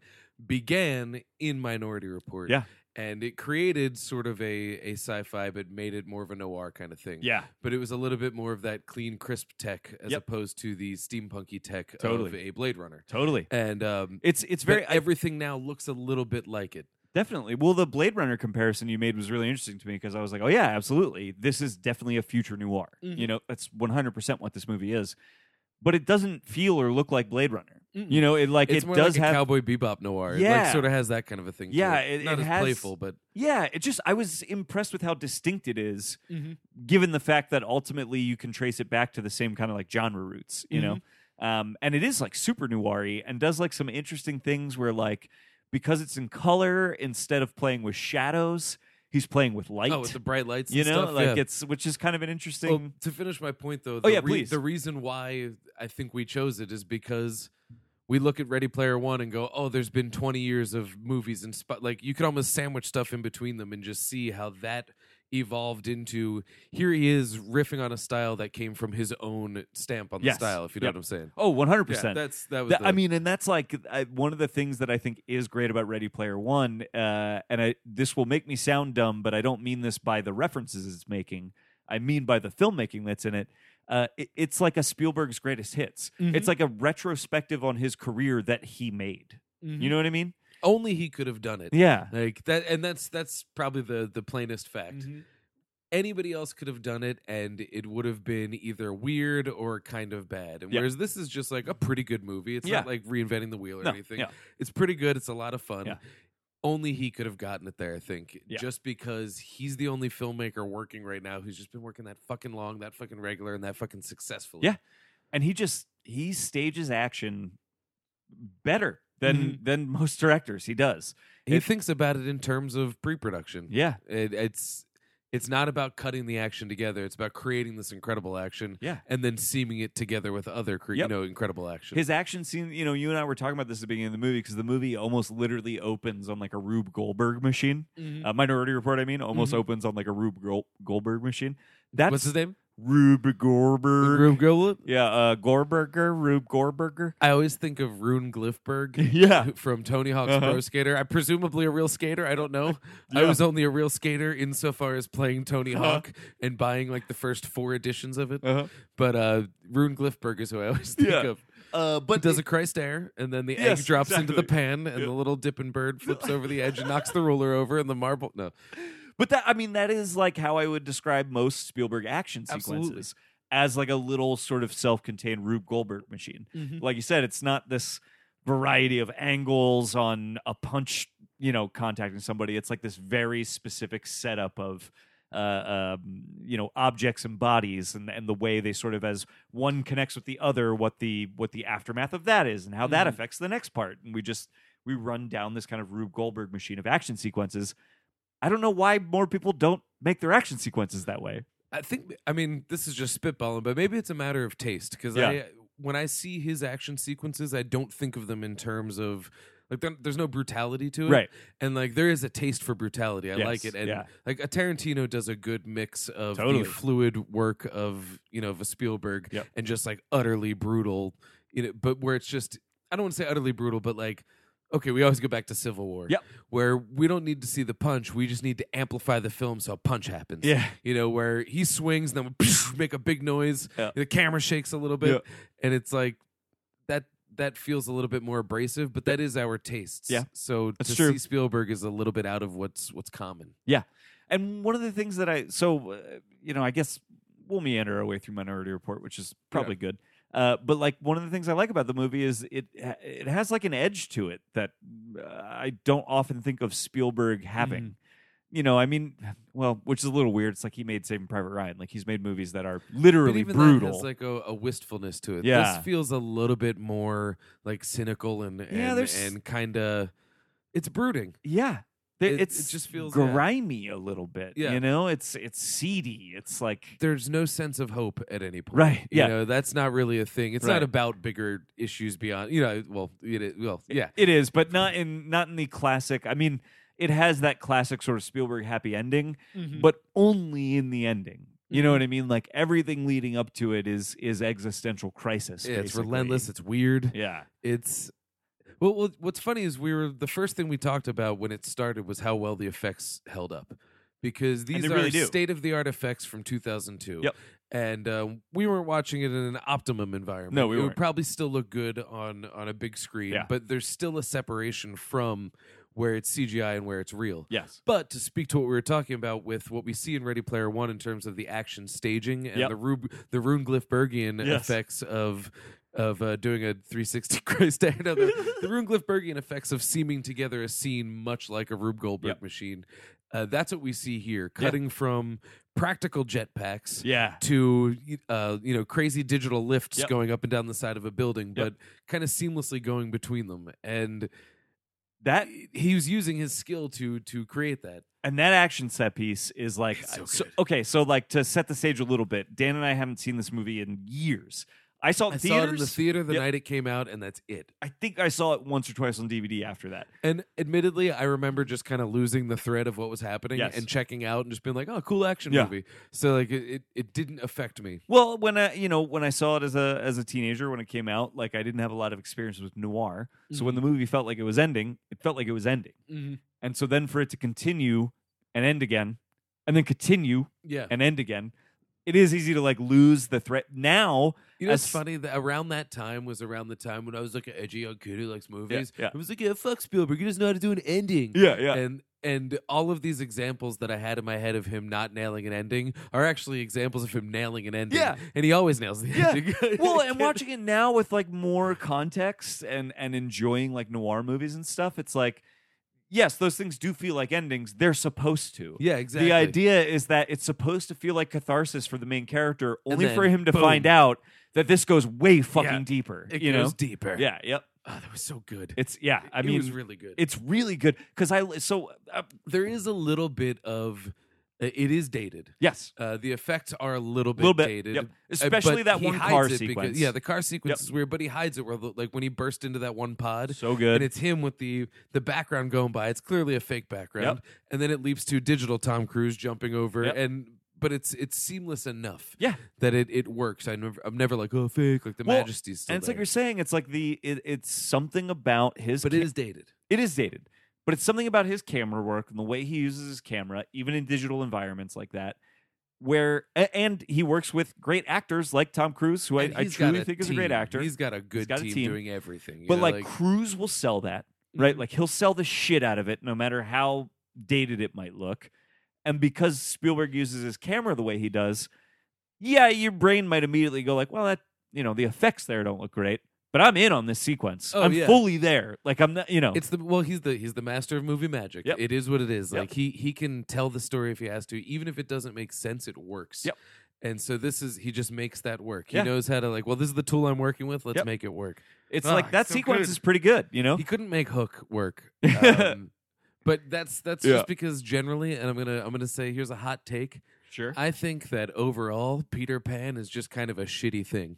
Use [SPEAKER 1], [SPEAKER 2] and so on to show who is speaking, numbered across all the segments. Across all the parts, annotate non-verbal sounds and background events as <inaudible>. [SPEAKER 1] began in Minority Report.
[SPEAKER 2] Yeah.
[SPEAKER 1] And it created sort of a, a sci-fi but made it more of a noir kind of thing.
[SPEAKER 2] Yeah.
[SPEAKER 1] But it was a little bit more of that clean, crisp tech as
[SPEAKER 2] Yep.
[SPEAKER 1] opposed to the steampunky tech of
[SPEAKER 2] Totally.
[SPEAKER 1] a Blade Runner.
[SPEAKER 2] Totally.
[SPEAKER 1] And um
[SPEAKER 2] It's it's
[SPEAKER 1] but
[SPEAKER 2] very I-
[SPEAKER 1] everything now looks a little bit like it.
[SPEAKER 2] definitely. Well, the Blade Runner comparison you made was really interesting to me because I was like, oh yeah, absolutely. This is definitely a future noir. You
[SPEAKER 1] Mhm.
[SPEAKER 2] know, that's one hundred percent what this movie is. But it doesn't feel or look like Blade Runner.
[SPEAKER 1] Mm-mm.
[SPEAKER 2] You know, it like
[SPEAKER 1] it's
[SPEAKER 2] it
[SPEAKER 1] more
[SPEAKER 2] does
[SPEAKER 1] like
[SPEAKER 2] have
[SPEAKER 1] a cowboy bebop noir. It like
[SPEAKER 2] Yeah.
[SPEAKER 1] sort of has that kind of a thing. to
[SPEAKER 2] Yeah, it-
[SPEAKER 1] Not
[SPEAKER 2] it
[SPEAKER 1] as
[SPEAKER 2] has-
[SPEAKER 1] playful, but
[SPEAKER 2] yeah. It just I was impressed with how distinct it is,
[SPEAKER 1] Mm-hmm.
[SPEAKER 2] given the fact that ultimately you can trace it back to the same kind of like genre roots. You know.
[SPEAKER 1] Mm-hmm.
[SPEAKER 2] Um, and it is like super noiry and does like some interesting things where like because it's in color instead of playing with shadows, he's playing with light.
[SPEAKER 1] oh, with the bright lights.
[SPEAKER 2] you
[SPEAKER 1] and
[SPEAKER 2] know
[SPEAKER 1] stuff,
[SPEAKER 2] like
[SPEAKER 1] yeah. Oh,
[SPEAKER 2] it's which is kind of an interesting Oh,
[SPEAKER 1] Well, to finish my point, though, the,
[SPEAKER 2] yeah, please.
[SPEAKER 1] the reason why I think we chose it is because we look at Ready Player One and go, "Oh, there's been 20 years of movies and spot." Like you could almost sandwich stuff in between them and just see how that evolved into here he is riffing on a style that came from his own stamp on the
[SPEAKER 2] Yes.
[SPEAKER 1] style. If you know
[SPEAKER 2] Yep.
[SPEAKER 1] what I'm saying.
[SPEAKER 2] oh 100%
[SPEAKER 1] Yeah, that's that was.
[SPEAKER 2] That-
[SPEAKER 1] the-
[SPEAKER 2] i mean and that's like I, one of the things that i think is great about ready player one uh, and I, this will make me sound dumb but i don't mean this by the references it's making i mean by the filmmaking that's in it uh, it, it's like a Spielberg's greatest hits.
[SPEAKER 1] Mm-hmm.
[SPEAKER 2] It's like a retrospective on his career that he made.
[SPEAKER 1] Mm-hmm.
[SPEAKER 2] You know what I mean?
[SPEAKER 1] only he could have done it.
[SPEAKER 2] Yeah.
[SPEAKER 1] Like that, and that's that's probably the the plainest fact.
[SPEAKER 3] Mm-hmm.
[SPEAKER 1] anybody else could have done it and it would have been either weird or kind of bad. And
[SPEAKER 2] Yeah.
[SPEAKER 1] whereas this is just like a pretty good movie. It's
[SPEAKER 2] Yeah.
[SPEAKER 1] not like reinventing the wheel or
[SPEAKER 2] No,
[SPEAKER 1] anything.
[SPEAKER 2] yeah.
[SPEAKER 1] It's pretty good. It's a lot of fun.
[SPEAKER 2] Yeah.
[SPEAKER 1] Only he could have gotten it there, I think.
[SPEAKER 2] Yeah.
[SPEAKER 1] Just because he's the only filmmaker working right now who's just been working that fucking long, that fucking regular, and that fucking successfully.
[SPEAKER 2] Yeah. and he just he stages action better than
[SPEAKER 1] Mm-hmm.
[SPEAKER 2] than most directors. He does.
[SPEAKER 1] He
[SPEAKER 2] It-
[SPEAKER 1] thinks about it in terms of pre-production.
[SPEAKER 2] Yeah.
[SPEAKER 1] It, it's it's not about cutting the action together. It's about creating this incredible action
[SPEAKER 2] Yeah.
[SPEAKER 1] and then seaming it together with other, cre-
[SPEAKER 2] Yep.
[SPEAKER 1] you know, incredible action.
[SPEAKER 2] His action scene, you know, you and I were talking about this at the beginning of the movie because the movie almost literally opens on like a Rube Goldberg machine.
[SPEAKER 1] Mhm.
[SPEAKER 2] Uh, Minority Report, I mean, almost
[SPEAKER 1] Mhm.
[SPEAKER 2] opens on like a Rube Gol- Goldberg machine. That's
[SPEAKER 1] What's his name?
[SPEAKER 2] Rube Gorberg.
[SPEAKER 1] Rube Goldberg.
[SPEAKER 2] Yeah, uh, Gorberger, Rube Gorberger.
[SPEAKER 1] I always think of Rune Glifberg
[SPEAKER 2] <laughs> yeah,
[SPEAKER 1] <laughs> from Tony Hawk's
[SPEAKER 2] Uh-huh.
[SPEAKER 1] Pro Skater. I presumably a real skater. I don't know. I
[SPEAKER 2] Yeah.
[SPEAKER 1] was only a real skater insofar as playing Tony
[SPEAKER 2] Uh-huh.
[SPEAKER 1] Hawk and buying like the first four editions of it.
[SPEAKER 2] uh-huh.
[SPEAKER 1] But uh, Rune Glifberg is who I always <laughs> think
[SPEAKER 2] Yeah.
[SPEAKER 1] of.
[SPEAKER 2] uh,
[SPEAKER 1] But does a Christ air, and then the
[SPEAKER 2] Yes,
[SPEAKER 1] egg drops into the
[SPEAKER 2] exactly.
[SPEAKER 1] pan, and
[SPEAKER 2] Yeah.
[SPEAKER 1] the little dipping bird flips over the edge and knocks the ruler over, and the marble. No,
[SPEAKER 2] But that I mean that is like how I would describe most Spielberg action
[SPEAKER 1] Absolutely.
[SPEAKER 2] sequences as like a little sort of self-contained Rube Goldberg machine.
[SPEAKER 1] Mhm.
[SPEAKER 2] Like you said, it's not this variety of angles on a punch, you know, contacting somebody. It's like this very specific setup of uh, um, you know objects and bodies and and the way they sort of as one connects with the other what the what the aftermath of that is and how that
[SPEAKER 1] Mhm.
[SPEAKER 2] affects the next part and we just we run down this kind of Rube Goldberg machine of action sequences I don't know why more people don't make their action sequences that way.
[SPEAKER 1] I think I mean this is just spitballing, but maybe it's a matter of taste because
[SPEAKER 2] Yeah.
[SPEAKER 1] I when I see his action sequences, I don't think of them in terms of like there- there's no brutality to it,
[SPEAKER 2] Right.
[SPEAKER 1] And like there is a taste for brutality. I like
[SPEAKER 2] Yes,
[SPEAKER 1] it, and
[SPEAKER 2] yeah.
[SPEAKER 1] like a Tarantino does a good mix of
[SPEAKER 2] Totally.
[SPEAKER 1] the fluid work of you know of a Spielberg
[SPEAKER 2] Yep.
[SPEAKER 1] and just like utterly brutal, you know, but where it's just I don't want to say utterly brutal, but like. Okay, we always go back to Civil War,
[SPEAKER 2] Yep.
[SPEAKER 1] where we don't need to see the punch; we just need to amplify the film so a punch happens
[SPEAKER 2] Yeah.
[SPEAKER 1] you know, where he swings, then <laughs> we make a big noise.
[SPEAKER 2] Yeah.
[SPEAKER 1] The camera shakes a little bit, and it's like that. That feels a little bit more abrasive, but that is our tastes.
[SPEAKER 2] Yeah.
[SPEAKER 1] So
[SPEAKER 2] That's
[SPEAKER 1] to
[SPEAKER 2] true.
[SPEAKER 1] see Spielberg is a little bit out of what's what's common.
[SPEAKER 2] And one of the things that I so uh, you know, I guess we'll meander our way through Minority Report, which is probably good. Uh, but like one of the things I like about the movie is it ha- it has like an edge to it that uh, I don't often think of Spielberg having.
[SPEAKER 1] Mm-hmm.
[SPEAKER 2] You know, I mean, well, which is a little weird. It's like he made Saving Private Ryan. Like he's made movies that are literally
[SPEAKER 1] but even
[SPEAKER 2] brutal.
[SPEAKER 1] That has like a, a wistfulness to it.
[SPEAKER 2] Yeah.
[SPEAKER 1] This feels a little bit more like cynical and and,
[SPEAKER 2] Yeah, there's-
[SPEAKER 1] and kind of it's brooding.
[SPEAKER 2] Yeah. Th-
[SPEAKER 1] It- it
[SPEAKER 2] it's
[SPEAKER 1] just feels- yeah.
[SPEAKER 2] grimy a little bit.
[SPEAKER 1] Yeah.
[SPEAKER 2] You know, it's it's seedy. It's like
[SPEAKER 1] There's no sense of hope at any point.
[SPEAKER 2] Right, yeah.
[SPEAKER 1] You know, that's not really a thing. It's
[SPEAKER 2] Right.
[SPEAKER 1] not about bigger issues beyond, you know, well, it, is- well, yeah.
[SPEAKER 2] it is, but not in not in the classic. I mean, it has that classic sort of Spielberg happy ending,
[SPEAKER 1] Mm-hmm.
[SPEAKER 2] but only in the ending. You know what I mean? Like everything leading up to it is is existential crisis.
[SPEAKER 1] Yeah, it's
[SPEAKER 2] basically.
[SPEAKER 1] relentless. It's weird.
[SPEAKER 2] Yeah.
[SPEAKER 1] It's well, well. What's funny is we were the first thing we talked about when it started was how well the effects held up, because these
[SPEAKER 2] they
[SPEAKER 1] are
[SPEAKER 2] really do.
[SPEAKER 1] state of the art effects from 2002.
[SPEAKER 2] Yep.
[SPEAKER 1] And um, we weren't watching it in an optimum environment.
[SPEAKER 2] No, we
[SPEAKER 1] it
[SPEAKER 2] weren't.
[SPEAKER 1] would probably still look good on on a big screen,
[SPEAKER 2] Yeah.
[SPEAKER 1] but there's still a separation from where it's CGI and where it's real.
[SPEAKER 2] Yes.
[SPEAKER 1] But to speak to what we were talking about with what we see in Ready Player One in terms of the action staging and
[SPEAKER 2] Yep.
[SPEAKER 1] the Rube, the Rune Glifbergian
[SPEAKER 2] Yes.
[SPEAKER 1] effects of of uh, doing a <laughs> 360 Christ down the, the Rube Glifbergian effects of seaming together a scene much like a Rube Goldberg
[SPEAKER 2] Yep.
[SPEAKER 1] machine. Uh, that's what we see here,
[SPEAKER 2] Yeah.
[SPEAKER 1] cutting from practical jetpacks
[SPEAKER 2] Yeah.
[SPEAKER 1] to uh, you know crazy digital lifts
[SPEAKER 2] Yep.
[SPEAKER 1] going up and down the side of a building,
[SPEAKER 2] Yep.
[SPEAKER 1] but kind of seamlessly going between them. And
[SPEAKER 2] That
[SPEAKER 1] he was using his skill to to create that.
[SPEAKER 2] and that action set piece is like
[SPEAKER 1] It's so good.
[SPEAKER 2] okay, so like to set the stage a little bit. Dan and I haven't seen this movie in years. I saw it
[SPEAKER 1] I
[SPEAKER 2] in
[SPEAKER 1] saw it in the
[SPEAKER 2] theaters.
[SPEAKER 1] theater the
[SPEAKER 2] Yep.
[SPEAKER 1] night it came out, and that's it.
[SPEAKER 2] I think I saw it once or twice on DVD after that.
[SPEAKER 1] And admittedly, I remember just kind of losing the thread of what was happening
[SPEAKER 2] Yes.
[SPEAKER 1] and checking out and just being like, "Oh, cool action
[SPEAKER 2] Yeah.
[SPEAKER 1] movie." So like it, it, it didn't affect me.
[SPEAKER 2] Well, when I you know when I saw it as a as a teenager when it came out, like I didn't have a lot of experience with noir. So when the movie felt like it was ending, it felt like it was ending.
[SPEAKER 1] Mm-hmm.
[SPEAKER 2] And so then for it to continue and end again, and then continue
[SPEAKER 1] Yeah,
[SPEAKER 2] and end again, it is easy to like lose the threat. Now,
[SPEAKER 1] you know, it's
[SPEAKER 2] as-
[SPEAKER 1] funny that around that time was around the time when I was like an edgy young kid who likes movies.
[SPEAKER 2] yeah.
[SPEAKER 1] I was like, "Yeah, fuck Spielberg, he doesn't know how to do an ending."
[SPEAKER 2] yeah, yeah, <laughs>
[SPEAKER 1] And and all of these examples that I had in my head of him not nailing an ending are actually examples of him nailing an ending.
[SPEAKER 2] Yeah.
[SPEAKER 1] and he always nails the
[SPEAKER 2] Yeah.
[SPEAKER 1] ending. <laughs>
[SPEAKER 2] well, and watching it now with like more context and and enjoying like noir movies and stuff, it's like yes, those things do feel like endings. They're supposed to.
[SPEAKER 1] yeah, exactly.
[SPEAKER 2] The idea is that it's supposed to feel like catharsis for the main character,
[SPEAKER 1] And
[SPEAKER 2] only for
[SPEAKER 1] then,
[SPEAKER 2] him to
[SPEAKER 1] boom.
[SPEAKER 2] find out that this goes way fucking
[SPEAKER 1] Yeah.
[SPEAKER 2] deeper.
[SPEAKER 1] it
[SPEAKER 2] you
[SPEAKER 1] goes
[SPEAKER 2] know?
[SPEAKER 1] deeper.
[SPEAKER 2] Yeah. Yep.
[SPEAKER 1] Oh, that was so good.
[SPEAKER 2] It's yeah. I mean,
[SPEAKER 1] it was really good.
[SPEAKER 2] it's really good because I so uh,
[SPEAKER 1] there is a little bit of uh, it is dated.
[SPEAKER 2] yes,
[SPEAKER 1] Uh, the effects are a little
[SPEAKER 2] a
[SPEAKER 1] bit
[SPEAKER 2] little bit.
[SPEAKER 1] dated.
[SPEAKER 2] Yep.
[SPEAKER 1] uh,
[SPEAKER 2] Especially
[SPEAKER 1] but
[SPEAKER 2] that
[SPEAKER 1] he
[SPEAKER 2] one
[SPEAKER 1] hides
[SPEAKER 2] car
[SPEAKER 1] it because-
[SPEAKER 2] sequence.
[SPEAKER 1] yeah, the car sequence
[SPEAKER 2] Yep.
[SPEAKER 1] is weird, but he hides it where the- like when he burst into that one pod.
[SPEAKER 2] so good.
[SPEAKER 1] And it's him with the the background going by. It's clearly a fake background, and then it leaps to digital Tom Cruise jumping over
[SPEAKER 2] Yep.
[SPEAKER 1] and but it's it's seamless enough
[SPEAKER 2] Yeah.
[SPEAKER 1] that it it works. I never, I'm never like oh fake like the
[SPEAKER 2] Well,
[SPEAKER 1] Majesty's still
[SPEAKER 2] and it's like
[SPEAKER 1] there.
[SPEAKER 2] you're saying, it's like the it, it's something about his.
[SPEAKER 1] but
[SPEAKER 2] ca-
[SPEAKER 1] it is dated.
[SPEAKER 2] it is dated, but it's something about his camera work and the way he uses his camera, even in digital environments like that. Where a- and he works with great actors like Tom Cruise, who I,
[SPEAKER 1] And
[SPEAKER 2] I
[SPEAKER 1] he's got
[SPEAKER 2] truly
[SPEAKER 1] a
[SPEAKER 2] think is a great
[SPEAKER 1] team.
[SPEAKER 2] actor.
[SPEAKER 1] He's got a good
[SPEAKER 2] got a
[SPEAKER 1] team,
[SPEAKER 2] team.
[SPEAKER 1] doing everything. you
[SPEAKER 2] but
[SPEAKER 1] know, Mm-hmm.
[SPEAKER 2] like, Cruise will sell that, right? Like he'll sell the shit out of it, no matter how dated it might look. And because Spielberg uses his camera the way he does, yeah, your brain might immediately go like, well, that you know the effects there don't look great, but I'm in on this sequence.
[SPEAKER 1] Oh,
[SPEAKER 2] I'm
[SPEAKER 1] yeah.
[SPEAKER 2] fully there. Like I'm not, you know,
[SPEAKER 1] It's the well, he's the he's the master of movie magic.
[SPEAKER 2] Yep.
[SPEAKER 1] It is what it is.
[SPEAKER 2] Yep.
[SPEAKER 1] Like he he can tell the story if he has to, even if it doesn't make sense, it works.
[SPEAKER 2] Yep.
[SPEAKER 1] And so this is he just makes that work.
[SPEAKER 2] Yeah.
[SPEAKER 1] He knows how to like, well, this is the tool I'm working with. Let's
[SPEAKER 2] Yep.
[SPEAKER 1] make it work.
[SPEAKER 2] It's
[SPEAKER 1] Ah,
[SPEAKER 2] like that
[SPEAKER 1] so
[SPEAKER 2] sequence
[SPEAKER 1] good.
[SPEAKER 2] is pretty good, you know.
[SPEAKER 1] He couldn't make Hook
[SPEAKER 2] <laughs>
[SPEAKER 1] work. Um, but that's that's
[SPEAKER 2] Yeah.
[SPEAKER 1] just because generally, and I'm gonna I'm gonna say here's a hot take.
[SPEAKER 2] Sure.
[SPEAKER 1] I think that overall, Peter Pan is just kind of a shitty thing.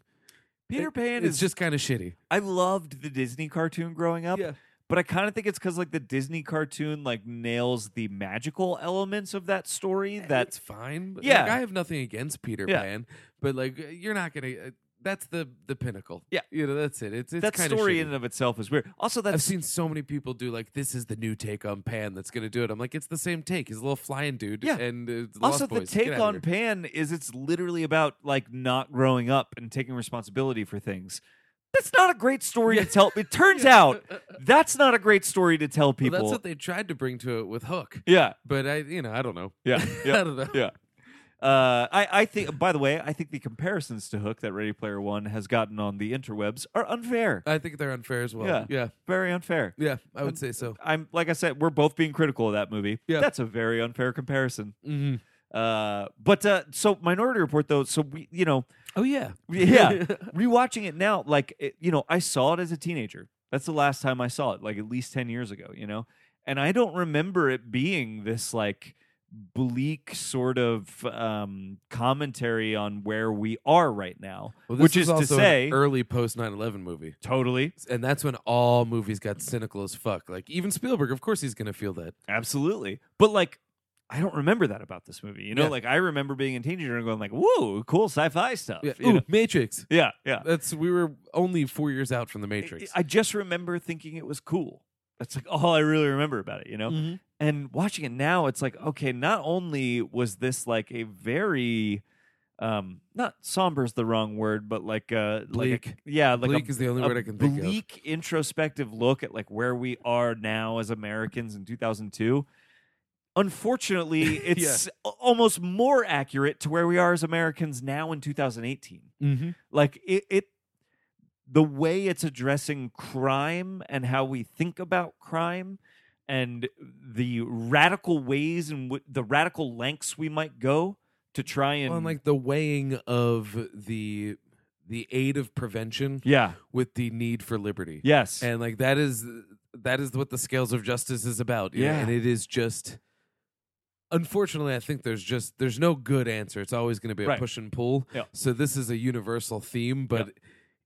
[SPEAKER 2] Peter
[SPEAKER 1] It-
[SPEAKER 2] Pan
[SPEAKER 1] it's
[SPEAKER 2] is
[SPEAKER 1] just kind of shitty.
[SPEAKER 2] I loved the Disney cartoon growing up,
[SPEAKER 1] Yeah.
[SPEAKER 2] but I kind of think it's because like the Disney cartoon like nails the magical elements of that story. <laughs> That
[SPEAKER 1] that's fine. Like,
[SPEAKER 2] Yeah.
[SPEAKER 1] I have nothing against Peter
[SPEAKER 2] Yeah.
[SPEAKER 1] Pan, but like you're not gonna. Uh, that's the the pinnacle.
[SPEAKER 2] Yeah.
[SPEAKER 1] you know that's it. It's it's
[SPEAKER 2] that
[SPEAKER 1] kind of
[SPEAKER 2] story in and of itself is weird. Also,
[SPEAKER 1] I've
[SPEAKER 2] that's
[SPEAKER 1] seen so many people do like this is the new take on Pan that's gonna do it. I'm like it's the same take. He's a little flying dude.
[SPEAKER 2] Yeah.
[SPEAKER 1] and uh, the
[SPEAKER 2] also
[SPEAKER 1] Lost
[SPEAKER 2] the
[SPEAKER 1] Boys. Get
[SPEAKER 2] take
[SPEAKER 1] outta
[SPEAKER 2] on
[SPEAKER 1] here.
[SPEAKER 2] Pan is it's literally about like not growing up and taking responsibility for things. That's not a great story to tell.
[SPEAKER 1] <laughs>
[SPEAKER 2] It turns out that's not a great story to tell
[SPEAKER 1] Well,
[SPEAKER 2] people.
[SPEAKER 1] that's what they tried to bring to it with Hook,
[SPEAKER 2] yeah,
[SPEAKER 1] but I you know I don't know. <laughs>
[SPEAKER 2] yeah, yeah.
[SPEAKER 1] I don't know.
[SPEAKER 2] yeah. Uh, I, I think. By the way, I think the comparisons to Hook that Ready Player One has gotten on the interwebs are unfair.
[SPEAKER 1] I think they're unfair as well.
[SPEAKER 2] Yeah.
[SPEAKER 1] yeah,
[SPEAKER 2] Very unfair.
[SPEAKER 1] yeah I would say so.
[SPEAKER 2] I'm like I said, we're both being critical of that movie.
[SPEAKER 1] Yeah.
[SPEAKER 2] that's a very unfair comparison.
[SPEAKER 1] hmm
[SPEAKER 2] Uh, but uh, so Minority Report though, so we,
[SPEAKER 1] <laughs>
[SPEAKER 2] you know,
[SPEAKER 1] Oh yeah,
[SPEAKER 2] yeah, rewatching it now, like it, you know, I saw it as a teenager. That's the last time I saw it, like at least ten years ago. You know, and I don't remember it being this like bleak sort of um, commentary on where we are right now,
[SPEAKER 1] Well, this
[SPEAKER 2] which
[SPEAKER 1] was
[SPEAKER 2] is
[SPEAKER 1] also
[SPEAKER 2] to
[SPEAKER 1] an
[SPEAKER 2] say,
[SPEAKER 1] early post 9/11 movie.
[SPEAKER 2] totally,
[SPEAKER 1] and that's when all movies got cynical as fuck. Like even Spielberg, of course, he's gonna feel that.
[SPEAKER 2] absolutely, but like. I don't remember that about this movie. You know,
[SPEAKER 1] Yeah.
[SPEAKER 2] like I remember being a teenager and going like, "Whoa, cool sci-fi stuff."
[SPEAKER 1] Yeah,
[SPEAKER 2] Uh, you
[SPEAKER 1] Ooh,
[SPEAKER 2] know?
[SPEAKER 1] Matrix.
[SPEAKER 2] yeah, yeah.
[SPEAKER 1] That's we were only four years out from the
[SPEAKER 2] I-
[SPEAKER 1] Matrix.
[SPEAKER 2] I, just remember thinking it was cool. That's like all I really remember about it, you know?
[SPEAKER 1] Mhm.
[SPEAKER 2] And watching it now, it's like, okay, not only was this like a very um not somber is the wrong word, but like uh like a,
[SPEAKER 1] Bleak.
[SPEAKER 2] yeah, like
[SPEAKER 1] Bleak
[SPEAKER 2] a,
[SPEAKER 1] is the only
[SPEAKER 2] a
[SPEAKER 1] word I can think of.
[SPEAKER 2] bleak introspective look at like where we are now as Americans in 2002.
[SPEAKER 1] <laughs>
[SPEAKER 2] Unfortunately, it's a- almost more accurate to where we are as Americans now in 2018 like it, it the way it's addressing crime and how we think about crime and the radical ways and w- the radical lengths we might go to try and
[SPEAKER 1] Well, and like the weighing of the the aid of prevention
[SPEAKER 2] yeah
[SPEAKER 1] with the need for liberty,
[SPEAKER 2] yes
[SPEAKER 1] and like that is that is what the scales of justice is about. you know?
[SPEAKER 2] Yeah.
[SPEAKER 1] and it is just. Unfortunately, I think there's just there's no good answer. It's always going to be a
[SPEAKER 2] Right.
[SPEAKER 1] push and pull.
[SPEAKER 2] Yeah.
[SPEAKER 1] So this is a universal theme, but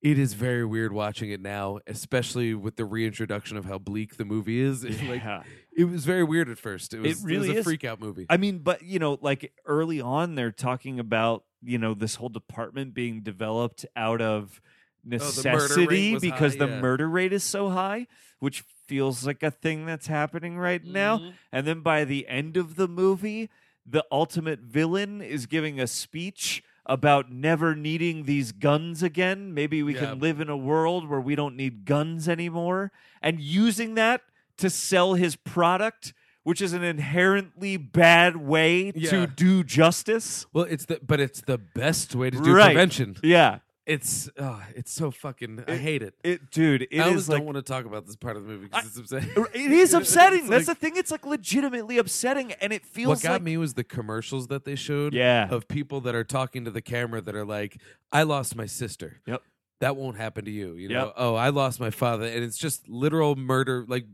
[SPEAKER 1] it is very weird watching it now, especially with the reintroduction of how bleak the movie is. <laughs> It's like
[SPEAKER 2] Yeah.
[SPEAKER 1] it was very weird at first. It was
[SPEAKER 2] really
[SPEAKER 1] it was a
[SPEAKER 2] is.
[SPEAKER 1] freak out movie.
[SPEAKER 2] I mean, but you know, like early on, they're talking about you know this whole department being developed out of
[SPEAKER 1] murder rate
[SPEAKER 2] necessity
[SPEAKER 1] Oh, was
[SPEAKER 2] because
[SPEAKER 1] high,
[SPEAKER 2] the
[SPEAKER 1] yeah.
[SPEAKER 2] murder rate is so high, which feels like a thing that's happening right now. And then by the end of the movie, the ultimate villain is giving a speech about never needing these guns again. Maybe we
[SPEAKER 1] Yeah.
[SPEAKER 2] can live in a world where we don't need guns anymore. And using that to sell his product, which is an inherently bad way
[SPEAKER 1] Yeah.
[SPEAKER 2] to do justice.
[SPEAKER 1] well, it's the but it's the best way to do
[SPEAKER 2] Right.
[SPEAKER 1] prevention.
[SPEAKER 2] Yeah.
[SPEAKER 1] It's oh, it's so fucking. I hate it.
[SPEAKER 2] It, dude, it is
[SPEAKER 1] I almost
[SPEAKER 2] like
[SPEAKER 1] don't want to talk about this part of the movie
[SPEAKER 2] I-
[SPEAKER 1] because it's upsetting.
[SPEAKER 2] it is upsetting.
[SPEAKER 1] It's
[SPEAKER 2] That's
[SPEAKER 1] like-
[SPEAKER 2] the thing. It's like legitimately upsetting and it feels
[SPEAKER 1] What got
[SPEAKER 2] like
[SPEAKER 1] me was the commercials that they showed
[SPEAKER 2] Yeah.
[SPEAKER 1] of people that are talking to the camera that are like, I lost my sister.
[SPEAKER 2] Yep.
[SPEAKER 1] That won't happen to you. You know,
[SPEAKER 2] Yep.
[SPEAKER 1] oh, I lost my father. And it's just literal murder, like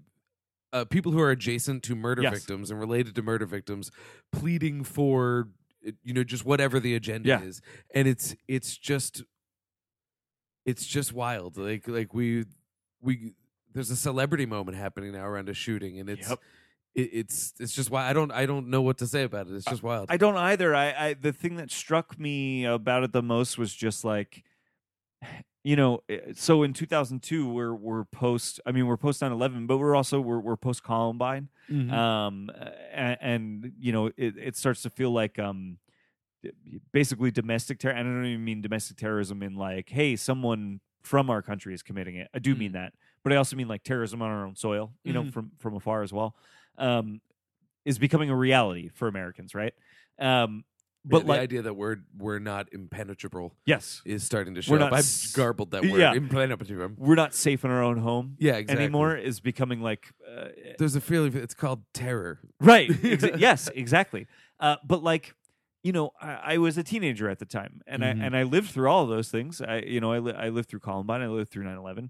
[SPEAKER 1] uh, people who are adjacent to murder
[SPEAKER 2] Yes.
[SPEAKER 1] victims and related to murder victims pleading for uh, you know just whatever the agenda
[SPEAKER 2] Yeah.
[SPEAKER 1] is and it's it's just it's just wild like like we we there's a celebrity moment happening now around a shooting and it's
[SPEAKER 2] Yep.
[SPEAKER 1] it, it's it's just why I don't I don't know what to say about it. It's just wild.
[SPEAKER 2] I don't either. I, I the thing that struck me about it the most was just like, <sighs> you know, eh, so in 2002 we're we're post. I mean, we're post 9/11, but we're also we're we're post Columbine. Um, and, and you know, it, it starts to feel like um, basically domestic terror. And I don't even mean domestic terrorism in like, hey, someone from our country is committing it. I do mean that, but I also mean like terrorism on our own soil. You know,
[SPEAKER 1] Mhm.
[SPEAKER 2] from from afar as well. Um, is becoming a reality for Americans, right? Um,
[SPEAKER 1] but
[SPEAKER 2] but
[SPEAKER 1] the
[SPEAKER 2] like,
[SPEAKER 1] idea that we're we're not impenetrable
[SPEAKER 2] yes,
[SPEAKER 1] is starting to show
[SPEAKER 2] We're
[SPEAKER 1] up.
[SPEAKER 2] not
[SPEAKER 1] I've
[SPEAKER 2] s-
[SPEAKER 1] garbled that word.
[SPEAKER 2] Yeah.
[SPEAKER 1] Impenetrable.
[SPEAKER 2] we're not safe in our own home
[SPEAKER 1] Yeah, exactly.
[SPEAKER 2] anymore. Is becoming like,
[SPEAKER 1] <laughs>
[SPEAKER 2] uh,
[SPEAKER 1] There's a feeling it's called terror.
[SPEAKER 2] right? exa- yes, exactly. Uh, but like, you know, I, I was a teenager at the time, and
[SPEAKER 1] Mhm.
[SPEAKER 2] I and I lived through all of those things. I, you know, I, li- I lived through Columbine, I lived through 9-11,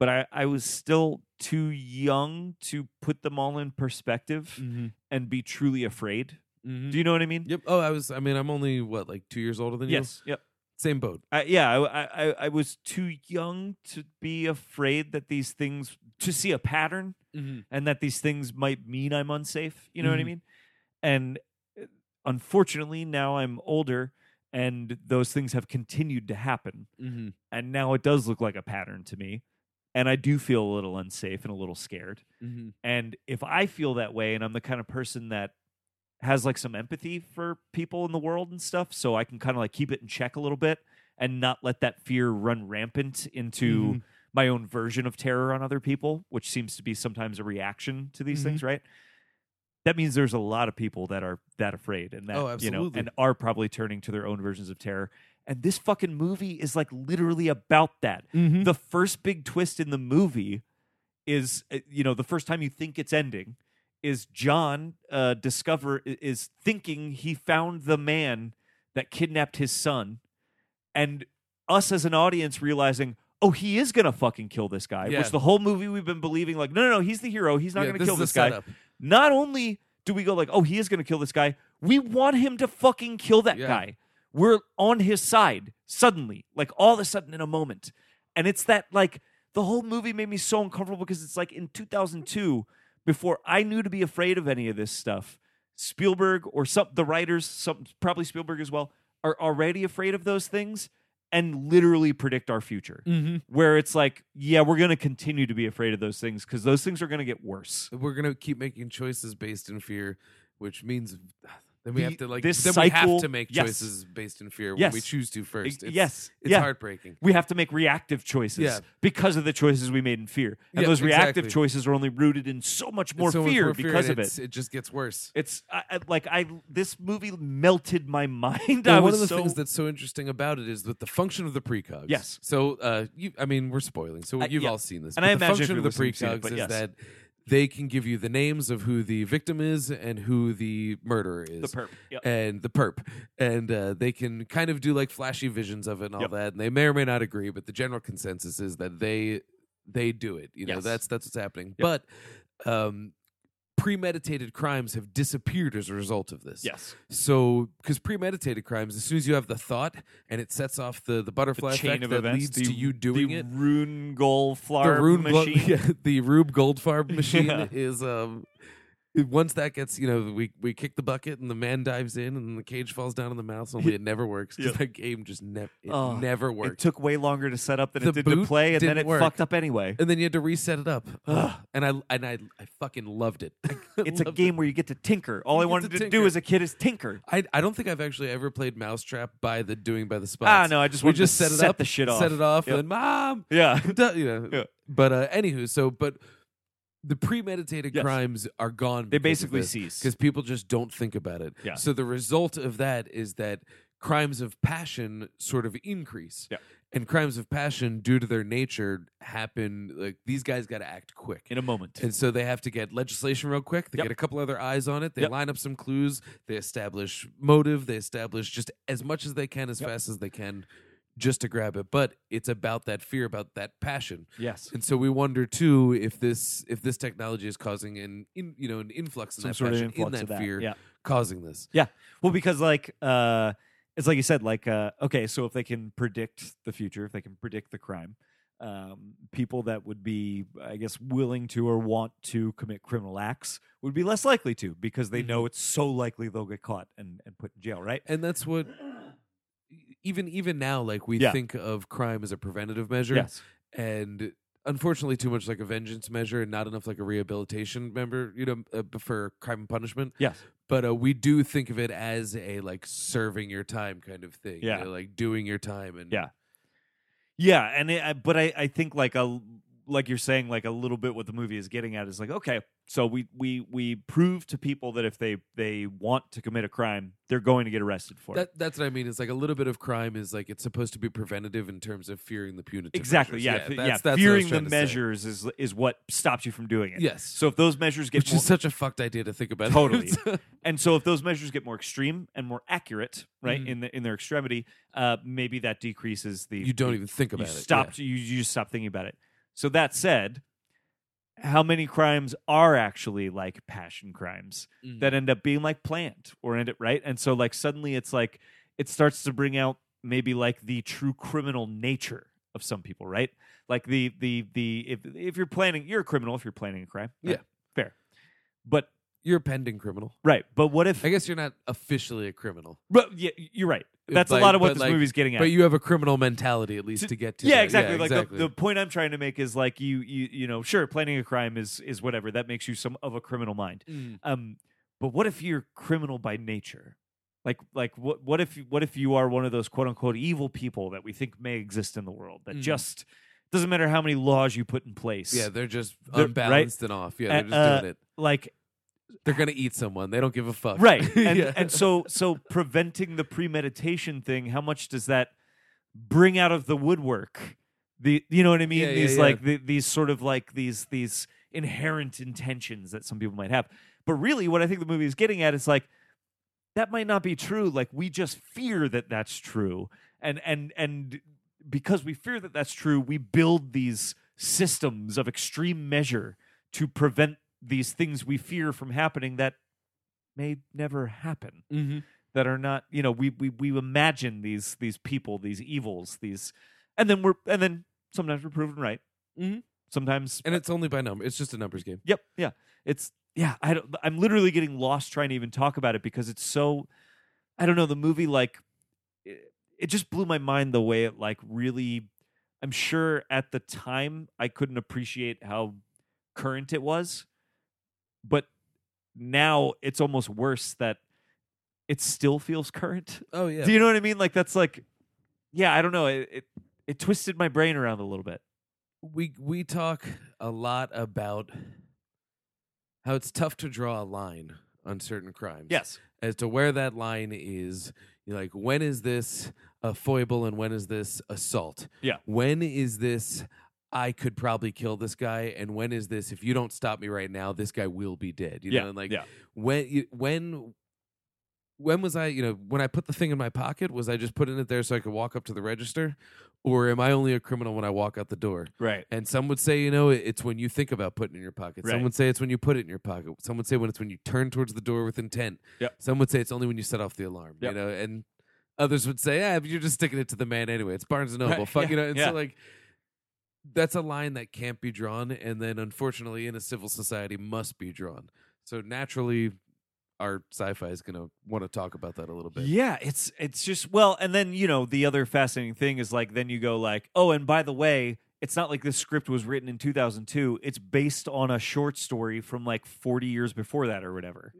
[SPEAKER 2] but I, I was still too young to put them all in perspective
[SPEAKER 1] Mm.
[SPEAKER 2] and be truly afraid. Do you know what I mean?
[SPEAKER 1] Yep. Oh, I was. I mean, I'm only what like two years older than you.
[SPEAKER 2] Yes. Yep.
[SPEAKER 1] Same boat.
[SPEAKER 2] I, yeah, I, I- I I was too young to be afraid that these things to see a pattern and that these things might mean I'm unsafe. You know what I
[SPEAKER 1] Mhm.
[SPEAKER 2] mean? And uh, unfortunately, now I'm older, and those things have continued to happen.
[SPEAKER 1] Mm-hmm.
[SPEAKER 2] And now it does look like a pattern to me, and I do feel a little unsafe and a little scared.
[SPEAKER 1] Mm-hmm.
[SPEAKER 2] And if I feel that way, and I'm the kind of person that has like some empathy for people in the world and stuff, so I can kind of like keep it in check a little bit and not let that fear run rampant into
[SPEAKER 1] Mhm.
[SPEAKER 2] my own version of terror on other people, which seems to be sometimes a reaction to these
[SPEAKER 1] Mhm.
[SPEAKER 2] things, right? That means there's a lot of people that are that afraid and that
[SPEAKER 1] Oh,
[SPEAKER 2] you know
[SPEAKER 1] absolutely.
[SPEAKER 2] and are probably turning to their own versions of terror. And this fucking movie is like literally about that
[SPEAKER 1] Mm-hmm.
[SPEAKER 2] the first big twist in the movie is uh, you know the first time you think it's ending is john uh discover i- is thinking he found the man that kidnapped his son and us as an audience realizing oh he is gonna fucking kill this guy
[SPEAKER 1] Yeah.
[SPEAKER 2] which the whole movie we've been believing like no no no he's the hero he's not
[SPEAKER 1] yeah,
[SPEAKER 2] gonna
[SPEAKER 1] this
[SPEAKER 2] kill
[SPEAKER 1] is the
[SPEAKER 2] this guy
[SPEAKER 1] setup.
[SPEAKER 2] not only do we go like, oh, he is going to kill this guy, we want him to fucking kill that
[SPEAKER 1] Yeah.
[SPEAKER 2] guy. We're on his side suddenly, like all of a sudden in a moment. And it's that like the whole movie made me so uncomfortable because it's like in 2002 before I knew to be afraid of any of this stuff, Spielberg or some the writers, some probably Spielberg as well, are already afraid of those things and literally predict our future.
[SPEAKER 1] Mm-hmm.
[SPEAKER 2] Where it's like, yeah, we're going to continue to be afraid of those things because those things are going to get worse.
[SPEAKER 1] We're gonna keep making choices based in fear, which means <sighs> then we
[SPEAKER 2] The-
[SPEAKER 1] have to like
[SPEAKER 2] this
[SPEAKER 1] then we
[SPEAKER 2] cycle-
[SPEAKER 1] have to make
[SPEAKER 2] yes.
[SPEAKER 1] choices based in fear when we
[SPEAKER 2] Yes.
[SPEAKER 1] choose to first. It's,
[SPEAKER 2] yes.
[SPEAKER 1] It's
[SPEAKER 2] yeah.
[SPEAKER 1] heartbreaking.
[SPEAKER 2] we have to make reactive choices
[SPEAKER 1] Yeah.
[SPEAKER 2] because of the choices we made in fear. And
[SPEAKER 1] Yeah,
[SPEAKER 2] those reactive
[SPEAKER 1] exactly.
[SPEAKER 2] choices are only rooted in so much
[SPEAKER 1] It's
[SPEAKER 2] more,
[SPEAKER 1] so much
[SPEAKER 2] fear,
[SPEAKER 1] more
[SPEAKER 2] because
[SPEAKER 1] and
[SPEAKER 2] of
[SPEAKER 1] it's-
[SPEAKER 2] it.
[SPEAKER 1] It just gets worse.
[SPEAKER 2] It's I, I- like I this movie melted my <laughs> mind.
[SPEAKER 1] Well,
[SPEAKER 2] I
[SPEAKER 1] one
[SPEAKER 2] was
[SPEAKER 1] of the
[SPEAKER 2] so
[SPEAKER 1] things that's so interesting about it is that the function of the precogs.
[SPEAKER 2] Yes.
[SPEAKER 1] So, uh, you, I mean, we're spoiling, so
[SPEAKER 2] Uh,
[SPEAKER 1] you've
[SPEAKER 2] yeah.
[SPEAKER 1] all seen this.
[SPEAKER 2] And
[SPEAKER 1] but
[SPEAKER 2] I
[SPEAKER 1] the
[SPEAKER 2] imagine if
[SPEAKER 1] function
[SPEAKER 2] you're
[SPEAKER 1] of the
[SPEAKER 2] listening, you've seen it,
[SPEAKER 1] precogs
[SPEAKER 2] but
[SPEAKER 1] is
[SPEAKER 2] yes.
[SPEAKER 1] that they can give you the names of who the victim is and who the murderer is
[SPEAKER 2] the perp. Yep.
[SPEAKER 1] and the perp, and uh, they can kind of do like flashy visions of it and all
[SPEAKER 2] Yep.
[SPEAKER 1] that, and they may or may not agree, but the general consensus is that they they do it. You know,
[SPEAKER 2] Yes.
[SPEAKER 1] that's that's what's happening. But um, premeditated crimes have disappeared as a result of this.
[SPEAKER 2] Yes.
[SPEAKER 1] So, because premeditated crimes, as soon as you have the thought and it sets off the the
[SPEAKER 2] The
[SPEAKER 1] butterfly
[SPEAKER 2] chain
[SPEAKER 1] effect
[SPEAKER 2] of
[SPEAKER 1] that leads
[SPEAKER 2] events the,
[SPEAKER 1] to you doing
[SPEAKER 2] the
[SPEAKER 1] it,
[SPEAKER 2] Rune Goldflar
[SPEAKER 1] Rube <laughs> Glo-
[SPEAKER 2] machine.
[SPEAKER 1] yeah, the Rube Goldfarb machine
[SPEAKER 2] <laughs> Yeah.
[SPEAKER 1] is um. Once that gets, you know, we we kick the bucket and the man dives in and the cage falls down in the mouth. Only it never works because
[SPEAKER 2] Yeah.
[SPEAKER 1] that game just never it
[SPEAKER 2] Oh,
[SPEAKER 1] never
[SPEAKER 2] It
[SPEAKER 1] worked.
[SPEAKER 2] took way longer to set up than
[SPEAKER 1] The
[SPEAKER 2] it did to
[SPEAKER 1] boot
[SPEAKER 2] play, and then
[SPEAKER 1] didn't
[SPEAKER 2] it
[SPEAKER 1] work.
[SPEAKER 2] fucked
[SPEAKER 1] <laughs>
[SPEAKER 2] up anyway.
[SPEAKER 1] and then you had to reset it up.
[SPEAKER 2] Ugh.
[SPEAKER 1] and I and I I fucking loved it. <laughs>
[SPEAKER 2] It's a
[SPEAKER 1] Loved it.
[SPEAKER 2] game where you get to tinker. All
[SPEAKER 1] You
[SPEAKER 2] I
[SPEAKER 1] get
[SPEAKER 2] wanted
[SPEAKER 1] to
[SPEAKER 2] to, do
[SPEAKER 1] tinker.
[SPEAKER 2] as a kid is tinker.
[SPEAKER 1] I, I don't think I've actually ever played Mousetrap by the doing by the spots.
[SPEAKER 2] Ah, no, I just
[SPEAKER 1] we
[SPEAKER 2] wanted to
[SPEAKER 1] just set it
[SPEAKER 2] set
[SPEAKER 1] up,
[SPEAKER 2] the shit off.
[SPEAKER 1] set it off, and
[SPEAKER 2] Yep.
[SPEAKER 1] then mom, <laughs>
[SPEAKER 2] Yeah.
[SPEAKER 1] duh, you know.
[SPEAKER 2] Yeah.
[SPEAKER 1] But uh, anywho, so but the premeditated
[SPEAKER 2] Yes.
[SPEAKER 1] crimes are gone.
[SPEAKER 2] They basically cease.
[SPEAKER 1] because people just don't think about it.
[SPEAKER 2] Yeah.
[SPEAKER 1] So the result of that is that crimes of passion sort of increase.
[SPEAKER 2] Yeah.
[SPEAKER 1] And crimes of passion, due to their nature, happen like these guys got to act quick.
[SPEAKER 2] In a moment.
[SPEAKER 1] And so they have to get legislation real quick. They
[SPEAKER 2] Yep.
[SPEAKER 1] get a couple other eyes on it. They
[SPEAKER 2] Yep.
[SPEAKER 1] line up some clues. They establish motive. They establish just as much as they can, as
[SPEAKER 2] Yep.
[SPEAKER 1] fast as they can, just to grab it. But it's about that fear, about that passion.
[SPEAKER 2] Yes.
[SPEAKER 1] And so we wonder too if this if this technology is causing an in, you know an influx in
[SPEAKER 2] Some
[SPEAKER 1] that
[SPEAKER 2] sort of
[SPEAKER 1] passion, in
[SPEAKER 2] influx
[SPEAKER 1] that,
[SPEAKER 2] of that,
[SPEAKER 1] fear,
[SPEAKER 2] yeah.
[SPEAKER 1] causing this.
[SPEAKER 2] Well, because like uh it's like you said, like uh okay, so if they can predict the future, if they can predict the crime, um, people that would be, I guess, willing to or want to commit criminal acts would be less likely to because they know it's so likely they'll get caught and, and put in jail, right?
[SPEAKER 1] and that's what e, even even now like we
[SPEAKER 2] Yeah.
[SPEAKER 1] think of crime as a preventative measure and unfortunately too much like a vengeance measure and not enough like a rehabilitation member you know uh, for crime and punishment
[SPEAKER 2] Yes.
[SPEAKER 1] but uh, we do think of it as a like serving your time kind of thing you
[SPEAKER 2] Yeah.
[SPEAKER 1] know, like doing your time and
[SPEAKER 2] Yeah. Yeah, and it, I- but I, I think like a like you're saying like a little bit what the movie is getting at is like okay, so we we we prove to people that if they they want to commit a crime, they're going to get arrested for it.
[SPEAKER 1] that, that's what I mean. It's like a little bit of crime is like it's supposed to be preventative in terms of fearing the punitive.
[SPEAKER 2] Exactly.
[SPEAKER 1] measures.
[SPEAKER 2] Yeah. f-
[SPEAKER 1] that's, that's what I was
[SPEAKER 2] fearing the
[SPEAKER 1] trying to say.
[SPEAKER 2] measures is is what stops you from doing it.
[SPEAKER 1] Yes.
[SPEAKER 2] So if those measures get
[SPEAKER 1] which
[SPEAKER 2] more,
[SPEAKER 1] is such a fucked idea to think about.
[SPEAKER 2] Totally. and so if those measures get more extreme and more accurate, right
[SPEAKER 1] Mhm.
[SPEAKER 2] in the in their extremity, uh, maybe that decreases the
[SPEAKER 1] <laughs> you don't
[SPEAKER 2] the-
[SPEAKER 1] even think about
[SPEAKER 2] you
[SPEAKER 1] it.
[SPEAKER 2] Stopped, you, you just stop thinking about it. So that said, how many crimes are actually like passion crimes
[SPEAKER 1] Yeah. Mhm.
[SPEAKER 2] that end up being like planned or end it right? And so like suddenly it's like it starts to bring out maybe like the true criminal nature of some people, right? Like the the the if if you're planning you're a criminal if you're planning a crime. right?
[SPEAKER 1] Yeah.
[SPEAKER 2] Fair. But
[SPEAKER 1] You're a pending criminal.
[SPEAKER 2] right, but what if
[SPEAKER 1] I guess you're not officially a criminal,
[SPEAKER 2] but, yeah, you're right. That's a
[SPEAKER 1] But-
[SPEAKER 2] lot of what
[SPEAKER 1] but,
[SPEAKER 2] this
[SPEAKER 1] like-
[SPEAKER 2] movie's getting at.
[SPEAKER 1] but you have a criminal mentality at least
[SPEAKER 2] To-
[SPEAKER 1] to, get to.
[SPEAKER 2] yeah,
[SPEAKER 1] that.
[SPEAKER 2] exactly. like
[SPEAKER 1] exactly.
[SPEAKER 2] The, the point I'm trying to make is like you you you know, sure, planning a crime is is whatever. That makes you some of a criminal mind.
[SPEAKER 1] Mm.
[SPEAKER 2] Um, but what if you're criminal by nature? Like like what what if what if you are one of those quote unquote evil people that we think may exist in the world that
[SPEAKER 1] Mhm.
[SPEAKER 2] just doesn't matter how many laws you put in place.
[SPEAKER 1] yeah, they're just
[SPEAKER 2] They're- right?
[SPEAKER 1] unbalanced and off. Yeah,
[SPEAKER 2] Uh,
[SPEAKER 1] they're just
[SPEAKER 2] uh,
[SPEAKER 1] doing it.
[SPEAKER 2] Like
[SPEAKER 1] They're gonna eat someone. They don't give a fuck. <laughs>
[SPEAKER 2] right. And
[SPEAKER 1] Yeah.
[SPEAKER 2] and so so preventing the premeditation thing, how much does that bring out of the woodwork? The you know what I mean?
[SPEAKER 1] Yeah, yeah,
[SPEAKER 2] these
[SPEAKER 1] yeah.
[SPEAKER 2] like the, these sort of like these these inherent intentions that some people might have. But really what I think the movie is getting at is like that might not be true. Like we just fear that that's true. And and and because we fear that that's true, we build these systems of extreme measure to prevent these things we fear from happening that may never happen
[SPEAKER 1] Mhm.
[SPEAKER 2] that are not you know we we we imagine these these people these evils these and then we're and then sometimes we're proven right
[SPEAKER 1] Mhm.
[SPEAKER 2] sometimes
[SPEAKER 1] and it's only by number. It's just a numbers game.
[SPEAKER 2] yep yeah it's yeah i don't i'm literally getting lost trying to even talk about it because it's so i don't know the movie like it, it just blew my mind the way it like really i'm sure at the time i couldn't appreciate how current it was but now it's almost worse that it still feels current <laughs>
[SPEAKER 1] Oh yeah.
[SPEAKER 2] do you know what I mean? Like that's like, yeah, I don't know. It it, it twisted my brain around a little bit.
[SPEAKER 1] we we talk a lot about how it's tough to draw a line on certain crimes.
[SPEAKER 2] Yes.
[SPEAKER 1] As to where that line is, you're like when is this a foible and when is this assault?
[SPEAKER 2] Yeah.
[SPEAKER 1] When is this I could probably kill this guy and when is this if you don't stop me right now this guy will be dead. You
[SPEAKER 2] yeah.
[SPEAKER 1] know, and like
[SPEAKER 2] yeah.
[SPEAKER 1] when you- when when was I, you know, when I put the thing in my pocket, was I just putting it there so I could walk up to the register? Or am I only a criminal when I walk out the door?
[SPEAKER 2] Right.
[SPEAKER 1] And some would say, you know, it- it's when you think about putting it in your pocket.
[SPEAKER 2] Right.
[SPEAKER 1] Some would say it's when you put it in your pocket. Some would say when it's when you turn towards the door with intent.
[SPEAKER 2] Yep.
[SPEAKER 1] Some would say it's only when you set off the alarm.
[SPEAKER 2] Yep.
[SPEAKER 1] You know, and others would say, ah, you're just sticking it to the man anyway. It's Barnes and Noble.
[SPEAKER 2] Right.
[SPEAKER 1] Fuck
[SPEAKER 2] Yeah.
[SPEAKER 1] you know. And
[SPEAKER 2] Yeah.
[SPEAKER 1] so like that's a line that can't be drawn, and then unfortunately in a civil society must be drawn. So naturally, our sci-fi is going to want to talk about that a little bit.
[SPEAKER 2] Yeah, it's it's just well, and then you know the other fascinating thing is like then you go like oh, and by the way, it's not like this script was written in 2002. It's based on a short story from like 40 years before that or whatever.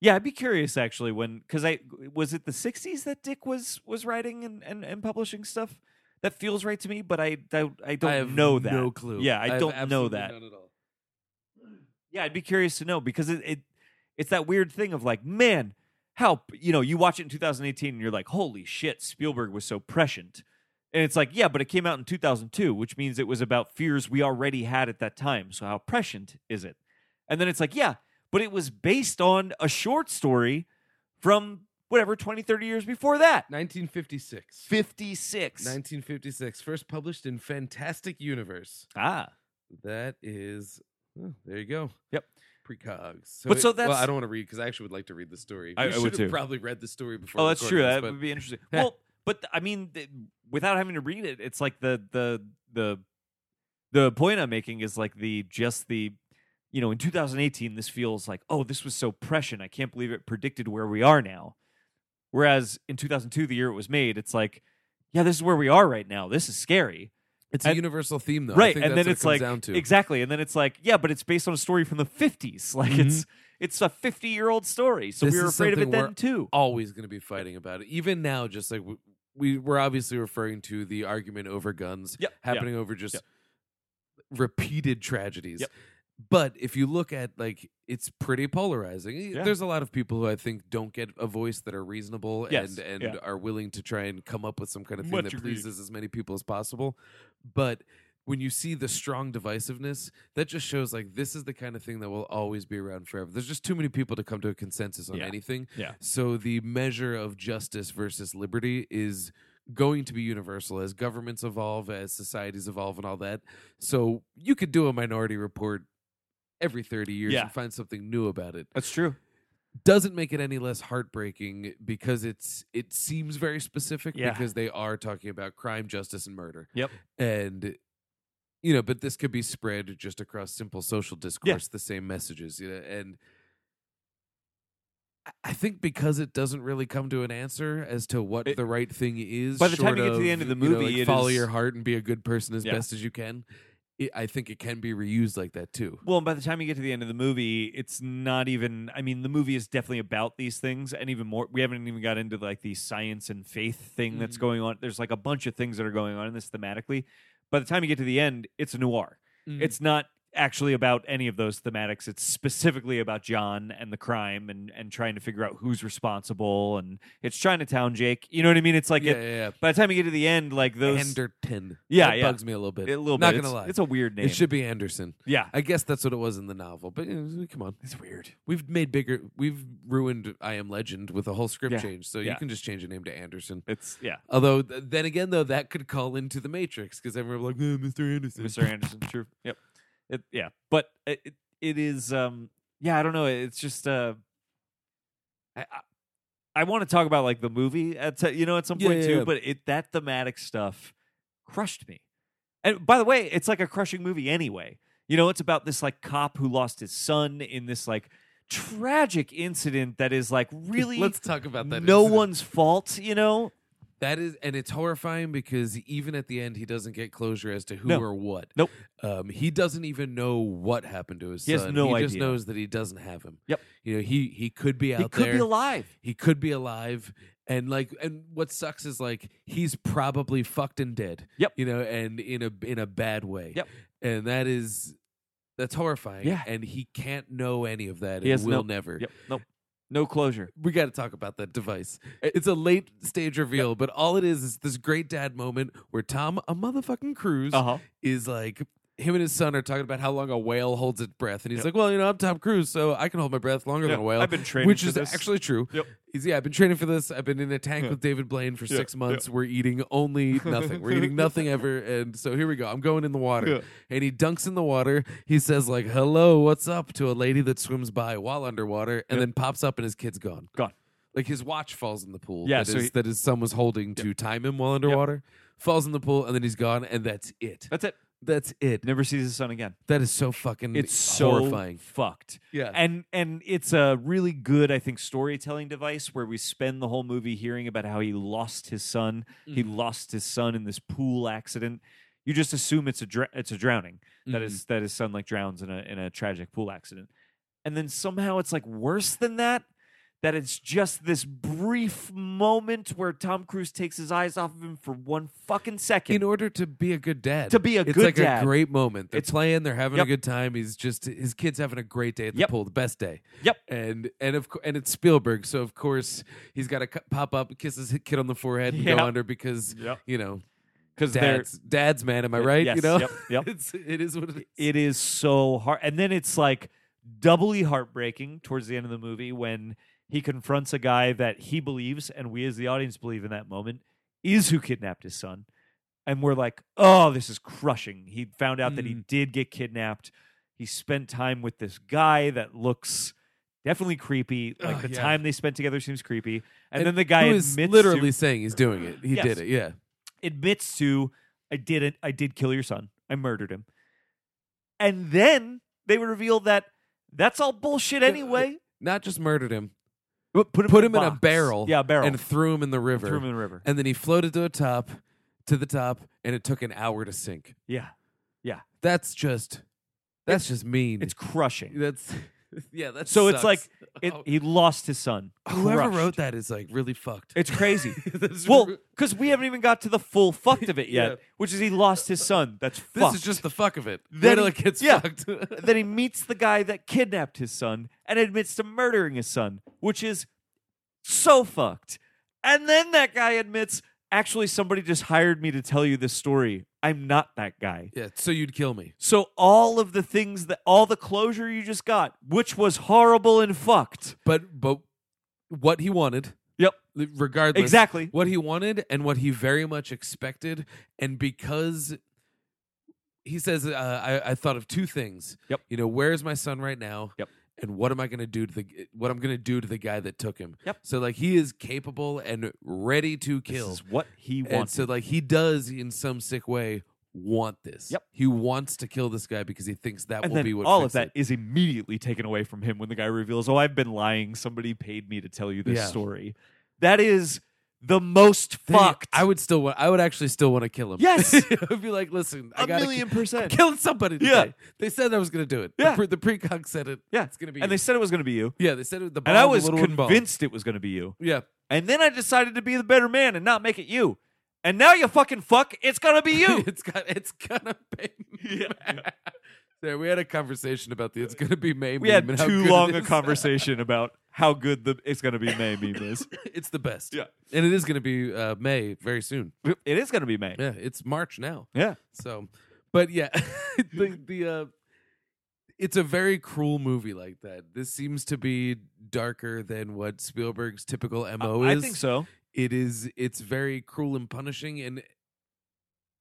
[SPEAKER 2] Yeah, I'd be curious actually when because I was it the 60s that Dick was was writing and and, and publishing stuff. That feels right to me, but I I, I don't
[SPEAKER 1] I have
[SPEAKER 2] know that.
[SPEAKER 1] No clue.
[SPEAKER 2] Yeah, I,
[SPEAKER 1] have
[SPEAKER 2] don't know
[SPEAKER 1] absolutely
[SPEAKER 2] that.
[SPEAKER 1] none at all.
[SPEAKER 2] Yeah, I'd be curious to know because it, it it's that weird thing of like, man, how you know, you watch it in 2018 and you're like, holy shit, Spielberg was so prescient. And it's like, yeah, but it came out in 2002, which means it was about fears we already had at that time. So how prescient is it? And then it's like, yeah, but it was based on a short story from whatever 20, 30 years before that.
[SPEAKER 1] 1956.
[SPEAKER 2] 56.
[SPEAKER 1] 1956, first published in Fantastic Universe.
[SPEAKER 2] Ah.
[SPEAKER 1] That is, oh, there you go.
[SPEAKER 2] Yep.
[SPEAKER 1] Precogs.
[SPEAKER 2] But so
[SPEAKER 1] it- well,
[SPEAKER 2] that's-
[SPEAKER 1] I don't want to read because I actually would like to read the story.
[SPEAKER 2] I-
[SPEAKER 1] We
[SPEAKER 2] I would
[SPEAKER 1] should have
[SPEAKER 2] too.
[SPEAKER 1] Probably read the story before.
[SPEAKER 2] Oh, that's true.
[SPEAKER 1] recording this,
[SPEAKER 2] That
[SPEAKER 1] but <laughs>
[SPEAKER 2] would be interesting.
[SPEAKER 1] Yeah.
[SPEAKER 2] Well, But I mean, th- without having to read it, it's like the the the the point I'm making is like the just the you know in 2018 this feels like oh this was so prescient I can't believe it predicted where we are now. Whereas in 2002 the year it was made, it's like yeah this is where we are right now. This is scary.
[SPEAKER 1] It's a
[SPEAKER 2] And-
[SPEAKER 1] universal theme, though. I
[SPEAKER 2] right
[SPEAKER 1] think
[SPEAKER 2] and
[SPEAKER 1] that's
[SPEAKER 2] then
[SPEAKER 1] what
[SPEAKER 2] it's
[SPEAKER 1] it comes
[SPEAKER 2] like
[SPEAKER 1] down to.
[SPEAKER 2] exactly and then it's like yeah but it's based on a story from the 50s <laughs> like it's it's a 50 year old story
[SPEAKER 1] Mm-hmm.
[SPEAKER 2] so
[SPEAKER 1] This
[SPEAKER 2] we were
[SPEAKER 1] is
[SPEAKER 2] afraid of it
[SPEAKER 1] something
[SPEAKER 2] then
[SPEAKER 1] we're
[SPEAKER 2] too
[SPEAKER 1] always going to be fighting about it. Even now, just like w- we were obviously referring to the argument over guns
[SPEAKER 2] Yep, yeah.
[SPEAKER 1] happening over just
[SPEAKER 2] Yep.
[SPEAKER 1] repeated tragedies.
[SPEAKER 2] Yep.
[SPEAKER 1] But if you look at like it's pretty polarizing.
[SPEAKER 2] Yeah.
[SPEAKER 1] There's a lot of people who I think don't get a voice that are reasonable
[SPEAKER 2] Yes,
[SPEAKER 1] and and
[SPEAKER 2] yeah.
[SPEAKER 1] are willing to try and come up with some kind of thing
[SPEAKER 2] Much
[SPEAKER 1] that
[SPEAKER 2] agreed.
[SPEAKER 1] pleases as many people as possible. But when you see the strong divisiveness, that just shows like this is the kind of thing that will always be around forever. There's just too many people to come to a consensus on
[SPEAKER 2] Yeah.
[SPEAKER 1] anything.
[SPEAKER 2] Yeah.
[SPEAKER 1] So the measure of justice versus liberty is going to be universal as governments evolve, as societies evolve, and all that. So you could do a minority report every 30 years
[SPEAKER 2] Yeah.
[SPEAKER 1] and find something new about it.
[SPEAKER 2] that's true
[SPEAKER 1] Doesn't make it any less heartbreaking because it's it seems very specific
[SPEAKER 2] Yeah.
[SPEAKER 1] because they are talking about crime, justice, and murder.
[SPEAKER 2] Yep.
[SPEAKER 1] And you know, but this could be spread just across simple social discourse, the same messages. You know, and I- I think because it doesn't really come to an answer as to what
[SPEAKER 2] It-
[SPEAKER 1] the right thing is.
[SPEAKER 2] By the time
[SPEAKER 1] short
[SPEAKER 2] you get to the end of the
[SPEAKER 1] you know,
[SPEAKER 2] movie,
[SPEAKER 1] like,
[SPEAKER 2] it
[SPEAKER 1] follow
[SPEAKER 2] is-
[SPEAKER 1] your heart and be a good person as
[SPEAKER 2] Yeah.
[SPEAKER 1] best as you can. It, I think it can be reused like that too.
[SPEAKER 2] well and by the time you get to the end of the movie it's not even i mean the movie is definitely about these things and even more we haven't even got into like the science and faith thing that's
[SPEAKER 1] Mhm.
[SPEAKER 2] going on there's like a bunch of things that are going on in this thematically by the time you get to the end it's a noir
[SPEAKER 1] Mm.
[SPEAKER 2] It's not actually about any of those thematics. It's specifically about John and the crime and and trying to figure out who's responsible and it's Chinatown Jake. You know what I mean? It's like
[SPEAKER 1] yeah,
[SPEAKER 2] it,
[SPEAKER 1] yeah, yeah.
[SPEAKER 2] by the time you get to the end, like those
[SPEAKER 1] Anderton.
[SPEAKER 2] Yeah,
[SPEAKER 1] that
[SPEAKER 2] yeah.
[SPEAKER 1] bugs me a little bit.
[SPEAKER 2] a little
[SPEAKER 1] Not
[SPEAKER 2] bit.
[SPEAKER 1] gonna
[SPEAKER 2] it's,
[SPEAKER 1] lie,
[SPEAKER 2] It's a weird name.
[SPEAKER 1] it should be Anderson.
[SPEAKER 2] yeah.
[SPEAKER 1] I guess that's what it was in the novel. But uh, come on,
[SPEAKER 2] It's weird.
[SPEAKER 1] we've made bigger. We've ruined I Am Legend with a whole script
[SPEAKER 2] Yeah,
[SPEAKER 1] change, so you
[SPEAKER 2] yeah.
[SPEAKER 1] can just change the name to Anderson.
[SPEAKER 2] It's yeah.
[SPEAKER 1] Although, th- then again, though, that could call into the Matrix because everyone will be like, "Eh, Mr. Anderson. <laughs>
[SPEAKER 2] Mr. Anderson, true. Yep. It, yeah. But it, it, it is um yeah, I don't know. It's just uh I I, I want to talk about like the movie at t- you know at some point
[SPEAKER 1] Yeah,
[SPEAKER 2] too,
[SPEAKER 1] yeah.
[SPEAKER 2] but it that thematic stuff crushed me. And by the way, it's like a crushing movie anyway. You know, it's about this like cop who lost his son in this like tragic incident that is like really
[SPEAKER 1] Let's talk about that.
[SPEAKER 2] no
[SPEAKER 1] incident.
[SPEAKER 2] one's fault, you know?
[SPEAKER 1] That is, and it's horrifying because even at the end, he doesn't get closure as to who
[SPEAKER 2] No.
[SPEAKER 1] or what.
[SPEAKER 2] Nope.
[SPEAKER 1] Um, he doesn't even know what happened to his
[SPEAKER 2] He has
[SPEAKER 1] son.
[SPEAKER 2] no
[SPEAKER 1] he just
[SPEAKER 2] idea.
[SPEAKER 1] knows that he doesn't have him.
[SPEAKER 2] Yep.
[SPEAKER 1] You know, he he could be out
[SPEAKER 2] He could
[SPEAKER 1] there.
[SPEAKER 2] be alive.
[SPEAKER 1] he could be alive and like and what sucks is like he's probably fucked and dead
[SPEAKER 2] Yep.
[SPEAKER 1] you know and in a in a bad way
[SPEAKER 2] Yep.
[SPEAKER 1] and that is that's horrifying
[SPEAKER 2] Yeah.
[SPEAKER 1] and he can't know any of that
[SPEAKER 2] He
[SPEAKER 1] and
[SPEAKER 2] has
[SPEAKER 1] will
[SPEAKER 2] no-
[SPEAKER 1] never
[SPEAKER 2] Yep. Nope. No closure.
[SPEAKER 1] we got to talk about that device it's a late stage reveal but all it is is this great dad moment where tom a motherfucking cruise
[SPEAKER 2] Uh-huh.
[SPEAKER 1] is like him and his son are talking about how long a whale holds its breath and he's
[SPEAKER 2] Yep.
[SPEAKER 1] like well you know i'm tom cruise so i can hold my breath longer
[SPEAKER 2] Yeah,
[SPEAKER 1] than a whale
[SPEAKER 2] I've been training
[SPEAKER 1] which
[SPEAKER 2] for
[SPEAKER 1] is
[SPEAKER 2] this.
[SPEAKER 1] actually true.
[SPEAKER 2] Yep.
[SPEAKER 1] He's, yeah, I've been training for this. I've been in a tank
[SPEAKER 2] Yeah.
[SPEAKER 1] with David Blaine for
[SPEAKER 2] Yeah,
[SPEAKER 1] six
[SPEAKER 2] yeah.
[SPEAKER 1] months. We're eating
[SPEAKER 2] <laughs>
[SPEAKER 1] only nothing. We're eating nothing ever. And so here we go. I'm going in the water.
[SPEAKER 2] Yeah.
[SPEAKER 1] And he dunks in the water. He says, like, hello, what's up to a lady that swims by while underwater and
[SPEAKER 2] Yeah.
[SPEAKER 1] then pops up and his kid's gone.
[SPEAKER 2] Gone.
[SPEAKER 1] Like his watch falls in the pool.
[SPEAKER 2] Yeah,
[SPEAKER 1] That,
[SPEAKER 2] so
[SPEAKER 1] his-
[SPEAKER 2] he-
[SPEAKER 1] that his son was holding to time him while underwater. Falls in the pool and then he's gone. And that's it.
[SPEAKER 2] That's it.
[SPEAKER 1] That's it.
[SPEAKER 2] Never sees his son again.
[SPEAKER 1] That is so fucking
[SPEAKER 2] It's so
[SPEAKER 1] horrifying.
[SPEAKER 2] fucked.
[SPEAKER 1] Yeah.
[SPEAKER 2] And and it's a really good, I think, storytelling device where we spend the whole movie hearing about how he lost his son. He lost his son in this pool accident. You just assume it's a dr- it's a drowning that his that his son like drowns in a in a tragic pool accident, and then somehow it's like worse than that. That it's just this brief moment where Tom Cruise takes his eyes off of him for one fucking second.
[SPEAKER 1] in order to be a good dad.
[SPEAKER 2] To be a
[SPEAKER 1] it's
[SPEAKER 2] good
[SPEAKER 1] like
[SPEAKER 2] dad.
[SPEAKER 1] a great moment. They're
[SPEAKER 2] It's-
[SPEAKER 1] playing. They're having
[SPEAKER 2] Yep.
[SPEAKER 1] a good time. He's just his kids having a great day at the
[SPEAKER 2] Yep.
[SPEAKER 1] pool, the best day.
[SPEAKER 2] Yep.
[SPEAKER 1] And and of cou- and it's Spielberg, so of course he's got to pop up, kiss his kid on the forehead, and
[SPEAKER 2] Yep.
[SPEAKER 1] go under because
[SPEAKER 2] Yep.
[SPEAKER 1] you know
[SPEAKER 2] because they're
[SPEAKER 1] dad's dad's man. Am I right?
[SPEAKER 2] Yes,
[SPEAKER 1] you know.
[SPEAKER 2] Yep.
[SPEAKER 1] <laughs>
[SPEAKER 2] Yep.
[SPEAKER 1] it's it is what it is.
[SPEAKER 2] it is so hard and then it's like doubly heartbreaking towards the end of the movie when he confronts a guy that he believes and we as the audience believe in that moment is who kidnapped his son and we're like oh this is crushing he
[SPEAKER 1] Mm.
[SPEAKER 2] found out that he did get kidnapped he spent time with this guy that looks definitely creepy. Like
[SPEAKER 1] Ugh,
[SPEAKER 2] the
[SPEAKER 1] yeah.
[SPEAKER 2] time they spent together seems creepy. And,
[SPEAKER 1] And
[SPEAKER 2] then the guy
[SPEAKER 1] who is
[SPEAKER 2] admits
[SPEAKER 1] literally
[SPEAKER 2] to,
[SPEAKER 1] saying he's doing it. He
[SPEAKER 2] Yes.
[SPEAKER 1] did it. Yeah.
[SPEAKER 2] admits to I did it. I did kill your son. I murdered him. And then they reveal that that's all bullshit anyway.
[SPEAKER 1] Not just murdered him,
[SPEAKER 2] But Put him,
[SPEAKER 1] put him in a
[SPEAKER 2] box.
[SPEAKER 1] barrel.
[SPEAKER 2] Yeah, a barrel.
[SPEAKER 1] and threw him in the river.
[SPEAKER 2] threw him in the river.
[SPEAKER 1] and then he floated to a top, to the top, and it took an hour to sink.
[SPEAKER 2] Yeah,
[SPEAKER 1] That's just, that's just mean.
[SPEAKER 2] it's crushing.
[SPEAKER 1] that's <laughs> yeah. That's
[SPEAKER 2] So it's like It, He lost his son.
[SPEAKER 1] Oh. whoever wrote
[SPEAKER 2] Crushed.
[SPEAKER 1] that is like really fucked. <laughs>
[SPEAKER 2] It's crazy.
[SPEAKER 1] That's
[SPEAKER 2] well,
[SPEAKER 1] r-
[SPEAKER 2] because we haven't even got to the full fucked of it
[SPEAKER 1] <laughs>
[SPEAKER 2] yet,
[SPEAKER 1] Yeah.
[SPEAKER 2] which is he lost his son. That's
[SPEAKER 1] this
[SPEAKER 2] fucked.
[SPEAKER 1] is just the fuck of it.
[SPEAKER 2] Then
[SPEAKER 1] Then
[SPEAKER 2] he-
[SPEAKER 1] it gets
[SPEAKER 2] yeah.
[SPEAKER 1] fucked. <laughs>
[SPEAKER 2] then he meets the guy that kidnapped his son and admits to murdering his son, which is so fucked. And then that guy admits, actually, somebody just hired me to tell you this story. I'm not that guy.
[SPEAKER 1] yeah. So you'd kill me.
[SPEAKER 2] So all of the things that all the closure you just got, which was horrible and fucked.
[SPEAKER 1] But but what he wanted,
[SPEAKER 2] Yep.
[SPEAKER 1] regardless,
[SPEAKER 2] Exactly.
[SPEAKER 1] what he wanted and what he very much expected. And because he says, uh, I, I thought of two things.
[SPEAKER 2] Yep.
[SPEAKER 1] You know, where is my son right now?
[SPEAKER 2] Yep.
[SPEAKER 1] And what am I going to do to the what I'm going to do to the guy that took him?
[SPEAKER 2] Yep.
[SPEAKER 1] So like he is capable and ready to
[SPEAKER 2] This
[SPEAKER 1] kill.
[SPEAKER 2] is what he
[SPEAKER 1] And
[SPEAKER 2] wants.
[SPEAKER 1] so like he does in some sick way want this.
[SPEAKER 2] Yep.
[SPEAKER 1] He wants to kill this guy because he thinks that
[SPEAKER 2] and
[SPEAKER 1] will
[SPEAKER 2] then
[SPEAKER 1] be what
[SPEAKER 2] all
[SPEAKER 1] fixes
[SPEAKER 2] of that
[SPEAKER 1] it.
[SPEAKER 2] is immediately taken away from him when the guy reveals, "Oh, I've been lying. Somebody paid me to tell you this
[SPEAKER 1] Yeah.
[SPEAKER 2] story." That is the most
[SPEAKER 1] Then
[SPEAKER 2] fucked.
[SPEAKER 1] I would still want I would actually still want to kill him.
[SPEAKER 2] Yes.
[SPEAKER 1] <laughs> I'd be like,
[SPEAKER 2] <laughs>
[SPEAKER 1] listen, I
[SPEAKER 2] a
[SPEAKER 1] gotta
[SPEAKER 2] million percent.
[SPEAKER 1] killing somebody.
[SPEAKER 2] Yeah.
[SPEAKER 1] Today. They said I was going to do it.
[SPEAKER 2] Yeah.
[SPEAKER 1] The, pre- the precog said it.
[SPEAKER 2] Yeah.
[SPEAKER 1] It's going to be.
[SPEAKER 2] and they said it was going to be you.
[SPEAKER 1] yeah, they said it. with The ball,
[SPEAKER 2] And I
[SPEAKER 1] the
[SPEAKER 2] was
[SPEAKER 1] little wooden ball.
[SPEAKER 2] convinced it was going to be you.
[SPEAKER 1] Yeah.
[SPEAKER 2] And then I decided to be the better man and not make it you. And now you fucking fuck, it's going to be you.
[SPEAKER 1] <laughs> it's got. It's gonna be.
[SPEAKER 2] <laughs> Yeah.
[SPEAKER 1] There, we had a conversation about the. It's gonna be May.
[SPEAKER 2] we had
[SPEAKER 1] meme and how
[SPEAKER 2] too
[SPEAKER 1] good it
[SPEAKER 2] long a
[SPEAKER 1] is.
[SPEAKER 2] conversation about how good the it's going to be May meme
[SPEAKER 1] <laughs>
[SPEAKER 2] is.
[SPEAKER 1] <laughs> it's the best.
[SPEAKER 2] Yeah.
[SPEAKER 1] and it is gonna be uh, May very soon.
[SPEAKER 2] It is going to be May.
[SPEAKER 1] Yeah, it's March now.
[SPEAKER 2] Yeah.
[SPEAKER 1] So, but yeah, <laughs> the the uh, it's a very cruel movie like that. This seems to be darker than what Spielberg's typical mo
[SPEAKER 2] I, I
[SPEAKER 1] is.
[SPEAKER 2] think so.
[SPEAKER 1] it is it's very cruel and punishing and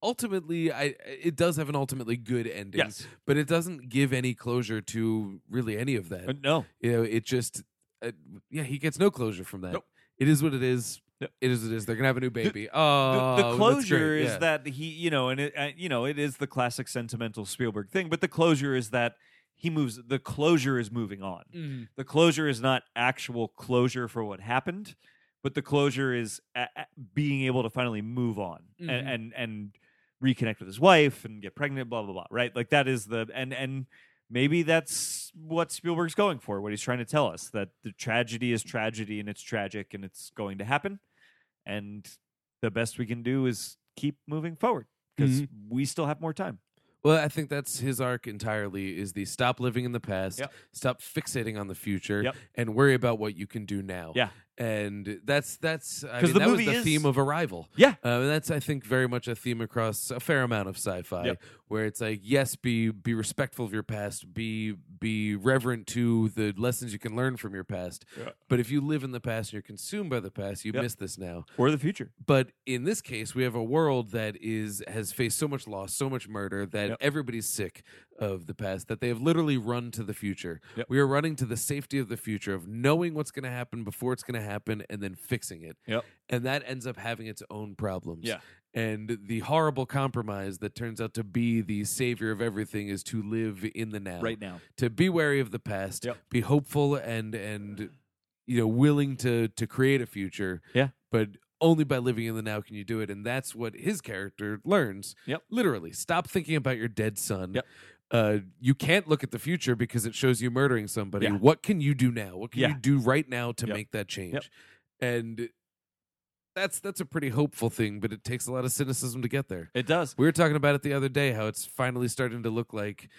[SPEAKER 1] ultimately i it does have an ultimately good ending
[SPEAKER 2] Yes.
[SPEAKER 1] but it doesn't give any closure to really any of that
[SPEAKER 2] Uh, no.
[SPEAKER 1] you know it just uh, yeah he gets no closure from that
[SPEAKER 2] Nope.
[SPEAKER 1] it is what it is
[SPEAKER 2] Yep.
[SPEAKER 1] it is what it is they're gonna have a new baby
[SPEAKER 2] the,
[SPEAKER 1] oh
[SPEAKER 2] the
[SPEAKER 1] that's
[SPEAKER 2] closure
[SPEAKER 1] great.
[SPEAKER 2] is
[SPEAKER 1] Yeah.
[SPEAKER 2] that he, you know, and it, uh, you know, it is the classic sentimental Spielberg thing. But the closure is that he moves. The closure is moving on.
[SPEAKER 1] Mm.
[SPEAKER 2] The closure is not actual closure for what happened, but the closure is a- a- being able to finally move on
[SPEAKER 1] Mhm.
[SPEAKER 2] and, and and reconnect with his wife and get pregnant. Blah blah blah. Right? Like that is the and and maybe that's what Spielberg's going for. What he's trying to tell us that the tragedy is tragedy and it's tragic and it's going to happen. And the best we can do is keep moving forward because we still have more time.
[SPEAKER 1] well i think that's his arc entirely is the stop living in the past
[SPEAKER 2] Yep.
[SPEAKER 1] stop fixating on the future
[SPEAKER 2] Yep.
[SPEAKER 1] and worry about what you can do now
[SPEAKER 2] Yeah.
[SPEAKER 1] and that's that's I
[SPEAKER 2] 'Cause
[SPEAKER 1] mean,
[SPEAKER 2] the
[SPEAKER 1] that
[SPEAKER 2] movie
[SPEAKER 1] was the
[SPEAKER 2] is-
[SPEAKER 1] theme of Arrival.
[SPEAKER 2] Yeah.
[SPEAKER 1] Uh, and that's I think very much a theme across a fair amount of sci-fi,
[SPEAKER 2] Yep.
[SPEAKER 1] where it's like yes, be be respectful of your past, be be reverent to the lessons you can learn from your past.
[SPEAKER 2] Yeah.
[SPEAKER 1] But if you live in the past and you're consumed by the past, you
[SPEAKER 2] Yep.
[SPEAKER 1] miss this now.
[SPEAKER 2] Or the future.
[SPEAKER 1] But in this case, we have a world that is has faced so much loss, so much murder that
[SPEAKER 2] Yep.
[SPEAKER 1] everybody's sick of the past that they have literally run to the future.
[SPEAKER 2] Yep.
[SPEAKER 1] We are running to the safety of the future of knowing what's going to happen before it's going to happen and then fixing it.
[SPEAKER 2] Yep.
[SPEAKER 1] And that ends up having its own problems.
[SPEAKER 2] Yeah.
[SPEAKER 1] And the horrible compromise that turns out to be the savior of everything is to live in the now
[SPEAKER 2] Right now.
[SPEAKER 1] to be wary of the past,
[SPEAKER 2] Yep.
[SPEAKER 1] be hopeful and and you know willing to to create a future.
[SPEAKER 2] Yeah.
[SPEAKER 1] But only by living in the now can you do it, and that's what his character learns.
[SPEAKER 2] Yep.
[SPEAKER 1] Literally, stop thinking about your dead son.
[SPEAKER 2] Yep.
[SPEAKER 1] Uh, you can't look at the future because it shows you murdering somebody.
[SPEAKER 2] Yeah.
[SPEAKER 1] What can you do now? What can
[SPEAKER 2] Yeah.
[SPEAKER 1] you do right now to
[SPEAKER 2] Yep.
[SPEAKER 1] make that change?
[SPEAKER 2] Yep.
[SPEAKER 1] And that's that's a pretty hopeful thing, but it takes a lot of cynicism to get there.
[SPEAKER 2] It does.
[SPEAKER 1] We were talking about it the other day how it's finally starting to look like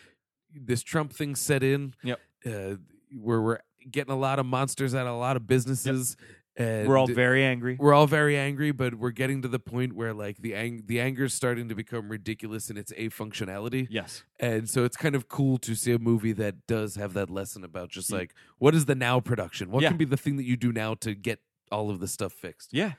[SPEAKER 1] this Trump thing set in.
[SPEAKER 2] Yep.
[SPEAKER 1] Uh, where we're getting a lot of monsters out of a lot of businesses. And
[SPEAKER 2] We're all very angry.
[SPEAKER 1] we're all very angry, but we're getting to the point where like the ang- the anger is starting to become ridiculous in its a functionality,
[SPEAKER 2] Yes.
[SPEAKER 1] and so it's kind of cool to see a movie that does have that lesson about just like what is the now production, what
[SPEAKER 2] Yeah.
[SPEAKER 1] can be the thing that you do now to get all of the stuff fixed.
[SPEAKER 2] Yeah.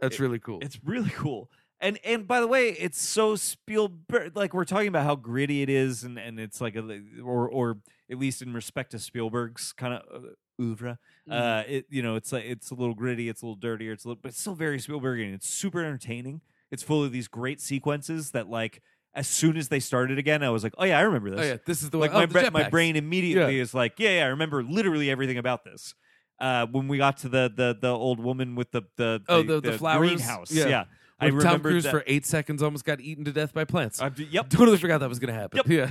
[SPEAKER 1] That's really cool.
[SPEAKER 2] It's really cool. And and by the way, it's so Spielberg. Like we're talking about how gritty it is, and and it's like a or or at least in respect to Spielberg's kind of uh, oeuvre. Uh, it you know it's like it's a little gritty, it's a little dirtier, it's a little, but it's still very Spielbergian. It's super entertaining. It's full of these great sequences that like as soon as they started again, I was like, oh yeah, I remember this
[SPEAKER 1] oh yeah, this is the way.
[SPEAKER 2] like
[SPEAKER 1] oh,
[SPEAKER 2] my,
[SPEAKER 1] the
[SPEAKER 2] bra- my
[SPEAKER 1] jetpacks.
[SPEAKER 2] brain immediately is like yeah, yeah i remember literally everything about this uh, when we got to the the the old woman with the the
[SPEAKER 1] Oh, the- the flowers?
[SPEAKER 2] greenhouse yeah,
[SPEAKER 1] Yeah.
[SPEAKER 2] i
[SPEAKER 1] When Tom
[SPEAKER 2] remember
[SPEAKER 1] Cruise
[SPEAKER 2] that.
[SPEAKER 1] for eight seconds almost got eaten to death by plants. I
[SPEAKER 2] I-
[SPEAKER 1] <laughs>
[SPEAKER 2] yep
[SPEAKER 1] totally forgot that was going to happen. <laughs> Yeah,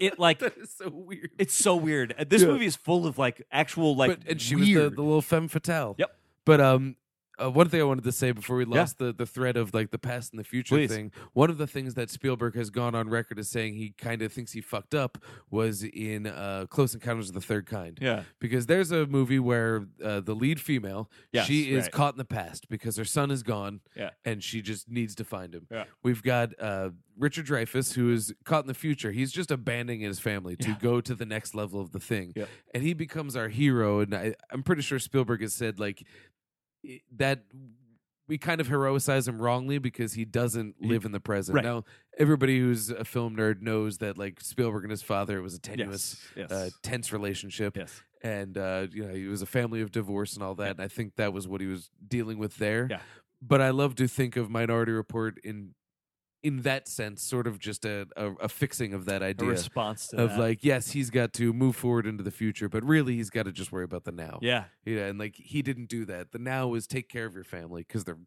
[SPEAKER 2] it like
[SPEAKER 1] that is so weird.
[SPEAKER 2] it's so weird Uh, this
[SPEAKER 1] Yeah.
[SPEAKER 2] movie is full of like actual like
[SPEAKER 1] but, and she was the,
[SPEAKER 2] weird-
[SPEAKER 1] the little femme fatale.
[SPEAKER 2] Yep.
[SPEAKER 1] But um, uh, one thing I wanted to say before we
[SPEAKER 2] Yeah.
[SPEAKER 1] lost the, the thread of like the past and the future
[SPEAKER 2] Please.
[SPEAKER 1] thing, one of the things that Spielberg has gone on record as saying he kind of thinks he fucked up was in uh, Close Encounters of the Third Kind.
[SPEAKER 2] yeah
[SPEAKER 1] Because there's a movie where uh, the lead female,
[SPEAKER 2] Yes,
[SPEAKER 1] she is
[SPEAKER 2] right.
[SPEAKER 1] caught in the past because her son is gone
[SPEAKER 2] Yeah.
[SPEAKER 1] and she just needs to find him.
[SPEAKER 2] Yeah.
[SPEAKER 1] We've got uh, Richard Dreyfuss, who is caught in the future. He's just abandoning his family to
[SPEAKER 2] Yeah.
[SPEAKER 1] go to the next level of the thing.
[SPEAKER 2] Yeah.
[SPEAKER 1] And he becomes our hero. And I, I'm pretty sure Spielberg has said, like, i- that we kind of heroicize him wrongly because he doesn't
[SPEAKER 2] He-
[SPEAKER 1] live in the present.
[SPEAKER 2] right.
[SPEAKER 1] Now, everybody who's a film nerd knows that, like, Spielberg and his father, it was a tenuous,
[SPEAKER 2] yes yes,
[SPEAKER 1] uh, tense relationship
[SPEAKER 2] yes.
[SPEAKER 1] and uh, you know he was a family of divorce and all that. And I think that was what he was dealing with there.
[SPEAKER 2] Yeah.
[SPEAKER 1] But I love to think of Minority Report in in that sense, sort of just a a, a fixing of that
[SPEAKER 2] a
[SPEAKER 1] idea
[SPEAKER 2] response to
[SPEAKER 1] of
[SPEAKER 2] that.
[SPEAKER 1] like, yes, he's got to move forward into the future, but really he's got to just worry about the now.
[SPEAKER 2] yeah
[SPEAKER 1] Yeah, and like he didn't do that. The now is take care of your family because they're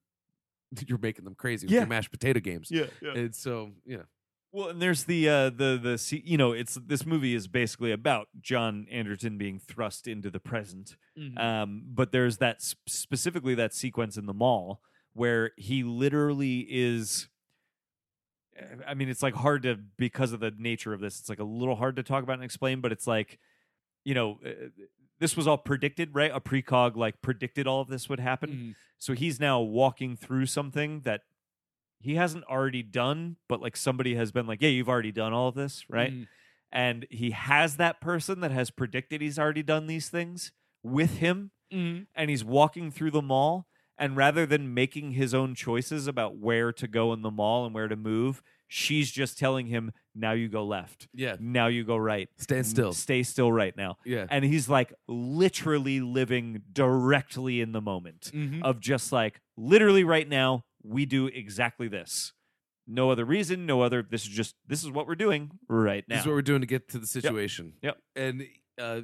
[SPEAKER 1] <laughs> you're making them crazy with
[SPEAKER 2] Yeah.
[SPEAKER 1] your mashed potato games.
[SPEAKER 2] yeah yeah
[SPEAKER 1] And so you know,
[SPEAKER 2] Well, and there's the uh, the the se- you know it's this movie is basically about John Anderton being thrust into the present. Um, but there's that s- specifically that sequence in the mall where he literally is. eh, I mean, it's like hard to because of the nature of this. It's like a little hard to talk about and explain, but it's like, you know, uh, this was all predicted, right? A precog like predicted all of this would happen. So he's now walking through something that he hasn't already done, but like somebody has been like, yeah, you've already done all of this, right? And he has that person that has predicted he's already done these things with him, and he's walking through the mall. And rather than making his own choices about where to go in the mall and where to move, she's just telling him, now you go left,
[SPEAKER 1] yeah,
[SPEAKER 2] now you go right,
[SPEAKER 1] stand still.
[SPEAKER 2] stay still right now.
[SPEAKER 1] Yeah.
[SPEAKER 2] And he's like literally living directly in the moment
[SPEAKER 1] Mhm.
[SPEAKER 2] of just like literally right now we do exactly this no other reason no other this is just this is what we're doing right now
[SPEAKER 1] This is what we're doing to get to the situation.
[SPEAKER 2] Yep.
[SPEAKER 1] And uh,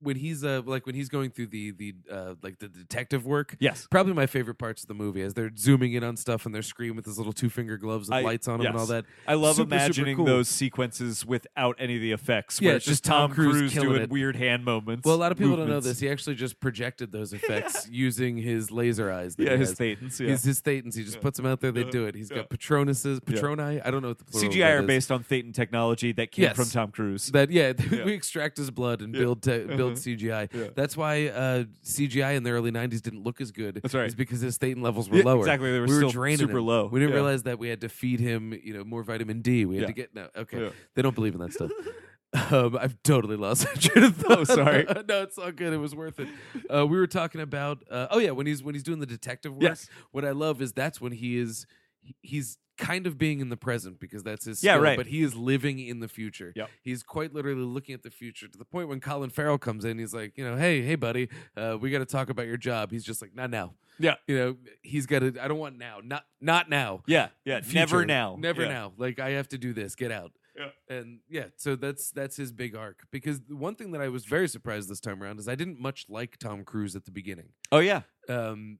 [SPEAKER 1] when he's uh, like when he's going through the the uh, like the detective work,
[SPEAKER 2] yes
[SPEAKER 1] probably my favorite parts of the movie as they're zooming in on stuff and they're screaming with his little two finger gloves and
[SPEAKER 2] I-
[SPEAKER 1] lights on them and all
[SPEAKER 2] yes.
[SPEAKER 1] that.
[SPEAKER 2] i love
[SPEAKER 1] Super, super
[SPEAKER 2] imagining
[SPEAKER 1] cool.
[SPEAKER 2] those sequences without any of the effects where
[SPEAKER 1] Yeah,
[SPEAKER 2] it's
[SPEAKER 1] just
[SPEAKER 2] just tom,
[SPEAKER 1] Tom Cruise killing
[SPEAKER 2] doing
[SPEAKER 1] it.
[SPEAKER 2] weird hand moments
[SPEAKER 1] Well, a lot of people don't know
[SPEAKER 2] movements.
[SPEAKER 1] this. He actually just projected
[SPEAKER 2] <laughs>
[SPEAKER 1] those effects using his laser eyes. That
[SPEAKER 2] yeah
[SPEAKER 1] he
[SPEAKER 2] his
[SPEAKER 1] has.
[SPEAKER 2] thetans yeah.
[SPEAKER 1] His, his thetans. He just puts them out there. They
[SPEAKER 2] Yeah.
[SPEAKER 1] do it. He's
[SPEAKER 2] Yeah.
[SPEAKER 1] got Patronuses,
[SPEAKER 2] Yeah.
[SPEAKER 1] Patroni. I don't know what the plural of
[SPEAKER 2] cgi
[SPEAKER 1] that
[SPEAKER 2] are
[SPEAKER 1] is.
[SPEAKER 2] based on thetan technology that came
[SPEAKER 1] Yes.
[SPEAKER 2] from tom cruise
[SPEAKER 1] That yeah, <laughs>
[SPEAKER 2] Yeah.
[SPEAKER 1] we extract his blood and
[SPEAKER 2] Yeah.
[SPEAKER 1] build te- build
[SPEAKER 2] Uh-huh.
[SPEAKER 1] CGI.
[SPEAKER 2] Yeah.
[SPEAKER 1] That's why uh, CGI in the early '90s didn't look as good.
[SPEAKER 2] That's right.
[SPEAKER 1] Is because his statin levels were
[SPEAKER 2] Yeah,
[SPEAKER 1] lower.
[SPEAKER 2] exactly they were
[SPEAKER 1] we were
[SPEAKER 2] still
[SPEAKER 1] draining
[SPEAKER 2] super
[SPEAKER 1] him.
[SPEAKER 2] low
[SPEAKER 1] We didn't
[SPEAKER 2] Yeah.
[SPEAKER 1] realize that we had to feed him, you know, more vitamin D. We had
[SPEAKER 2] Yeah.
[SPEAKER 1] to get no. Okay,
[SPEAKER 2] Yeah.
[SPEAKER 1] they don't believe in that stuff. <laughs> Um, I've totally lost my train of thought. <laughs>
[SPEAKER 2] Oh, sorry.
[SPEAKER 1] no, it's all good. It was worth it. Uh, we were talking about. Uh, oh yeah, when he's when he's doing the detective work.
[SPEAKER 2] Yes.
[SPEAKER 1] What I love is that's when he is. he- He's kind of being in the present because that's his.
[SPEAKER 2] Yeah,
[SPEAKER 1] skill,
[SPEAKER 2] right.
[SPEAKER 1] But he is living in the future.
[SPEAKER 2] Yep.
[SPEAKER 1] He's quite literally looking at the future to the point when Colin Farrell comes in. He's like, you know, hey, hey, buddy, uh, we got to talk about your job. He's just like, not now.
[SPEAKER 2] Yeah.
[SPEAKER 1] You know, he's got to. I don't want now. Not not now.
[SPEAKER 2] yeah yeah never
[SPEAKER 1] Future.
[SPEAKER 2] now
[SPEAKER 1] Never
[SPEAKER 2] Yeah.
[SPEAKER 1] now. Like I have to do this. Get out.
[SPEAKER 2] Yeah.
[SPEAKER 1] And yeah, so that's that's his big arc. Because the one thing that I was very surprised this time around is I didn't much like Tom Cruise at the beginning.
[SPEAKER 2] oh yeah
[SPEAKER 1] Um,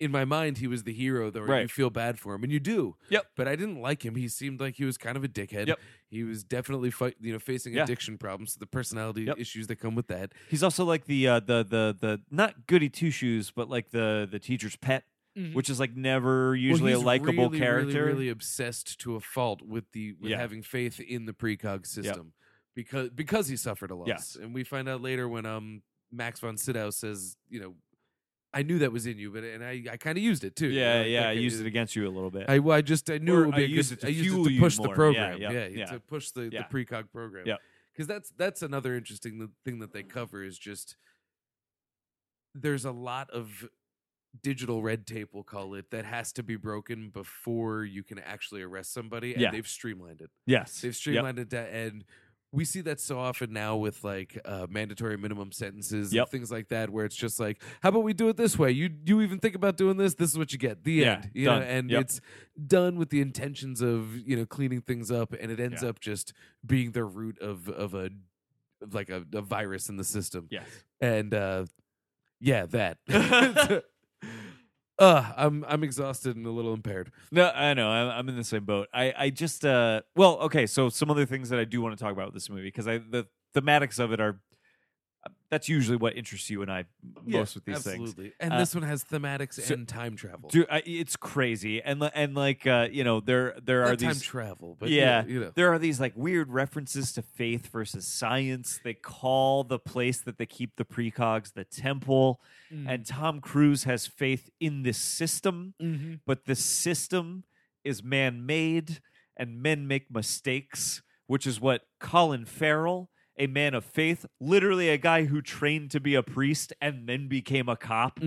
[SPEAKER 1] in my mind, he was the hero, though.
[SPEAKER 2] Right.
[SPEAKER 1] You feel bad for him, and you do.
[SPEAKER 2] Yep.
[SPEAKER 1] But I didn't like him. He seemed like he was kind of a dickhead.
[SPEAKER 2] Yep.
[SPEAKER 1] He was definitely fight, you know, facing
[SPEAKER 2] Yeah.
[SPEAKER 1] addiction problems, the personality
[SPEAKER 2] Yep.
[SPEAKER 1] issues that come with that.
[SPEAKER 2] He's also like the uh, the the the not goody two shoes, but like the the teacher's pet,
[SPEAKER 1] Mhm.
[SPEAKER 2] which is like never usually
[SPEAKER 1] he's
[SPEAKER 2] a likable
[SPEAKER 1] really,
[SPEAKER 2] character.
[SPEAKER 1] Really, really obsessed to a fault with the with
[SPEAKER 2] Yeah.
[SPEAKER 1] having faith in the precog system because because he suffered a loss.
[SPEAKER 2] Yes.
[SPEAKER 1] And we find out later when um Max von Sydow says, you know, I knew that was in you, but and I, I kind of used it too. You know,
[SPEAKER 2] yeah,
[SPEAKER 1] like,
[SPEAKER 2] yeah. I
[SPEAKER 1] okay,
[SPEAKER 2] used it against you a little bit.
[SPEAKER 1] I, well, I just I knew
[SPEAKER 2] Or
[SPEAKER 1] it would
[SPEAKER 2] I
[SPEAKER 1] be a good-
[SPEAKER 2] used it to
[SPEAKER 1] I used
[SPEAKER 2] fuel
[SPEAKER 1] it
[SPEAKER 2] you
[SPEAKER 1] to push the
[SPEAKER 2] more. Yeah,
[SPEAKER 1] program.
[SPEAKER 2] yeah,
[SPEAKER 1] Yeah,
[SPEAKER 2] yeah.
[SPEAKER 1] to push the,
[SPEAKER 2] Yeah.
[SPEAKER 1] the precog program.
[SPEAKER 2] Yeah.
[SPEAKER 1] because that's that's another interesting th- thing that they cover is just there's a lot of digital red tape, we'll call it, that has to be broken before you can actually arrest somebody. And
[SPEAKER 2] Yeah.
[SPEAKER 1] they've streamlined it.
[SPEAKER 2] Yes.
[SPEAKER 1] They've streamlined it to and we see that so often now with like uh, mandatory minimum sentences
[SPEAKER 2] Yep.
[SPEAKER 1] and things like that, where it's just like, how about we do it this way? You you even think about doing this? This is what you get. The
[SPEAKER 2] Yeah,
[SPEAKER 1] end. You
[SPEAKER 2] done.
[SPEAKER 1] know, and
[SPEAKER 2] Yep.
[SPEAKER 1] it's done with the intentions of you know cleaning things up, and it ends
[SPEAKER 2] Yeah.
[SPEAKER 1] up just being the root of of a of like a, a virus in the system.
[SPEAKER 2] Yes.
[SPEAKER 1] And uh, yeah, that.
[SPEAKER 2] <laughs>
[SPEAKER 1] <laughs> uh, I'm I'm exhausted and a little impaired.
[SPEAKER 2] No, I know. I'm, I'm in the same boat. I, I just, uh, well, okay. So some other things that I do want to talk about with this movie because I the thematics of it are uh, that's usually what interests you and I most with these things.
[SPEAKER 1] absolutely. And
[SPEAKER 2] Uh,
[SPEAKER 1] this one has thematics
[SPEAKER 2] so-
[SPEAKER 1] and time travel.
[SPEAKER 2] Dude, I, it's crazy, and li- and like uh, you know, there there are
[SPEAKER 1] Not time
[SPEAKER 2] these
[SPEAKER 1] travel, but yeah,
[SPEAKER 2] Yeah.
[SPEAKER 1] you know,
[SPEAKER 2] there are these like weird references to faith versus science. They call the place that they keep the precogs the temple, and Tom Cruise has faith in this system,
[SPEAKER 3] Mm.
[SPEAKER 1] Mhm.
[SPEAKER 2] but the system is man made, and men make mistakes, which is what Colin Farrell. A man of faith, literally a guy who trained to be a priest and then became a cop,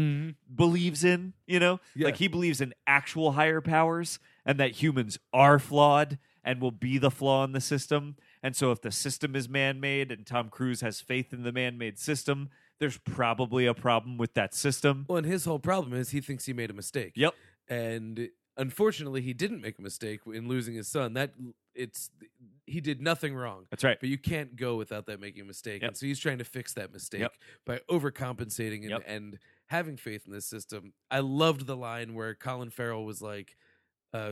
[SPEAKER 2] believes in, you know?
[SPEAKER 1] Yeah.
[SPEAKER 2] Like he believes in actual higher powers and that humans are flawed and will be the flaw in the system. And so if the system is man-made and Tom Cruise has faith in the man-made system, there's probably a problem with that system.
[SPEAKER 1] Well, and his whole problem is he thinks he made a mistake.
[SPEAKER 2] Yep.
[SPEAKER 1] And unfortunately, he didn't make a mistake in losing his son. That it's he did nothing wrong.
[SPEAKER 2] That's right.
[SPEAKER 1] But you can't go without that making a mistake.
[SPEAKER 2] Yep.
[SPEAKER 1] And so he's trying to fix that mistake
[SPEAKER 2] Yep.
[SPEAKER 1] by overcompensating and,
[SPEAKER 2] Yep.
[SPEAKER 1] and having faith in this system. I loved the line where Colin Farrell was like, uh,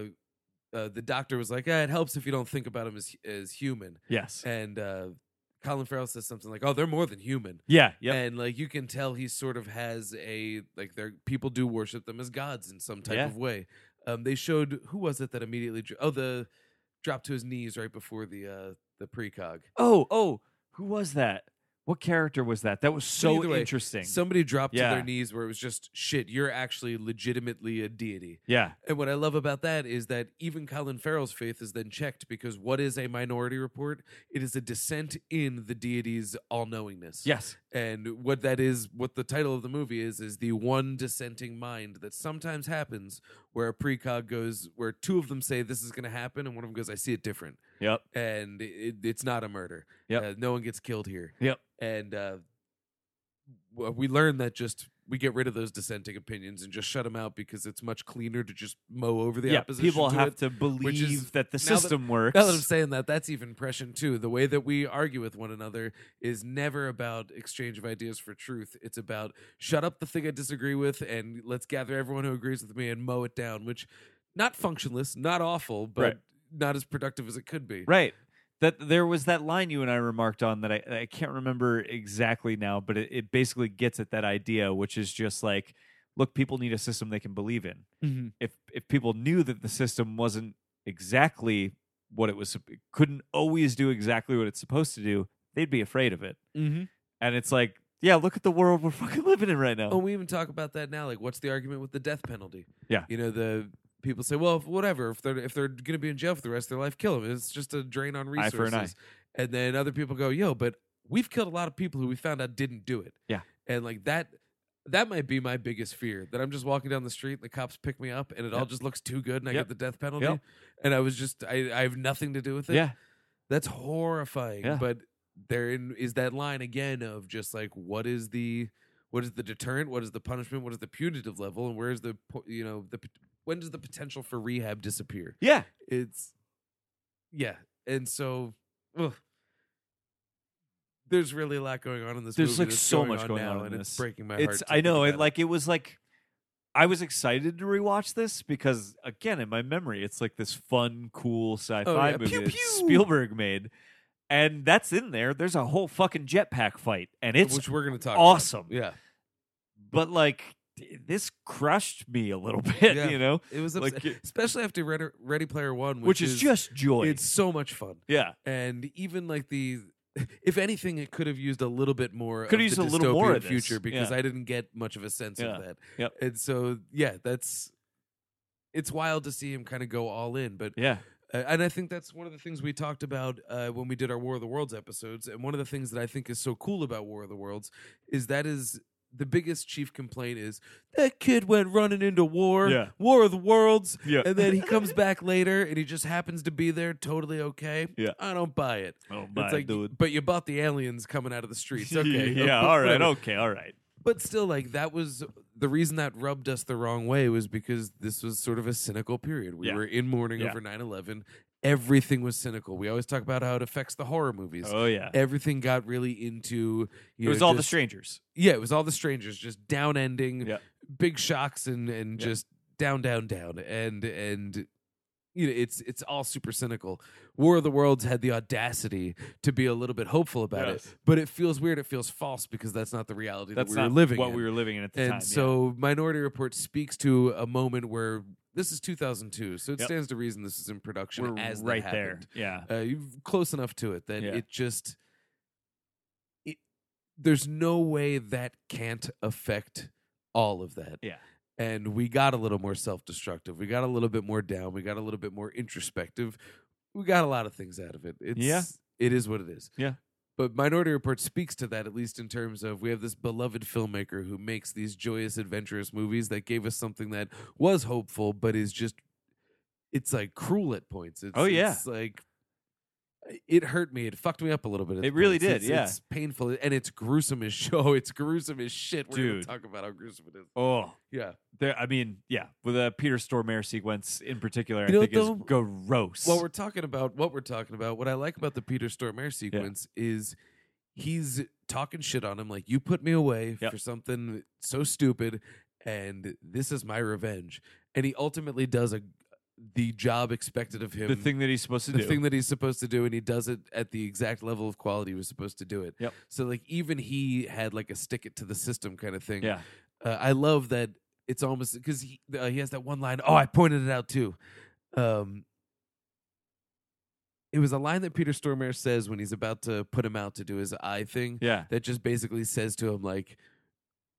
[SPEAKER 1] uh, the doctor was like, ah, it helps if you don't think about him as, as human.
[SPEAKER 2] Yes.
[SPEAKER 1] And uh, Colin Farrell says something like, oh, they're more than human.
[SPEAKER 2] Yeah, yep.
[SPEAKER 1] And like you can tell he sort of has a like their people do worship them as gods in some type
[SPEAKER 2] Yeah.
[SPEAKER 1] of way. Um they showed who was it that immediately dro- oh the dropped to his knees right before the uh the precog.
[SPEAKER 2] oh, oh, who was that? What character was that? That was so
[SPEAKER 1] either way,
[SPEAKER 2] interesting.
[SPEAKER 1] Somebody dropped to
[SPEAKER 2] Yeah.
[SPEAKER 1] their knees where it was just shit, you're actually legitimately a deity.
[SPEAKER 2] yeah.
[SPEAKER 1] And what I love about that is that even Colin Farrell's faith is then checked because what is a minority report? It is a dissent in the deity's all knowingness.
[SPEAKER 2] Yes.
[SPEAKER 1] and what that is what the title of the movie is is the one dissenting mind that sometimes happens where a precog goes where two of them say this is going to happen and one of them goes i see it different
[SPEAKER 2] Yep.
[SPEAKER 1] and it, it's not a murder
[SPEAKER 2] Yep.
[SPEAKER 1] Uh, no one gets killed here
[SPEAKER 2] Yep.
[SPEAKER 1] and uh, w- we learn that just we get rid of those dissenting opinions and just shut them out because it's much cleaner to just mow over the
[SPEAKER 2] yeah,
[SPEAKER 1] opposition
[SPEAKER 2] people
[SPEAKER 1] to
[SPEAKER 2] have
[SPEAKER 1] it.
[SPEAKER 2] to believe
[SPEAKER 1] is-
[SPEAKER 2] that the
[SPEAKER 1] now that-
[SPEAKER 2] system works.
[SPEAKER 1] Now that I'm saying that, that's even prescient too. The way that we argue with one another is never about exchange of ideas for truth. It's about shut up the thing I disagree with and let's gather everyone who agrees with me and mow it down, which not functionless, not awful, but
[SPEAKER 2] Right.
[SPEAKER 1] not as productive as it could be.
[SPEAKER 2] Right. That there was that line you and I remarked on that I, I can't remember exactly now, but it, it basically gets at that idea, which is just like, look, people need a system they can believe in. If if people knew that the system wasn't exactly what it was, sup- couldn't always do exactly what it's supposed to do, they'd be afraid of it.
[SPEAKER 1] Mm-hmm.
[SPEAKER 2] And it's like, yeah, look at the world we're <laughs> fucking living in right now.
[SPEAKER 1] Oh, we even talk about that now. Like, what's the argument with the death penalty?
[SPEAKER 2] Yeah.
[SPEAKER 1] you know the people say, well, if- whatever. If they're if they're going to be in jail for the rest of their life, kill them. It's just a drain on
[SPEAKER 2] Eye
[SPEAKER 1] resources.
[SPEAKER 2] for an eye.
[SPEAKER 1] And then other people go, yo, but we've killed a lot of people who we found out didn't do it.
[SPEAKER 2] Yeah.
[SPEAKER 1] and like that. That might be my biggest fear that I'm just walking down the street, the cops pick me up, and it all
[SPEAKER 2] Yep.
[SPEAKER 1] just looks too good, and I
[SPEAKER 2] Yep.
[SPEAKER 1] get the death penalty.
[SPEAKER 2] Yep.
[SPEAKER 1] And I was just, I, I have nothing to do with it.
[SPEAKER 2] yeah,
[SPEAKER 1] That's horrifying.
[SPEAKER 2] Yeah.
[SPEAKER 1] But therein is that line again of just like what is the what is the deterrent? What is the punishment? What is the punitive level? And where is the po- you know the pot- when does the potential for rehab disappear?
[SPEAKER 2] yeah.
[SPEAKER 1] It's yeah, and so ugh. there's really a lot going on in this.
[SPEAKER 2] There's,
[SPEAKER 1] movie
[SPEAKER 2] like,
[SPEAKER 1] that's
[SPEAKER 2] so much
[SPEAKER 1] on
[SPEAKER 2] going
[SPEAKER 1] now,
[SPEAKER 2] on in
[SPEAKER 1] and it's
[SPEAKER 2] this.
[SPEAKER 1] breaking my heart.
[SPEAKER 2] it's
[SPEAKER 1] to
[SPEAKER 2] i
[SPEAKER 1] think
[SPEAKER 2] know
[SPEAKER 1] about
[SPEAKER 2] it like it was like i was excited to rewatch this because again in my memory it's like this fun cool sci-fi
[SPEAKER 1] Oh, yeah.
[SPEAKER 2] movie
[SPEAKER 1] Pew,
[SPEAKER 2] that
[SPEAKER 1] pew.
[SPEAKER 2] spielberg made and that's in there there's a whole fucking jetpack fight and it's
[SPEAKER 1] which we're gonna talk about.
[SPEAKER 2] awesome
[SPEAKER 1] Yeah,
[SPEAKER 2] but like d- this crushed me a little <laughs> bit
[SPEAKER 1] Yeah.
[SPEAKER 2] you know
[SPEAKER 1] it was
[SPEAKER 2] Like,
[SPEAKER 1] upset-
[SPEAKER 2] <laughs> it-
[SPEAKER 1] especially after Ready, Ready Player One, which,
[SPEAKER 2] which, is, just joy
[SPEAKER 1] it's so much fun.
[SPEAKER 2] yeah
[SPEAKER 1] and even like the <laughs> if anything it could have used a little bit more of
[SPEAKER 2] Could have used
[SPEAKER 1] the
[SPEAKER 2] a little more
[SPEAKER 1] dystopian
[SPEAKER 2] of this,
[SPEAKER 1] future because
[SPEAKER 2] yeah.
[SPEAKER 1] i didn't get much of a sense
[SPEAKER 2] Yeah,
[SPEAKER 1] of that
[SPEAKER 2] yep.
[SPEAKER 1] and so yeah that's it's wild to see him kind of go all in but
[SPEAKER 2] yeah
[SPEAKER 1] uh, and i think that's one of the things we talked about uh, when we did our war of the worlds episodes and one of the things that i think is so cool about war of the worlds is that is the biggest chief complaint is that kid went running into war,
[SPEAKER 2] Yeah.
[SPEAKER 1] War of the Worlds,
[SPEAKER 2] Yeah.
[SPEAKER 1] and then he comes back later and he just happens to be there, totally okay.
[SPEAKER 2] <laughs> Yeah.
[SPEAKER 1] I don't buy it.
[SPEAKER 2] Oh,
[SPEAKER 1] It's like, <laughs> but you bought the aliens coming out of the
[SPEAKER 2] <laughs>
[SPEAKER 1] streets. Okay,
[SPEAKER 2] yeah.
[SPEAKER 1] <laughs>
[SPEAKER 2] All right. Okay. All right.
[SPEAKER 1] But still, like that was the reason that rubbed us the wrong way was because this was sort of a cynical period. We
[SPEAKER 2] Yeah.
[SPEAKER 1] were in mourning
[SPEAKER 2] Yeah.
[SPEAKER 1] over 9-11. Everything was cynical. We always talk about how it affects the horror movies.
[SPEAKER 2] Oh yeah.
[SPEAKER 1] Everything got really into you
[SPEAKER 2] It was
[SPEAKER 1] know,
[SPEAKER 2] all the
[SPEAKER 1] just-
[SPEAKER 2] strangers.
[SPEAKER 1] Yeah, it was all the strangers, just down ending,
[SPEAKER 2] Yeah.
[SPEAKER 1] big shocks and and
[SPEAKER 2] Yeah.
[SPEAKER 1] just down, down, down. And and you know, it's it's all super cynical. War of the Worlds had the audacity to be a little bit hopeful about
[SPEAKER 2] Yes.
[SPEAKER 1] it. But it feels weird, it feels false because that's not the reality
[SPEAKER 2] That's
[SPEAKER 1] that we
[SPEAKER 2] not
[SPEAKER 1] were living
[SPEAKER 2] what
[SPEAKER 1] in.
[SPEAKER 2] we were living in at the
[SPEAKER 1] and
[SPEAKER 2] time. yeah.
[SPEAKER 1] so Minority Report speaks to a moment where this is 2002, so it
[SPEAKER 2] Yep.
[SPEAKER 1] stands to reason this is in production
[SPEAKER 2] we're
[SPEAKER 1] as that
[SPEAKER 2] right there.
[SPEAKER 1] happened
[SPEAKER 2] Yeah.
[SPEAKER 1] uh, you close enough to it that
[SPEAKER 2] Yeah.
[SPEAKER 1] it just it, there's no way that can't affect all of that
[SPEAKER 2] Yeah.
[SPEAKER 1] and we got a little more self-destructive we got a little bit more down we got a little bit more introspective we got a lot of things out of it it's
[SPEAKER 2] Yeah.
[SPEAKER 1] it is what it is
[SPEAKER 2] Yeah.
[SPEAKER 1] but Minority Report speaks to that, at least in terms of we have this beloved filmmaker who makes these joyous, adventurous movies that gave us something that was hopeful, but is just, it's like cruel at points. It's,
[SPEAKER 2] Oh, yeah.
[SPEAKER 1] It's like, it hurt me. It fucked me up a little bit. at
[SPEAKER 2] It really
[SPEAKER 1] points.
[SPEAKER 2] did,
[SPEAKER 1] It's,
[SPEAKER 2] yeah.
[SPEAKER 1] It's painful and it's gruesome as <laughs> show. It's gruesome as shit. We're going
[SPEAKER 2] Dude.
[SPEAKER 1] to talk about how gruesome it is.
[SPEAKER 2] Oh,
[SPEAKER 1] Yeah.
[SPEAKER 2] there. I mean, yeah. With the Peter Stormare sequence in particular, I
[SPEAKER 1] You know,
[SPEAKER 2] think is
[SPEAKER 1] though-
[SPEAKER 2] gross.
[SPEAKER 1] Well, we're talking about what we're talking about. What I like about the Peter Stormare sequence is he's talking shit on him, like you put me away
[SPEAKER 2] Yep.
[SPEAKER 1] for something so stupid, and this is my revenge. And he ultimately does a the job expected of him,
[SPEAKER 2] the thing that he's supposed to
[SPEAKER 1] the
[SPEAKER 2] do.
[SPEAKER 1] thing that he's supposed to do, and he does it at the exact level of quality he was supposed to do it.
[SPEAKER 2] Yep.
[SPEAKER 1] So, like, even he had like a stick it to the system kind of thing
[SPEAKER 2] yeah.
[SPEAKER 1] uh, I love that it's almost because he uh, he has that one line. Oh, I pointed it out too. Um, it was a line that Peter Stormare says when he's about to put him out to do his eye thing.
[SPEAKER 2] Yeah.
[SPEAKER 1] That just basically says to him like,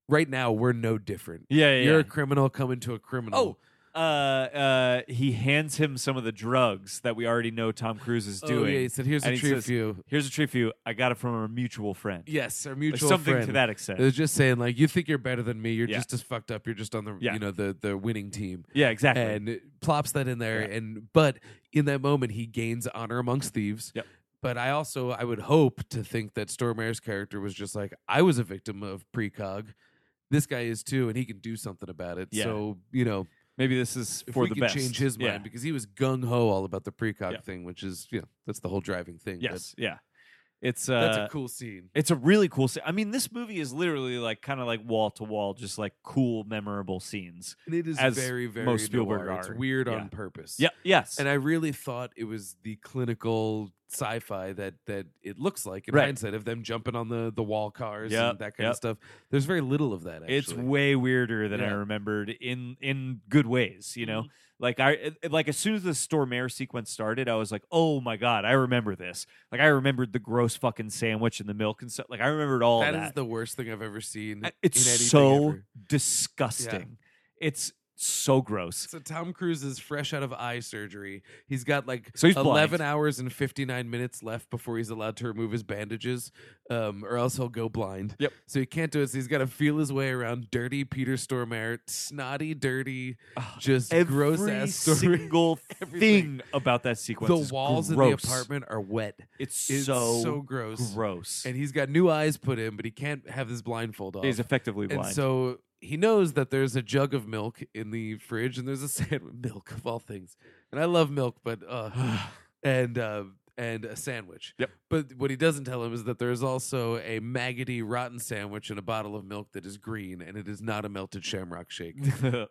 [SPEAKER 1] "Right now, we're no different.
[SPEAKER 2] Yeah. Yeah.
[SPEAKER 1] You're
[SPEAKER 2] yeah.
[SPEAKER 1] a criminal coming to a criminal."
[SPEAKER 2] Oh, uh, uh, he hands him some of the drugs that we already know Tom Cruise is
[SPEAKER 1] Oh,
[SPEAKER 2] doing.
[SPEAKER 1] yeah. He said, "Here's
[SPEAKER 2] And
[SPEAKER 1] a
[SPEAKER 2] he
[SPEAKER 1] treat
[SPEAKER 2] says-
[SPEAKER 1] for you."
[SPEAKER 2] Here's a treat for you. I got it from a mutual friend.
[SPEAKER 1] Yes, our
[SPEAKER 2] Like
[SPEAKER 1] mutual
[SPEAKER 2] something
[SPEAKER 1] friend.
[SPEAKER 2] to that
[SPEAKER 1] It
[SPEAKER 2] extent.
[SPEAKER 1] was just saying like, "You think you're better than me? You're
[SPEAKER 2] Yeah.
[SPEAKER 1] just as fucked up. You're just on the
[SPEAKER 2] Yeah.
[SPEAKER 1] you know the the winning team."
[SPEAKER 2] Yeah, exactly.
[SPEAKER 1] and it plops that in there
[SPEAKER 2] Yeah.
[SPEAKER 1] and but in that moment he gains honor amongst thieves
[SPEAKER 2] Yep.
[SPEAKER 1] but i also i would hope to think that stormare's character was just like i was a victim of precog this guy is too and he can do something about it
[SPEAKER 2] Yeah.
[SPEAKER 1] so you know
[SPEAKER 2] Maybe this is
[SPEAKER 1] if
[SPEAKER 2] for
[SPEAKER 1] we
[SPEAKER 2] the
[SPEAKER 1] can
[SPEAKER 2] best.
[SPEAKER 1] change his mind
[SPEAKER 2] Yeah.
[SPEAKER 1] because he was gung-ho all about the precog
[SPEAKER 2] Yeah.
[SPEAKER 1] thing which is you know that's the whole driving thing but
[SPEAKER 2] Yes, yeah. It's uh,
[SPEAKER 1] that's a cool scene
[SPEAKER 2] it's a really cool. se- I mean, this movie is literally like kind of like wall to wall, just like cool, memorable scenes.
[SPEAKER 1] and it is
[SPEAKER 2] as
[SPEAKER 1] very very
[SPEAKER 2] most Spielberg
[SPEAKER 1] noir. it's
[SPEAKER 2] are.
[SPEAKER 1] weird
[SPEAKER 2] Yeah.
[SPEAKER 1] on purpose
[SPEAKER 2] Yeah, yes,
[SPEAKER 1] And I really thought it was the clinical sci-fi that that it looks like in
[SPEAKER 2] Right.
[SPEAKER 1] hindsight of them jumping on the the wall cars
[SPEAKER 2] Yep,
[SPEAKER 1] and that kind
[SPEAKER 2] yep.
[SPEAKER 1] of stuff. There's very little of that. Actually.
[SPEAKER 2] it's way weirder than I
[SPEAKER 1] Yeah.
[SPEAKER 2] remembered in in good ways. You know, like I it- like as soon as the Stormare sequence started, I was like, oh my god, I remember this. Like I remembered the gross fucking sandwich and the milk and stuff. Like I remembered all that.
[SPEAKER 1] that is the worst thing I've ever seen.
[SPEAKER 2] I- it's
[SPEAKER 1] in anything
[SPEAKER 2] so
[SPEAKER 1] ever.
[SPEAKER 2] disgusting. It's so gross.
[SPEAKER 1] So Tom Cruise is fresh out of eye surgery. He's got like
[SPEAKER 2] So he's blind.
[SPEAKER 1] eleven hours and fifty nine minutes left before he's allowed to remove his bandages, um, or else he'll go blind.
[SPEAKER 2] Yep.
[SPEAKER 1] So he can't do it. So he's got to feel his way around dirty Peter Stormare, snotty, dirty,
[SPEAKER 2] Ugh,
[SPEAKER 1] just
[SPEAKER 2] Every
[SPEAKER 1] gross ass story.
[SPEAKER 2] single
[SPEAKER 1] <laughs> Everything.
[SPEAKER 2] thing about that sequence.
[SPEAKER 1] the
[SPEAKER 2] is
[SPEAKER 1] walls in the
[SPEAKER 2] gross.
[SPEAKER 1] apartment are wet.
[SPEAKER 2] It's,
[SPEAKER 1] It's
[SPEAKER 2] so,
[SPEAKER 1] so, gross.
[SPEAKER 2] gross.
[SPEAKER 1] And he's got new eyes put in, but he can't have this blindfold off.
[SPEAKER 2] he's effectively
[SPEAKER 1] and
[SPEAKER 2] blind. <laughs>
[SPEAKER 1] so <laughs> he knows that there's a jug of milk in the fridge and there's a <laughs> sandwich milk of all things. And I love milk, but uh
[SPEAKER 2] <sighs>
[SPEAKER 1] and uh and a sandwich.
[SPEAKER 2] Yep.
[SPEAKER 1] But what he doesn't tell him is that there's also a maggoty rotten sandwich and a bottle of milk that is green and it is not a melted shamrock
[SPEAKER 2] <laughs>
[SPEAKER 1] shake.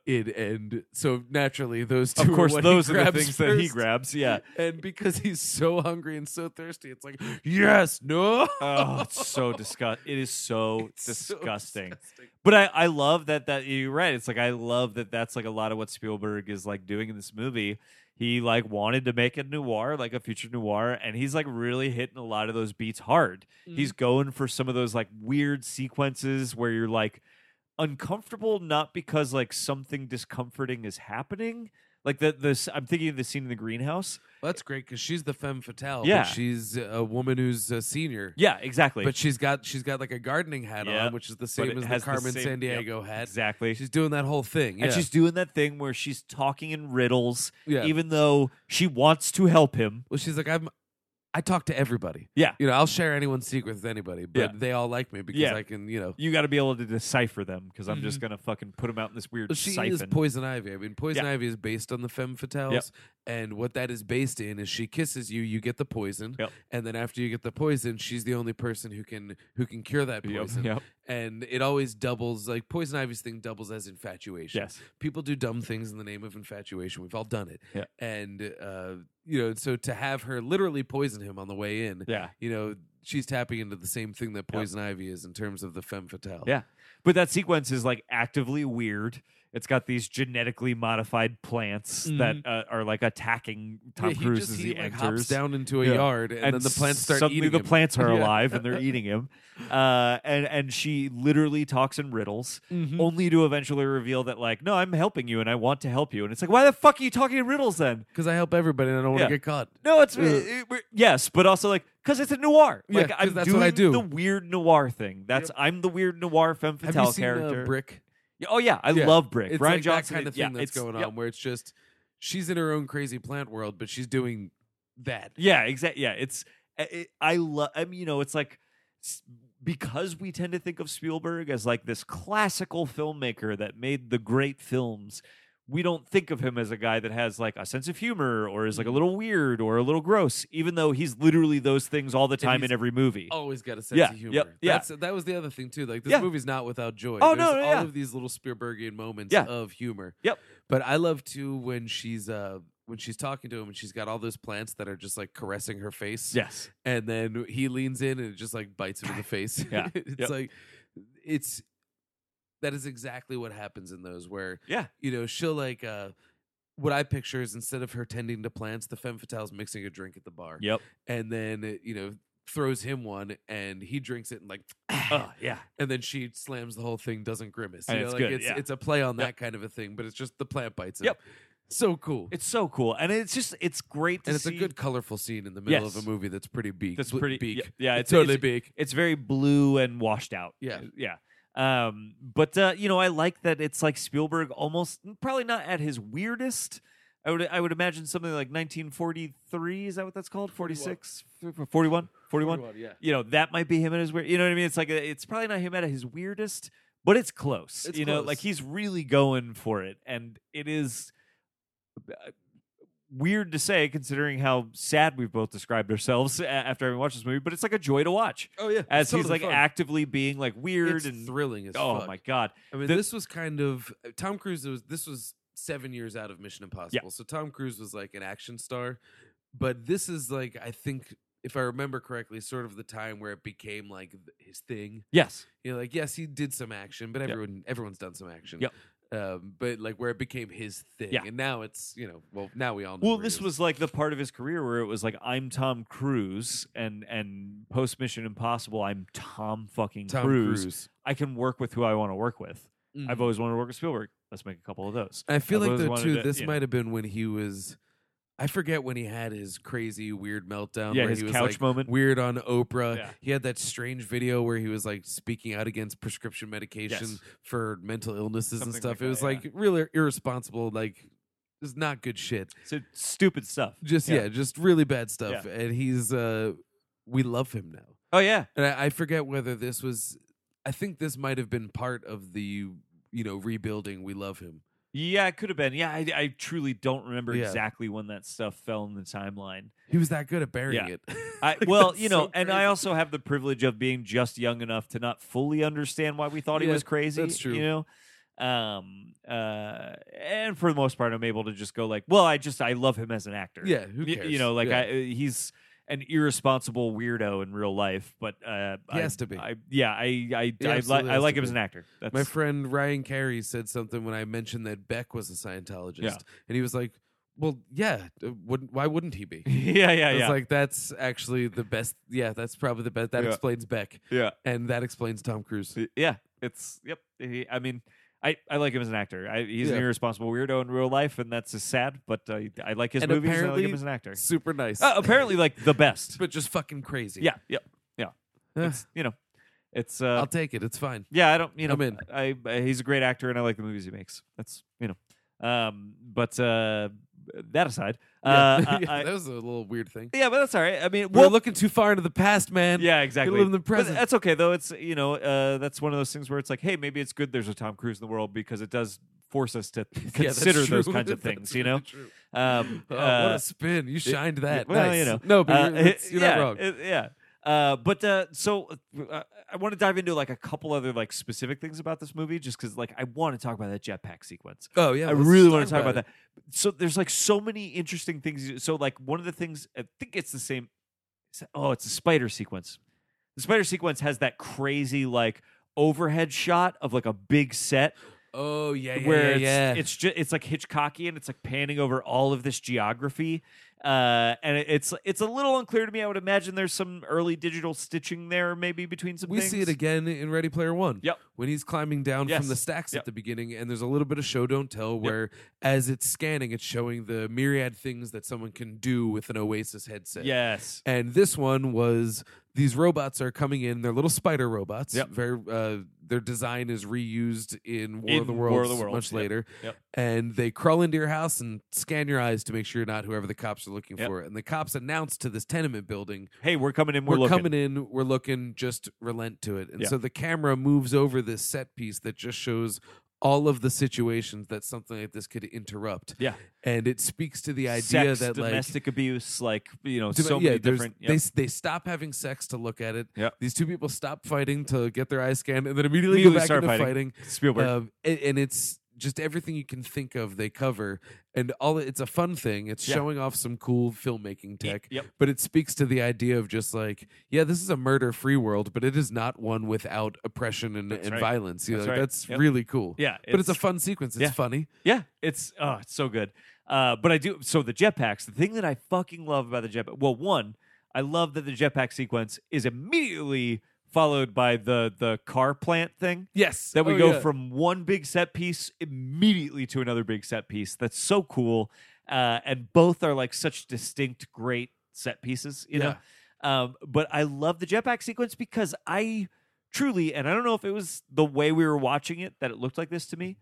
[SPEAKER 1] it and so naturally those two
[SPEAKER 2] of
[SPEAKER 1] are
[SPEAKER 2] course,
[SPEAKER 1] what he
[SPEAKER 2] those are the
[SPEAKER 1] grabs
[SPEAKER 2] things that he
[SPEAKER 1] first. <laughs>
[SPEAKER 2] grabs. Yeah.
[SPEAKER 1] And
[SPEAKER 2] <laughs>
[SPEAKER 1] because he's so hungry and so thirsty, it's like, yes, no. <laughs>
[SPEAKER 2] Oh, it's so disgust. It is so
[SPEAKER 1] It's so
[SPEAKER 2] disgusting.
[SPEAKER 1] disgusting.
[SPEAKER 2] But I, I love that that you're right. It's like I love that that's like a lot of what Spielberg is like doing in this movie. He like wanted to make a noir, like a future noir, and he's like really hitting a lot of those beats hard. He's
[SPEAKER 1] Mm-hmm.
[SPEAKER 2] going for some of those like weird sequences where you're like uncomfortable not because like something discomforting is happening, Like the this, I'm thinking of the scene in the greenhouse.
[SPEAKER 1] Well, that's great because she's the femme fatale.
[SPEAKER 2] Yeah.
[SPEAKER 1] but she's a woman who's a senior.
[SPEAKER 2] Yeah, exactly.
[SPEAKER 1] But she's got she's got like a gardening hat
[SPEAKER 2] Yeah.
[SPEAKER 1] on, which is the same
[SPEAKER 2] it
[SPEAKER 1] as the
[SPEAKER 2] has the
[SPEAKER 1] Carmen
[SPEAKER 2] same-
[SPEAKER 1] San
[SPEAKER 2] yep,
[SPEAKER 1] Diego hat.
[SPEAKER 2] exactly.
[SPEAKER 1] She's doing that whole thing.
[SPEAKER 2] and
[SPEAKER 1] yeah.
[SPEAKER 2] she's doing that thing where she's talking in riddles,
[SPEAKER 1] Yeah.
[SPEAKER 2] even though she wants to help him.
[SPEAKER 1] well, she's like, I'm I talk to everybody.
[SPEAKER 2] Yeah.
[SPEAKER 1] You know, I'll share anyone's secret with anybody, but
[SPEAKER 2] Yeah.
[SPEAKER 1] they all like me because
[SPEAKER 2] Yeah.
[SPEAKER 1] I can, you know.
[SPEAKER 2] You got to be able to decipher them because I'm just gonna fucking put them out in this weird
[SPEAKER 1] Well, Mm-hmm. She
[SPEAKER 2] siphon.
[SPEAKER 1] is Poison Ivy. I mean, Poison
[SPEAKER 2] Yeah.
[SPEAKER 1] Ivy is based on the femme fatales, and what that is based in is she kisses you, you get the poison,
[SPEAKER 2] Yep.
[SPEAKER 1] and then after you get the poison, she's the only person who can who can cure that
[SPEAKER 2] Yep,
[SPEAKER 1] poison.
[SPEAKER 2] yep.
[SPEAKER 1] And it always doubles like Poison Ivy's thing doubles as infatuation.
[SPEAKER 2] Yes.
[SPEAKER 1] people do dumb things in the name of infatuation. We've all done it.
[SPEAKER 2] Yeah.
[SPEAKER 1] And uh, you know, so to have her literally poison him on the way <laughs> in,
[SPEAKER 2] Yeah.
[SPEAKER 1] you know, she's tapping into the same thing that Poison Ivy is in terms of the femme fatale.
[SPEAKER 2] Yeah. But that sequence is like actively weird. It's got these genetically modified plants that uh, are like attacking
[SPEAKER 1] Mm-hmm.
[SPEAKER 2] Tom
[SPEAKER 1] Yeah, he
[SPEAKER 2] Cruise
[SPEAKER 1] just-
[SPEAKER 2] as
[SPEAKER 1] he,
[SPEAKER 2] he,
[SPEAKER 1] like,
[SPEAKER 2] enters.
[SPEAKER 1] hops down into a
[SPEAKER 2] Yeah.
[SPEAKER 1] yard, and, then the plants start
[SPEAKER 2] suddenly
[SPEAKER 1] eating
[SPEAKER 2] the
[SPEAKER 1] him.
[SPEAKER 2] plants are
[SPEAKER 1] <laughs> Yeah.
[SPEAKER 2] alive and they're eating him. Uh, and and she literally talks in riddles,
[SPEAKER 1] Mm. Mm-hmm. <laughs>
[SPEAKER 2] only to eventually reveal that like, no, I'm helping you and I want to help you. And it's like, why the fuck are you talking in riddles then?
[SPEAKER 1] Because I help everybody, and I don't
[SPEAKER 2] Yeah.
[SPEAKER 1] want to get caught.
[SPEAKER 2] No, it's
[SPEAKER 1] Yeah.
[SPEAKER 2] it- we're- yes, but also like because it's a noir.
[SPEAKER 1] Uh. Yeah,
[SPEAKER 2] Like
[SPEAKER 1] 'cause
[SPEAKER 2] I'm
[SPEAKER 1] that's
[SPEAKER 2] doing
[SPEAKER 1] what I do.
[SPEAKER 2] the weird noir thing. That's I'm the weird noir femme
[SPEAKER 1] Have
[SPEAKER 2] fatale
[SPEAKER 1] you seen uh,
[SPEAKER 2] character.
[SPEAKER 1] Brick?
[SPEAKER 2] Yeah, Oh yeah, I
[SPEAKER 1] Yeah.
[SPEAKER 2] love Brick.
[SPEAKER 1] It's
[SPEAKER 2] Brian
[SPEAKER 1] like
[SPEAKER 2] Johnson
[SPEAKER 1] that kind of
[SPEAKER 2] is-
[SPEAKER 1] thing
[SPEAKER 2] yeah,
[SPEAKER 1] that's
[SPEAKER 2] it's-
[SPEAKER 1] going on,
[SPEAKER 2] yeah.
[SPEAKER 1] where it's just she's in her own crazy plant world, but she's doing that.
[SPEAKER 2] Yeah, exactly. Yeah, it's I- it, I love. I mean, you know, it's like s- because we tend to think of Spielberg as like this classical filmmaker that made the great films. We don't think of him as a guy that has like a sense of humor or is like a
[SPEAKER 1] Mm-hmm.
[SPEAKER 2] little weird or a little gross, even though he's literally those things all the time in
[SPEAKER 1] he's- Oh,
[SPEAKER 2] every movie.
[SPEAKER 1] Always got a sense
[SPEAKER 2] Yeah,
[SPEAKER 1] of
[SPEAKER 2] yep,
[SPEAKER 1] humor.
[SPEAKER 2] yeah.
[SPEAKER 1] That's, that was the other thing too. Like this
[SPEAKER 2] Yeah.
[SPEAKER 1] movie's not without joy.
[SPEAKER 2] Oh,
[SPEAKER 1] There's
[SPEAKER 2] no, no,
[SPEAKER 1] all
[SPEAKER 2] yeah.
[SPEAKER 1] of these little Spielbergian moments
[SPEAKER 2] Yeah.
[SPEAKER 1] of humor.
[SPEAKER 2] Yep.
[SPEAKER 1] But I love too when she's uh when she's talking to him and she's got all those plants that are just like caressing her face.
[SPEAKER 2] Yes.
[SPEAKER 1] and then he leans in and it just like bites him in
[SPEAKER 2] <laughs>
[SPEAKER 1] the face.
[SPEAKER 2] Yeah.
[SPEAKER 1] <laughs> it's
[SPEAKER 2] Yep.
[SPEAKER 1] like it's that is exactly what happens in those where
[SPEAKER 2] Yeah.
[SPEAKER 1] you know she'll like uh what I picture is instead of her tending to plants, the femme fatale's mixing a drink at the bar,
[SPEAKER 2] Yep.
[SPEAKER 1] and then uh, you know throws him one and he drinks it and like Ah,
[SPEAKER 2] Oh, yeah.
[SPEAKER 1] and then she slams the whole thing doesn't grimace you
[SPEAKER 2] And
[SPEAKER 1] know
[SPEAKER 2] it's
[SPEAKER 1] like
[SPEAKER 2] good,
[SPEAKER 1] it's
[SPEAKER 2] yeah.
[SPEAKER 1] it's a play on
[SPEAKER 2] Yep.
[SPEAKER 1] that kind of a thing but it's just the plant bites him
[SPEAKER 2] Yep.
[SPEAKER 1] so cool
[SPEAKER 2] It's so cool, and it's just it's great to
[SPEAKER 1] and it's
[SPEAKER 2] see-
[SPEAKER 1] a good colorful scene in the middle of
[SPEAKER 2] Yes.
[SPEAKER 1] a movie that's pretty beak
[SPEAKER 2] That's
[SPEAKER 1] bl-
[SPEAKER 2] pretty-
[SPEAKER 1] beak
[SPEAKER 2] yeah, yeah,
[SPEAKER 1] it's,
[SPEAKER 2] it's-
[SPEAKER 1] totally
[SPEAKER 2] it's-
[SPEAKER 1] beak
[SPEAKER 2] it's very blue and washed out. Uh,
[SPEAKER 1] Yeah.
[SPEAKER 2] Yeah. Um, but uh, you know, I like that it's like Spielberg almost probably not at his weirdest. I would I would imagine something like 1943 is that what that's called? 46 41 41.
[SPEAKER 1] yeah
[SPEAKER 2] You know, that might be him at his weird. You know what I mean? It's like a, it's probably not him at his weirdest, but it's close.
[SPEAKER 1] It's
[SPEAKER 2] you know,
[SPEAKER 1] close.
[SPEAKER 2] like he's really going for it and it is uh, weird to say considering how sad we've both described ourselves <laughs> a- after having watched this movie, but it's like a joy to watch
[SPEAKER 1] oh yeah
[SPEAKER 2] as he's like actively being like weird
[SPEAKER 1] it's
[SPEAKER 2] and
[SPEAKER 1] thrilling as
[SPEAKER 2] oh
[SPEAKER 1] fuck.
[SPEAKER 2] my god
[SPEAKER 1] I mean,
[SPEAKER 2] the-
[SPEAKER 1] this was kind of uh, Tom Cruise was this was seven years out of Mission Impossible, so Tom Cruise was like an action star, but this is like I think if I remember correctly, sort of the time where it became like th- his thing.
[SPEAKER 2] yes
[SPEAKER 1] You know, like yes, he did some action, but everyone everyone's done some action.
[SPEAKER 2] Yep.
[SPEAKER 1] Um, but like where it became his thing,
[SPEAKER 2] Yeah.
[SPEAKER 1] and now it's you know well now we all know
[SPEAKER 2] well
[SPEAKER 1] where he
[SPEAKER 2] this
[SPEAKER 1] is.
[SPEAKER 2] was like the part of his career where it was like i'm tom cruise and and post mission impossible i'm tom fucking
[SPEAKER 1] Tom
[SPEAKER 2] cruise.
[SPEAKER 1] Cruise.
[SPEAKER 2] i can work with who i want to work with
[SPEAKER 1] Mhm.
[SPEAKER 2] i've always wanted to work with spielberg let's make a couple of those
[SPEAKER 1] I feel
[SPEAKER 2] I've
[SPEAKER 1] like
[SPEAKER 2] always
[SPEAKER 1] though
[SPEAKER 2] wanted
[SPEAKER 1] too,
[SPEAKER 2] to-
[SPEAKER 1] this
[SPEAKER 2] yeah.
[SPEAKER 1] might have been when he was. I forget when he had his crazy weird meltdown.
[SPEAKER 2] yeah
[SPEAKER 1] where
[SPEAKER 2] his
[SPEAKER 1] he was
[SPEAKER 2] couch
[SPEAKER 1] like,
[SPEAKER 2] moment
[SPEAKER 1] weird on Oprah.
[SPEAKER 2] Yeah.
[SPEAKER 1] He had that strange video where he was like speaking out against prescription medication
[SPEAKER 2] Yes.
[SPEAKER 1] for mental illnesses
[SPEAKER 2] Something
[SPEAKER 1] and
[SPEAKER 2] like
[SPEAKER 1] stuff.
[SPEAKER 2] that,
[SPEAKER 1] it was
[SPEAKER 2] yeah.
[SPEAKER 1] like really irresponsible, like it's not good shit.
[SPEAKER 2] so stupid stuff
[SPEAKER 1] Just yeah,
[SPEAKER 2] Yeah.
[SPEAKER 1] just really bad stuff. And he's uh we love him now.
[SPEAKER 2] oh yeah
[SPEAKER 1] And I, I forget whether this was I think this might have been part of the you know, rebuilding we love him.
[SPEAKER 2] yeah it could have been yeah i, I truly don't remember
[SPEAKER 1] Yeah.
[SPEAKER 2] exactly when that stuff fell in the timeline
[SPEAKER 1] He was that good at burying
[SPEAKER 2] Yeah.
[SPEAKER 1] it. <laughs>
[SPEAKER 2] <laughs> I,
[SPEAKER 1] Like,
[SPEAKER 2] well,
[SPEAKER 1] that's
[SPEAKER 2] you know,
[SPEAKER 1] so
[SPEAKER 2] and
[SPEAKER 1] crazy.
[SPEAKER 2] I also have the privilege of being just young enough to not fully understand why we thought he
[SPEAKER 1] Yeah,
[SPEAKER 2] was crazy.
[SPEAKER 1] that's true.
[SPEAKER 2] You know, um, uh, and for the most part, I'm able to just go like, well, I just I love him as an actor.
[SPEAKER 1] Yeah, who
[SPEAKER 2] Y- You,
[SPEAKER 1] cares?
[SPEAKER 2] know, like
[SPEAKER 1] Yeah.
[SPEAKER 2] I, uh, he's an irresponsible weirdo in real life, but uh,
[SPEAKER 1] He
[SPEAKER 2] I-
[SPEAKER 1] has to be.
[SPEAKER 2] I, yeah, I I
[SPEAKER 1] He
[SPEAKER 2] I, li-
[SPEAKER 1] absolutely
[SPEAKER 2] I
[SPEAKER 1] has
[SPEAKER 2] like
[SPEAKER 1] to
[SPEAKER 2] him as
[SPEAKER 1] be.
[SPEAKER 2] an actor. That's
[SPEAKER 1] My friend Ryan Carey said something when I mentioned that Beck was a Scientologist,
[SPEAKER 2] Yeah.
[SPEAKER 1] and he was like, "Well, yeah, uh, wouldn't, why wouldn't he be?"
[SPEAKER 2] <laughs> <laughs> yeah, yeah,
[SPEAKER 1] I was
[SPEAKER 2] yeah,
[SPEAKER 1] like, "That's actually the best. Yeah, that's probably the best. That
[SPEAKER 2] Yeah.
[SPEAKER 1] explains Beck,
[SPEAKER 2] yeah,
[SPEAKER 1] and that explains Tom Cruise."
[SPEAKER 2] yeah. It's yep. He- I mean. I, I like him as an actor. I, he's an
[SPEAKER 1] Yeah.
[SPEAKER 2] irresponsible weirdo in real life, and that's just sad. But uh, I like his
[SPEAKER 1] And
[SPEAKER 2] movies. And I like
[SPEAKER 1] apparently-
[SPEAKER 2] him as an actor.
[SPEAKER 1] Super nice.
[SPEAKER 2] Uh, apparently, like
[SPEAKER 1] <laughs>
[SPEAKER 2] the best.
[SPEAKER 1] but just fucking crazy.
[SPEAKER 2] yeah, yeah, yeah.
[SPEAKER 1] Eh,
[SPEAKER 2] It's you know, it's uh,
[SPEAKER 1] I'll take it. It's fine.
[SPEAKER 2] yeah. I don't you know.
[SPEAKER 1] I'm in.
[SPEAKER 2] I, I he's a great actor, and I like the movies he makes. That's you know. Um, but uh, that aside, <laughs> uh, I-
[SPEAKER 1] <laughs> Yeah,
[SPEAKER 2] I-
[SPEAKER 1] that was a little weird thing.
[SPEAKER 2] yeah, but that's all right. I mean,
[SPEAKER 1] We're
[SPEAKER 2] well,
[SPEAKER 1] looking too far into the past, man.
[SPEAKER 2] Yeah, exactly.
[SPEAKER 1] live in the
[SPEAKER 2] But
[SPEAKER 1] present.
[SPEAKER 2] that's okay though. It's you know uh, that's one of those things where it's like, hey, maybe it's good there's a Tom Cruise in the world because it does force us to
[SPEAKER 1] <laughs> <laughs> Yeah, that's
[SPEAKER 2] consider those
[SPEAKER 1] true.
[SPEAKER 2] kinds
[SPEAKER 1] <laughs>
[SPEAKER 2] of
[SPEAKER 1] That's
[SPEAKER 2] things. You
[SPEAKER 1] really
[SPEAKER 2] know,
[SPEAKER 1] true.
[SPEAKER 2] um,
[SPEAKER 1] <laughs> Oh,
[SPEAKER 2] uh,
[SPEAKER 1] what a spin! You shined that.
[SPEAKER 2] well,
[SPEAKER 1] Nice.
[SPEAKER 2] you know,
[SPEAKER 1] No, but
[SPEAKER 2] uh,
[SPEAKER 1] you're,
[SPEAKER 2] <laughs>
[SPEAKER 1] that's- you're
[SPEAKER 2] yeah,
[SPEAKER 1] not wrong.
[SPEAKER 2] it- yeah. Uh, but uh, so uh, I want to dive into like a couple other like specific things about this movie, just because like I want to talk about that jetpack sequence.
[SPEAKER 1] oh yeah,
[SPEAKER 2] I
[SPEAKER 1] let's
[SPEAKER 2] really want to talk about,
[SPEAKER 1] it.
[SPEAKER 2] that. So there's like so many interesting things. you- So like one of the things I think it's the same. is that- Oh, it's the spider sequence. The spider sequence has that crazy like overhead shot of like a big set
[SPEAKER 1] Oh yeah, yeah,
[SPEAKER 2] where
[SPEAKER 1] yeah. yeah.
[SPEAKER 2] it's it's just it's like Hitchcockian. It's like panning over all of this geography, uh, and it- it's it's a little unclear to me. I would imagine there's some early digital stitching there, maybe between some.
[SPEAKER 1] we
[SPEAKER 2] things.
[SPEAKER 1] see it again in Ready Player One.
[SPEAKER 2] Yep.
[SPEAKER 1] When he's climbing down
[SPEAKER 2] Yes.
[SPEAKER 1] from the stacks
[SPEAKER 2] Yep.
[SPEAKER 1] at the beginning, and there's a little bit of show don't tell where, as it's scanning, it's showing the myriad things that someone can do with an Oasis headset.
[SPEAKER 2] Yes.
[SPEAKER 1] And this one was these robots are coming in. They're little spider robots.
[SPEAKER 2] Yep.
[SPEAKER 1] Very. Uh, their design is reused in War
[SPEAKER 2] In
[SPEAKER 1] of the
[SPEAKER 2] War
[SPEAKER 1] Worlds,
[SPEAKER 2] of the Worlds,
[SPEAKER 1] much
[SPEAKER 2] yep,
[SPEAKER 1] later.
[SPEAKER 2] yep.
[SPEAKER 1] And they crawl into your house and scan your eyes to make sure you're not whoever the cops are looking
[SPEAKER 2] Yep.
[SPEAKER 1] for. And the cops announce to this tenement building,
[SPEAKER 2] Hey, we're coming in. We're,
[SPEAKER 1] "We're,
[SPEAKER 2] looking.
[SPEAKER 1] coming in. We're looking. Just relent to it." And
[SPEAKER 2] Yeah.
[SPEAKER 1] so the camera moves over this set piece that just shows all of the situations that something like this could interrupt.
[SPEAKER 2] Yeah.
[SPEAKER 1] And it speaks to the idea
[SPEAKER 2] Sex,
[SPEAKER 1] that like
[SPEAKER 2] domestic abuse, like you know,
[SPEAKER 1] Dema-
[SPEAKER 2] so
[SPEAKER 1] yeah,
[SPEAKER 2] many
[SPEAKER 1] there's-
[SPEAKER 2] different.
[SPEAKER 1] They s- they stop having sex to look at it.
[SPEAKER 2] Yeah.
[SPEAKER 1] These two people stop fighting to get their eyes scanned, and then immediately,
[SPEAKER 2] Immediately
[SPEAKER 1] go back
[SPEAKER 2] start
[SPEAKER 1] into
[SPEAKER 2] fighting.
[SPEAKER 1] fighting.
[SPEAKER 2] Spielberg.
[SPEAKER 1] Um, and, and it's just everything you can think of they cover, and all it's a fun thing. It's
[SPEAKER 2] Yeah.
[SPEAKER 1] showing off some cool filmmaking tech.
[SPEAKER 2] yep.
[SPEAKER 1] But it speaks to the idea of just like, yeah, this is a murder-free world, but it is not one without oppression and,
[SPEAKER 2] That's
[SPEAKER 1] and
[SPEAKER 2] right.
[SPEAKER 1] violence. You know,
[SPEAKER 2] That's
[SPEAKER 1] like,
[SPEAKER 2] right.
[SPEAKER 1] that's
[SPEAKER 2] Yep.
[SPEAKER 1] really cool.
[SPEAKER 2] yeah,
[SPEAKER 1] But it's, a fun sequence. It's
[SPEAKER 2] Yeah.
[SPEAKER 1] funny.
[SPEAKER 2] Yeah, it's oh, it's so good. Uh, but I do so the jetpacks. The thing that I fucking love about the jetpack. Well, one, I love that the jetpack sequence is immediately followed by the the car plant thing.
[SPEAKER 1] Yes.
[SPEAKER 2] That we
[SPEAKER 1] Oh,
[SPEAKER 2] go
[SPEAKER 1] yeah.
[SPEAKER 2] from one big set piece immediately to another big set piece. That's so cool. Uh, and both are like such distinct, great set pieces, you know. Um, but I love the jetpack sequence because I truly, and I don't know if it was the way we were watching it that it looked like this to me.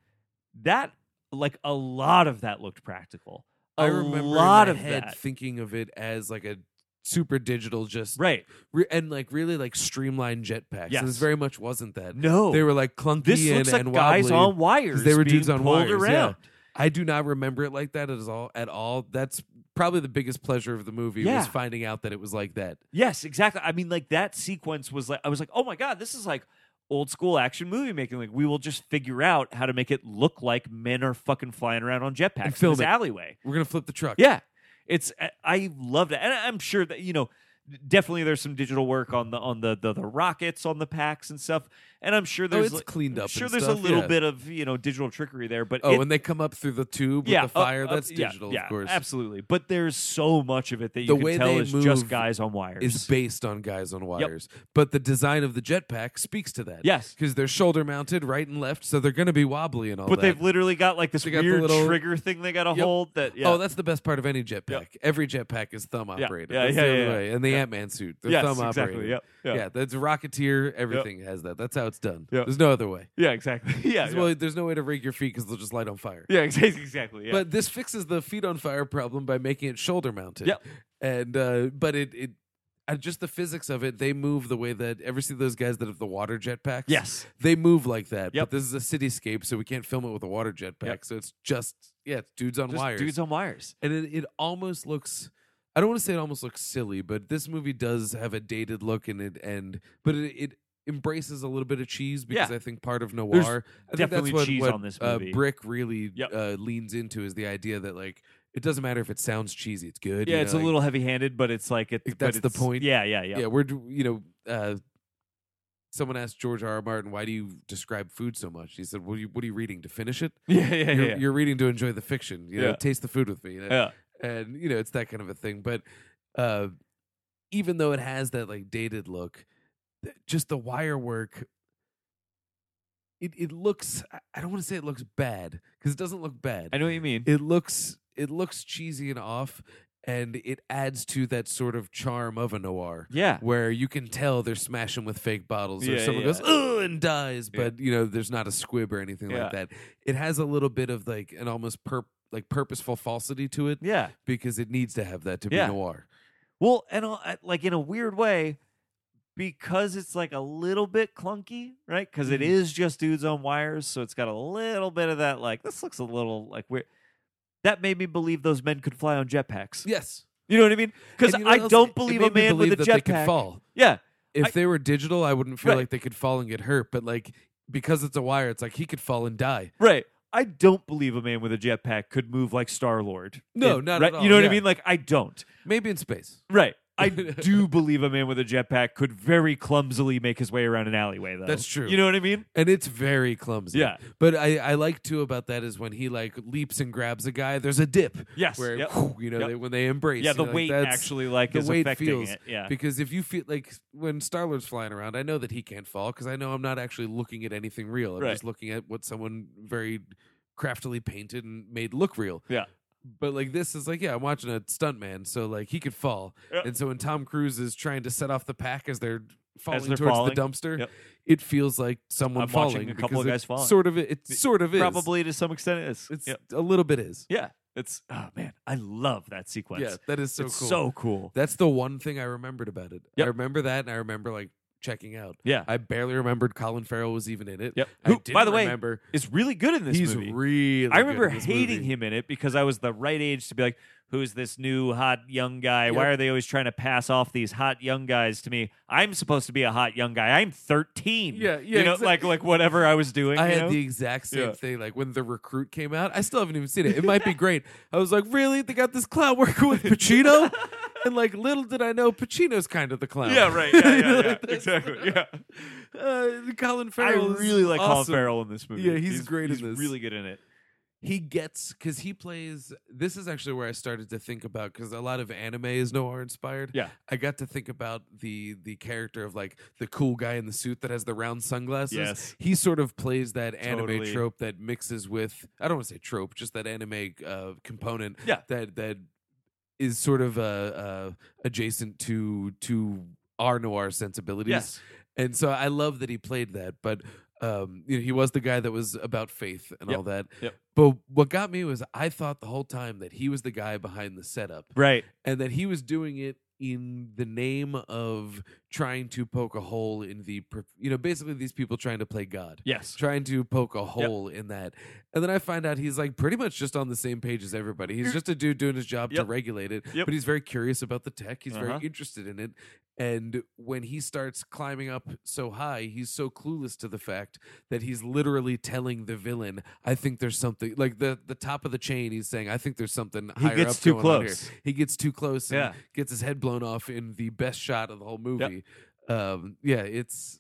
[SPEAKER 2] That like a lot of that looked practical. A
[SPEAKER 1] I remember in
[SPEAKER 2] lot
[SPEAKER 1] my
[SPEAKER 2] of
[SPEAKER 1] head
[SPEAKER 2] that,
[SPEAKER 1] thinking of it as like a super digital, just
[SPEAKER 2] right?
[SPEAKER 1] re- and like really like streamlined jetpacks. And
[SPEAKER 2] Yes.
[SPEAKER 1] This very much wasn't that.
[SPEAKER 2] No,
[SPEAKER 1] They were like clunky
[SPEAKER 2] this
[SPEAKER 1] and,
[SPEAKER 2] looks like
[SPEAKER 1] and
[SPEAKER 2] guys
[SPEAKER 1] wobbly.
[SPEAKER 2] on wires.
[SPEAKER 1] 'Cause they were
[SPEAKER 2] being
[SPEAKER 1] dudes on
[SPEAKER 2] pulled
[SPEAKER 1] wires, yeah.
[SPEAKER 2] around.
[SPEAKER 1] I do not remember it like that at all. At all. That's probably the biggest pleasure of the movie
[SPEAKER 2] Yeah.
[SPEAKER 1] was finding out that it was like that.
[SPEAKER 2] Yes, exactly. I mean, like that sequence was like, I was like, oh my god, this is like old school action movie making. Like, we will just figure out how to make it look like men are fucking flying around on jetpacks in
[SPEAKER 1] film
[SPEAKER 2] this
[SPEAKER 1] it.
[SPEAKER 2] alleyway.
[SPEAKER 1] We're gonna flip the truck.
[SPEAKER 2] Yeah, it's I- I loved it, and I'm sure that you know definitely there's some digital work on the on the the, the rockets on the packs and stuff, and I'm sure
[SPEAKER 1] Oh,
[SPEAKER 2] there's
[SPEAKER 1] it's
[SPEAKER 2] like-
[SPEAKER 1] cleaned up.
[SPEAKER 2] I'm sure
[SPEAKER 1] and
[SPEAKER 2] there's
[SPEAKER 1] stuff,
[SPEAKER 2] a little
[SPEAKER 1] yeah.
[SPEAKER 2] bit of you know digital trickery there, but
[SPEAKER 1] Oh,
[SPEAKER 2] it-
[SPEAKER 1] when they come up through the tube
[SPEAKER 2] yeah,
[SPEAKER 1] with the fire,
[SPEAKER 2] up- up-
[SPEAKER 1] that's
[SPEAKER 2] yeah,
[SPEAKER 1] digital,
[SPEAKER 2] yeah,
[SPEAKER 1] of course.
[SPEAKER 2] absolutely. But there's so much of it that you
[SPEAKER 1] The
[SPEAKER 2] can
[SPEAKER 1] way
[SPEAKER 2] tell
[SPEAKER 1] they
[SPEAKER 2] is just
[SPEAKER 1] move
[SPEAKER 2] guys on wires.
[SPEAKER 1] Is <laughs> based on guys on wires, but the design of the jetpack speaks to that.
[SPEAKER 2] Yes.
[SPEAKER 1] because they're shoulder mounted, right and left, so they're going to be wobbly and all.
[SPEAKER 2] but
[SPEAKER 1] that.
[SPEAKER 2] they've literally got like this
[SPEAKER 1] They got the
[SPEAKER 2] weird
[SPEAKER 1] little-
[SPEAKER 2] trigger thing they got to
[SPEAKER 1] Yep.
[SPEAKER 2] hold. That yeah,
[SPEAKER 1] Oh, that's the best part of any jetpack. Every jetpack is thumb
[SPEAKER 2] Yeah,
[SPEAKER 1] operated.
[SPEAKER 2] yeah,
[SPEAKER 1] that's
[SPEAKER 2] yeah,
[SPEAKER 1] the only
[SPEAKER 2] yeah,
[SPEAKER 1] way. And the
[SPEAKER 2] yeah.
[SPEAKER 1] Ant Man suit, they're
[SPEAKER 2] yes,
[SPEAKER 1] thumb
[SPEAKER 2] exactly.
[SPEAKER 1] operated.
[SPEAKER 2] Yep. Yeah,
[SPEAKER 1] Yeah.
[SPEAKER 2] yeah,
[SPEAKER 1] that's Rocketeer. Everything has that. That's how it's done.
[SPEAKER 2] Yep.
[SPEAKER 1] There's no other way.
[SPEAKER 2] exactly. <laughs> Yeah, yeah.
[SPEAKER 1] Well, there's no way to rig your feet because they'll just light on fire.
[SPEAKER 2] yeah, <laughs> exactly. exactly yeah.
[SPEAKER 1] But this fixes the feet on fire problem by making it shoulder mounted.
[SPEAKER 2] Yep.
[SPEAKER 1] And uh, but it it uh, just the physics of it, they move the way that ever see those guys that have the water jetpacks.
[SPEAKER 2] yes,
[SPEAKER 1] They move like that.
[SPEAKER 2] Yep.
[SPEAKER 1] But this is a cityscape, so we can't film it with a water jetpack.
[SPEAKER 2] Yep.
[SPEAKER 1] So it's just yeah, it's dudes on
[SPEAKER 2] just
[SPEAKER 1] wires.
[SPEAKER 2] dudes on wires.
[SPEAKER 1] and it, it almost looks i don't want to say it almost looks silly but this movie does have a dated look in it and but it, it embraces a little bit of cheese because i think part of noir i think
[SPEAKER 2] definitely
[SPEAKER 1] that's what,
[SPEAKER 2] cheese
[SPEAKER 1] what,
[SPEAKER 2] on this
[SPEAKER 1] uh,
[SPEAKER 2] movie.
[SPEAKER 1] brick really
[SPEAKER 2] Yep.
[SPEAKER 1] uh, leans into is the idea that like it doesn't matter if it sounds cheesy it's good
[SPEAKER 2] Yeah,
[SPEAKER 1] you
[SPEAKER 2] it's
[SPEAKER 1] know,
[SPEAKER 2] a
[SPEAKER 1] like,
[SPEAKER 2] little heavy-handed, but it's like it,
[SPEAKER 1] Like,
[SPEAKER 2] but
[SPEAKER 1] that's the
[SPEAKER 2] it's-
[SPEAKER 1] point.
[SPEAKER 2] Yeah, yeah, yeah,
[SPEAKER 1] yeah we're d- you know uh Someone asked George R. R. Martin, "Why do you describe food so much?" He said, "What are you, what are you reading to finish it?
[SPEAKER 2] <laughs> yeah, <laughs> yeah, yeah.
[SPEAKER 1] You're,
[SPEAKER 2] yeah.
[SPEAKER 1] you're reading to enjoy the fiction. You know,
[SPEAKER 2] Yeah.
[SPEAKER 1] taste the food with me. You know?
[SPEAKER 2] yeah.
[SPEAKER 1] <laughs> and you know it's that kind of a thing but uh even though it has that like dated look th- just the wire work it, it looks I- I don't want to say it looks bad because it doesn't look bad.
[SPEAKER 2] I know what you mean.
[SPEAKER 1] it looks it looks cheesy and off and it adds to that sort of charm of a noir
[SPEAKER 2] yeah.
[SPEAKER 1] where you can tell they're smashing with fake bottles or
[SPEAKER 2] Yeah,
[SPEAKER 1] someone
[SPEAKER 2] yeah.
[SPEAKER 1] goes oh and dies
[SPEAKER 2] Yeah.
[SPEAKER 1] but you know there's not a squib or anything
[SPEAKER 2] Yeah.
[SPEAKER 1] like that it has a little bit of like an almost perp like purposeful falsity to it
[SPEAKER 2] Yeah.
[SPEAKER 1] because it needs to have that to be
[SPEAKER 2] Yeah.
[SPEAKER 1] noir
[SPEAKER 2] Well, and all- I- like in a weird way, because it's like a little bit clunky, right? Because it
[SPEAKER 1] Mhm.
[SPEAKER 2] is just dudes on wires, so it's got a little bit of that. Like this looks a little like weird. That made me believe those men could fly on jetpacks.
[SPEAKER 1] yes
[SPEAKER 2] You know what I mean? Because
[SPEAKER 1] And you know
[SPEAKER 2] I
[SPEAKER 1] what else?
[SPEAKER 2] don't
[SPEAKER 1] It
[SPEAKER 2] believe
[SPEAKER 1] made
[SPEAKER 2] a
[SPEAKER 1] me
[SPEAKER 2] man
[SPEAKER 1] believe
[SPEAKER 2] with a
[SPEAKER 1] that they could
[SPEAKER 2] jetpack.
[SPEAKER 1] fall
[SPEAKER 2] Yeah,
[SPEAKER 1] if
[SPEAKER 2] I-
[SPEAKER 1] they were digital i wouldn't feel
[SPEAKER 2] Right.
[SPEAKER 1] like they could fall and get hurt but like because it's a wire it's like he could fall and die
[SPEAKER 2] right. I don't believe a man with a jetpack could move like Star Lord.
[SPEAKER 1] No, not at
[SPEAKER 2] right?
[SPEAKER 1] all,
[SPEAKER 2] You know what
[SPEAKER 1] yeah.
[SPEAKER 2] I mean? Like I don't.
[SPEAKER 1] maybe in space
[SPEAKER 2] Right. I
[SPEAKER 1] <laughs>
[SPEAKER 2] do believe a man with a jetpack could very clumsily make his way around an alleyway, though.
[SPEAKER 1] That's true.
[SPEAKER 2] You know what I mean?
[SPEAKER 1] and it's very clumsy.
[SPEAKER 2] Yeah.
[SPEAKER 1] but I, I like too about that is when he like leaps and grabs a guy. There's a dip.
[SPEAKER 2] Yes,
[SPEAKER 1] where
[SPEAKER 2] yep,
[SPEAKER 1] whew, you know
[SPEAKER 2] yep.
[SPEAKER 1] they, when they embrace.
[SPEAKER 2] Yeah,
[SPEAKER 1] you
[SPEAKER 2] the
[SPEAKER 1] know, like,
[SPEAKER 2] weight
[SPEAKER 1] that's-
[SPEAKER 2] actually like
[SPEAKER 1] the
[SPEAKER 2] is
[SPEAKER 1] weight
[SPEAKER 2] affecting
[SPEAKER 1] feels-
[SPEAKER 2] it. Yeah.
[SPEAKER 1] Because if you feel like when Star Lord's flying around, I know that he can't fall because I know I'm not actually looking at anything real. I'm
[SPEAKER 2] Right.
[SPEAKER 1] just looking at what someone very craftily painted and made look real.
[SPEAKER 2] Yeah.
[SPEAKER 1] But like this is like yeah, I'm watching a stuntman, so like he could fall,
[SPEAKER 2] Yep.
[SPEAKER 1] and so when Tom Cruise is trying to set off the pack as they're falling
[SPEAKER 2] they're
[SPEAKER 1] towards
[SPEAKER 2] falling,
[SPEAKER 1] the dumpster,
[SPEAKER 2] yep.
[SPEAKER 1] it feels like someone
[SPEAKER 2] I'm
[SPEAKER 1] falling.
[SPEAKER 2] watching a couple
[SPEAKER 1] because
[SPEAKER 2] of
[SPEAKER 1] it
[SPEAKER 2] guys falling.
[SPEAKER 1] Sort of, it
[SPEAKER 2] It
[SPEAKER 1] sort of is
[SPEAKER 2] Probably to some extent it is.
[SPEAKER 1] It's
[SPEAKER 2] yeah.
[SPEAKER 1] a little bit is.
[SPEAKER 2] yeah. It's oh man, I love that sequence.
[SPEAKER 1] Yeah, that is so
[SPEAKER 2] it's
[SPEAKER 1] cool.
[SPEAKER 2] so cool.
[SPEAKER 1] That's the one thing I remembered about it.
[SPEAKER 2] Yep.
[SPEAKER 1] I remember that, and I remember like checking out.
[SPEAKER 2] Yeah.
[SPEAKER 1] I barely remembered Colin Farrell was even in it.
[SPEAKER 2] Yep.
[SPEAKER 1] I
[SPEAKER 2] Who,
[SPEAKER 1] didn't
[SPEAKER 2] by the way,
[SPEAKER 1] remember
[SPEAKER 2] is really good in this
[SPEAKER 1] he's
[SPEAKER 2] movie.
[SPEAKER 1] really.
[SPEAKER 2] I remember
[SPEAKER 1] good in this
[SPEAKER 2] hating
[SPEAKER 1] movie.
[SPEAKER 2] him in it because I was the right age to be like, who's this new hot young guy? Why
[SPEAKER 1] Yep.
[SPEAKER 2] are they always trying to pass off these hot young guys to me? I'm supposed to be a hot young guy. I'm 13.
[SPEAKER 1] Yeah, yeah,
[SPEAKER 2] You know,
[SPEAKER 1] exact-
[SPEAKER 2] like like whatever I was doing.
[SPEAKER 1] I
[SPEAKER 2] you
[SPEAKER 1] had
[SPEAKER 2] know?
[SPEAKER 1] the exact same
[SPEAKER 2] Yeah.
[SPEAKER 1] thing. Like when the recruit came out, I still haven't even seen it. It
[SPEAKER 2] <laughs>
[SPEAKER 1] might be great. I was like, really? They got this clown working with Pacino, and like little did I know, Pacino's kind of the clown.
[SPEAKER 2] yeah, right.
[SPEAKER 1] <laughs>
[SPEAKER 2] Yeah,
[SPEAKER 1] You know,
[SPEAKER 2] yeah,
[SPEAKER 1] like
[SPEAKER 2] yeah. <laughs>
[SPEAKER 1] that's-
[SPEAKER 2] exactly. Yeah.
[SPEAKER 1] Uh, Colin
[SPEAKER 2] I
[SPEAKER 1] Farrell. is
[SPEAKER 2] really like Colin
[SPEAKER 1] awesome.
[SPEAKER 2] Farrell in this movie.
[SPEAKER 1] Yeah, he's great in
[SPEAKER 2] He's
[SPEAKER 1] this.
[SPEAKER 2] really good in it.
[SPEAKER 1] he gets because he plays this is actually where i started to think about because a lot of anime is noir inspired
[SPEAKER 2] Yeah.
[SPEAKER 1] i got to think about the the character of like the cool guy in the suit that has the round sunglasses
[SPEAKER 2] Yes.
[SPEAKER 1] he sort of plays that anime
[SPEAKER 2] Totally.
[SPEAKER 1] trope that mixes with i don't want to say trope just that anime uh, component
[SPEAKER 2] Yeah.
[SPEAKER 1] that that is sort of uh, uh adjacent to to our noir sensibilities
[SPEAKER 2] Yes.
[SPEAKER 1] and so I love that he played that, but um, you know, he was the guy that was about faith and
[SPEAKER 2] Yep,
[SPEAKER 1] all that.
[SPEAKER 2] yep.
[SPEAKER 1] But what got me was I thought the whole time that he was the guy behind the setup
[SPEAKER 2] Right.
[SPEAKER 1] and that he was doing it in the name of trying to poke a hole in the, per- you know, basically these people trying to play God,
[SPEAKER 2] Yes.
[SPEAKER 1] trying to poke a hole in that. And then I find out he's like pretty much just on the same page as everybody. He's
[SPEAKER 2] You're-
[SPEAKER 1] just a dude doing his job to
[SPEAKER 2] Yep.
[SPEAKER 1] regulate it,
[SPEAKER 2] Yep.
[SPEAKER 1] but he's very curious about the tech. He's
[SPEAKER 2] Uh-huh.
[SPEAKER 1] very interested in it. And when he starts climbing up so high, he's so clueless to the fact that he's literally telling the villain, "I think there's something like the the top of the chain." He's saying, "I think there's something
[SPEAKER 2] He
[SPEAKER 1] higher
[SPEAKER 2] gets
[SPEAKER 1] up
[SPEAKER 2] too
[SPEAKER 1] going on here."
[SPEAKER 2] close.
[SPEAKER 1] He gets too close and
[SPEAKER 2] Yeah.
[SPEAKER 1] gets his head blown off in the best shot of the whole movie. Um, yeah, it's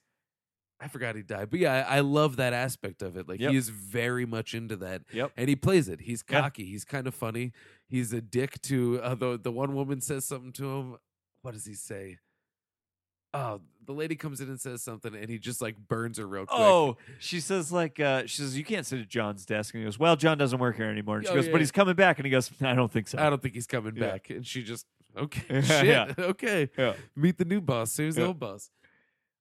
[SPEAKER 1] I forgot he died, but yeah, I, I love that aspect of it. Like
[SPEAKER 2] Yep.
[SPEAKER 1] he is very much into that,
[SPEAKER 2] Yep.
[SPEAKER 1] and he plays it. He's
[SPEAKER 2] Yeah.
[SPEAKER 1] cocky. He's kind of funny. He's a dick to uh, the the one woman says something to him. What does he say? Oh, the lady comes in and says something, and he just like burns her real quick.
[SPEAKER 2] Oh, she says like uh, she says you can't sit at John's desk, and he goes, "Well, John doesn't work here anymore." And she
[SPEAKER 1] Oh,
[SPEAKER 2] goes,
[SPEAKER 1] yeah,
[SPEAKER 2] "But
[SPEAKER 1] yeah.
[SPEAKER 2] he's coming back," and he goes, "I don't think so."
[SPEAKER 1] I don't think he's coming
[SPEAKER 2] Yeah.
[SPEAKER 1] back. And she just okay,
[SPEAKER 2] <laughs> Yeah.
[SPEAKER 1] shit, <laughs> okay.
[SPEAKER 2] Yeah.
[SPEAKER 1] Meet the new boss. Here's the
[SPEAKER 2] Yeah.
[SPEAKER 1] old boss.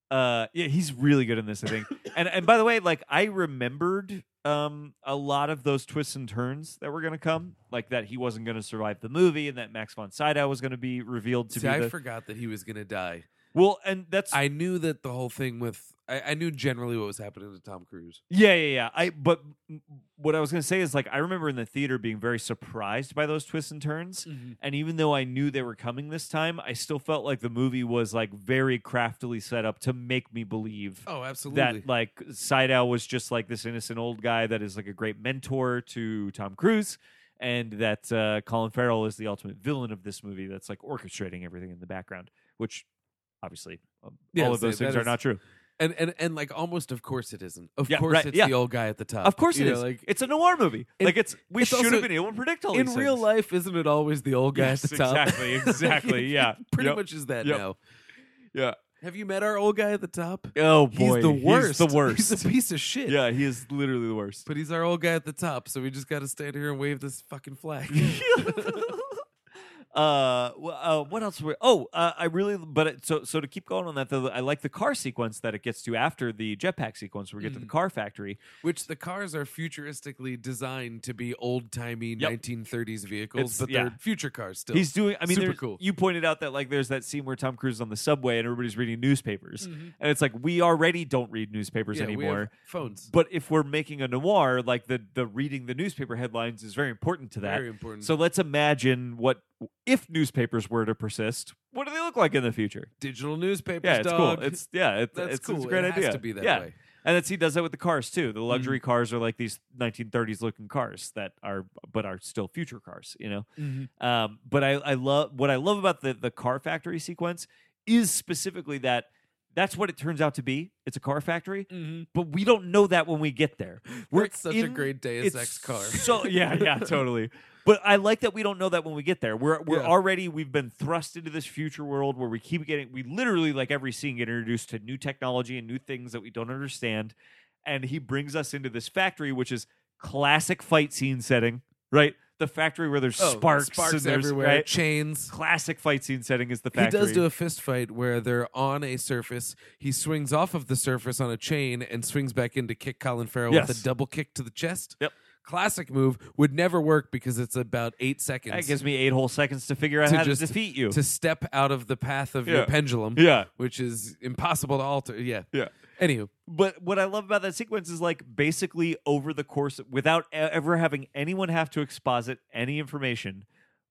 [SPEAKER 2] Uh, yeah, he's really good in this, I think. and and by the way, like I remembered um a lot of those twists and turns that were going to come, like that he wasn't going to survive the movie, and that Max von Sydow was going to be revealed to
[SPEAKER 1] See,
[SPEAKER 2] be
[SPEAKER 1] I
[SPEAKER 2] the
[SPEAKER 1] forgot that he was gonna die.
[SPEAKER 2] well, and that's
[SPEAKER 1] I knew that the whole thing with I, I knew generally what was happening to Tom Cruise.
[SPEAKER 2] Yeah, yeah, yeah. I but m- what I was gonna say is like I remember in the theater being very surprised by those twists and turns. And even though I knew they were coming this time, I still felt like the movie was like very craftily set up to make me believe
[SPEAKER 1] Oh, absolutely.
[SPEAKER 2] that like Sidow was just like this innocent old guy that is like a great mentor to Tom Cruise, and that uh, Colin Farrell is the ultimate villain of this movie that's like orchestrating everything in the background, which obviously um,
[SPEAKER 1] Yeah,
[SPEAKER 2] all
[SPEAKER 1] I'd
[SPEAKER 2] of those
[SPEAKER 1] say
[SPEAKER 2] things
[SPEAKER 1] that
[SPEAKER 2] are
[SPEAKER 1] is-
[SPEAKER 2] not true.
[SPEAKER 1] and and and like almost of course it isn't of
[SPEAKER 2] Yeah,
[SPEAKER 1] course
[SPEAKER 2] right,
[SPEAKER 1] it's
[SPEAKER 2] yeah.
[SPEAKER 1] the old guy at the top
[SPEAKER 2] Of course
[SPEAKER 1] You
[SPEAKER 2] it
[SPEAKER 1] know,
[SPEAKER 2] is.
[SPEAKER 1] like
[SPEAKER 2] it's a noir movie.
[SPEAKER 1] It-
[SPEAKER 2] like it's we
[SPEAKER 1] it's
[SPEAKER 2] should
[SPEAKER 1] also-
[SPEAKER 2] have been able to predict all
[SPEAKER 1] in
[SPEAKER 2] these
[SPEAKER 1] real
[SPEAKER 2] things.
[SPEAKER 1] life isn't it always the old guy <laughs>
[SPEAKER 2] Yes,
[SPEAKER 1] at the top
[SPEAKER 2] exactly, exactly,
[SPEAKER 1] It
[SPEAKER 2] yeah.
[SPEAKER 1] <laughs> pretty
[SPEAKER 2] Yep.
[SPEAKER 1] much is that
[SPEAKER 2] Yep.
[SPEAKER 1] now
[SPEAKER 2] Yeah.
[SPEAKER 1] Have you met our old guy at the top?
[SPEAKER 2] Oh
[SPEAKER 1] he's the worst. <laughs>
[SPEAKER 2] the worst.
[SPEAKER 1] He's a piece of shit.
[SPEAKER 2] yeah, he is literally the worst.
[SPEAKER 1] But he's our old guy at the top, so we just got to stand here and wave this fucking flag.
[SPEAKER 2] <laughs> uh, wh- uh, what else? Were, oh, uh, I really. But it, so so to keep going on that, though, I like the car sequence that it gets to after the jetpack sequence. Where we get to
[SPEAKER 1] Mm.
[SPEAKER 2] the car factory.
[SPEAKER 1] Which the cars are futuristically designed to be old timey
[SPEAKER 2] Yep.
[SPEAKER 1] 1930s vehicles,
[SPEAKER 2] It's-
[SPEAKER 1] but
[SPEAKER 2] yeah.
[SPEAKER 1] they're future cars still.
[SPEAKER 2] He's doing. I mean,
[SPEAKER 1] Super
[SPEAKER 2] there's-
[SPEAKER 1] cool.
[SPEAKER 2] You pointed out that like there's that scene where Tom Cruise is on the subway and everybody's reading newspapers, and it's like we already don't read newspapers
[SPEAKER 1] Mm-hmm. Yeah, we have
[SPEAKER 2] anymore.
[SPEAKER 1] phones.
[SPEAKER 2] but if we're making a noir, like the the reading the newspaper headlines is very important to that.
[SPEAKER 1] Very important.
[SPEAKER 2] So let's imagine what if newspapers were to persist. What do they look like in the future?
[SPEAKER 1] Digital newspapers.
[SPEAKER 2] Yeah, it's
[SPEAKER 1] dog.
[SPEAKER 2] cool. It's yeah,
[SPEAKER 1] <laughs>
[SPEAKER 2] it,
[SPEAKER 1] That's
[SPEAKER 2] it's, it's
[SPEAKER 1] cool.
[SPEAKER 2] a great
[SPEAKER 1] It has
[SPEAKER 2] idea.
[SPEAKER 1] to be that
[SPEAKER 2] yeah.
[SPEAKER 1] way.
[SPEAKER 2] And it's, he does that with the cars too. The luxury
[SPEAKER 1] Mm.
[SPEAKER 2] cars are like these 1930s looking cars that are, but are still future cars. You know. Um, but I, I love what I love about the the car factory sequence is specifically that that's what it turns out to be. It's a car factory, but we don't know that when we get there. Mm-hmm. We're
[SPEAKER 1] That's such a
[SPEAKER 2] in-
[SPEAKER 1] great Deus
[SPEAKER 2] it's
[SPEAKER 1] Ex car.
[SPEAKER 2] <laughs> So yeah, yeah, totally. But I like that we don't know that when we get there. We're we're
[SPEAKER 1] Yeah.
[SPEAKER 2] already we've been thrust into this future world where we keep getting we literally like every scene get introduced to new technology and new things that we don't understand. And he brings us into this factory, which is classic fight scene setting, right? The factory where there's
[SPEAKER 1] Oh,
[SPEAKER 2] sparks,
[SPEAKER 1] sparks
[SPEAKER 2] and there's,
[SPEAKER 1] everywhere,
[SPEAKER 2] right?
[SPEAKER 1] chains.
[SPEAKER 2] Classic fight scene setting is the factory.
[SPEAKER 1] He does do a fist fight where they're on a surface. He swings off of the surface on a chain and swings back in to kick Colin Farrell with
[SPEAKER 2] Yes.
[SPEAKER 1] a double kick to the chest.
[SPEAKER 2] Yep.
[SPEAKER 1] Classic move would never work because it's about eight seconds
[SPEAKER 2] that gives me eight whole seconds to figure out
[SPEAKER 1] To
[SPEAKER 2] how
[SPEAKER 1] just-
[SPEAKER 2] to defeat you.
[SPEAKER 1] to step out of the path of
[SPEAKER 2] Yeah.
[SPEAKER 1] your pendulum.
[SPEAKER 2] Yeah.
[SPEAKER 1] Which is impossible to alter. Yeah.
[SPEAKER 2] Yeah.
[SPEAKER 1] Anywho,
[SPEAKER 2] but what I love about that sequence is like basically over the course, without e- ever having anyone have to exposit any information,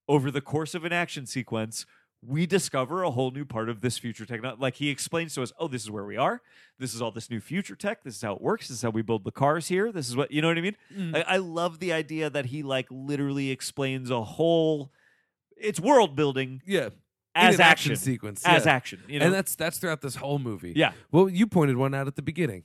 [SPEAKER 2] over the course of an action sequence, we discover a whole new part of this future technology. Like he explains to us, oh, this is where we are. This is all this new future tech. This is how it works. This is how we build the cars here. This is what, you know what I mean?
[SPEAKER 1] Mm.
[SPEAKER 2] I, I love the idea that he like literally explains a whole, it's world building
[SPEAKER 1] yeah. In
[SPEAKER 2] as
[SPEAKER 1] an
[SPEAKER 2] action,
[SPEAKER 1] sequence.
[SPEAKER 2] as
[SPEAKER 1] yeah.
[SPEAKER 2] action. You know?
[SPEAKER 1] And that's that's throughout this whole movie.
[SPEAKER 2] yeah.
[SPEAKER 1] Well, you pointed one out at the beginning.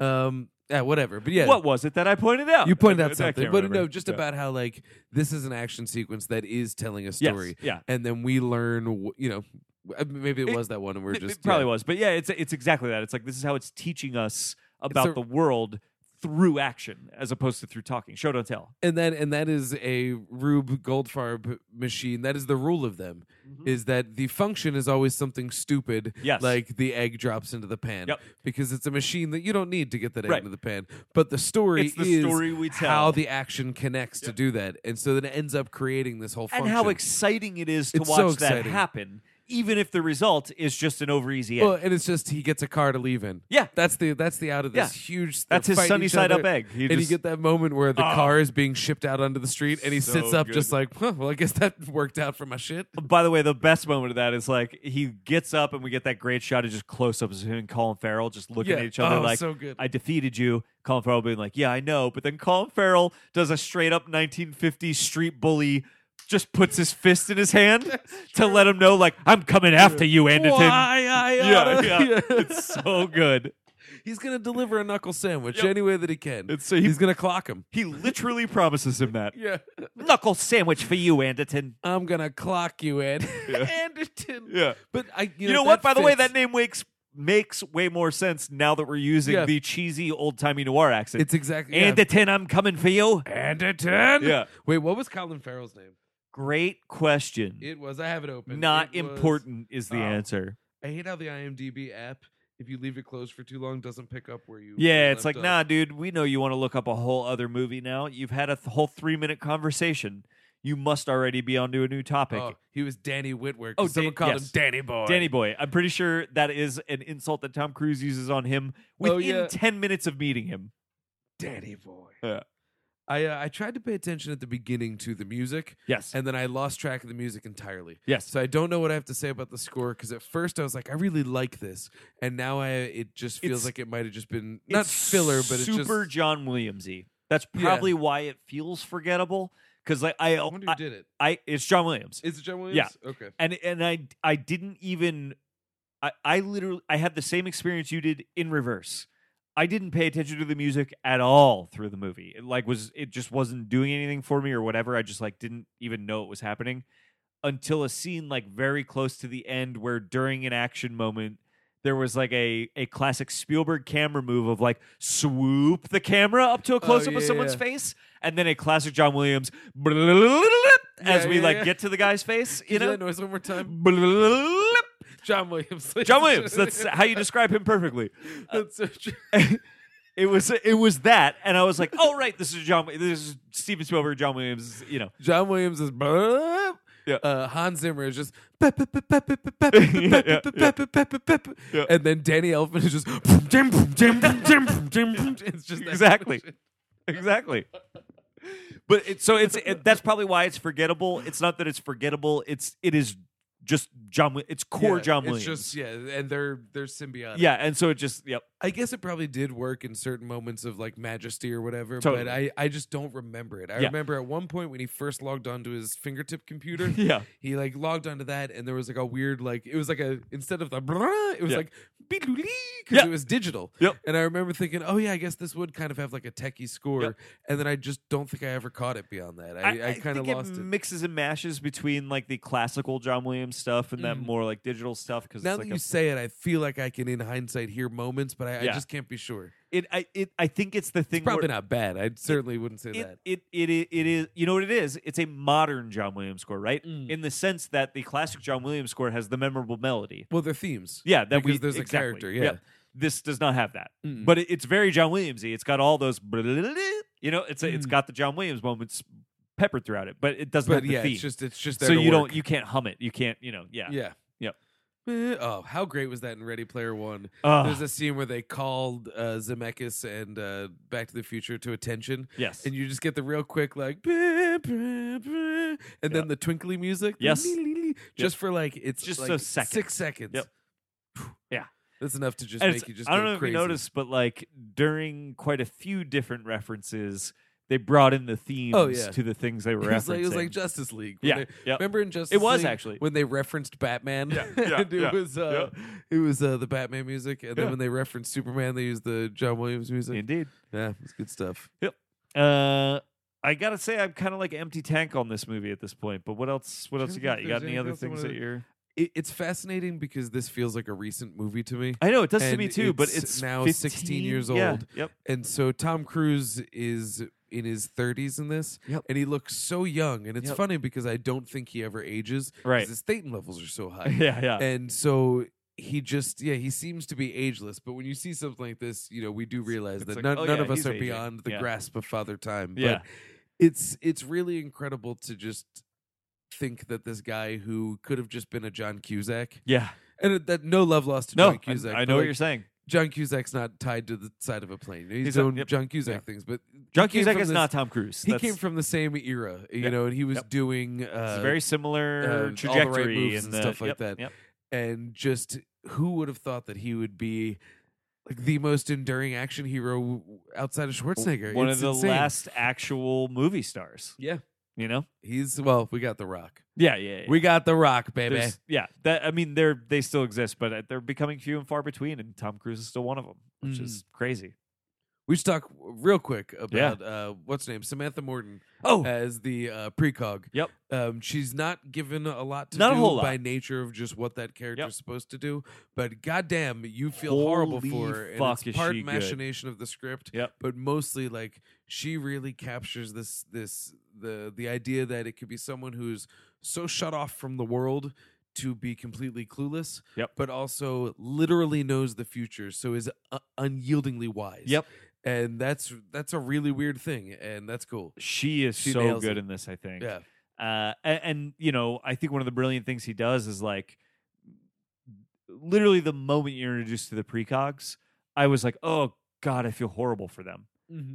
[SPEAKER 1] Um yeah, whatever. But yeah.
[SPEAKER 2] What was it that I pointed <laughs> out?
[SPEAKER 1] You pointed
[SPEAKER 2] I- I
[SPEAKER 1] out something,
[SPEAKER 2] can't
[SPEAKER 1] but
[SPEAKER 2] remember.
[SPEAKER 1] no, just
[SPEAKER 2] Yeah.
[SPEAKER 1] about how like this is an action sequence that is telling a
[SPEAKER 2] Yes,
[SPEAKER 1] story,
[SPEAKER 2] Yeah.
[SPEAKER 1] and then we learn, w- you know, w- maybe it,
[SPEAKER 2] It-
[SPEAKER 1] was that one, and we're
[SPEAKER 2] It-
[SPEAKER 1] just
[SPEAKER 2] it probably
[SPEAKER 1] yeah.
[SPEAKER 2] was, but yeah, it's it's exactly that. It's like this is how it's teaching us about
[SPEAKER 1] a-
[SPEAKER 2] the world through action, as opposed to through talking. Show don't tell.
[SPEAKER 1] and that and that is a Rube Goldfarb machine. That is the rule of them, is that the function is always something stupid,
[SPEAKER 2] Mm-hmm. Yes.
[SPEAKER 1] like the egg drops into the pan,
[SPEAKER 2] Yep.
[SPEAKER 1] because it's a machine that you don't need to get that egg
[SPEAKER 2] Right.
[SPEAKER 1] into the pan. But the story
[SPEAKER 2] It's the
[SPEAKER 1] is
[SPEAKER 2] story we
[SPEAKER 1] how
[SPEAKER 2] tell.
[SPEAKER 1] the action connects to do that, and so then it ends up creating this whole
[SPEAKER 2] And
[SPEAKER 1] function.
[SPEAKER 2] how exciting it is to
[SPEAKER 1] It's
[SPEAKER 2] watch
[SPEAKER 1] so
[SPEAKER 2] that
[SPEAKER 1] exciting.
[SPEAKER 2] happen, even if the result is just an over easy egg.
[SPEAKER 1] Well, and it's just he gets a car to leave in.
[SPEAKER 2] Yeah.
[SPEAKER 1] that's the that's the out of this
[SPEAKER 2] Yeah.
[SPEAKER 1] huge.
[SPEAKER 2] That's
[SPEAKER 1] they're
[SPEAKER 2] his
[SPEAKER 1] fighting
[SPEAKER 2] sunny
[SPEAKER 1] each
[SPEAKER 2] side
[SPEAKER 1] other,
[SPEAKER 2] up egg. He
[SPEAKER 1] and
[SPEAKER 2] just-
[SPEAKER 1] you get that moment where the
[SPEAKER 2] Ah.
[SPEAKER 1] car is being shipped out onto the street, and he
[SPEAKER 2] So
[SPEAKER 1] sits up just
[SPEAKER 2] good.
[SPEAKER 1] like, huh, well, I guess that <laughs> worked out for my shit.
[SPEAKER 2] By the way, the best moment of that is like he gets up and we get that great shot of just close ups of him and Colin Farrell just looking
[SPEAKER 1] Yeah.
[SPEAKER 2] at each other
[SPEAKER 1] Oh,
[SPEAKER 2] like,
[SPEAKER 1] so good.
[SPEAKER 2] I defeated you. Colin Farrell being like, Yeah, I know. But then Colin Farrell does a straight up 1950s street bully, just puts his fist in
[SPEAKER 1] <laughs>
[SPEAKER 2] his hand to let him know, like, I'm coming after you, Anderton.
[SPEAKER 1] Why I
[SPEAKER 2] Yeah,
[SPEAKER 1] <laughs> oughta-
[SPEAKER 2] yeah. it's so good.
[SPEAKER 1] He's gonna deliver a knuckle sandwich
[SPEAKER 2] Yep.
[SPEAKER 1] any way that he can.
[SPEAKER 2] It's- so he-
[SPEAKER 1] He's gonna clock him.
[SPEAKER 2] He literally promises him that.
[SPEAKER 1] Yeah,
[SPEAKER 2] Knuckle sandwich for you, Anderton.
[SPEAKER 1] I'm gonna clock you, Ed
[SPEAKER 2] <laughs> Yeah.
[SPEAKER 1] <laughs> Anderton.
[SPEAKER 2] Yeah.
[SPEAKER 1] But I, you,
[SPEAKER 2] You, know,
[SPEAKER 1] that
[SPEAKER 2] what? By the way,
[SPEAKER 1] fits.
[SPEAKER 2] that name makes makes way more sense now that we're using
[SPEAKER 1] Yeah.
[SPEAKER 2] the cheesy old timey noir accent.
[SPEAKER 1] it's exactly
[SPEAKER 2] And the 10, I'm coming for you.
[SPEAKER 1] yeah. Anderton.
[SPEAKER 2] Yeah.
[SPEAKER 1] Wait, what was Colin Farrell's name?
[SPEAKER 2] <laughs> Great question.
[SPEAKER 1] It was. I have it open.
[SPEAKER 2] Not
[SPEAKER 1] It was-
[SPEAKER 2] important is the
[SPEAKER 1] Oh.
[SPEAKER 2] answer.
[SPEAKER 1] I hate how the IMDb app, if you leave it closed for too long, doesn't pick up where you.
[SPEAKER 2] Yeah,
[SPEAKER 1] you
[SPEAKER 2] it's like,
[SPEAKER 1] left
[SPEAKER 2] nah,
[SPEAKER 1] off.
[SPEAKER 2] dude, we know you want to look up a whole other movie now. You've had a th- whole three minute conversation. You must already be onto a new topic.
[SPEAKER 1] Oh, he was Danny Whitwer.
[SPEAKER 2] Oh,
[SPEAKER 1] Oh, someone
[SPEAKER 2] Dan-
[SPEAKER 1] called
[SPEAKER 2] yes.
[SPEAKER 1] him Danny Boy.
[SPEAKER 2] Danny Boy, I'm pretty sure that is an insult that Tom Cruise uses on him within
[SPEAKER 1] Oh, yeah.
[SPEAKER 2] 10 minutes of meeting him.
[SPEAKER 1] Danny Boy.
[SPEAKER 2] Yeah.
[SPEAKER 1] I uh, I tried to pay attention at the beginning to the music,
[SPEAKER 2] Yes.
[SPEAKER 1] and then I lost track of the music entirely.
[SPEAKER 2] yes.
[SPEAKER 1] So I don't know what I have to say about the score because at first I was like, I really like this, and now I it just feels
[SPEAKER 2] It's-
[SPEAKER 1] like it might have just been not
[SPEAKER 2] It's
[SPEAKER 1] filler, but it's just.
[SPEAKER 2] super John Williamsy. That's
[SPEAKER 1] Yeah.
[SPEAKER 2] probably why it feels forgettable. Because like I,
[SPEAKER 1] I wonder who
[SPEAKER 2] I,
[SPEAKER 1] did it.
[SPEAKER 2] I, it's John Williams.
[SPEAKER 1] Is it John
[SPEAKER 2] Yeah.
[SPEAKER 1] Williams? Okay.
[SPEAKER 2] and and I I didn't even I I literally I had the same experience you did in reverse. I didn't pay attention to the music at all through the movie. It like was it just wasn't doing anything for me or whatever. I just like didn't even know it was happening until a scene like very close to the end where during an action moment there was like a a classic Spielberg camera move of like swoop the camera up to a close
[SPEAKER 1] Oh,
[SPEAKER 2] up
[SPEAKER 1] yeah,
[SPEAKER 2] of someone's
[SPEAKER 1] yeah.
[SPEAKER 2] face, and then a classic John Williams <laughs> as we
[SPEAKER 1] yeah,
[SPEAKER 2] like
[SPEAKER 1] yeah.
[SPEAKER 2] get to the
[SPEAKER 1] <laughs>
[SPEAKER 2] guy's face, you
[SPEAKER 1] Can
[SPEAKER 2] know.
[SPEAKER 1] that noise one more
[SPEAKER 2] <laughs>
[SPEAKER 1] time. John Williams.
[SPEAKER 2] John Williams. That's how you describe him perfectly.
[SPEAKER 1] <laughs> That's so true.
[SPEAKER 2] It was it was that, and I was like, oh right, this is John. This is Steven Spielberg, John Williams. You know,
[SPEAKER 1] John Williams is.
[SPEAKER 2] Yeah.
[SPEAKER 1] Uh, Hans Zimmer is
[SPEAKER 2] <laughs>
[SPEAKER 1] just,
[SPEAKER 2] yeah, yeah.
[SPEAKER 1] and then Danny Elfman is just, <laughs>
[SPEAKER 2] <laughs>
[SPEAKER 1] it's just that
[SPEAKER 2] exactly,
[SPEAKER 1] bullshit.
[SPEAKER 2] exactly. But it, so it's it, that's probably why it's forgettable. It's not that it's forgettable. It's it is just John. Wi- It's core
[SPEAKER 1] Yeah,
[SPEAKER 2] John
[SPEAKER 1] it's
[SPEAKER 2] Williams.
[SPEAKER 1] just- yeah, and they're they're symbiotic.
[SPEAKER 2] yeah, and so it just yep.
[SPEAKER 1] I guess it probably did work in certain moments of like majesty or whatever,
[SPEAKER 2] Totally.
[SPEAKER 1] but I, I just don't remember it. I
[SPEAKER 2] Yeah.
[SPEAKER 1] remember at one point when he first logged onto his fingertip computer,
[SPEAKER 2] <laughs> Yeah.
[SPEAKER 1] he like logged onto that and there was like a weird like it was like a instead of the blah, it was
[SPEAKER 2] Yeah.
[SPEAKER 1] like because
[SPEAKER 2] Yeah.
[SPEAKER 1] it was digital.
[SPEAKER 2] Yep.
[SPEAKER 1] And I remember thinking, oh yeah, I guess this would kind of have like a techie score,
[SPEAKER 2] Yep.
[SPEAKER 1] and then I just don't think I ever caught it beyond that. I, I, kind of
[SPEAKER 2] think
[SPEAKER 1] lost
[SPEAKER 2] it
[SPEAKER 1] it.
[SPEAKER 2] mixes and mashes between like the classical John Williams stuff and that
[SPEAKER 1] Mhm.
[SPEAKER 2] more like digital stuff because
[SPEAKER 1] Now
[SPEAKER 2] it's
[SPEAKER 1] that
[SPEAKER 2] like
[SPEAKER 1] you
[SPEAKER 2] a
[SPEAKER 1] say it, I feel like I can, in hindsight, hear moments, but I,
[SPEAKER 2] Yeah.
[SPEAKER 1] I just can't be sure.
[SPEAKER 2] it I it I think it's the thing
[SPEAKER 1] It's probably
[SPEAKER 2] where
[SPEAKER 1] not bad. I certainly wouldn't say
[SPEAKER 2] it,
[SPEAKER 1] that.
[SPEAKER 2] it it i- it is you know what it is it's a modern John Williams score right
[SPEAKER 1] Mm.
[SPEAKER 2] in the sense that the classic John Williams score has the memorable melody
[SPEAKER 1] Well, they're themes.
[SPEAKER 2] yeah that we
[SPEAKER 1] Because there's a
[SPEAKER 2] exactly,
[SPEAKER 1] character, yeah.
[SPEAKER 2] yep. this does not have that
[SPEAKER 1] Mm.
[SPEAKER 2] but it, it's very John Williamsy it's got all those you know it's a, it's
[SPEAKER 1] Mm.
[SPEAKER 2] got the John Williams moments peppered throughout it but it doesn't have
[SPEAKER 1] but
[SPEAKER 2] the
[SPEAKER 1] yeah,
[SPEAKER 2] theme
[SPEAKER 1] it's just it's just there
[SPEAKER 2] so
[SPEAKER 1] to
[SPEAKER 2] you
[SPEAKER 1] work.
[SPEAKER 2] don't you can't hum it you can't you know yeah
[SPEAKER 1] yeah
[SPEAKER 2] Yep. Ah.
[SPEAKER 1] Eh, Oh, how great was that in Ready Player One?
[SPEAKER 2] Ugh,
[SPEAKER 1] There's a scene where they called uh, Zemeckis and uh, Back to the Future to attention,
[SPEAKER 2] yes
[SPEAKER 1] and you just get the real quick like, "Bah, bah, bah," and
[SPEAKER 2] Yeah.
[SPEAKER 1] then the twinkly music, the
[SPEAKER 2] Yes.
[SPEAKER 1] lee, lee, lee, just for like it's
[SPEAKER 2] Just
[SPEAKER 1] like
[SPEAKER 2] a second.
[SPEAKER 1] six seconds.
[SPEAKER 2] Yep. Yeah.
[SPEAKER 1] that's enough to just
[SPEAKER 2] And
[SPEAKER 1] make
[SPEAKER 2] it's-
[SPEAKER 1] you just.
[SPEAKER 2] I don't
[SPEAKER 1] go
[SPEAKER 2] know
[SPEAKER 1] crazy.
[SPEAKER 2] if you noticed, but like during quite a few different references, they brought in the themes
[SPEAKER 1] Oh, yeah.
[SPEAKER 2] to the things they
[SPEAKER 1] <laughs>
[SPEAKER 2] were
[SPEAKER 1] It was, like,
[SPEAKER 2] referencing.
[SPEAKER 1] it was like Justice League. when
[SPEAKER 2] yeah,
[SPEAKER 1] they-
[SPEAKER 2] yeah.
[SPEAKER 1] Remember in Justice
[SPEAKER 2] was
[SPEAKER 1] League
[SPEAKER 2] actually.
[SPEAKER 1] when they referenced Batman. <laughs>
[SPEAKER 2] Yeah, yeah,
[SPEAKER 1] And it
[SPEAKER 2] yeah,
[SPEAKER 1] was uh, it was uh, the Batman music, and then
[SPEAKER 2] Yeah.
[SPEAKER 1] when they referenced Superman, they used the John Williams music.
[SPEAKER 2] indeed.
[SPEAKER 1] yeah, it's good stuff.
[SPEAKER 2] Uh, I gotta say, I'm kind of like empty tank on this movie at this point. But what else? What
[SPEAKER 1] Trying
[SPEAKER 2] else
[SPEAKER 1] to
[SPEAKER 2] you
[SPEAKER 1] think
[SPEAKER 2] got?
[SPEAKER 1] if
[SPEAKER 2] You got
[SPEAKER 1] there's
[SPEAKER 2] any
[SPEAKER 1] anything
[SPEAKER 2] other
[SPEAKER 1] else I
[SPEAKER 2] things
[SPEAKER 1] wanted
[SPEAKER 2] that
[SPEAKER 1] to-
[SPEAKER 2] you're?
[SPEAKER 1] It, it's fascinating because this feels like a recent movie to me,
[SPEAKER 2] I know it does to me
[SPEAKER 1] And
[SPEAKER 2] too, but
[SPEAKER 1] it's
[SPEAKER 2] it's
[SPEAKER 1] now 16
[SPEAKER 2] 15?
[SPEAKER 1] years
[SPEAKER 2] Yeah,
[SPEAKER 1] old.
[SPEAKER 2] Yep.
[SPEAKER 1] and so Tom Cruise is in his 30s in this,
[SPEAKER 2] Yep.
[SPEAKER 1] and he looks so young. And it's
[SPEAKER 2] Yep.
[SPEAKER 1] funny because I don't think he ever ages. 'cause <laughs>
[SPEAKER 2] Right.
[SPEAKER 1] his Thetan levels are so
[SPEAKER 2] <laughs>
[SPEAKER 1] high.
[SPEAKER 2] Yeah. Yeah.
[SPEAKER 1] and so he just yeah he seems to be ageless but when you see something like this you know we do realize
[SPEAKER 2] it's
[SPEAKER 1] that
[SPEAKER 2] like,
[SPEAKER 1] none,
[SPEAKER 2] oh,
[SPEAKER 1] none
[SPEAKER 2] yeah,
[SPEAKER 1] of us
[SPEAKER 2] he's
[SPEAKER 1] are
[SPEAKER 2] aging.
[SPEAKER 1] beyond the
[SPEAKER 2] Yeah.
[SPEAKER 1] grasp of father time
[SPEAKER 2] Yeah.
[SPEAKER 1] but it's it's really incredible to just think that this guy who could have just been a john cusack
[SPEAKER 2] yeah.
[SPEAKER 1] and it- that no love lost to
[SPEAKER 2] No,
[SPEAKER 1] john
[SPEAKER 2] I,
[SPEAKER 1] cusack
[SPEAKER 2] I
[SPEAKER 1] but,
[SPEAKER 2] know what
[SPEAKER 1] like,
[SPEAKER 2] you're saying.
[SPEAKER 1] john cusack's not tied to the side of a plane he's,
[SPEAKER 2] He's a-
[SPEAKER 1] doing
[SPEAKER 2] yep,
[SPEAKER 1] john cusack
[SPEAKER 2] yeah.
[SPEAKER 1] things but
[SPEAKER 2] John
[SPEAKER 1] came
[SPEAKER 2] Cusack
[SPEAKER 1] from
[SPEAKER 2] is
[SPEAKER 1] this-
[SPEAKER 2] not Tom Cruise.
[SPEAKER 1] he
[SPEAKER 2] That's-
[SPEAKER 1] came from the same era you
[SPEAKER 2] Yep,
[SPEAKER 1] know and he was
[SPEAKER 2] yep.
[SPEAKER 1] doing uh,
[SPEAKER 2] it's a
[SPEAKER 1] uh,
[SPEAKER 2] very
[SPEAKER 1] all the
[SPEAKER 2] similar
[SPEAKER 1] right
[SPEAKER 2] trajectory
[SPEAKER 1] moves and
[SPEAKER 2] the-
[SPEAKER 1] stuff like
[SPEAKER 2] yep,
[SPEAKER 1] that.
[SPEAKER 2] Yep.
[SPEAKER 1] and just who would have thought that he would be like the most enduring action hero w- outside of Schwarzenegger?
[SPEAKER 2] One
[SPEAKER 1] It's
[SPEAKER 2] of the
[SPEAKER 1] insane.
[SPEAKER 2] last actual movie stars.
[SPEAKER 1] Yeah,
[SPEAKER 2] You know?
[SPEAKER 1] he's well. We got the Rock.
[SPEAKER 2] Yeah, yeah.
[SPEAKER 1] We got the Rock, baby.
[SPEAKER 2] There's- yeah, that I mean, they're they still exist, but uh, they're becoming few and far between, and Tom Cruise is still one of them, which is
[SPEAKER 1] Mm.
[SPEAKER 2] crazy.
[SPEAKER 1] We should talk real quick about uh, what's her name Samantha Morton
[SPEAKER 2] Oh,
[SPEAKER 1] <laughs> as the uh, precog.
[SPEAKER 2] Yep.
[SPEAKER 1] Um, she's not given a lot to
[SPEAKER 2] Not a
[SPEAKER 1] do
[SPEAKER 2] whole lot.
[SPEAKER 1] by nature of just what that character's
[SPEAKER 2] Yep.
[SPEAKER 1] supposed to do, but goddamn, you feel horrible for
[SPEAKER 2] Holy
[SPEAKER 1] her. and
[SPEAKER 2] fuck, is
[SPEAKER 1] it's part
[SPEAKER 2] she good.
[SPEAKER 1] machination of the script,
[SPEAKER 2] Yep.
[SPEAKER 1] but mostly like she really captures this this the the idea that it could be someone who's so shut off from the world to be completely clueless,
[SPEAKER 2] Yep.
[SPEAKER 1] but also literally knows the future, so is uh, unyieldingly wise.
[SPEAKER 2] Yep.
[SPEAKER 1] and that's that's a really weird thing, and that's cool.
[SPEAKER 2] she is
[SPEAKER 1] She
[SPEAKER 2] so
[SPEAKER 1] nails
[SPEAKER 2] good
[SPEAKER 1] it.
[SPEAKER 2] in this. I think.
[SPEAKER 1] Yeah.
[SPEAKER 2] Uh, and, and you know, I think one of the brilliant things he does is like, literally, the moment you're introduced to the precogs, I was like, oh god, I feel horrible for them.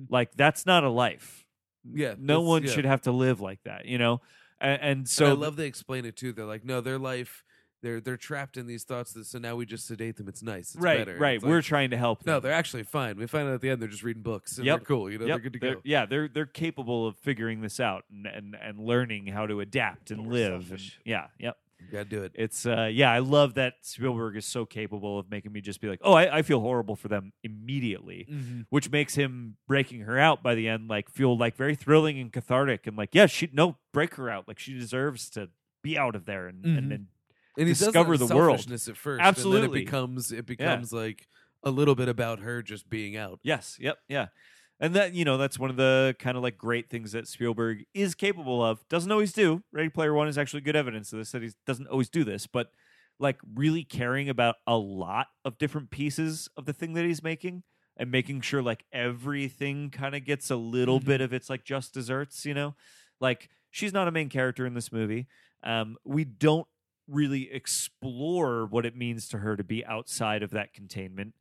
[SPEAKER 2] Like that's not a life.
[SPEAKER 1] Yeah,
[SPEAKER 2] No
[SPEAKER 1] that's-
[SPEAKER 2] one
[SPEAKER 1] yeah.
[SPEAKER 2] should have to live like that. You know. And, and so
[SPEAKER 1] So I love they explain it too. They're like, no, their life, they're they're trapped in these thoughts. That, so now we just sedate them. It's nice. It's
[SPEAKER 2] right,
[SPEAKER 1] better.
[SPEAKER 2] right.
[SPEAKER 1] It's
[SPEAKER 2] We're
[SPEAKER 1] like,
[SPEAKER 2] trying to help.
[SPEAKER 1] no,
[SPEAKER 2] them.
[SPEAKER 1] they're actually fine. We find out at the end they're just reading books. And
[SPEAKER 2] Yep.
[SPEAKER 1] they're cool. You know,
[SPEAKER 2] Yep,
[SPEAKER 1] they're good to
[SPEAKER 2] they're-
[SPEAKER 1] go.
[SPEAKER 2] Yeah, they're they're capable of figuring this out and and, and learning how to adapt and
[SPEAKER 1] But we're
[SPEAKER 2] live. And,
[SPEAKER 1] selfish.
[SPEAKER 2] yeah, yep.
[SPEAKER 1] You gotta do it.
[SPEAKER 2] It's uh, yeah, I love that Spielberg is so capable of making me just be like, oh, I, I feel horrible for them
[SPEAKER 1] <laughs>
[SPEAKER 2] immediately, which makes him breaking her out by the end like feel like very thrilling and cathartic and like yeah, she no break her out like she deserves to be out of there and and,
[SPEAKER 1] Mhm.
[SPEAKER 2] and
[SPEAKER 1] and he does that
[SPEAKER 2] discover
[SPEAKER 1] in
[SPEAKER 2] the world.
[SPEAKER 1] selfishness at first. and then
[SPEAKER 2] Absolutely.
[SPEAKER 1] it becomes it becomes like a little bit about her just being out.
[SPEAKER 2] Yes. Yep. Yeah. And that you know that's one of the kind of like great things that Spielberg is capable of. Doesn't always do. Ready Player One is actually good evidence of this that he doesn't always do this, but like really caring about a lot of different pieces of the thing that he's making and making sure like everything kind of gets a little
[SPEAKER 1] Mhm.
[SPEAKER 2] bit of its like just desserts, you know? Like she's not a main character in this movie. Um we don't really explore what it means to her to be outside of that containment,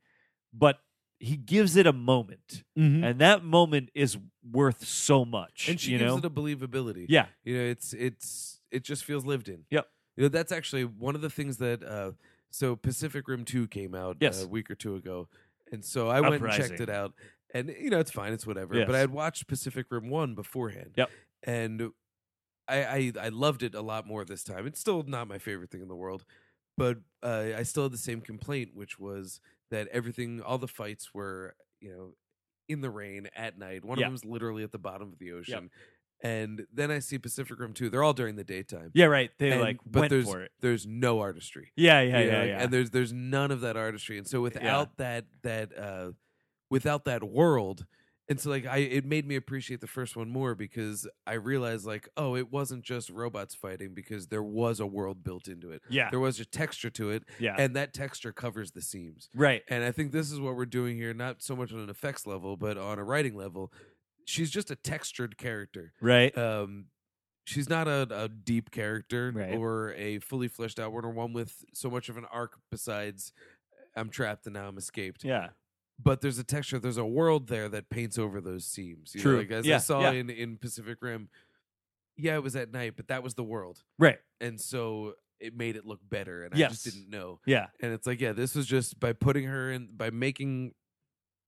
[SPEAKER 2] but he gives it a moment and that moment is worth so much.
[SPEAKER 1] Mm-hmm. And she
[SPEAKER 2] you
[SPEAKER 1] gives
[SPEAKER 2] know,
[SPEAKER 1] it a believability.
[SPEAKER 2] yeah,
[SPEAKER 1] You know, it's it's it just feels lived in.
[SPEAKER 2] Yep.
[SPEAKER 1] You know, that's actually one of the things that uh so Pacific Rim 2 came out uh,
[SPEAKER 2] Yes.
[SPEAKER 1] a week or two ago. And so I went and checked
[SPEAKER 2] Uprising.
[SPEAKER 1] it out. And you know, it's fine, it's whatever.
[SPEAKER 2] Yes.
[SPEAKER 1] But I had watched Pacific Rim 1 beforehand.
[SPEAKER 2] Yep.
[SPEAKER 1] And I, I I loved it a lot more this time. It's still not my favorite thing in the world, but uh, I still had the same complaint, which was that everything, all the fights were, you know, in the rain at night. One
[SPEAKER 2] Yeah.
[SPEAKER 1] of them's literally at the bottom of the ocean. And then I see Pacific Rim 2. They're all during the daytime.
[SPEAKER 2] yeah, right. They
[SPEAKER 1] And-
[SPEAKER 2] like
[SPEAKER 1] but
[SPEAKER 2] went
[SPEAKER 1] there's
[SPEAKER 2] for it.
[SPEAKER 1] there's no artistry.
[SPEAKER 2] Yeah, yeah,
[SPEAKER 1] You know,
[SPEAKER 2] yeah,
[SPEAKER 1] like,
[SPEAKER 2] yeah.
[SPEAKER 1] And there's there's none of that artistry. And so without that that uh without that world, and so like I it made me appreciate the first one more because I realized like, oh, it wasn't just robots fighting because there was a world built into it.
[SPEAKER 2] yeah,
[SPEAKER 1] There was a texture to it,
[SPEAKER 2] yeah.
[SPEAKER 1] and that texture covers the seams.
[SPEAKER 2] right.
[SPEAKER 1] And I think this is what we're doing here, not so much on an effects level, but on a writing level. She's just a textured character.
[SPEAKER 2] Right.
[SPEAKER 1] Um, she's not a, a deep character
[SPEAKER 2] Right.
[SPEAKER 1] or a fully fleshed out one or one with so much of an arc besides I'm trapped and now I'm escaped.
[SPEAKER 2] yeah.
[SPEAKER 1] But there's a texture, there's a world there that paints over those seams. You know,
[SPEAKER 2] True.
[SPEAKER 1] like as
[SPEAKER 2] Yeah,
[SPEAKER 1] I saw
[SPEAKER 2] yeah.
[SPEAKER 1] in, in Pacific Rim, yeah, it was at night, but that was the world.
[SPEAKER 2] Right.
[SPEAKER 1] And so it made it look better. And I just
[SPEAKER 2] Yes.
[SPEAKER 1] didn't know
[SPEAKER 2] Yeah.
[SPEAKER 1] and it's like yeah this was just by putting her in by making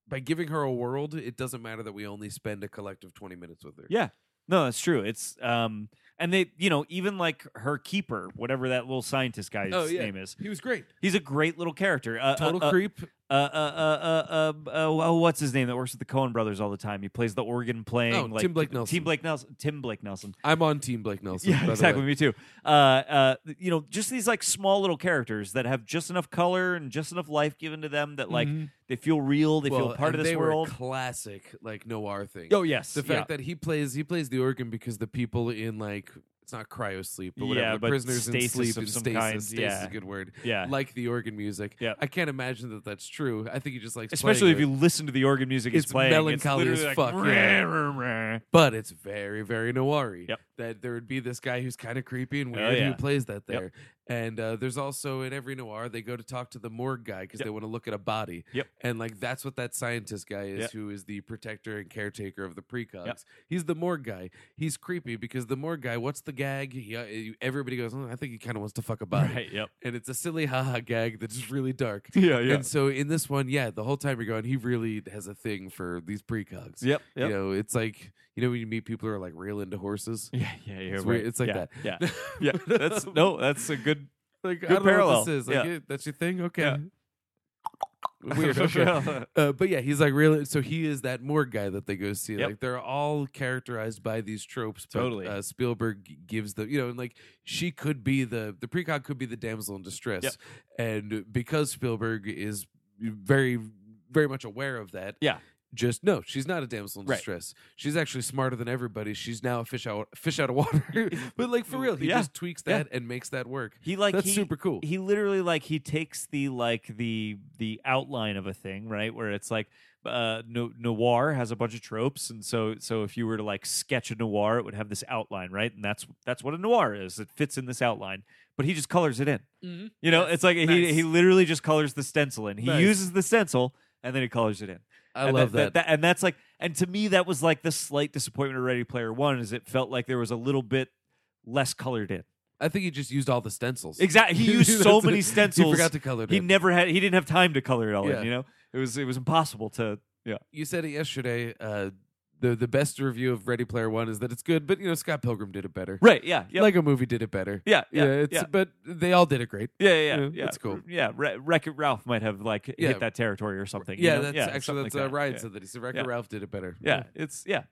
[SPEAKER 1] by giving her a world it doesn't matter that we only spend a collective 20 minutes with her
[SPEAKER 2] Yeah. No, that's true. It's um, and they, you know, even like her keeper, whatever that little scientist guy's
[SPEAKER 1] Oh, yeah.
[SPEAKER 2] name is,
[SPEAKER 1] he was great
[SPEAKER 2] he's a great little character. Uh,
[SPEAKER 1] total
[SPEAKER 2] uh, uh,
[SPEAKER 1] creep
[SPEAKER 2] uh, uh, uh, uh, uh, oh, what's his name that works with the Cohen brothers all the time? He plays the organ playing.
[SPEAKER 1] Oh,
[SPEAKER 2] like,
[SPEAKER 1] Tim Blake Nelson.
[SPEAKER 2] Tim Blake Nelson. Tim Blake Nelson.
[SPEAKER 1] i'm on team blake nelson by
[SPEAKER 2] Yeah,
[SPEAKER 1] the
[SPEAKER 2] exactly.
[SPEAKER 1] way.
[SPEAKER 2] Me too. Uh, uh, you know, just these like small little characters that have just enough color and just enough life given to them that like they feel real, they
[SPEAKER 1] Mm-hmm. well,
[SPEAKER 2] feel part
[SPEAKER 1] and
[SPEAKER 2] of this
[SPEAKER 1] they
[SPEAKER 2] world.
[SPEAKER 1] were a classic like noir thing
[SPEAKER 2] oh yes,
[SPEAKER 1] the fact that he plays he plays the organ because the people in like it's not cryo sleep but whatever
[SPEAKER 2] Yeah,
[SPEAKER 1] the
[SPEAKER 2] but
[SPEAKER 1] prisoners in
[SPEAKER 2] stasis
[SPEAKER 1] sleep
[SPEAKER 2] of
[SPEAKER 1] and
[SPEAKER 2] some
[SPEAKER 1] stasis
[SPEAKER 2] kind,
[SPEAKER 1] stasis is
[SPEAKER 2] yeah.
[SPEAKER 1] a good word
[SPEAKER 2] that yeah,
[SPEAKER 1] like the organ music
[SPEAKER 2] Yeah.
[SPEAKER 1] i can't imagine that that's true i think he just likes playing
[SPEAKER 2] especially if
[SPEAKER 1] it.
[SPEAKER 2] you listen to the organ music
[SPEAKER 1] It's
[SPEAKER 2] it's playing.
[SPEAKER 1] melancholy
[SPEAKER 2] it's
[SPEAKER 1] as
[SPEAKER 2] literally
[SPEAKER 1] fuck,
[SPEAKER 2] Like,
[SPEAKER 1] yeah.
[SPEAKER 2] "Rah, rah, rah."
[SPEAKER 1] but it's very very noir
[SPEAKER 2] Yep.
[SPEAKER 1] that there would be this guy who's kind of creepy and
[SPEAKER 2] Oh,
[SPEAKER 1] weird who
[SPEAKER 2] yeah.
[SPEAKER 1] plays that
[SPEAKER 2] Yep.
[SPEAKER 1] there and uh, there's also in every noir they go to talk to the morgue guy because
[SPEAKER 2] Yep.
[SPEAKER 1] they want to look at a body
[SPEAKER 2] Yep.
[SPEAKER 1] and like that's what that scientist guy is
[SPEAKER 2] Yep.
[SPEAKER 1] who is the protector and caretaker of the precogs
[SPEAKER 2] Yep.
[SPEAKER 1] he's the morgue guy he's creepy because the morgue guy what's the gag he, uh, you- everybody goes "Oh, i think he kind of wants to fuck a body
[SPEAKER 2] Right. Yep.
[SPEAKER 1] and it's a silly haha gag that's just really dark
[SPEAKER 2] Yeah.
[SPEAKER 1] <laughs> and so in this one yeah the whole time you're going he really has a thing for these precogs
[SPEAKER 2] Yep. Yep.
[SPEAKER 1] you know, it's like you know when you meet people who are like real into horses.
[SPEAKER 2] Yeah. Yeah. yeah
[SPEAKER 1] It's
[SPEAKER 2] right.
[SPEAKER 1] weird. It's like
[SPEAKER 2] yeah,
[SPEAKER 1] that.
[SPEAKER 2] Yeah.
[SPEAKER 1] <laughs>
[SPEAKER 2] Yeah. That's no. That's a good.
[SPEAKER 1] like I
[SPEAKER 2] good
[SPEAKER 1] don't know
[SPEAKER 2] parallel.
[SPEAKER 1] what this is. Like,
[SPEAKER 2] Yeah.
[SPEAKER 1] eh, that's your thing. Okay.
[SPEAKER 2] Yeah.
[SPEAKER 1] <laughs>
[SPEAKER 2] <laughs>
[SPEAKER 1] Weird. Okay. Uh, but yeah, he's like really. So he is that morgue guy that they go see.
[SPEAKER 2] Yep.
[SPEAKER 1] Like they're all characterized by these tropes. but,
[SPEAKER 2] Totally.
[SPEAKER 1] uh, Spielberg g- gives the you know, and like she could be the the precog could be the damsel in distress,
[SPEAKER 2] Yep.
[SPEAKER 1] and because Spielberg is very very much aware of that.
[SPEAKER 2] Yeah.
[SPEAKER 1] Just no, she's not a damsel in
[SPEAKER 2] Right.
[SPEAKER 1] distress. She's actually smarter than everybody. She's now a fish out fish out of
[SPEAKER 2] <laughs>
[SPEAKER 1] water. <laughs> but like for real, he
[SPEAKER 2] Yeah.
[SPEAKER 1] just tweaks
[SPEAKER 2] Yeah.
[SPEAKER 1] that and makes that work.
[SPEAKER 2] He like
[SPEAKER 1] That's
[SPEAKER 2] he,
[SPEAKER 1] super cool.
[SPEAKER 2] he literally like he takes the like the the outline of a thing right where it's like uh no, noir has a bunch of tropes and so so if you were to like sketch a noir it would have this outline right and that's that's what a noir is it fits in this outline but he just colors it in you know it's like
[SPEAKER 1] Mm-hmm. Nice.
[SPEAKER 2] he he literally just colors the stencil in he
[SPEAKER 1] Nice.
[SPEAKER 2] uses the stencil and then he colors it in
[SPEAKER 1] I
[SPEAKER 2] and
[SPEAKER 1] love that.
[SPEAKER 2] And that's like, and to me, that was like the slight disappointment of Ready Player One is it felt like there was a little bit less colored in.
[SPEAKER 1] I think he just used all the stencils. <laughs>
[SPEAKER 2] Exactly. He used so
[SPEAKER 1] That's
[SPEAKER 2] many
[SPEAKER 1] it.
[SPEAKER 2] stencils.
[SPEAKER 1] He forgot to color it.
[SPEAKER 2] He
[SPEAKER 1] in.
[SPEAKER 2] never had. He didn't have time to color it all
[SPEAKER 1] Yeah.
[SPEAKER 2] in. You know, it was it was impossible to. Yeah.
[SPEAKER 1] you said it yesterday. Uh, the the best review of Ready Player One is that it's good, but you know Scott Pilgrim did it better.
[SPEAKER 2] Right. Yeah. Yep.
[SPEAKER 1] Lego Movie did it better.
[SPEAKER 2] yeah. Yeah. Yeah.
[SPEAKER 1] it's, but they all did it great.
[SPEAKER 2] yeah. Yeah.
[SPEAKER 1] yeah,
[SPEAKER 2] Yeah.
[SPEAKER 1] that's cool.
[SPEAKER 2] Yeah. Re- Wreck It Ralph might have like
[SPEAKER 1] Yeah.
[SPEAKER 2] hit that territory or something. you
[SPEAKER 1] Yeah,
[SPEAKER 2] know?
[SPEAKER 1] that's
[SPEAKER 2] yeah,
[SPEAKER 1] actually
[SPEAKER 2] something
[SPEAKER 1] that's
[SPEAKER 2] like
[SPEAKER 1] uh,
[SPEAKER 2] that.
[SPEAKER 1] Ryan
[SPEAKER 2] Yeah.
[SPEAKER 1] said that he said Wreck-It
[SPEAKER 2] Yeah.
[SPEAKER 1] Ralph did it better.
[SPEAKER 2] Yeah, it's yeah.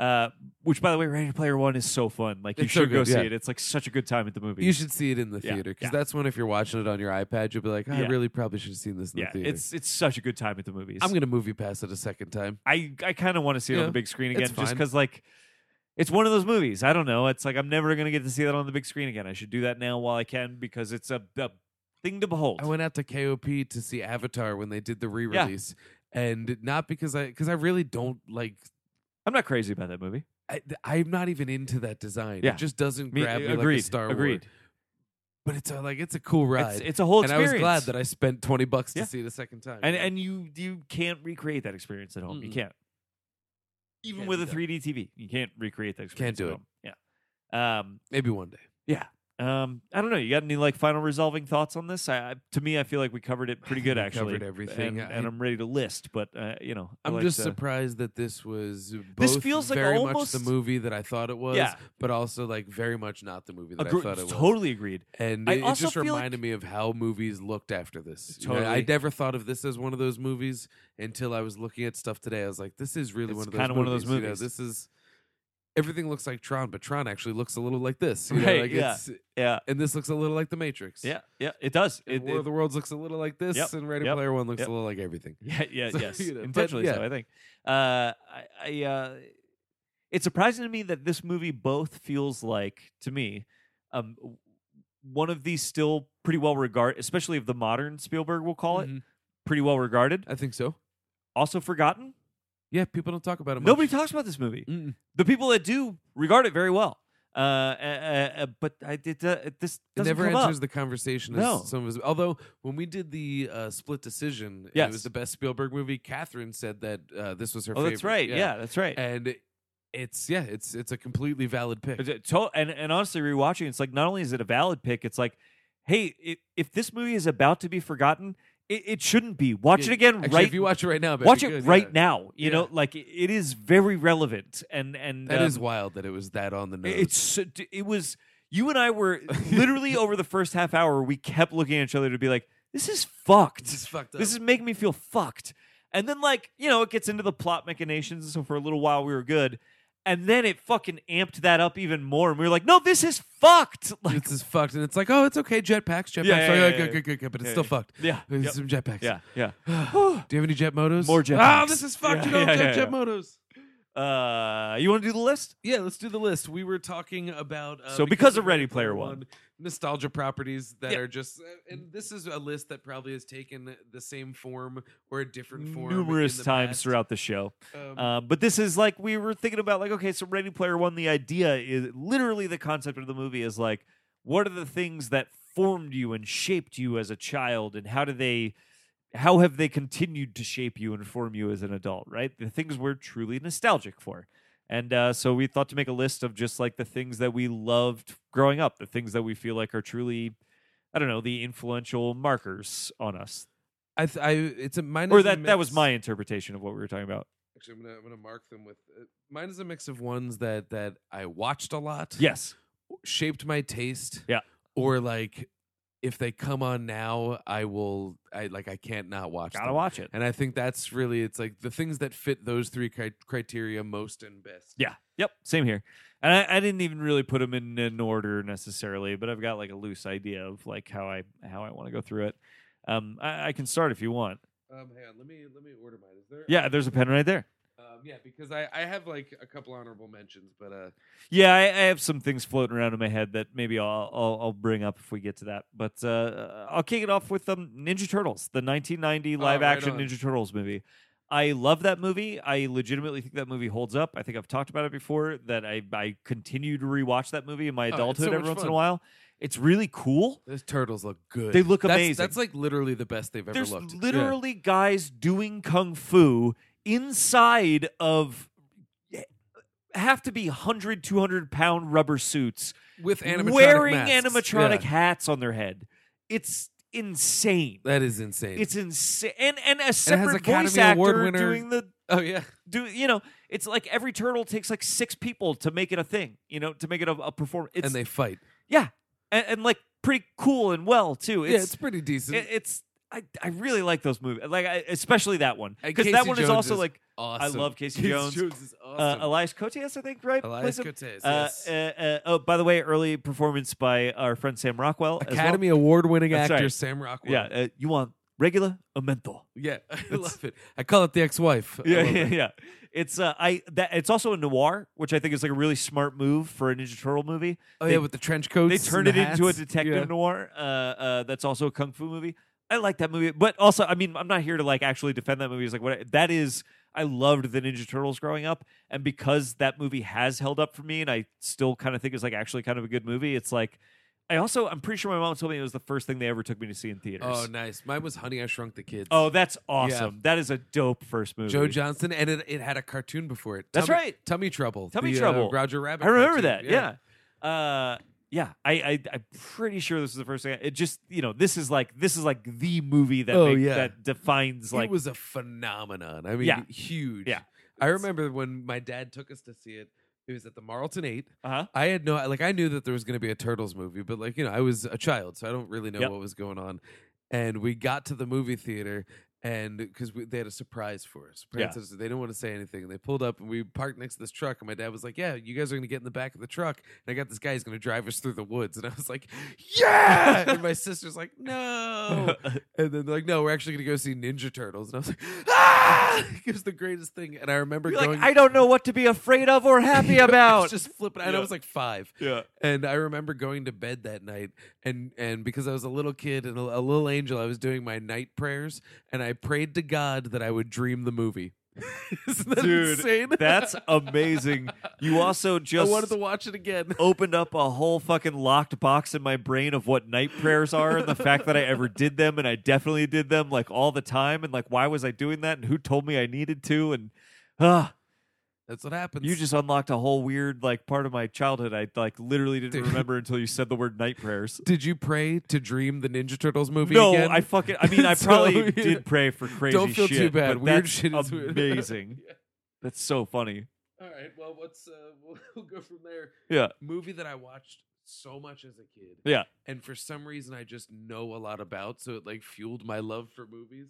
[SPEAKER 2] Uh, which, by the way, Ready Player One is so fun. Like you
[SPEAKER 1] It's so
[SPEAKER 2] should go
[SPEAKER 1] good,
[SPEAKER 2] see
[SPEAKER 1] yeah.
[SPEAKER 2] it. It's like such a good time at the movie.
[SPEAKER 1] You should see it in the
[SPEAKER 2] Yeah,
[SPEAKER 1] theater because
[SPEAKER 2] yeah.
[SPEAKER 1] that's when if you're watching it on your iPad, you'll be like, "Oh, I
[SPEAKER 2] Yeah.
[SPEAKER 1] really probably should have seen this in
[SPEAKER 2] yeah,
[SPEAKER 1] the theater.
[SPEAKER 2] it's it's such a good time at the movies.
[SPEAKER 1] I'm gonna movie pass it a second time.
[SPEAKER 2] I I kind of want to see it on
[SPEAKER 1] Yeah,
[SPEAKER 2] the big screen
[SPEAKER 1] it's
[SPEAKER 2] again, just
[SPEAKER 1] fine.
[SPEAKER 2] because like it's one of those movies. I don't know. It's like I'm never gonna get to see that on the big screen again. I should do that now while I can because it's a, a thing to behold.
[SPEAKER 1] I went out to KOP to see Avatar when they did the re-release, and not because I because I really don't like.
[SPEAKER 2] I'm not crazy about that movie.
[SPEAKER 1] I, th- I'm not even into that design.
[SPEAKER 2] Yeah.
[SPEAKER 1] It just doesn't
[SPEAKER 2] Me-
[SPEAKER 1] grab me like
[SPEAKER 2] agreed.
[SPEAKER 1] a Star
[SPEAKER 2] agreed.
[SPEAKER 1] Wars. But it's a, like it's a cool ride,
[SPEAKER 2] It's, it's a whole
[SPEAKER 1] and I
[SPEAKER 2] experience.
[SPEAKER 1] was glad that I spent twenty bucks
[SPEAKER 2] Yeah.
[SPEAKER 1] to see it a second time.
[SPEAKER 2] and and you you can't recreate that experience at home. You
[SPEAKER 1] Mm-mm.
[SPEAKER 2] can't. Even
[SPEAKER 1] Can't
[SPEAKER 2] with
[SPEAKER 1] do
[SPEAKER 2] a
[SPEAKER 1] that.
[SPEAKER 2] 3D TV, you can't recreate that experience.
[SPEAKER 1] do
[SPEAKER 2] at
[SPEAKER 1] it.
[SPEAKER 2] home. Yeah. Um,
[SPEAKER 1] maybe one day.
[SPEAKER 2] Um, I don't know. You got any like final resolving thoughts on this? I, I to me, I feel like we covered it
[SPEAKER 1] <laughs>
[SPEAKER 2] pretty good
[SPEAKER 1] we
[SPEAKER 2] actually.
[SPEAKER 1] covered everything.
[SPEAKER 2] and,
[SPEAKER 1] I-
[SPEAKER 2] and I'm ready to list. But uh, you know, I
[SPEAKER 1] I'm
[SPEAKER 2] like
[SPEAKER 1] just
[SPEAKER 2] to-
[SPEAKER 1] surprised that this was both
[SPEAKER 2] This feels like
[SPEAKER 1] very
[SPEAKER 2] almost-
[SPEAKER 1] much the movie that I thought it was,
[SPEAKER 2] Yeah.
[SPEAKER 1] but also like very much not the movie that
[SPEAKER 2] Agre-
[SPEAKER 1] I thought it was.
[SPEAKER 2] totally agreed.
[SPEAKER 1] And
[SPEAKER 2] I
[SPEAKER 1] it, it
[SPEAKER 2] also
[SPEAKER 1] just
[SPEAKER 2] feel like-
[SPEAKER 1] reminded me of how movies looked after this. You know, I
[SPEAKER 2] Totally.
[SPEAKER 1] never thought of this as one of those movies until I was looking at stuff today. I was like, this is really
[SPEAKER 2] It's
[SPEAKER 1] one of those
[SPEAKER 2] kinda
[SPEAKER 1] movies.
[SPEAKER 2] one of those
[SPEAKER 1] you know,
[SPEAKER 2] movies.
[SPEAKER 1] this is everything looks like Tron, but Tron actually looks a little like this. you know,
[SPEAKER 2] Right,
[SPEAKER 1] like
[SPEAKER 2] yeah.
[SPEAKER 1] it's-
[SPEAKER 2] Yeah,
[SPEAKER 1] and this looks a little like The Matrix.
[SPEAKER 2] yeah, yeah. It does.
[SPEAKER 1] And
[SPEAKER 2] It,
[SPEAKER 1] War
[SPEAKER 2] it-
[SPEAKER 1] of the Worlds looks a little like this,
[SPEAKER 2] Yep,
[SPEAKER 1] and Ready
[SPEAKER 2] yep,
[SPEAKER 1] Player One looks
[SPEAKER 2] yep.
[SPEAKER 1] a little like everything.
[SPEAKER 2] <laughs> yeah, yeah,
[SPEAKER 1] So,
[SPEAKER 2] yes.
[SPEAKER 1] you know, but,
[SPEAKER 2] Intentionally so,
[SPEAKER 1] yeah.
[SPEAKER 2] I think. Uh, I, I uh, it's surprising to me that this movie both feels like to me, um, w- one of these still pretty well regarded, especially of the modern Spielberg, we'll call it,
[SPEAKER 1] Mhm.
[SPEAKER 2] pretty well regarded.
[SPEAKER 1] I think so.
[SPEAKER 2] Also forgotten.
[SPEAKER 1] Yeah, people don't talk about it. Much. Mm-hmm.
[SPEAKER 2] Nobody talks about this movie.
[SPEAKER 1] Mm-mm.
[SPEAKER 2] the people that do regard it very well. Uh, uh, uh, uh, but I did uh, this
[SPEAKER 1] It
[SPEAKER 2] doesn't
[SPEAKER 1] never
[SPEAKER 2] come
[SPEAKER 1] enters
[SPEAKER 2] up.
[SPEAKER 1] the conversation
[SPEAKER 2] No.
[SPEAKER 1] as some of his. Although when we did the uh, split decision, and it
[SPEAKER 2] Yes.
[SPEAKER 1] was the best Spielberg movie. Catherine said that uh, this was her.
[SPEAKER 2] oh,
[SPEAKER 1] favorite.
[SPEAKER 2] that's right. Yeah, that's right.
[SPEAKER 1] and it's yeah, it's it's a completely valid pick.
[SPEAKER 2] It's a to- and and honestly, rewatching it's like not only is it a valid pick, it's like, hey, i if this movie is about to be forgotten, it, it shouldn't be. Watch it
[SPEAKER 1] Yeah,
[SPEAKER 2] again
[SPEAKER 1] Actually,
[SPEAKER 2] right.
[SPEAKER 1] if you watch it right now,
[SPEAKER 2] watch it right now. You
[SPEAKER 1] Yeah.
[SPEAKER 2] know, like it, it is very relevant, and and
[SPEAKER 1] That
[SPEAKER 2] um,
[SPEAKER 1] is wild that it was that on the nose.
[SPEAKER 2] It's so- d- it was you and I were
[SPEAKER 1] <laughs>
[SPEAKER 2] literally over the first half hour. We kept looking at each other to be like, "This is fucked.
[SPEAKER 1] This is fucked
[SPEAKER 2] This
[SPEAKER 1] up."
[SPEAKER 2] is making me feel fucked." And then like you know, it gets into the plot machinations. So for a little while we were good, and then it fucking amped that up even more. And we were like, "No, this is fucked." <laughs> Like,
[SPEAKER 1] It's just fucked, and it's like, oh, it's okay, jetpacks, jetpacks,
[SPEAKER 2] yeah,
[SPEAKER 1] oh,
[SPEAKER 2] yeah,
[SPEAKER 1] good,
[SPEAKER 2] yeah,
[SPEAKER 1] good, good, good, but it's
[SPEAKER 2] yeah,
[SPEAKER 1] still
[SPEAKER 2] yeah.
[SPEAKER 1] fucked.
[SPEAKER 2] yeah,
[SPEAKER 1] There's
[SPEAKER 2] yep,
[SPEAKER 1] some jetpacks.
[SPEAKER 2] yeah, yeah.
[SPEAKER 1] Do you have any jet motos?
[SPEAKER 2] More
[SPEAKER 1] Oh,
[SPEAKER 2] jetpacks.
[SPEAKER 1] this is fucked.
[SPEAKER 2] Yeah,
[SPEAKER 1] you don't
[SPEAKER 2] yeah,
[SPEAKER 1] have
[SPEAKER 2] yeah,
[SPEAKER 1] jet motos.
[SPEAKER 2] <sighs> Uh, you want to do the list?
[SPEAKER 1] Yeah, let's do the list. We were talking about uh,
[SPEAKER 2] So because of Ready Player One.
[SPEAKER 1] nostalgia properties that
[SPEAKER 2] Yeah.
[SPEAKER 1] are just, uh, and this is a list that probably has taken the same form or a different form
[SPEAKER 2] Numerous
[SPEAKER 1] in the
[SPEAKER 2] times
[SPEAKER 1] past.
[SPEAKER 2] throughout the show.
[SPEAKER 1] Um,
[SPEAKER 2] Uh, but this is like we were thinking about like okay so ready player one the idea is literally the concept of the movie is like what are the things that formed you and shaped you as a child and how do they how have they continued to shape you and form you as an adult right the things we're truly nostalgic for and uh, so we thought to make a list of just like the things that we loved growing up the things that we feel like are truly i don't know the influential markers on us
[SPEAKER 1] I, th- I, it's a mine.
[SPEAKER 2] or
[SPEAKER 1] is a
[SPEAKER 2] that that was
[SPEAKER 1] mix-
[SPEAKER 2] my interpretation of what we were talking about
[SPEAKER 1] Actually, I'm gonna, I'm gonna mark them with. Uh, mine is a mix of ones that that I watched a lot.
[SPEAKER 2] yes
[SPEAKER 1] shaped my taste.
[SPEAKER 2] Yeah.
[SPEAKER 1] or like. If they come on now, I will. I like. I can't not watch.
[SPEAKER 2] gotta
[SPEAKER 1] them.
[SPEAKER 2] watch it
[SPEAKER 1] And I think that's really it's like the things that fit those three cri- criteria most and best.
[SPEAKER 2] Yeah. Yep. Same here. And I, I didn't even really put them in an order necessarily, but I've got like a loose idea of like how I how I want to go through it. Um, I, I can start if you want.
[SPEAKER 1] Um, hang on, let me let me order mine. Is there?
[SPEAKER 2] Yeah, there's a pen right there.
[SPEAKER 1] Um, yeah, because I I have like a couple honorable mentions, but uh,
[SPEAKER 2] Yeah, I, I have some things floating around in my head that maybe I'll I'll, I'll bring up if we get to that. But uh, I'll kick it off with um, Ninja Turtles, the 1990
[SPEAKER 1] Oh,
[SPEAKER 2] live action
[SPEAKER 1] right on.
[SPEAKER 2] Ninja Turtles movie. I love that movie. I legitimately think that movie holds up. I think I've talked about it before that I I continue to rewatch that movie in my
[SPEAKER 1] Oh, it's
[SPEAKER 2] adulthood
[SPEAKER 1] so
[SPEAKER 2] every
[SPEAKER 1] much
[SPEAKER 2] once in
[SPEAKER 1] fun.
[SPEAKER 2] a while. It's really cool.
[SPEAKER 1] those turtles look good.
[SPEAKER 2] They look
[SPEAKER 1] That's-
[SPEAKER 2] amazing.
[SPEAKER 1] That's like literally the best they've ever
[SPEAKER 2] There's
[SPEAKER 1] looked.
[SPEAKER 2] literally guys doing kung fu inside of eh, have to be 100 200 pound rubber suits
[SPEAKER 1] Yeah. with animatronic
[SPEAKER 2] wearing
[SPEAKER 1] masks.
[SPEAKER 2] animatronic
[SPEAKER 1] Yeah.
[SPEAKER 2] hats on their head it's insane
[SPEAKER 1] That is insane.
[SPEAKER 2] it's insane and and a separate voice
[SPEAKER 1] Academy
[SPEAKER 2] actor
[SPEAKER 1] Award winner-
[SPEAKER 2] doing the
[SPEAKER 1] oh yeah,
[SPEAKER 2] do you know it's like every turtle takes like six people to make it a thing you know to make it a, a performance it's
[SPEAKER 1] and they fight.
[SPEAKER 2] yeah and, and like pretty cool and well too
[SPEAKER 1] yeah, it's pretty decent.
[SPEAKER 2] it- it's I, I really like those movies, like I, especially that one
[SPEAKER 1] And
[SPEAKER 2] because that
[SPEAKER 1] Casey
[SPEAKER 2] one is
[SPEAKER 1] Jones
[SPEAKER 2] also
[SPEAKER 1] is
[SPEAKER 2] like
[SPEAKER 1] Awesome.
[SPEAKER 2] love Casey Jones.
[SPEAKER 1] is
[SPEAKER 2] uh,
[SPEAKER 1] awesome.
[SPEAKER 2] Elias Koteas, I think, right?
[SPEAKER 1] Elias
[SPEAKER 2] plays him?
[SPEAKER 1] Cotes,
[SPEAKER 2] Uh,
[SPEAKER 1] yes.
[SPEAKER 2] uh, uh, oh, by the way, early performance by our friend Sam Rockwell. as well.
[SPEAKER 1] Academy Award winning
[SPEAKER 2] That's
[SPEAKER 1] actor
[SPEAKER 2] right.
[SPEAKER 1] Sam Rockwell.
[SPEAKER 2] Yeah, uh, you want regular or menthol?
[SPEAKER 1] Yeah, <laughs> I love it. I call it the ex-wife. I
[SPEAKER 2] Yeah,
[SPEAKER 1] love
[SPEAKER 2] yeah,
[SPEAKER 1] it.
[SPEAKER 2] yeah. It's uh, I that it's also a noir, which I think is like a really smart move for a Ninja Turtle movie.
[SPEAKER 1] Oh
[SPEAKER 2] They-
[SPEAKER 1] yeah, with the trench coats.
[SPEAKER 2] They
[SPEAKER 1] and
[SPEAKER 2] turned
[SPEAKER 1] the
[SPEAKER 2] it into a
[SPEAKER 1] hats.
[SPEAKER 2] detective
[SPEAKER 1] Yeah.
[SPEAKER 2] noir. Uh, uh, that's also a kung fu movie. I like that movie, but also, I mean, I'm not here to like actually defend that movie. It's like what I, that is. I loved the Ninja Turtles growing up, and because that movie has held up for me, and I still kind of think it's like actually kind of a good movie. It's like I also, I'm pretty sure my mom told me it was the first thing they ever took me to see in theaters.
[SPEAKER 1] Oh, nice. Mine was Honey, I Shrunk the Kids.
[SPEAKER 2] Oh, that's awesome! That is a dope first movie.
[SPEAKER 1] Joe Johnston, and it, it had a cartoon before it.
[SPEAKER 2] That's
[SPEAKER 1] Tummy,
[SPEAKER 2] right.
[SPEAKER 1] Tummy Trouble.
[SPEAKER 2] Tummy
[SPEAKER 1] the,
[SPEAKER 2] Trouble.
[SPEAKER 1] Uh, Roger Rabbit.
[SPEAKER 2] I remember that.
[SPEAKER 1] cartoon.
[SPEAKER 2] Yeah. Yeah. Uh, yeah. I, I I'm pretty sure this is the first thing. I, it just you know this is like this is like the movie that
[SPEAKER 1] Oh,
[SPEAKER 2] make-
[SPEAKER 1] yeah.
[SPEAKER 2] that defines like <laughs>
[SPEAKER 1] it was a phenomenon. I mean,
[SPEAKER 2] Yeah.
[SPEAKER 1] huge.
[SPEAKER 2] Yeah.
[SPEAKER 1] I remember when my dad took us to see it. It was at the Marlton Eight.
[SPEAKER 2] uh-huh.
[SPEAKER 1] I had no like I knew that there was going to be a Turtles movie, but like you know I was a child, so I don't really know
[SPEAKER 2] Yep.
[SPEAKER 1] what was going on. And we got to the movie theater, and because they had a surprise for us, parents said they didn't want to say anything. And they pulled up, and we parked next to this truck. And my dad was like, "Yeah, you guys are going to get in the back of the truck, and I got this guy who's going to drive us through the woods." And I was like, "Yeah!" and my sister's like, "No!" And then they're like, "No, we're actually going to go see Ninja Turtles." And I was like, "Ah!" <laughs> It was the greatest thing. And I remember
[SPEAKER 2] You're
[SPEAKER 1] going. <laughs>
[SPEAKER 2] like I don't know what to be afraid of or happy
[SPEAKER 1] I
[SPEAKER 2] about.
[SPEAKER 1] was just flipping, and
[SPEAKER 2] Yeah.
[SPEAKER 1] I was like five.
[SPEAKER 2] yeah.
[SPEAKER 1] And I remember going to bed that night, and and because I was a little kid and a, a little angel, I was doing my night prayers, and I prayed to God that I would dream the movie. <laughs> Isn't that
[SPEAKER 2] Dude,
[SPEAKER 1] insane?
[SPEAKER 2] That's amazing. You
[SPEAKER 1] <laughs>
[SPEAKER 2] also
[SPEAKER 1] I
[SPEAKER 2] just
[SPEAKER 1] wanted to watch it
[SPEAKER 2] <laughs>
[SPEAKER 1] again.
[SPEAKER 2] opened up a whole fucking locked box in my brain of what night prayers are and the fact that I ever did them and I definitely did them like all the time and like why was I doing that and who told me I needed to and ah
[SPEAKER 1] That's what happens.
[SPEAKER 2] You just unlocked a whole weird like part of my childhood I like literally didn't
[SPEAKER 1] Dude.
[SPEAKER 2] remember until you said the word
[SPEAKER 1] <laughs>
[SPEAKER 2] night prayers.
[SPEAKER 1] did you pray to dream the Ninja Turtles movie?
[SPEAKER 2] No,
[SPEAKER 1] again?
[SPEAKER 2] I fucking I mean
[SPEAKER 1] <laughs>
[SPEAKER 2] I
[SPEAKER 1] So,
[SPEAKER 2] probably
[SPEAKER 1] yeah.
[SPEAKER 2] did pray for crazy
[SPEAKER 1] Don't feel
[SPEAKER 2] shit.
[SPEAKER 1] too bad.
[SPEAKER 2] but
[SPEAKER 1] Weird
[SPEAKER 2] that's
[SPEAKER 1] shit is weird. <laughs>
[SPEAKER 2] amazing. That's so funny.
[SPEAKER 1] All right. Well, what's uh, <laughs> we'll, we'll go from there.
[SPEAKER 2] Yeah.
[SPEAKER 1] Movie that I watched so much as a kid.
[SPEAKER 2] Yeah.
[SPEAKER 1] And for some reason, I just know a lot about, so it like fueled my love for movies.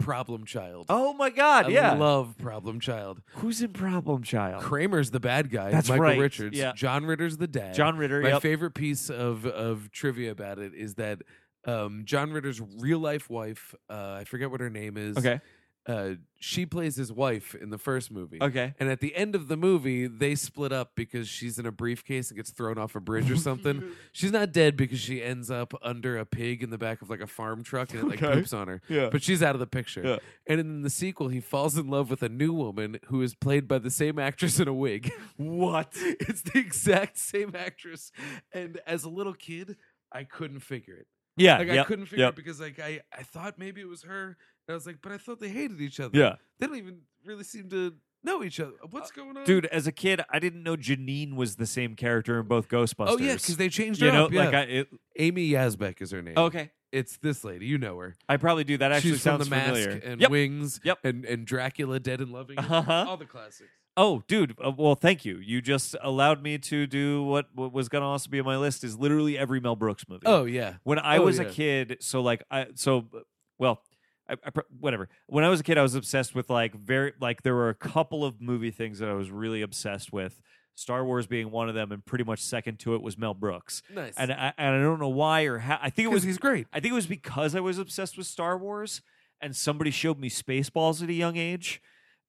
[SPEAKER 1] Problem Child.
[SPEAKER 2] Oh my god,
[SPEAKER 1] I
[SPEAKER 2] yeah.
[SPEAKER 1] love Problem Child.
[SPEAKER 2] Who's in Problem Child?
[SPEAKER 1] Kramer's the bad guy.
[SPEAKER 2] That's
[SPEAKER 1] Michael
[SPEAKER 2] right,
[SPEAKER 1] Richards.
[SPEAKER 2] yeah.
[SPEAKER 1] John Ritter's the dad.
[SPEAKER 2] John Ritter,
[SPEAKER 1] My
[SPEAKER 2] yep.
[SPEAKER 1] favorite piece of of trivia about it is that um, John Ritter's real life wife, uh, I forget what her name is.
[SPEAKER 2] Okay.
[SPEAKER 1] Uh, she plays his wife in the first movie.
[SPEAKER 2] Okay.
[SPEAKER 1] And at the end of the movie, they split up because she's in a briefcase and gets thrown off a bridge or
[SPEAKER 2] <laughs>
[SPEAKER 1] something. she's not dead because she ends up under a pig in the back of like a farm truck and it like
[SPEAKER 2] Okay.
[SPEAKER 1] poops on her.
[SPEAKER 2] Yeah.
[SPEAKER 1] But she's out of the picture.
[SPEAKER 2] Yeah.
[SPEAKER 1] And in the sequel, he falls in love with a new woman who is played by the same actress in a wig.
[SPEAKER 2] What?
[SPEAKER 1] <laughs> it's the exact same actress. And as a little kid, I couldn't figure it.
[SPEAKER 2] Yeah.
[SPEAKER 1] Like
[SPEAKER 2] Uh, yep,
[SPEAKER 1] I couldn't figure
[SPEAKER 2] yep.
[SPEAKER 1] it because like I, I thought maybe it was her. And I was like, but I thought they hated each other.
[SPEAKER 2] Yeah.
[SPEAKER 1] They don't even really seem to know each other. What's going on?
[SPEAKER 2] Uh, Dude, as a kid, I didn't know Janine was the same character in both Ghostbusters.
[SPEAKER 1] Oh yeah, because they changed her
[SPEAKER 2] you know,
[SPEAKER 1] up. Yeah.
[SPEAKER 2] like I it,
[SPEAKER 1] Amy Yazbek is her name.
[SPEAKER 2] okay,
[SPEAKER 1] It's this lady. You know her.
[SPEAKER 2] I probably do. That actually
[SPEAKER 1] She's
[SPEAKER 2] sounds
[SPEAKER 1] from The Mask
[SPEAKER 2] familiar.
[SPEAKER 1] and
[SPEAKER 2] yep.
[SPEAKER 1] Wings
[SPEAKER 2] Yep.
[SPEAKER 1] and, and Dracula Dead and Loving. You.
[SPEAKER 2] Uh-huh.
[SPEAKER 1] All the classics.
[SPEAKER 2] Oh, dude. Uh, well, thank you. You just allowed me to do what, what was going to also be on my list is literally every Mel Brooks movie.
[SPEAKER 1] Oh yeah.
[SPEAKER 2] when I
[SPEAKER 1] oh,
[SPEAKER 2] was a
[SPEAKER 1] yeah.
[SPEAKER 2] kid, so like I so uh, well, I, I, pr- whatever. When I was a kid, I was obsessed with like very like there were a couple of movie things that I was really obsessed with. Star Wars being one of them, and pretty much second to it was Mel Brooks.
[SPEAKER 1] Nice.
[SPEAKER 2] And I and I don't know why or how. I think it
[SPEAKER 1] Because
[SPEAKER 2] was
[SPEAKER 1] he's great.
[SPEAKER 2] I think it was because I was obsessed with Star Wars and somebody showed me Spaceballs at a young age.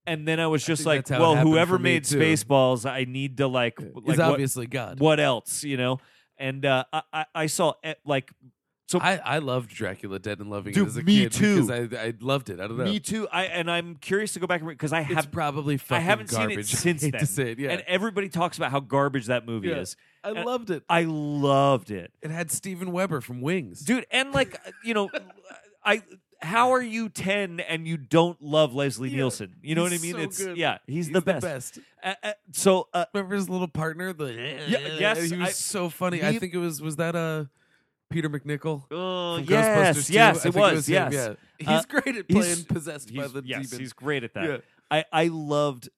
[SPEAKER 2] And then I was just
[SPEAKER 1] think
[SPEAKER 2] like,
[SPEAKER 1] that's how it
[SPEAKER 2] well,
[SPEAKER 1] happened
[SPEAKER 2] whoever
[SPEAKER 1] for me,
[SPEAKER 2] made
[SPEAKER 1] too.
[SPEAKER 2] Spaceballs, I need to like, like
[SPEAKER 1] He's
[SPEAKER 2] what,
[SPEAKER 1] obviously God.
[SPEAKER 2] what else, you know? And uh, I- I, I saw eh, like
[SPEAKER 1] I, I loved Dracula Dead and Loving
[SPEAKER 2] Dude,
[SPEAKER 1] it as a
[SPEAKER 2] me
[SPEAKER 1] kid
[SPEAKER 2] too.
[SPEAKER 1] because I I loved it. I don't know.
[SPEAKER 2] me too. I and I'm curious to go back and because I
[SPEAKER 1] It's
[SPEAKER 2] have
[SPEAKER 1] probably
[SPEAKER 2] I
[SPEAKER 1] fucking
[SPEAKER 2] haven't
[SPEAKER 1] garbage. <laughs>
[SPEAKER 2] seen it since
[SPEAKER 1] I hate
[SPEAKER 2] then.
[SPEAKER 1] to say it, yeah.
[SPEAKER 2] And everybody talks about how garbage that movie
[SPEAKER 1] Yeah.
[SPEAKER 2] is.
[SPEAKER 1] I
[SPEAKER 2] and-
[SPEAKER 1] loved it.
[SPEAKER 2] I loved it.
[SPEAKER 1] It had Steven Weber from Wings.
[SPEAKER 2] dude and like uh, you know i how are you 10 and you don't love leslie
[SPEAKER 1] Yeah.
[SPEAKER 2] nielsen you know
[SPEAKER 1] He's
[SPEAKER 2] what i mean
[SPEAKER 1] so
[SPEAKER 2] it's
[SPEAKER 1] good.
[SPEAKER 2] yeah he's,
[SPEAKER 1] He's
[SPEAKER 2] the best, Uh, uh, so uh,
[SPEAKER 1] Remember his little partner? The eh,
[SPEAKER 2] yes,
[SPEAKER 1] he was
[SPEAKER 2] I-
[SPEAKER 1] so funny. I
[SPEAKER 2] me-
[SPEAKER 1] think it was was that uh Peter McNichol?
[SPEAKER 2] uh,
[SPEAKER 1] from Ghostbusters
[SPEAKER 2] yes
[SPEAKER 1] 2? I
[SPEAKER 2] yes it
[SPEAKER 1] think
[SPEAKER 2] was,
[SPEAKER 1] him,
[SPEAKER 2] yes
[SPEAKER 1] yeah.
[SPEAKER 2] Uh,
[SPEAKER 1] He's great at
[SPEAKER 2] he's-
[SPEAKER 1] playing possessed by
[SPEAKER 2] He's-
[SPEAKER 1] the
[SPEAKER 2] yes,
[SPEAKER 1] demon.
[SPEAKER 2] he's great at that
[SPEAKER 1] Yeah.
[SPEAKER 2] i i loved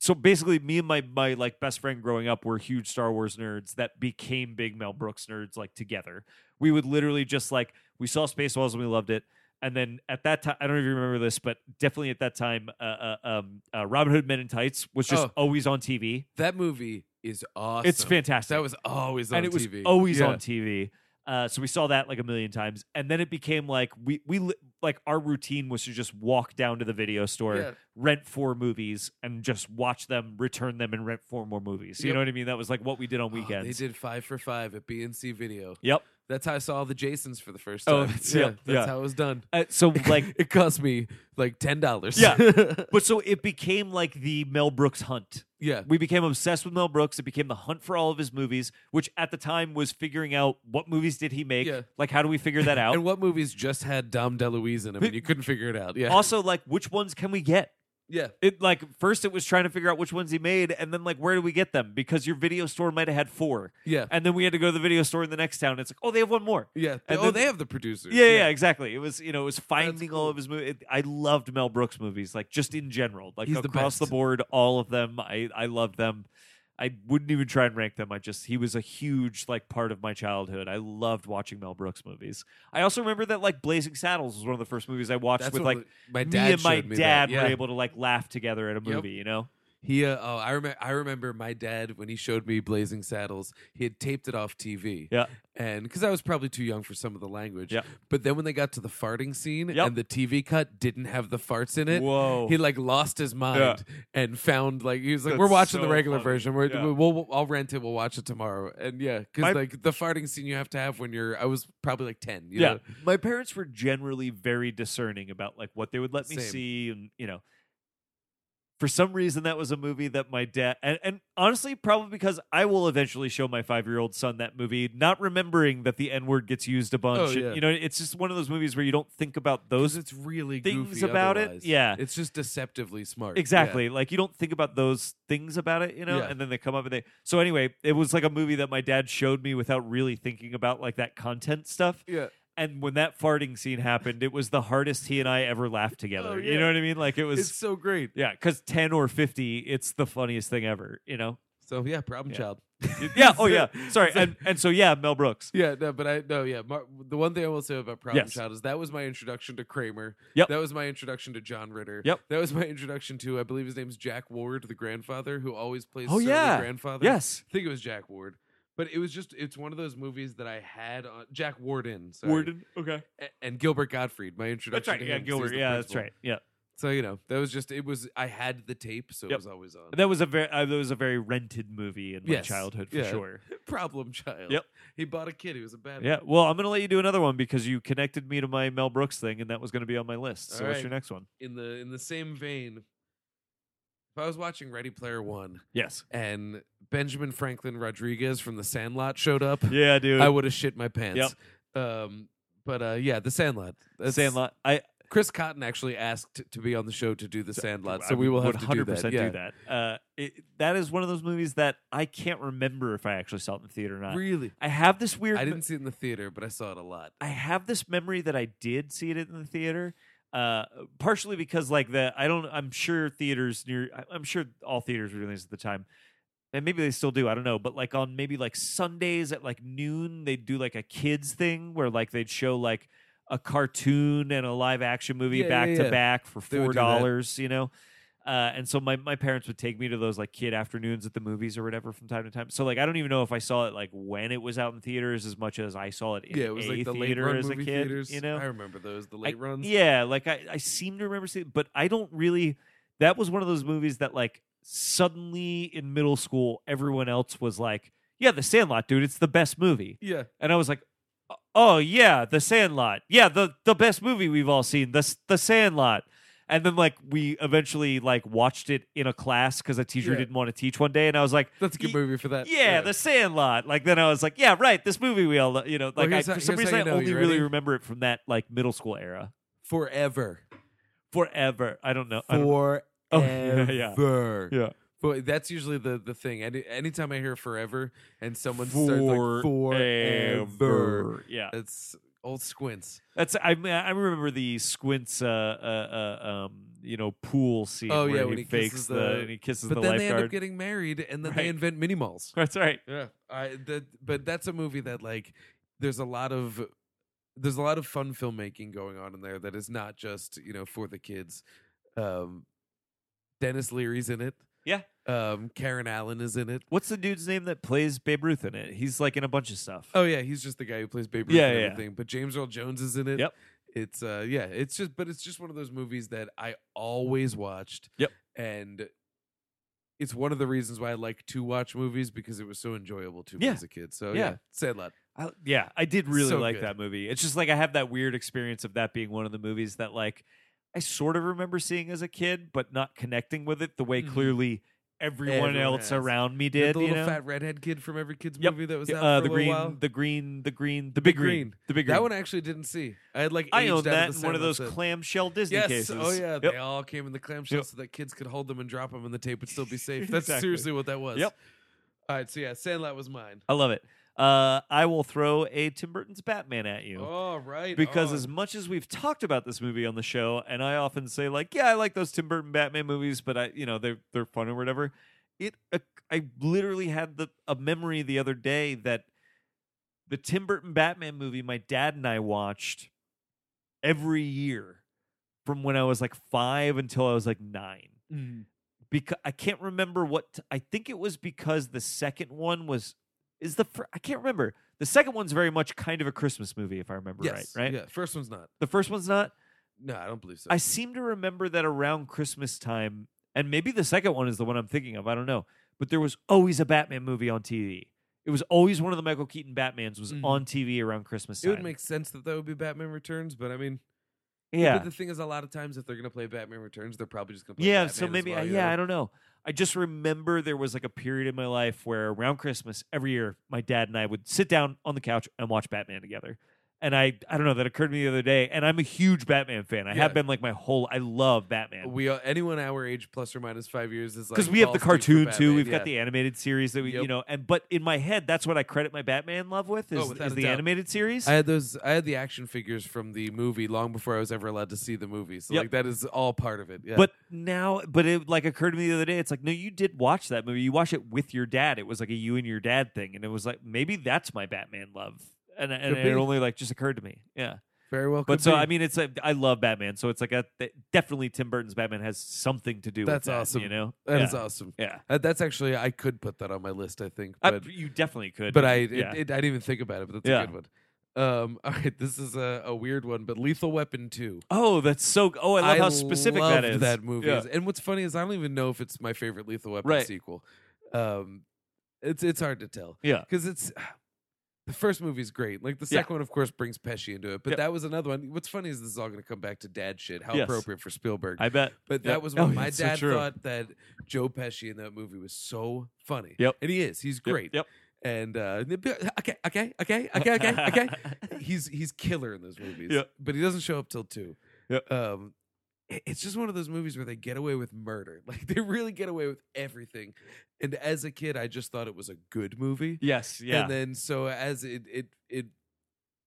[SPEAKER 2] so basically me and my my like best friend growing up were huge star wars nerds that became big mel brooks nerds like together we would literally just like we saw spaceballs and we loved it And then at that time, I don't know if you remember this, but definitely at that time, uh, uh, um, uh, Robin Hood Men in Tights was just
[SPEAKER 1] Oh.
[SPEAKER 2] always on TV.
[SPEAKER 1] That movie is awesome.
[SPEAKER 2] It's fantastic.
[SPEAKER 1] That was always on
[SPEAKER 2] and it was
[SPEAKER 1] TV.
[SPEAKER 2] always
[SPEAKER 1] Yeah.
[SPEAKER 2] on TV. Uh, so we saw that like a million times, and then it became like we we li- like our routine was to just walk down to the video store,
[SPEAKER 1] Yeah.
[SPEAKER 2] rent four movies, and just watch them, return them, and rent four more movies. You
[SPEAKER 1] Yep.
[SPEAKER 2] know what I mean? That was like what we did on
[SPEAKER 1] Oh, they
[SPEAKER 2] weekends.
[SPEAKER 1] did five for five at BNC Video.
[SPEAKER 2] Yep.
[SPEAKER 1] That's how I saw all the Jasons for the first time.
[SPEAKER 2] Oh, that's- yeah,
[SPEAKER 1] that's
[SPEAKER 2] yeah.
[SPEAKER 1] how it was done.
[SPEAKER 2] Uh,
[SPEAKER 1] <laughs>
[SPEAKER 2] so like,
[SPEAKER 1] It cost me like ten dollars.
[SPEAKER 2] Yeah. but so it became like the Mel Brooks hunt.
[SPEAKER 1] <laughs> yeah.
[SPEAKER 2] We became obsessed with Mel Brooks. It became the hunt for all of his movies, which at the time was figuring out what movies did he make.
[SPEAKER 1] Yeah.
[SPEAKER 2] Like, how do we figure
[SPEAKER 1] <laughs>
[SPEAKER 2] that out?
[SPEAKER 1] And what movies just had Dom DeLuise in them and you couldn't figure it out? Yeah.
[SPEAKER 2] Also, like, which ones can we get?
[SPEAKER 1] Yeah.
[SPEAKER 2] It like first it was trying to figure out which ones he made, and then like where do we get them? Because your video store might have had four,
[SPEAKER 1] Yeah.
[SPEAKER 2] and then we had to go to the video store in the next town. It's like, oh, they have one more.
[SPEAKER 1] Yeah.
[SPEAKER 2] And
[SPEAKER 1] oh,
[SPEAKER 2] then-
[SPEAKER 1] they have the producers.
[SPEAKER 2] Yeah, yeah, exactly. It was you know it was finding all
[SPEAKER 1] cool.
[SPEAKER 2] of his movies. I loved Mel Brooks movies, like just in general, like
[SPEAKER 1] He's the
[SPEAKER 2] across the,
[SPEAKER 1] best.
[SPEAKER 2] board, all of them. I I loved them. I wouldn't even try and rank them. I just he was a huge like part of my childhood. I loved watching Mel Brooks movies. I also remember that like Blazing Saddles was one of the first movies I watched
[SPEAKER 1] That's
[SPEAKER 2] with
[SPEAKER 1] what
[SPEAKER 2] like
[SPEAKER 1] my
[SPEAKER 2] me
[SPEAKER 1] dad
[SPEAKER 2] and my
[SPEAKER 1] showed me
[SPEAKER 2] dad
[SPEAKER 1] that. Yeah.
[SPEAKER 2] were able to like laugh together at a
[SPEAKER 1] Yep.
[SPEAKER 2] movie. You know.
[SPEAKER 1] He uh, oh I remember I remember my dad when he showed me Blazing Saddles he had taped it off TV
[SPEAKER 2] Yeah.
[SPEAKER 1] and because I was probably too young for some of the language
[SPEAKER 2] Yeah.
[SPEAKER 1] but then when they got to the farting scene
[SPEAKER 2] Yep.
[SPEAKER 1] and the TV cut didn't have the farts in it
[SPEAKER 2] Whoa.
[SPEAKER 1] he like lost his mind and found like he was like
[SPEAKER 2] That's
[SPEAKER 1] we're watching
[SPEAKER 2] so
[SPEAKER 1] the regular
[SPEAKER 2] funny.
[SPEAKER 1] version we're,
[SPEAKER 2] Yeah.
[SPEAKER 1] we'll, we'll I'll rent it we'll watch it tomorrow and yeah
[SPEAKER 2] My-
[SPEAKER 1] because like the farting scene you have to have when you're I was probably like ten you
[SPEAKER 2] yeah.
[SPEAKER 1] know?
[SPEAKER 2] My parents were generally very discerning about like what they would let me
[SPEAKER 1] Same.
[SPEAKER 2] see and you know for some reason that was a movie that my dad and, and honestly probably because I will eventually show my 5-year-old son that movie not remembering that the n-word gets used a bunch
[SPEAKER 1] Oh,
[SPEAKER 2] and,
[SPEAKER 1] yeah.
[SPEAKER 2] you know it's just one of those movies where you don't think about those
[SPEAKER 1] 'Cause it's really
[SPEAKER 2] things
[SPEAKER 1] goofy
[SPEAKER 2] about it,
[SPEAKER 1] otherwise.
[SPEAKER 2] yeah.
[SPEAKER 1] it's just deceptively smart Yeah.
[SPEAKER 2] Exactly. Like you don't think about those things about it, you know,
[SPEAKER 1] Yeah.
[SPEAKER 2] and then they come up and they So anyway, it was like a movie that my dad showed me without really thinking about like that content stuff.
[SPEAKER 1] yeah.
[SPEAKER 2] And when that farting scene happened, it was the hardest he and I ever laughed together.
[SPEAKER 1] Oh,
[SPEAKER 2] You
[SPEAKER 1] yeah.
[SPEAKER 2] know what I mean? Like it was
[SPEAKER 1] it's so great.
[SPEAKER 2] yeah, cuz 10 or 50, it's the funniest thing ever, you <laughs> know.
[SPEAKER 1] So yeah, problem
[SPEAKER 2] Yeah.
[SPEAKER 1] child.
[SPEAKER 2] yeah, oh yeah. Sorry. And and so yeah, Mel Brooks.
[SPEAKER 1] Yeah, no, but I no, yeah. Mar- the one thing I will say about Problem
[SPEAKER 2] Yes.
[SPEAKER 1] Child is that was my introduction to Kramer.
[SPEAKER 2] Yep.
[SPEAKER 1] That was my introduction to John Ritter.
[SPEAKER 2] Yep.
[SPEAKER 1] That was my introduction to I believe his name's Jack Ward, the grandfather who always plays.
[SPEAKER 2] Oh,
[SPEAKER 1] surly
[SPEAKER 2] yeah.
[SPEAKER 1] grandfather.
[SPEAKER 2] Yes.
[SPEAKER 1] I think it was Jack Ward, but it was just it's one of those movies that I had on Jack Warden. Sorry.
[SPEAKER 2] Warden. Okay.
[SPEAKER 1] A- and Gilbert Gottfried. My introduction.
[SPEAKER 2] That's right.
[SPEAKER 1] To
[SPEAKER 2] Yeah,
[SPEAKER 1] him, 'cause
[SPEAKER 2] Gilbert.
[SPEAKER 1] he's the
[SPEAKER 2] Yeah, that's
[SPEAKER 1] principal.
[SPEAKER 2] right. Yeah.
[SPEAKER 1] So you know that was just it was I had the tape, so
[SPEAKER 2] Yep.
[SPEAKER 1] it was always on.
[SPEAKER 2] That was a very uh, that was a very rented movie in my
[SPEAKER 1] Yes.
[SPEAKER 2] childhood for
[SPEAKER 1] Yeah.
[SPEAKER 2] sure.
[SPEAKER 1] Problem Child.
[SPEAKER 2] Yep.
[SPEAKER 1] He bought a kid. He was a bad.
[SPEAKER 2] Yeah. Well, I'm going to let you do another one because you connected me to my Mel Brooks thing, and that was going to be on my list. So,
[SPEAKER 1] All
[SPEAKER 2] what's
[SPEAKER 1] right.
[SPEAKER 2] your next one?
[SPEAKER 1] in the in the same vein if i was watching ready player one
[SPEAKER 2] Yes.
[SPEAKER 1] and benjamin franklin rodriguez from the sandlot showed up
[SPEAKER 2] Yeah, dude.
[SPEAKER 1] i would have shit my pants um but uh yeah the sandlot That's-
[SPEAKER 2] Sandlot. I
[SPEAKER 1] chris cotton actually asked to be on the show to do the sandlot so
[SPEAKER 2] I
[SPEAKER 1] we will
[SPEAKER 2] would
[SPEAKER 1] have to do that, yeah.
[SPEAKER 2] that. Uh, it, that is one of those movies that I can't remember if I actually saw it in the theater or not.
[SPEAKER 1] really
[SPEAKER 2] I have this weird.
[SPEAKER 1] i didn't see it in the theater but i saw it a lot
[SPEAKER 2] I have this memory that I did see it in the theater. Uh, partially because like the I don't I'm sure theaters near I- I'm sure all theaters were doing this at the time, and maybe they still do I don't know. But like on maybe like Sundays at like noon they'd do like a kids thing where like they'd show like a cartoon and a live action movie
[SPEAKER 1] Yeah, yeah,
[SPEAKER 2] back to
[SPEAKER 1] yeah.
[SPEAKER 2] back for
[SPEAKER 1] They would
[SPEAKER 2] four
[SPEAKER 1] do that.
[SPEAKER 2] dollars you know. Uh, and so my, my parents would take me to those like kid afternoons at the movies or whatever from time to time. So like I don't even know if I saw it like when it was out in theaters as much as I saw it in
[SPEAKER 1] yeah it was
[SPEAKER 2] a
[SPEAKER 1] like the late
[SPEAKER 2] theater
[SPEAKER 1] run
[SPEAKER 2] as a
[SPEAKER 1] movie
[SPEAKER 2] kid.
[SPEAKER 1] theaters
[SPEAKER 2] You know,
[SPEAKER 1] i remember those the
[SPEAKER 2] I-
[SPEAKER 1] late runs
[SPEAKER 2] Yeah, like I, I seem to remember seeing, it, but I don't really. That was one of those movies that like suddenly in middle school, everyone else was like, "Yeah, The Sandlot, dude, it's the best movie,"
[SPEAKER 1] yeah
[SPEAKER 2] and I was like. Oh yeah, The Sandlot. Yeah, the the best movie we've all seen. The S- The Sandlot. And then like we eventually like watched it in a class because a teacher
[SPEAKER 1] Yeah.
[SPEAKER 2] didn't want to teach one day, and I was like,
[SPEAKER 1] that's a good
[SPEAKER 2] "Ye-
[SPEAKER 1] movie for that
[SPEAKER 2] yeah, The Sandlot. Like then I was like, yeah, right. This movie we all, you know,
[SPEAKER 1] Well,
[SPEAKER 2] like I,
[SPEAKER 1] here's how-
[SPEAKER 2] for some
[SPEAKER 1] here's how
[SPEAKER 2] reason I
[SPEAKER 1] you know.
[SPEAKER 2] only
[SPEAKER 1] You
[SPEAKER 2] really
[SPEAKER 1] ready?
[SPEAKER 2] remember it from that like middle school era.
[SPEAKER 1] forever
[SPEAKER 2] Forever, I don't know. I don't know.
[SPEAKER 1] forever
[SPEAKER 2] Oh, <laughs> yeah, yeah. Yeah.
[SPEAKER 1] But that's usually the the thing. Any anytime I hear forever and someone starts like forever,
[SPEAKER 2] Yeah,
[SPEAKER 1] it's old squints.
[SPEAKER 2] that's I. I remember the squints, uh, uh, uh, um, you know, pool scene.
[SPEAKER 1] Oh,
[SPEAKER 2] where
[SPEAKER 1] yeah,
[SPEAKER 2] he,
[SPEAKER 1] when he
[SPEAKER 2] fakes
[SPEAKER 1] kisses
[SPEAKER 2] the,
[SPEAKER 1] the-
[SPEAKER 2] and he kisses
[SPEAKER 1] But
[SPEAKER 2] the
[SPEAKER 1] then they end up
[SPEAKER 2] lifeguard.
[SPEAKER 1] getting married, and then
[SPEAKER 2] Right.
[SPEAKER 1] they invent mini malls.
[SPEAKER 2] <laughs> that's right.
[SPEAKER 1] Yeah, I that. But that's a movie that like there's a lot of there's a lot of fun filmmaking going on in there that is not just you know for the kids. Um, Dennis Leary's in it.
[SPEAKER 2] Yeah.
[SPEAKER 1] Um, Karen Allen is in it.
[SPEAKER 2] What's the dude's name that plays Babe Ruth in it? He's like in a bunch of stuff.
[SPEAKER 1] Oh yeah, he's just the guy who plays Babe Ruth
[SPEAKER 2] Yeah,
[SPEAKER 1] and
[SPEAKER 2] yeah.
[SPEAKER 1] everything. But James Earl Jones is in it.
[SPEAKER 2] Yep.
[SPEAKER 1] It's uh yeah, it's just but it's just one of those movies that I always watched.
[SPEAKER 2] Yep.
[SPEAKER 1] And it's one of the reasons why I like to watch movies because it was so enjoyable to me
[SPEAKER 2] Yeah.
[SPEAKER 1] as a kid. So yeah,
[SPEAKER 2] Yeah.
[SPEAKER 1] say it loud.
[SPEAKER 2] I, yeah, I did really
[SPEAKER 1] So
[SPEAKER 2] like
[SPEAKER 1] good.
[SPEAKER 2] that movie. It's just like I have that weird experience of that being one of the movies that like I sort of remember seeing as a kid, but not connecting with it the way
[SPEAKER 1] Mhm.
[SPEAKER 2] clearly everyone,
[SPEAKER 1] Everyone
[SPEAKER 2] else
[SPEAKER 1] has.
[SPEAKER 2] around me
[SPEAKER 1] Did,
[SPEAKER 2] did.
[SPEAKER 1] the
[SPEAKER 2] you
[SPEAKER 1] little
[SPEAKER 2] know?
[SPEAKER 1] fat redhead kid from every kid's
[SPEAKER 2] Yep.
[SPEAKER 1] movie that was
[SPEAKER 2] Yeah,
[SPEAKER 1] out
[SPEAKER 2] uh,
[SPEAKER 1] for a little
[SPEAKER 2] the green,
[SPEAKER 1] while?
[SPEAKER 2] the green, the green, the
[SPEAKER 1] Big
[SPEAKER 2] big green,
[SPEAKER 1] Green.
[SPEAKER 2] the big green.
[SPEAKER 1] That one I actually didn't see. I had like
[SPEAKER 2] I
[SPEAKER 1] aged out
[SPEAKER 2] owned
[SPEAKER 1] of
[SPEAKER 2] that
[SPEAKER 1] the
[SPEAKER 2] in one of those
[SPEAKER 1] cinema set.
[SPEAKER 2] clamshell Disney
[SPEAKER 1] Yes.
[SPEAKER 2] cases.
[SPEAKER 1] Oh yeah.
[SPEAKER 2] Yep.
[SPEAKER 1] They all came in the clamshell
[SPEAKER 2] Yep.
[SPEAKER 1] so that kids could hold them and drop them, and the tape would still
[SPEAKER 2] <laughs>
[SPEAKER 1] be safe. That's
[SPEAKER 2] Exactly.
[SPEAKER 1] seriously what that was.
[SPEAKER 2] Yep.
[SPEAKER 1] All right. So yeah, Sandlot was mine.
[SPEAKER 2] I love it. Uh, I will throw a Tim Burton's Batman at you.
[SPEAKER 1] All right.
[SPEAKER 2] because
[SPEAKER 1] on.
[SPEAKER 2] as much as we've talked about this movie on the show, and I often say like, yeah, I like those Tim Burton Batman movies, but I, you know, they're they're fun or whatever. It, uh, I literally had the a memory the other day that the Tim Burton Batman movie my dad and I watched every year from when I was like five until I was like nine.
[SPEAKER 1] Mm-hmm.
[SPEAKER 2] Because I can't remember what t- I think it was because the second one was is the fir- I can't remember. The second one's very much kind of a Christmas movie if I remember
[SPEAKER 1] yes,
[SPEAKER 2] right, right?
[SPEAKER 1] Yeah, first one's not.
[SPEAKER 2] The first one's not.
[SPEAKER 1] No, I don't believe so.
[SPEAKER 2] I seem to remember that around Christmas time, and maybe the second one is the one I'm thinking of. I don't know. But there was always a Batman movie on TV. It was always one of the Michael Keaton Batmans was
[SPEAKER 1] Mhm.
[SPEAKER 2] on TV around Christmas
[SPEAKER 1] it
[SPEAKER 2] time.
[SPEAKER 1] would make sense that that would be Batman Returns, but I mean,
[SPEAKER 2] yeah,
[SPEAKER 1] But the thing is, a lot of times if they're gonna play Batman Returns, they're probably just gonna play
[SPEAKER 2] yeah.
[SPEAKER 1] Batman
[SPEAKER 2] So
[SPEAKER 1] as
[SPEAKER 2] maybe
[SPEAKER 1] well,
[SPEAKER 2] I,
[SPEAKER 1] you
[SPEAKER 2] yeah,
[SPEAKER 1] know?
[SPEAKER 2] I don't know. I just remember there was like a period in my life where around Christmas every year, my dad and I would sit down on the couch and watch Batman together. And I, I don't know, that occurred to me the other day. And I'm a huge Batman fan. I
[SPEAKER 1] Yeah.
[SPEAKER 2] have been like my whole. I love Batman.
[SPEAKER 1] We are, anyone our age plus or minus five years is like
[SPEAKER 2] because we have the
[SPEAKER 1] balls deep for
[SPEAKER 2] cartoon too.
[SPEAKER 1] Batman,
[SPEAKER 2] We've
[SPEAKER 1] yeah.
[SPEAKER 2] got the animated series that we,
[SPEAKER 1] Yep.
[SPEAKER 2] you know, and but in my head, that's what I credit my Batman love with is,
[SPEAKER 1] Oh, without
[SPEAKER 2] is
[SPEAKER 1] a
[SPEAKER 2] the
[SPEAKER 1] doubt.
[SPEAKER 2] animated series.
[SPEAKER 1] I had those. I had the action figures from the movie long before I was ever allowed to see the movie. So
[SPEAKER 2] Yep.
[SPEAKER 1] like that is all part of it. Yeah.
[SPEAKER 2] But now, but it like occurred to me the other day. It's like, no, you did watch that movie. You watch it with your dad. It was like a you and your dad thing, and it was like maybe that's my Batman love. And, and
[SPEAKER 1] Could be.
[SPEAKER 2] it only like just occurred to me. Yeah.
[SPEAKER 1] very well.
[SPEAKER 2] But
[SPEAKER 1] could
[SPEAKER 2] so
[SPEAKER 1] be.
[SPEAKER 2] I mean, it's like I love Batman. So it's like a, that- definitely Tim Burton's Batman has something to do.
[SPEAKER 1] That's
[SPEAKER 2] with that,
[SPEAKER 1] awesome.
[SPEAKER 2] You know,
[SPEAKER 1] that
[SPEAKER 2] yeah.
[SPEAKER 1] is awesome.
[SPEAKER 2] Yeah.
[SPEAKER 1] Uh, that's actually I could put that on my list. I think.
[SPEAKER 2] I-
[SPEAKER 1] But
[SPEAKER 2] you definitely could.
[SPEAKER 1] But I, it,
[SPEAKER 2] yeah.
[SPEAKER 1] it, I didn't even think about it. But that's a
[SPEAKER 2] Yeah.
[SPEAKER 1] good one. Um, <laughs> all right, this is a, a weird one, but Lethal Weapon two.
[SPEAKER 2] oh, that's so. Oh, I love how specific that
[SPEAKER 1] loved
[SPEAKER 2] is.
[SPEAKER 1] That movie,
[SPEAKER 2] Yeah.
[SPEAKER 1] is. and what's funny is I don't even know if it's my favorite Lethal Weapon
[SPEAKER 2] Right.
[SPEAKER 1] sequel. Um, it's it's hard to tell.
[SPEAKER 2] Yeah.
[SPEAKER 1] because it's <sighs> the first movie's great. Like the
[SPEAKER 2] Yeah.
[SPEAKER 1] second one, of course, brings Pesci into it. But
[SPEAKER 2] Yep.
[SPEAKER 1] that was another one. What's funny is this is all going to come back to dad shit. How
[SPEAKER 2] Yes.
[SPEAKER 1] appropriate for Spielberg.
[SPEAKER 2] I bet.
[SPEAKER 1] But
[SPEAKER 2] Yep.
[SPEAKER 1] that was when
[SPEAKER 2] <laughs> Oh,
[SPEAKER 1] my
[SPEAKER 2] it's so
[SPEAKER 1] dad
[SPEAKER 2] true.
[SPEAKER 1] thought that Joe Pesci in that movie was so funny.
[SPEAKER 2] Yep.
[SPEAKER 1] And he is. He's great.
[SPEAKER 2] Yep.
[SPEAKER 1] And uh, okay, okay, okay, okay,
[SPEAKER 2] <laughs>
[SPEAKER 1] okay, okay. he's he's killer in those movies.
[SPEAKER 2] Yeah.
[SPEAKER 1] But he doesn't show up till two.
[SPEAKER 2] Yeah.
[SPEAKER 1] Um, it- it's just one of those movies where they get away with murder. <laughs> Like they really get away with everything. And as a kid, I just thought it was a good movie.
[SPEAKER 2] yes. Yeah.
[SPEAKER 1] And then so as it it it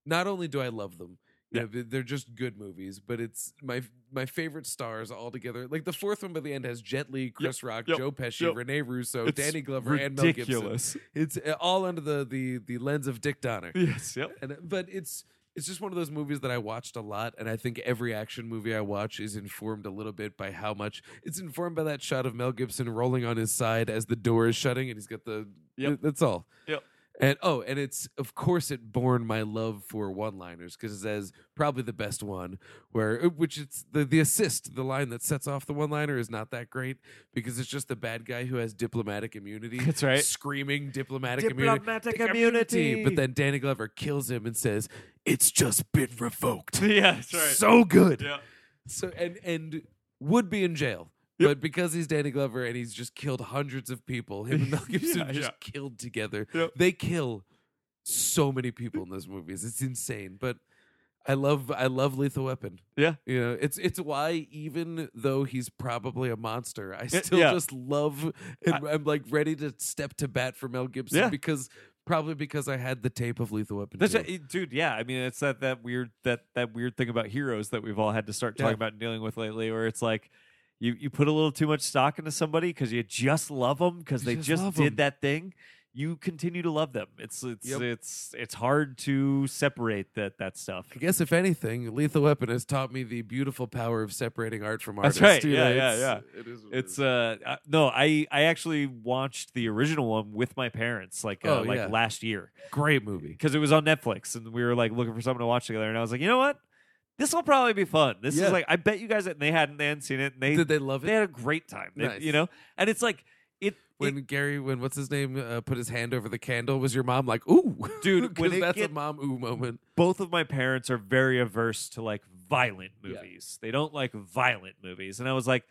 [SPEAKER 1] not only do I love them, you
[SPEAKER 2] Yeah.
[SPEAKER 1] know, they- they're just good movies, but it's my my favorite stars all together. Like the fourth one by the end has Jet Li, Chris Rock,
[SPEAKER 2] yep,
[SPEAKER 1] Joe Pesci,
[SPEAKER 2] yep.
[SPEAKER 1] Rene Russo,
[SPEAKER 2] It's
[SPEAKER 1] Danny Glover, and Mel Gibson.
[SPEAKER 2] ridiculous. <laughs>
[SPEAKER 1] It's uh, all under the the the lens of Dick Donner.
[SPEAKER 2] yes. Yep. <laughs>
[SPEAKER 1] And but it's it's just one of those movies that I watched a lot, and I think every action movie I watch is informed a little bit by how much it's informed by that shot of Mel Gibson rolling on his side as the door is shutting, and he's got the.
[SPEAKER 2] Yep.
[SPEAKER 1] That's all.
[SPEAKER 2] Yep.
[SPEAKER 1] And oh, and it's of course it born my love for one-liners because it says probably the best one, where uh, which it's the the assist the line that sets off the one-liner is not that great because it's just the bad guy who has diplomatic immunity.
[SPEAKER 2] That's right.
[SPEAKER 1] Screaming diplomatic, immunity.
[SPEAKER 2] Diplomatic
[SPEAKER 1] Take
[SPEAKER 2] immunity.
[SPEAKER 1] But then Danny Glover kills him and says, "It's just been revoked."
[SPEAKER 2] Yeah. That's right.
[SPEAKER 1] So good.
[SPEAKER 2] yeah.
[SPEAKER 1] So and and would be in jail. But because he's Danny Glover and he's just killed hundreds of people, him
[SPEAKER 2] <laughs>
[SPEAKER 1] and Mel Gibson
[SPEAKER 2] Yeah,
[SPEAKER 1] just
[SPEAKER 2] yeah.
[SPEAKER 1] killed together.
[SPEAKER 2] Yep.
[SPEAKER 1] They kill so many people in those movies. It's insane. But I love I love Lethal Weapon.
[SPEAKER 2] Yeah.
[SPEAKER 1] You know, it's it's why even though he's probably a monster, I still
[SPEAKER 2] yeah.
[SPEAKER 1] just love and I, am like ready to step to bat for Mel Gibson
[SPEAKER 2] Yeah.
[SPEAKER 1] because probably because I had the tape of Lethal Weapon.
[SPEAKER 2] That's
[SPEAKER 1] too.
[SPEAKER 2] right. It- dude. Yeah. I mean, it's that that weird that that weird thing about heroes that we've all had to start talking
[SPEAKER 1] Yeah.
[SPEAKER 2] about and dealing with lately, where it's like. You, you put a little too much stock into somebody because you just love them because
[SPEAKER 1] You
[SPEAKER 2] they
[SPEAKER 1] just
[SPEAKER 2] just
[SPEAKER 1] love
[SPEAKER 2] did
[SPEAKER 1] 'em.
[SPEAKER 2] that thing. you continue to love them. It's it's
[SPEAKER 1] Yep.
[SPEAKER 2] it's it's hard to separate that that stuff.
[SPEAKER 1] I guess if anything, Lethal Weapon has taught me the beautiful power of separating art from artists.
[SPEAKER 2] That's right.
[SPEAKER 1] You
[SPEAKER 2] Yeah,
[SPEAKER 1] know,
[SPEAKER 2] yeah,
[SPEAKER 1] it's- It is. what it
[SPEAKER 2] It's
[SPEAKER 1] is.
[SPEAKER 2] uh I- no, I I actually watched the original one with my parents like uh,
[SPEAKER 1] Oh,
[SPEAKER 2] like
[SPEAKER 1] yeah.
[SPEAKER 2] last year
[SPEAKER 1] great movie.
[SPEAKER 2] because it was on Netflix and we were like looking for something to watch together and I was like, "You know what? This will probably be fun. This
[SPEAKER 1] Yeah.
[SPEAKER 2] is like I bet you guys and they hadn't they hadn't seen it and they
[SPEAKER 1] Did they love
[SPEAKER 2] they
[SPEAKER 1] it
[SPEAKER 2] had a great time. They-
[SPEAKER 1] Nice.
[SPEAKER 2] you know? And it's like it
[SPEAKER 1] when Gary when what's his name uh, put his hand over the candle? Was your mom like ooh, <laughs>
[SPEAKER 2] Dude, when
[SPEAKER 1] 'Cause
[SPEAKER 2] it
[SPEAKER 1] that's
[SPEAKER 2] get-
[SPEAKER 1] a mom ooh moment.
[SPEAKER 2] both of my parents are very averse to like violent
[SPEAKER 1] Yeah.
[SPEAKER 2] movies. They don't like violent movies. And I was like,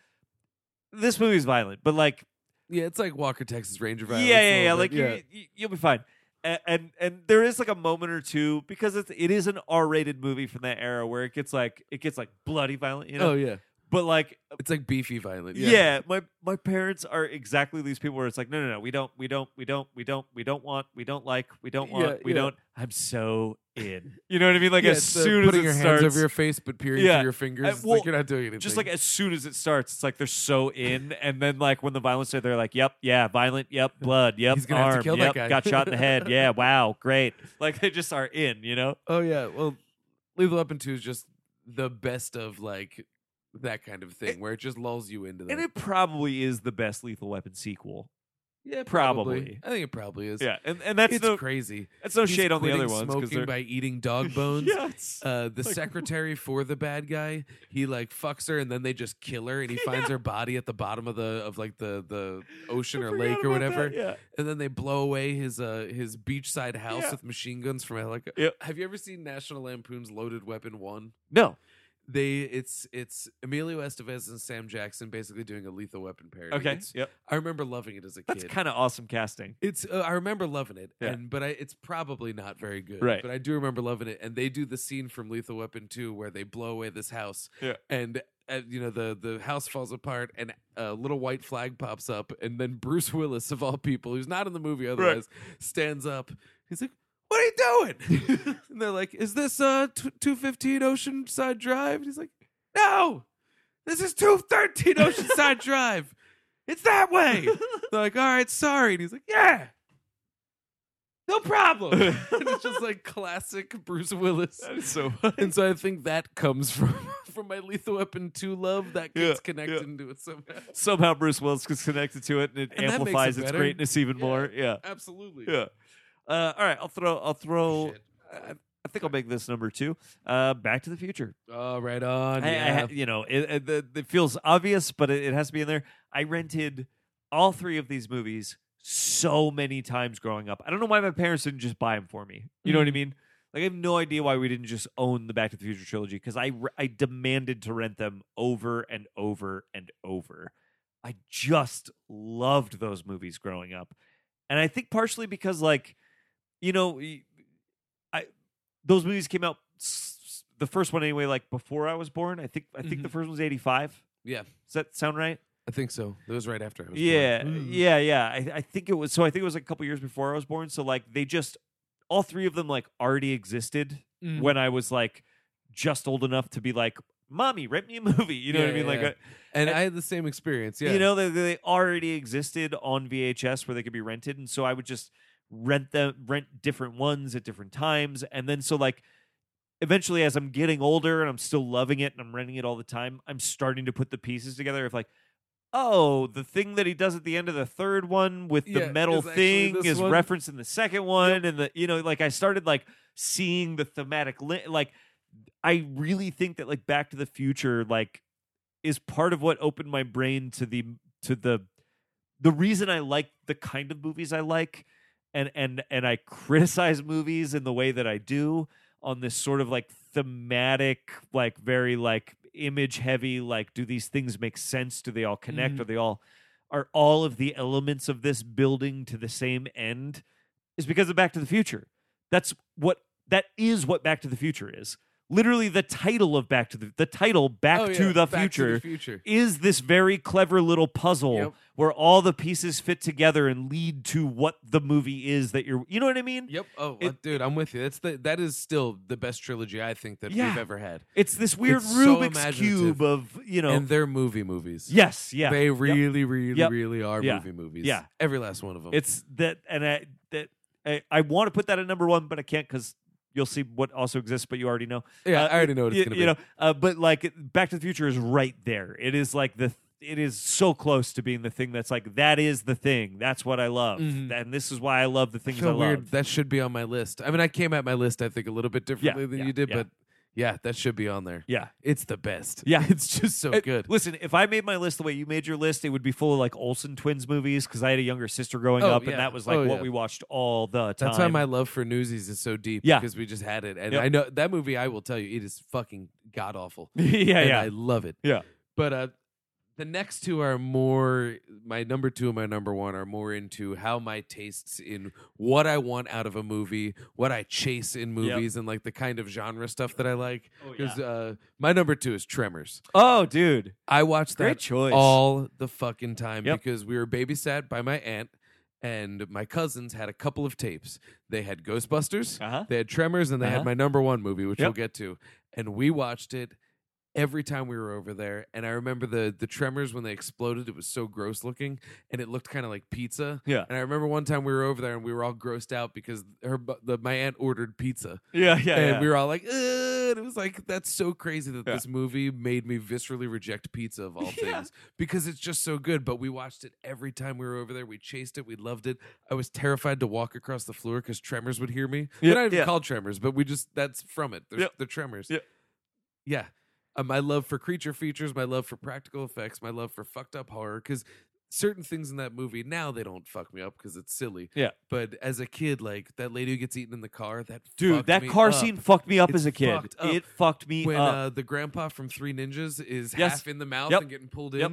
[SPEAKER 2] this movie's violent, but like,
[SPEAKER 1] Yeah, it's like Walker Texas Ranger
[SPEAKER 2] yeah,
[SPEAKER 1] violence. a
[SPEAKER 2] yeah, yeah.
[SPEAKER 1] little
[SPEAKER 2] Like,
[SPEAKER 1] bit.
[SPEAKER 2] You, you, you'll be fine. And, and and there is like a moment or two because it's it is an R rated movie from that era where it gets like it gets like bloody violent, you know.
[SPEAKER 1] oh yeah,
[SPEAKER 2] But like,
[SPEAKER 1] it's like beefy violent.
[SPEAKER 2] yeah.
[SPEAKER 1] Yeah,
[SPEAKER 2] my my parents are exactly these people where it's like, no, no, no, we don't, we don't, we don't, we don't, we don't want, we don't like, we don't want,
[SPEAKER 1] Yeah,
[SPEAKER 2] we
[SPEAKER 1] yeah.
[SPEAKER 2] don't. I'm so in. You know what I mean? Like
[SPEAKER 1] Yeah,
[SPEAKER 2] as
[SPEAKER 1] it's the
[SPEAKER 2] soon as
[SPEAKER 1] putting
[SPEAKER 2] it
[SPEAKER 1] your
[SPEAKER 2] starts,
[SPEAKER 1] hands over your face but peering
[SPEAKER 2] Yeah.
[SPEAKER 1] through your fingers,
[SPEAKER 2] Uh,
[SPEAKER 1] it's
[SPEAKER 2] well,
[SPEAKER 1] like you're not doing anything.
[SPEAKER 2] just like as soon as it starts, it's like they're so in, and then like when the violence starts, they're like, "Yep, yeah, violent,
[SPEAKER 1] <laughs>
[SPEAKER 2] yep, blood, yep,
[SPEAKER 1] He's gonna have
[SPEAKER 2] arm,
[SPEAKER 1] to kill that
[SPEAKER 2] yep,
[SPEAKER 1] guy."
[SPEAKER 2] got shot in
[SPEAKER 1] <laughs>
[SPEAKER 2] the head, yeah, wow, great." Like they just are in, you know?
[SPEAKER 1] oh yeah, well, Lethal Weapon Two is just the best of like that kind of thing where it just lulls you into that.
[SPEAKER 2] And it probably is the best Lethal Weapon sequel.
[SPEAKER 1] yeah,
[SPEAKER 2] probably.
[SPEAKER 1] I think it probably is.
[SPEAKER 2] Yeah, and and that's
[SPEAKER 1] it's
[SPEAKER 2] no
[SPEAKER 1] crazy.
[SPEAKER 2] that's no
[SPEAKER 1] He's
[SPEAKER 2] shade on the
[SPEAKER 1] quitting
[SPEAKER 2] other ones because
[SPEAKER 1] Smoking
[SPEAKER 2] they're
[SPEAKER 1] by eating
[SPEAKER 2] <laughs>
[SPEAKER 1] dog bones.
[SPEAKER 2] Yeah, it's-
[SPEAKER 1] Uh, the
[SPEAKER 2] Like-
[SPEAKER 1] secretary for the bad guy, he like fucks her and then they just kill her
[SPEAKER 2] <laughs>
[SPEAKER 1] and he finds her body at the bottom of the of like the the ocean
[SPEAKER 2] I
[SPEAKER 1] or
[SPEAKER 2] forgot
[SPEAKER 1] lake or
[SPEAKER 2] about that,
[SPEAKER 1] whatever.
[SPEAKER 2] yeah.
[SPEAKER 1] And then they blow away his uh his beachside house
[SPEAKER 2] Yeah.
[SPEAKER 1] with machine guns from a helico-
[SPEAKER 2] Yep.
[SPEAKER 1] Have you ever seen National Lampoon's Loaded Weapon One?
[SPEAKER 2] No.
[SPEAKER 1] They it's it's Emilio Estevez and Sam Jackson basically doing a Lethal Weapon parody.
[SPEAKER 2] Okay.
[SPEAKER 1] It's-
[SPEAKER 2] Yep.
[SPEAKER 1] I remember loving it as a
[SPEAKER 2] That's
[SPEAKER 1] kid.
[SPEAKER 2] kind of awesome casting.
[SPEAKER 1] It's uh, I remember loving it,
[SPEAKER 2] Yeah.
[SPEAKER 1] and but I, it's probably not very good.
[SPEAKER 2] Right.
[SPEAKER 1] But I do remember loving it, and they do the scene from Lethal Weapon Two where they blow away this house,
[SPEAKER 2] Yeah.
[SPEAKER 1] and uh, you know the the house falls apart, and a little white flag pops up, and then Bruce <laughs> Willis of all people, who's not in the movie otherwise, stands up. He's like. What are you
[SPEAKER 2] <laughs>
[SPEAKER 1] doing? and they're like, "Is this uh t- two fifteen Oceanside Drive?" And he's like, "No, this is two thirteen
[SPEAKER 2] <laughs>
[SPEAKER 1] Oceanside Drive. It's that way." They're like, all right, sorry. And he's like, yeah, no
[SPEAKER 2] <laughs>
[SPEAKER 1] problem. and it's just like classic Bruce Willis.
[SPEAKER 2] That is <laughs> so
[SPEAKER 1] And so I think that comes from <laughs> from my Lethal Weapon 2 love that
[SPEAKER 2] Yeah,
[SPEAKER 1] gets connected
[SPEAKER 2] yeah.
[SPEAKER 1] into it somehow.
[SPEAKER 2] somehow Bruce Willis gets connected to it and it
[SPEAKER 1] And that makes it
[SPEAKER 2] amplifies its
[SPEAKER 1] better.
[SPEAKER 2] greatness even
[SPEAKER 1] Yeah.
[SPEAKER 2] more. Yeah.
[SPEAKER 1] <laughs> Absolutely.
[SPEAKER 2] Yeah. Uh, all right, I'll throw. I'll throw.
[SPEAKER 1] Shit.
[SPEAKER 2] I, I think I'll make this number two. Uh, Back to the Future.
[SPEAKER 1] Oh, right on.
[SPEAKER 2] I- I
[SPEAKER 1] yeah.
[SPEAKER 2] ha- you know, it, it, the- it feels obvious, but it, it has to be in there. I rented all three of these movies so many times growing up. I don't know why my parents didn't just buy them for me. You know
[SPEAKER 1] Mm.
[SPEAKER 2] what I mean? Like I have no idea why we didn't just own the Back to the Future trilogy because I re- I demanded to rent them over and over and over. I just loved those movies growing up, and I think partially because like you know, y- I those movies came out s- s- the first one anyway, like before I was born. I think I think the first one was eighty five.
[SPEAKER 1] Mm-hmm. Yeah.
[SPEAKER 2] Does that sound right?
[SPEAKER 1] I think so. That was right after I was born.
[SPEAKER 2] Yeah,
[SPEAKER 1] Mm.
[SPEAKER 2] yeah, yeah. I, I think it was so. I think it was like a couple years before I was born. So like they just all three of them like already existed
[SPEAKER 1] Mm.
[SPEAKER 2] when I was like just old enough to be like, "Mommy, rent me a movie." You know
[SPEAKER 1] Yeah,
[SPEAKER 2] what I mean?
[SPEAKER 1] yeah,
[SPEAKER 2] like,
[SPEAKER 1] yeah.
[SPEAKER 2] uh,
[SPEAKER 1] And I had the same experience. Yeah.
[SPEAKER 2] you know, they, they already existed on VHS where they could be rented, and so I would just rent them, rent different ones at different times, and then so like. Eventually, as I'm getting older and I'm still loving it and I'm renting it all the time, I'm starting to put the pieces together of like, oh, the thing that he does at the end of the third one with the
[SPEAKER 1] Yeah,
[SPEAKER 2] metal
[SPEAKER 1] is actually
[SPEAKER 2] thing
[SPEAKER 1] this
[SPEAKER 2] is
[SPEAKER 1] one.
[SPEAKER 2] referenced in the second one, and the you know, like I started like seeing the thematic li- like I really think that like Back to the Future like is part of what opened my brain to the to the the reason I like the kind of movies I like and and and I criticize movies in the way that I do on this sort of like thematic like very like image heavy like do these things make sense do they all connect
[SPEAKER 1] Mhm.
[SPEAKER 2] are they all are all of the elements of this building to the same end is because of back to the future that's what that is what back to the future is literally the title of Back to the the title Back,
[SPEAKER 1] Oh, yeah,
[SPEAKER 2] to, the
[SPEAKER 1] Back
[SPEAKER 2] Future,
[SPEAKER 1] future.
[SPEAKER 2] is this very clever little puzzle
[SPEAKER 1] Yep.
[SPEAKER 2] where all the pieces fit together and lead to what the movie is that you're you know what I mean?
[SPEAKER 1] Yep. Oh,
[SPEAKER 2] It-
[SPEAKER 1] uh, dude, I'm with you. That's the that is still the best trilogy I think that
[SPEAKER 2] Yeah.
[SPEAKER 1] we've ever had.
[SPEAKER 2] It's this weird
[SPEAKER 1] It's so
[SPEAKER 2] Rubik's
[SPEAKER 1] imaginative.
[SPEAKER 2] cube of, you know,
[SPEAKER 1] And they're movie movies.
[SPEAKER 2] yes, yeah.
[SPEAKER 1] They really, really,
[SPEAKER 2] Yep.
[SPEAKER 1] really are
[SPEAKER 2] Yeah.
[SPEAKER 1] movie movies.
[SPEAKER 2] Yeah.
[SPEAKER 1] Every last one of them.
[SPEAKER 2] It's that, and I that I, I want to put that at number one, but I can't because you'll see what also exists. But you already know.
[SPEAKER 1] yeah,
[SPEAKER 2] uh,
[SPEAKER 1] I already know what it's
[SPEAKER 2] you,
[SPEAKER 1] gonna
[SPEAKER 2] you
[SPEAKER 1] be.
[SPEAKER 2] know, uh, but like Back to the Future is right there. It is like the. It is so close to being the thing that's like that is the thing. That's what I love,
[SPEAKER 1] Mhm.
[SPEAKER 2] and this is why I love the
[SPEAKER 1] I
[SPEAKER 2] things I
[SPEAKER 1] feel
[SPEAKER 2] love.
[SPEAKER 1] weird. That should be on my list. I mean, I came at my list, I think, a little bit differently than
[SPEAKER 2] yeah,
[SPEAKER 1] you did,
[SPEAKER 2] yeah.
[SPEAKER 1] but yeah, that should be on there.
[SPEAKER 2] Yeah,
[SPEAKER 1] It's the best.
[SPEAKER 2] Yeah.
[SPEAKER 1] <laughs>
[SPEAKER 2] <laughs>
[SPEAKER 1] It's just so
[SPEAKER 2] Uh,
[SPEAKER 1] good.
[SPEAKER 2] Listen, if I made my list the way you made your list, it would be full of like Olsen twins movies because I had a younger sister growing
[SPEAKER 1] Oh,
[SPEAKER 2] up,
[SPEAKER 1] yeah.
[SPEAKER 2] and that was like
[SPEAKER 1] Oh,
[SPEAKER 2] what
[SPEAKER 1] yeah.
[SPEAKER 2] we watched all the time.
[SPEAKER 1] That's why
[SPEAKER 2] <laughs>
[SPEAKER 1] my love for Newsies is so deep.
[SPEAKER 2] Yeah.
[SPEAKER 1] Because we just had it. And
[SPEAKER 2] Yep.
[SPEAKER 1] I know that movie, I will tell you, it is fucking god awful.
[SPEAKER 2] yeah,
[SPEAKER 1] and
[SPEAKER 2] yeah,
[SPEAKER 1] I love it.
[SPEAKER 2] Yeah.
[SPEAKER 1] But uh the next two are more my number 2 and my number 1 are more into how my tastes in what I want out of a movie, what I chase in movies and like the kind of genre stuff that I like
[SPEAKER 2] Oh,
[SPEAKER 1] cuz uh my number 2 is Tremors.
[SPEAKER 2] oh, dude,
[SPEAKER 1] I watched uh, that
[SPEAKER 2] great choice.
[SPEAKER 1] all the fucking time
[SPEAKER 2] Yep.
[SPEAKER 1] because we were babysat by my aunt and my cousins had a couple of tapes. They had Ghostbusters,
[SPEAKER 2] Uh-huh.
[SPEAKER 1] they had Tremors, and they
[SPEAKER 2] Uh-huh.
[SPEAKER 1] had my number one movie, which
[SPEAKER 2] Yep.
[SPEAKER 1] we'll get to. And we watched it every time we were over there. And I remember the the Tremors when they exploded, it was so gross looking and it looked kind of like pizza.
[SPEAKER 2] Yeah.
[SPEAKER 1] And I remember one time we were over there and we were all grossed out because her bu- the, my aunt ordered pizza
[SPEAKER 2] Yeah, yeah,
[SPEAKER 1] and
[SPEAKER 2] yeah.
[SPEAKER 1] we were all like, Ugh, and it was like that's so crazy that
[SPEAKER 2] Yeah.
[SPEAKER 1] this movie made me viscerally reject pizza of all
[SPEAKER 2] <laughs> Yeah.
[SPEAKER 1] things because it's just so good. But we watched it every time we were over there. We chased it. We loved it. I was terrified to walk across the floor because tremors would hear me.
[SPEAKER 2] Yeah,
[SPEAKER 1] They're not even
[SPEAKER 2] yeah.
[SPEAKER 1] called tremors, but we just that's from it. There's
[SPEAKER 2] Yeah.
[SPEAKER 1] the tremors.
[SPEAKER 2] Yeah.
[SPEAKER 1] yeah. Uh, my love for creature features, my love for practical effects, my love for fucked up horror, because certain things in that movie now they don't fuck me up because it's silly.
[SPEAKER 2] Yeah.
[SPEAKER 1] But as a kid, like that lady who gets eaten in the car, that
[SPEAKER 2] Dude,
[SPEAKER 1] fucked
[SPEAKER 2] that
[SPEAKER 1] me
[SPEAKER 2] car
[SPEAKER 1] up.
[SPEAKER 2] scene fucked me up
[SPEAKER 1] It's
[SPEAKER 2] as a kid.
[SPEAKER 1] fucked up.
[SPEAKER 2] It fucked me
[SPEAKER 1] when
[SPEAKER 2] up.
[SPEAKER 1] uh, the grandpa from Three Ninjas is
[SPEAKER 2] Yes.
[SPEAKER 1] half in the mouth
[SPEAKER 2] Yep.
[SPEAKER 1] and getting pulled in,
[SPEAKER 2] Yep.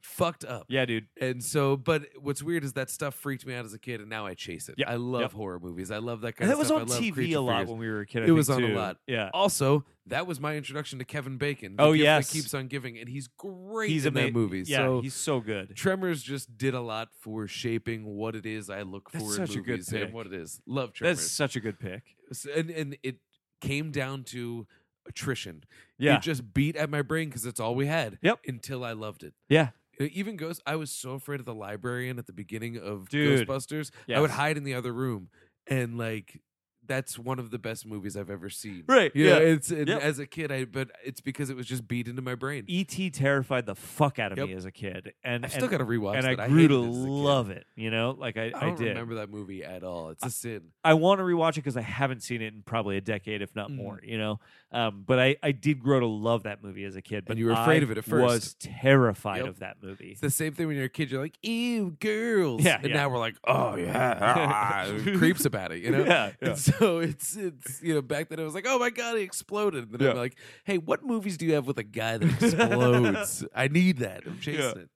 [SPEAKER 1] fucked up.
[SPEAKER 2] yeah, dude.
[SPEAKER 1] And so, but what's weird is that stuff freaked me out as a kid, and now I chase it.
[SPEAKER 2] Yep.
[SPEAKER 1] I love
[SPEAKER 2] Yep.
[SPEAKER 1] horror movies. I love that kind
[SPEAKER 2] And that
[SPEAKER 1] of
[SPEAKER 2] was
[SPEAKER 1] stuff.
[SPEAKER 2] on
[SPEAKER 1] I love
[SPEAKER 2] TV
[SPEAKER 1] creature
[SPEAKER 2] a lot
[SPEAKER 1] figures.
[SPEAKER 2] when we were a kid. I
[SPEAKER 1] It
[SPEAKER 2] think,
[SPEAKER 1] was on a
[SPEAKER 2] too.
[SPEAKER 1] lot.
[SPEAKER 2] Yeah.
[SPEAKER 1] Also, that was my introduction to Kevin Bacon. The
[SPEAKER 2] Oh,
[SPEAKER 1] gift that
[SPEAKER 2] yes.
[SPEAKER 1] keeps on giving, and he's great
[SPEAKER 2] He's
[SPEAKER 1] in
[SPEAKER 2] amazing.
[SPEAKER 1] that movie.
[SPEAKER 2] Yeah,
[SPEAKER 1] so
[SPEAKER 2] he's so good.
[SPEAKER 1] Tremors just did a lot for shaping what it is I look
[SPEAKER 2] That's
[SPEAKER 1] for
[SPEAKER 2] such a
[SPEAKER 1] in
[SPEAKER 2] good
[SPEAKER 1] movies
[SPEAKER 2] pick.
[SPEAKER 1] and what it is. Love Tremors,
[SPEAKER 2] That's such a good pick.
[SPEAKER 1] S- and and it came down to attrition.
[SPEAKER 2] Yeah.
[SPEAKER 1] It just beat at my brain because it's all we had.
[SPEAKER 2] Yep.
[SPEAKER 1] Until I loved it.
[SPEAKER 2] Yeah.
[SPEAKER 1] It even Ghost, I was so afraid of the librarian at the beginning of
[SPEAKER 2] Dude.
[SPEAKER 1] Ghostbusters. I would
[SPEAKER 2] Yes.
[SPEAKER 1] hide in the other room, and like that's one of the best movies I've ever seen.
[SPEAKER 2] Right,
[SPEAKER 1] You know,
[SPEAKER 2] yeah.
[SPEAKER 1] It's and
[SPEAKER 2] Yep.
[SPEAKER 1] as a kid, I but it's because it was just beat into my brain.
[SPEAKER 2] E.T. E terrified the fuck out of
[SPEAKER 1] Yep.
[SPEAKER 2] me as a kid, and
[SPEAKER 1] I've
[SPEAKER 2] and,
[SPEAKER 1] still got to rewatch
[SPEAKER 2] and
[SPEAKER 1] that.
[SPEAKER 2] I
[SPEAKER 1] I
[SPEAKER 2] grew
[SPEAKER 1] hated
[SPEAKER 2] to
[SPEAKER 1] it as a kid.
[SPEAKER 2] love it. You know, like I,
[SPEAKER 1] I don't
[SPEAKER 2] did.
[SPEAKER 1] remember that movie at all. It's a sin.
[SPEAKER 2] I want to rewatch it because I haven't seen it in probably a decade, if not
[SPEAKER 1] Mm.
[SPEAKER 2] more. You know, um, but I, I did grow to love that movie as a kid. But
[SPEAKER 1] And you were afraid
[SPEAKER 2] I
[SPEAKER 1] of it at first.
[SPEAKER 2] Was terrified
[SPEAKER 1] Yep.
[SPEAKER 2] of that movie. <laughs>
[SPEAKER 1] It's the same thing when you're a kid. You're like, "Ew, girls,"
[SPEAKER 2] Yeah,
[SPEAKER 1] and
[SPEAKER 2] yeah.
[SPEAKER 1] now we're like, "Oh
[SPEAKER 2] <laughs>
[SPEAKER 1] yeah," It creeps about it, you know.
[SPEAKER 2] Yeah, yeah.
[SPEAKER 1] And so it's <laughs> it's you know back then it was like, "Oh my god, he exploded," and then I'm
[SPEAKER 2] Yeah.
[SPEAKER 1] like, "Hey, what movies do you have with a guy that
[SPEAKER 2] <laughs>
[SPEAKER 1] explodes? I need that. I'm chasing
[SPEAKER 2] Yeah.
[SPEAKER 1] it."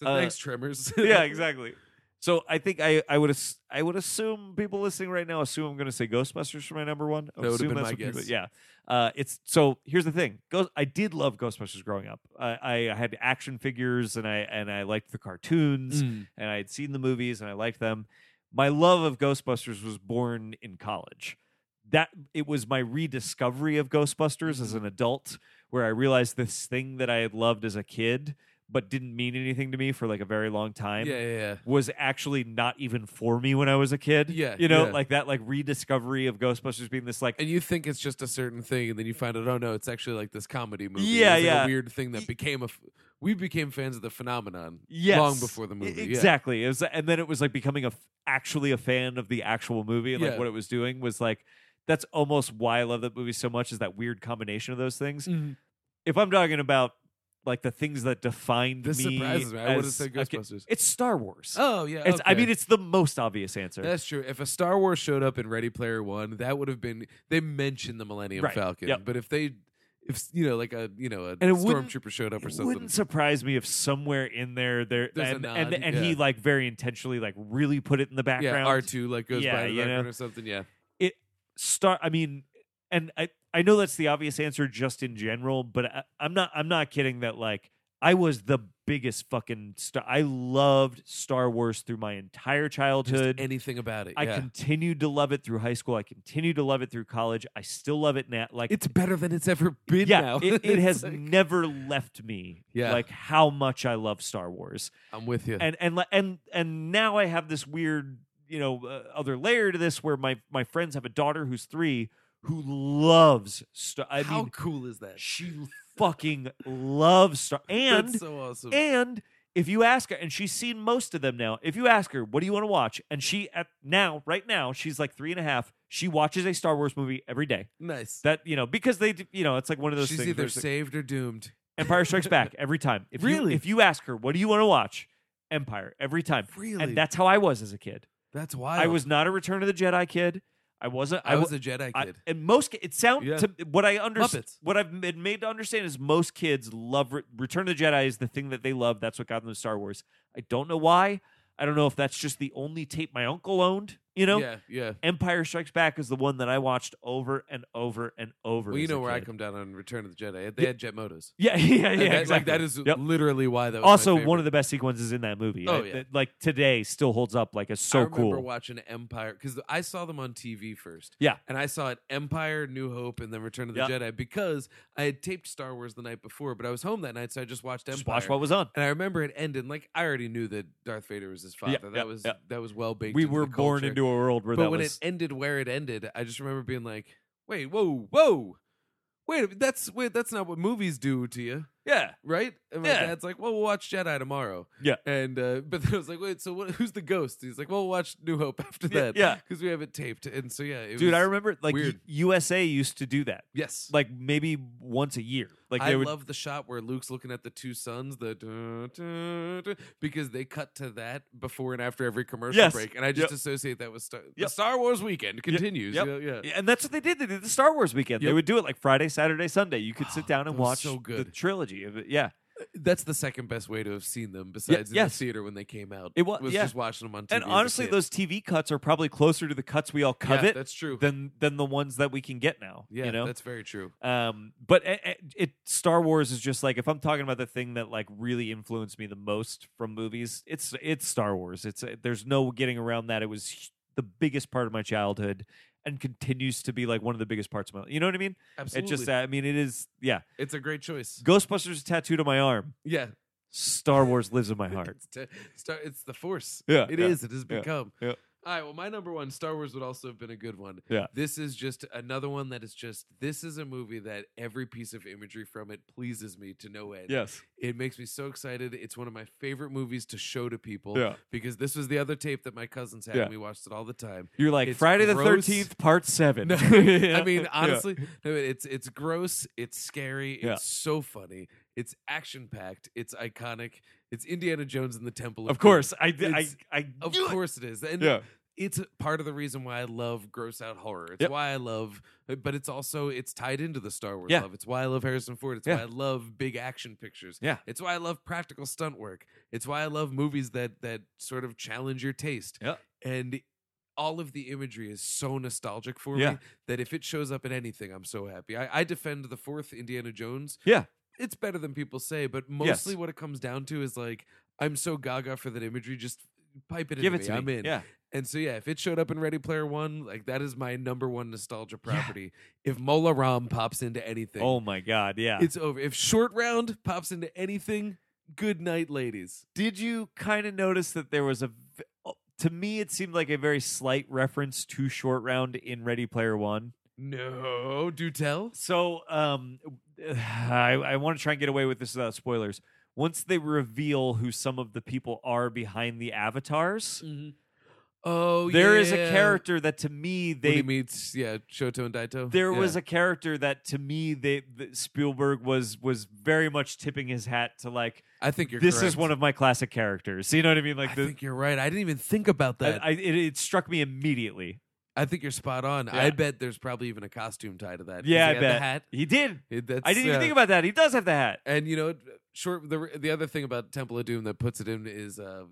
[SPEAKER 1] So
[SPEAKER 2] Uh,
[SPEAKER 1] thanks, Tremors. <laughs>
[SPEAKER 2] yeah, exactly. So I think I I would ass- I would assume people listening right now assume I'm going to say Ghostbusters for my number one.
[SPEAKER 1] That
[SPEAKER 2] I
[SPEAKER 1] would've
[SPEAKER 2] assume
[SPEAKER 1] been
[SPEAKER 2] that's
[SPEAKER 1] my
[SPEAKER 2] what people-
[SPEAKER 1] guess.
[SPEAKER 2] yeah, uh, it's so. Here's the thing. Ghost, I did love Ghostbusters growing up. I, I had action figures and I and I liked the cartoons
[SPEAKER 1] Mm.
[SPEAKER 2] and I had seen the movies and I liked them. My love of Ghostbusters was born in college. That it was my rediscovery of Ghostbusters as
[SPEAKER 1] Mm-hmm.
[SPEAKER 2] an adult, where I realized this thing that I had loved as a kid but didn't mean anything to me for like a very long
[SPEAKER 1] yeah,
[SPEAKER 2] time
[SPEAKER 1] yeah, yeah.
[SPEAKER 2] was actually not even for me when I was a kid.
[SPEAKER 1] Yeah,
[SPEAKER 2] you know,
[SPEAKER 1] yeah.
[SPEAKER 2] like that like rediscovery of Ghostbusters being this like
[SPEAKER 1] And you think it's just a certain thing, and then you find out, oh no, it's actually like this comedy movie.
[SPEAKER 2] Yeah,
[SPEAKER 1] It's like
[SPEAKER 2] yeah.
[SPEAKER 1] a weird thing
[SPEAKER 2] Y-
[SPEAKER 1] that became a. F- we became fans of the phenomenon
[SPEAKER 2] yes,
[SPEAKER 1] long before the
[SPEAKER 2] E-
[SPEAKER 1] movie. yeah.
[SPEAKER 2] Exactly. It was, and then it was like becoming a f- actually a fan of the actual movie and like
[SPEAKER 1] Yeah.
[SPEAKER 2] what it was doing was like that's almost why I love that movie so much is that weird combination of those things.
[SPEAKER 1] Mhm.
[SPEAKER 2] If I'm talking about like the things that defined
[SPEAKER 1] This
[SPEAKER 2] me,
[SPEAKER 1] surprises me. I would have
[SPEAKER 2] as
[SPEAKER 1] said
[SPEAKER 2] a kid-
[SPEAKER 1] Ghostbusters.
[SPEAKER 2] It's Star Wars.
[SPEAKER 1] Oh yeah,
[SPEAKER 2] it's, I
[SPEAKER 1] okay.
[SPEAKER 2] mean, it's the most obvious answer.
[SPEAKER 1] That's true. If a Star Wars showed up in Ready Player One, that would have been they mentioned the Millennium
[SPEAKER 2] Right.
[SPEAKER 1] Falcon.
[SPEAKER 2] Yep.
[SPEAKER 1] But if they, if you know, like a you know a
[SPEAKER 2] And it wouldn't-
[SPEAKER 1] stormtrooper showed up or
[SPEAKER 2] it
[SPEAKER 1] something,
[SPEAKER 2] wouldn't surprise me if somewhere in there there
[SPEAKER 1] There's a
[SPEAKER 2] and, and,
[SPEAKER 1] nod,
[SPEAKER 2] and he
[SPEAKER 1] yeah.
[SPEAKER 2] like very intentionally like really put it in the
[SPEAKER 1] yeah,
[SPEAKER 2] background.
[SPEAKER 1] R two like goes
[SPEAKER 2] Yeah,
[SPEAKER 1] by in the
[SPEAKER 2] you know.
[SPEAKER 1] background or something. Yeah,
[SPEAKER 2] Star I mean and I I know that's the obvious answer just in general, but I, I'm not I'm not kidding that like I was the biggest fucking star. I loved Star Wars through my entire
[SPEAKER 1] Just
[SPEAKER 2] childhood.
[SPEAKER 1] anything about it.
[SPEAKER 2] I
[SPEAKER 1] yeah.
[SPEAKER 2] continued to love it through high school. I continued to love it through college. I still love it now. Like
[SPEAKER 1] It's better than it's ever been.
[SPEAKER 2] yeah,
[SPEAKER 1] now. <laughs>
[SPEAKER 2] it, it
[SPEAKER 1] It's
[SPEAKER 2] has
[SPEAKER 1] like-
[SPEAKER 2] never left me.
[SPEAKER 1] Yeah.
[SPEAKER 2] like how much I love Star Wars,
[SPEAKER 1] I'm with you.
[SPEAKER 2] and and li- and and now I have this weird, you know, uh, other layer to this where my my friends have a daughter who's three who loves Star. I
[SPEAKER 1] How
[SPEAKER 2] mean,
[SPEAKER 1] cool is that?
[SPEAKER 2] she fucking loves Star.
[SPEAKER 1] <laughs>
[SPEAKER 2] And
[SPEAKER 1] That's so awesome.
[SPEAKER 2] and if you ask her, and she's seen most of them now, if you ask her, what do you want to watch? And she, at now, right now, she's like three and a half. She watches a Star Wars movie every day.
[SPEAKER 1] nice.
[SPEAKER 2] That, you know, because they, d- you know, it's like one of those
[SPEAKER 1] She's
[SPEAKER 2] things. where
[SPEAKER 1] either
[SPEAKER 2] it's like,
[SPEAKER 1] saved or doomed. <laughs>
[SPEAKER 2] Empire Strikes Back every time. If
[SPEAKER 1] Really?
[SPEAKER 2] You, if you ask her, what do you want to watch? Empire every time.
[SPEAKER 1] Really?
[SPEAKER 2] And that's how I was as a kid.
[SPEAKER 1] That's
[SPEAKER 2] I,
[SPEAKER 1] wild.
[SPEAKER 2] was not a Return of the Jedi kid. I wasn't.
[SPEAKER 1] I
[SPEAKER 2] wa-
[SPEAKER 1] was a Jedi
[SPEAKER 2] I-
[SPEAKER 1] kid.
[SPEAKER 2] and most ki- it sounds
[SPEAKER 1] Yeah.
[SPEAKER 2] to what I understand.
[SPEAKER 1] Muppets.
[SPEAKER 2] What I've been made to understand is most kids love Re- Return of the Jedi is the thing that they love. That's what got them to Star Wars. I don't know why. I don't know if that's just the only tape my uncle owned. You know,
[SPEAKER 1] yeah, yeah.
[SPEAKER 2] Empire Strikes Back is the one that I watched over and over and over.
[SPEAKER 1] Well, you
[SPEAKER 2] as a
[SPEAKER 1] know where I
[SPEAKER 2] kid.
[SPEAKER 1] come down on Return of the Jedi. They had jet motos.
[SPEAKER 2] <laughs> Yeah, yeah, yeah.
[SPEAKER 1] Like, that, like
[SPEAKER 2] exactly.
[SPEAKER 1] that is
[SPEAKER 2] Yep.
[SPEAKER 1] literally why that was my
[SPEAKER 2] also one
[SPEAKER 1] favorite.
[SPEAKER 2] of the best sequences in that movie.
[SPEAKER 1] Oh,
[SPEAKER 2] I-
[SPEAKER 1] yeah.
[SPEAKER 2] that, like today still holds up. Like it's
[SPEAKER 1] I
[SPEAKER 2] so
[SPEAKER 1] remember
[SPEAKER 2] cool.
[SPEAKER 1] watching Empire because I saw them on TV first.
[SPEAKER 2] Yeah.
[SPEAKER 1] and I saw it Empire, New Hope, and then Return of the
[SPEAKER 2] Yeah.
[SPEAKER 1] Jedi because I had taped Star Wars the night before, but I was home that night, so I just watched Empire.
[SPEAKER 2] Just watch what was on.
[SPEAKER 1] and I remember it ended like I already knew that Darth Vader was his father.
[SPEAKER 2] Yeah,
[SPEAKER 1] that
[SPEAKER 2] yeah,
[SPEAKER 1] was
[SPEAKER 2] yeah.
[SPEAKER 1] that was well baked.
[SPEAKER 2] We
[SPEAKER 1] into
[SPEAKER 2] were
[SPEAKER 1] the
[SPEAKER 2] born
[SPEAKER 1] culture.
[SPEAKER 2] into a world where
[SPEAKER 1] But
[SPEAKER 2] that
[SPEAKER 1] when
[SPEAKER 2] was
[SPEAKER 1] it ended where it ended, I just remember being like, "Wait, whoa, whoa, wait, a minute, that's wait, that's not what movies do to you."
[SPEAKER 2] yeah.
[SPEAKER 1] right? And my
[SPEAKER 2] Yeah.
[SPEAKER 1] dad's like, "Well, we'll watch Jedi tomorrow."
[SPEAKER 2] Yeah.
[SPEAKER 1] And uh, <laughs> but then I was like, "Wait, so what, who's the ghost?" He's like, "Well, we'll watch New Hope <laughs> after
[SPEAKER 2] Yeah,
[SPEAKER 1] that."
[SPEAKER 2] yeah.
[SPEAKER 1] because we have it taped, and so yeah, it
[SPEAKER 2] Dude,
[SPEAKER 1] was-
[SPEAKER 2] I remember like
[SPEAKER 1] weird.
[SPEAKER 2] U- USA used to do that.
[SPEAKER 1] Yes,
[SPEAKER 2] like maybe once a year. Like
[SPEAKER 1] I
[SPEAKER 2] they would,
[SPEAKER 1] love the shot where Luke's looking at the two sons, the dun, dun, dun, because they cut to that before and after every commercial
[SPEAKER 2] Yes.
[SPEAKER 1] break, and I just
[SPEAKER 2] Yep.
[SPEAKER 1] associate that with Star, the
[SPEAKER 2] Yep.
[SPEAKER 1] Star Wars weekend continues.
[SPEAKER 2] Yep.
[SPEAKER 1] Yeah, yeah.
[SPEAKER 2] Yeah, and that's what they did. They did the Star Wars weekend. They
[SPEAKER 1] Yep.
[SPEAKER 2] would do it like Friday, Saturday, Sunday. You could sit down and
[SPEAKER 1] That was
[SPEAKER 2] watch
[SPEAKER 1] so
[SPEAKER 2] the
[SPEAKER 1] good.
[SPEAKER 2] trilogy of it. Yeah,
[SPEAKER 1] That's the second best way to have seen them, besides in
[SPEAKER 2] yes.
[SPEAKER 1] the theater when they came out.
[SPEAKER 2] It wa- yeah.
[SPEAKER 1] just watching them on TV.
[SPEAKER 2] and
[SPEAKER 1] as a
[SPEAKER 2] honestly,
[SPEAKER 1] kid.
[SPEAKER 2] those TV cuts are probably closer to the cuts we all
[SPEAKER 1] yeah,
[SPEAKER 2] covet
[SPEAKER 1] that's true.
[SPEAKER 2] than than the ones that we can get now.
[SPEAKER 1] yeah,
[SPEAKER 2] you know.
[SPEAKER 1] that's very true.
[SPEAKER 2] Um, but it, it- it Star Wars is just like if I'm talking about the thing that like really influenced me the most from movies, it's it's Star Wars. It's uh, there's no getting around that. It was h- the biggest part of my childhood and continues to be like one of the biggest parts of my. You know what I mean?
[SPEAKER 1] Absolutely.
[SPEAKER 2] It just I mean it is yeah.
[SPEAKER 1] It's a great choice.
[SPEAKER 2] Ghostbusters is tattooed on my arm.
[SPEAKER 1] Yeah.
[SPEAKER 2] Star Wars lives in my heart.
[SPEAKER 1] It's, t- star- it's the force.
[SPEAKER 2] Yeah,
[SPEAKER 1] It
[SPEAKER 2] yeah,
[SPEAKER 1] is. It has
[SPEAKER 2] yeah,
[SPEAKER 1] become.
[SPEAKER 2] yeah.
[SPEAKER 1] All right. Well, my number one, Star Wars would also have been a good one.
[SPEAKER 2] Yeah.
[SPEAKER 1] This is just another one that is just, this is a movie that every piece of imagery from it pleases me to no end.
[SPEAKER 2] Yes.
[SPEAKER 1] It makes me so excited. It's one of my favorite movies to show to people
[SPEAKER 2] Yeah.
[SPEAKER 1] because this was the other tape that my cousins had
[SPEAKER 2] Yeah.
[SPEAKER 1] and we watched it all the time.
[SPEAKER 2] You're like
[SPEAKER 1] It's
[SPEAKER 2] Friday the
[SPEAKER 1] gross.
[SPEAKER 2] 13th part 7.
[SPEAKER 1] No,
[SPEAKER 2] <laughs> Yeah.
[SPEAKER 1] I mean,
[SPEAKER 2] Yeah.
[SPEAKER 1] honestly, no, it's it's gross. It's scary. It's
[SPEAKER 2] Yeah.
[SPEAKER 1] so funny. It's action packed. It's iconic. It's Indiana Jones and the Temple. Of,
[SPEAKER 2] Of course, I I
[SPEAKER 1] It's-
[SPEAKER 2] I
[SPEAKER 1] Doom.
[SPEAKER 2] knew
[SPEAKER 1] of
[SPEAKER 2] it.
[SPEAKER 1] course it is, and
[SPEAKER 2] Yeah.
[SPEAKER 1] it's part of the reason why I love gross out horror. It's
[SPEAKER 2] Yep.
[SPEAKER 1] why I love, but it's also it's tied into the Star Wars
[SPEAKER 2] Yeah.
[SPEAKER 1] love. It's why I love Harrison Ford. It's
[SPEAKER 2] Yeah.
[SPEAKER 1] why I love big action pictures.
[SPEAKER 2] Yeah.
[SPEAKER 1] it's why I love practical stunt work. It's why I love movies that that sort of challenge your taste.
[SPEAKER 2] Yeah.
[SPEAKER 1] and all of the imagery is so nostalgic for
[SPEAKER 2] Yeah.
[SPEAKER 1] me that if it shows up in anything, I'm so happy. I, I defend the fourth Indiana Jones.
[SPEAKER 2] Yeah.
[SPEAKER 1] It's better than people say, but
[SPEAKER 2] Yes.
[SPEAKER 1] mostly what it comes down to is like, I'm so gaga for that imagery. Just pipe it
[SPEAKER 2] Give
[SPEAKER 1] into
[SPEAKER 2] it to
[SPEAKER 1] me.
[SPEAKER 2] me.
[SPEAKER 1] I'm in.
[SPEAKER 2] Yeah.
[SPEAKER 1] And so, yeah, if it showed up in Ready Player One, like that is my number one nostalgia property. If Mola Ram pops into anything,
[SPEAKER 2] Oh my god, yeah.
[SPEAKER 1] it's over. If Short Round pops into anything, good night, ladies.
[SPEAKER 2] did you kind of notice that there was a v- oh, to me it seemed like a very slight reference to short round in ready player one
[SPEAKER 1] No, do tell.
[SPEAKER 2] so um <sighs> i, I want to try and get away with this without spoilers once they reveal who some of the people are behind the avatars
[SPEAKER 1] Oh,
[SPEAKER 2] Mm-hmm. there is
[SPEAKER 1] yeah.
[SPEAKER 2] a character that to me
[SPEAKER 1] when
[SPEAKER 2] they
[SPEAKER 1] he meets yeah Shoto and Daito.
[SPEAKER 2] there
[SPEAKER 1] yeah.
[SPEAKER 2] was a character that to me they that Spielberg was was very much tipping his hat to like
[SPEAKER 1] I think you're.
[SPEAKER 2] this
[SPEAKER 1] correct.
[SPEAKER 2] is one of my classic characters. You know what I mean? Like
[SPEAKER 1] I
[SPEAKER 2] the,
[SPEAKER 1] think you're right. I didn't even think about
[SPEAKER 2] I,
[SPEAKER 1] that. I,
[SPEAKER 2] I, it, it struck me immediately.
[SPEAKER 1] think you're spot on.
[SPEAKER 2] Yeah.
[SPEAKER 1] I bet there's probably even a costume tie to that. 'cause
[SPEAKER 2] Yeah,
[SPEAKER 1] he
[SPEAKER 2] I
[SPEAKER 1] had
[SPEAKER 2] bet
[SPEAKER 1] the hat.
[SPEAKER 2] he did.
[SPEAKER 1] It- that's,
[SPEAKER 2] I didn't
[SPEAKER 1] uh,
[SPEAKER 2] even think about that. He does have the hat.
[SPEAKER 1] And you know, short the the other thing about Temple of Doom that puts it in is uh,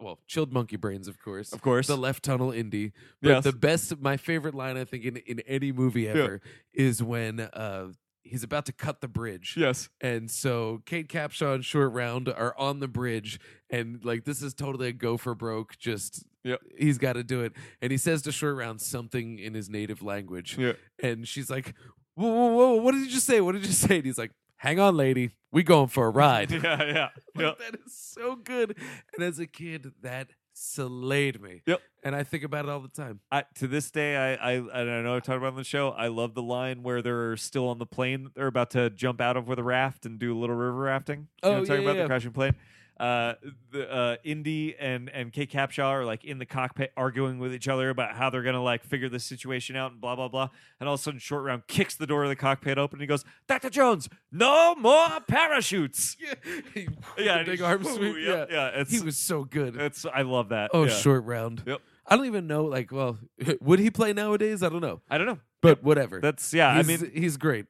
[SPEAKER 1] well, Chilled Monkey Brains, of course.
[SPEAKER 4] Of course.
[SPEAKER 1] The Left Tunnel Indie. But
[SPEAKER 4] Yes.
[SPEAKER 1] the best, my favorite line, I think, in, in any movie ever is when uh, he's about to cut the bridge.
[SPEAKER 4] yes.
[SPEAKER 1] And so Kate Capshaw and Short Round are on the bridge, and like this is totally a go for broke. Just
[SPEAKER 4] Yep.
[SPEAKER 1] he's got to do it. And he says to Short Round something in his native language,
[SPEAKER 2] <laughs>
[SPEAKER 4] Yeah.
[SPEAKER 1] and she's like, "Whoa, whoa, whoa! What did you just say? What did you say?" And he's like, "Hang on, lady, we going for a
[SPEAKER 2] <laughs>
[SPEAKER 1] ride." <laughs>
[SPEAKER 4] Yeah. Yeah. <laughs>
[SPEAKER 1] Like, that is so good. And as a kid, that slayed me.
[SPEAKER 4] Yep.
[SPEAKER 1] And I think about it all the time.
[SPEAKER 2] I, to this day, I, I and I know I've talked about it on the show. I love the line where they're still on the plane that they're about to jump out of with a raft and do a little river rafting.
[SPEAKER 1] Oh,
[SPEAKER 2] you know, what I'm talking
[SPEAKER 1] yeah,
[SPEAKER 2] about
[SPEAKER 1] yeah.
[SPEAKER 2] the crashing plane. Uh, the uh, Indy and and Kate Capshaw are like in the cockpit arguing with each other about how they're gonna like figure this situation out and blah blah blah. And all of a sudden, short round kicks the door of the cockpit open and he goes, "Doctor Jones, no more parachutes."
[SPEAKER 1] Yeah. <laughs> He-
[SPEAKER 2] <laughs> Yeah,
[SPEAKER 1] the big
[SPEAKER 2] and <laughs>
[SPEAKER 1] arm
[SPEAKER 2] whoo,
[SPEAKER 1] sweep.
[SPEAKER 2] yeah,
[SPEAKER 1] yeah.
[SPEAKER 2] yeah. It's,
[SPEAKER 1] He was so good.
[SPEAKER 2] it's I love that.
[SPEAKER 1] Oh,
[SPEAKER 2] yeah.
[SPEAKER 1] short round.
[SPEAKER 2] Yep.
[SPEAKER 1] I don't even know. Like, well, <laughs> would he play nowadays? I don't know.
[SPEAKER 2] I don't know.
[SPEAKER 1] But whatever.
[SPEAKER 2] That's yeah. I
[SPEAKER 1] he's,
[SPEAKER 2] mean,
[SPEAKER 1] he's great.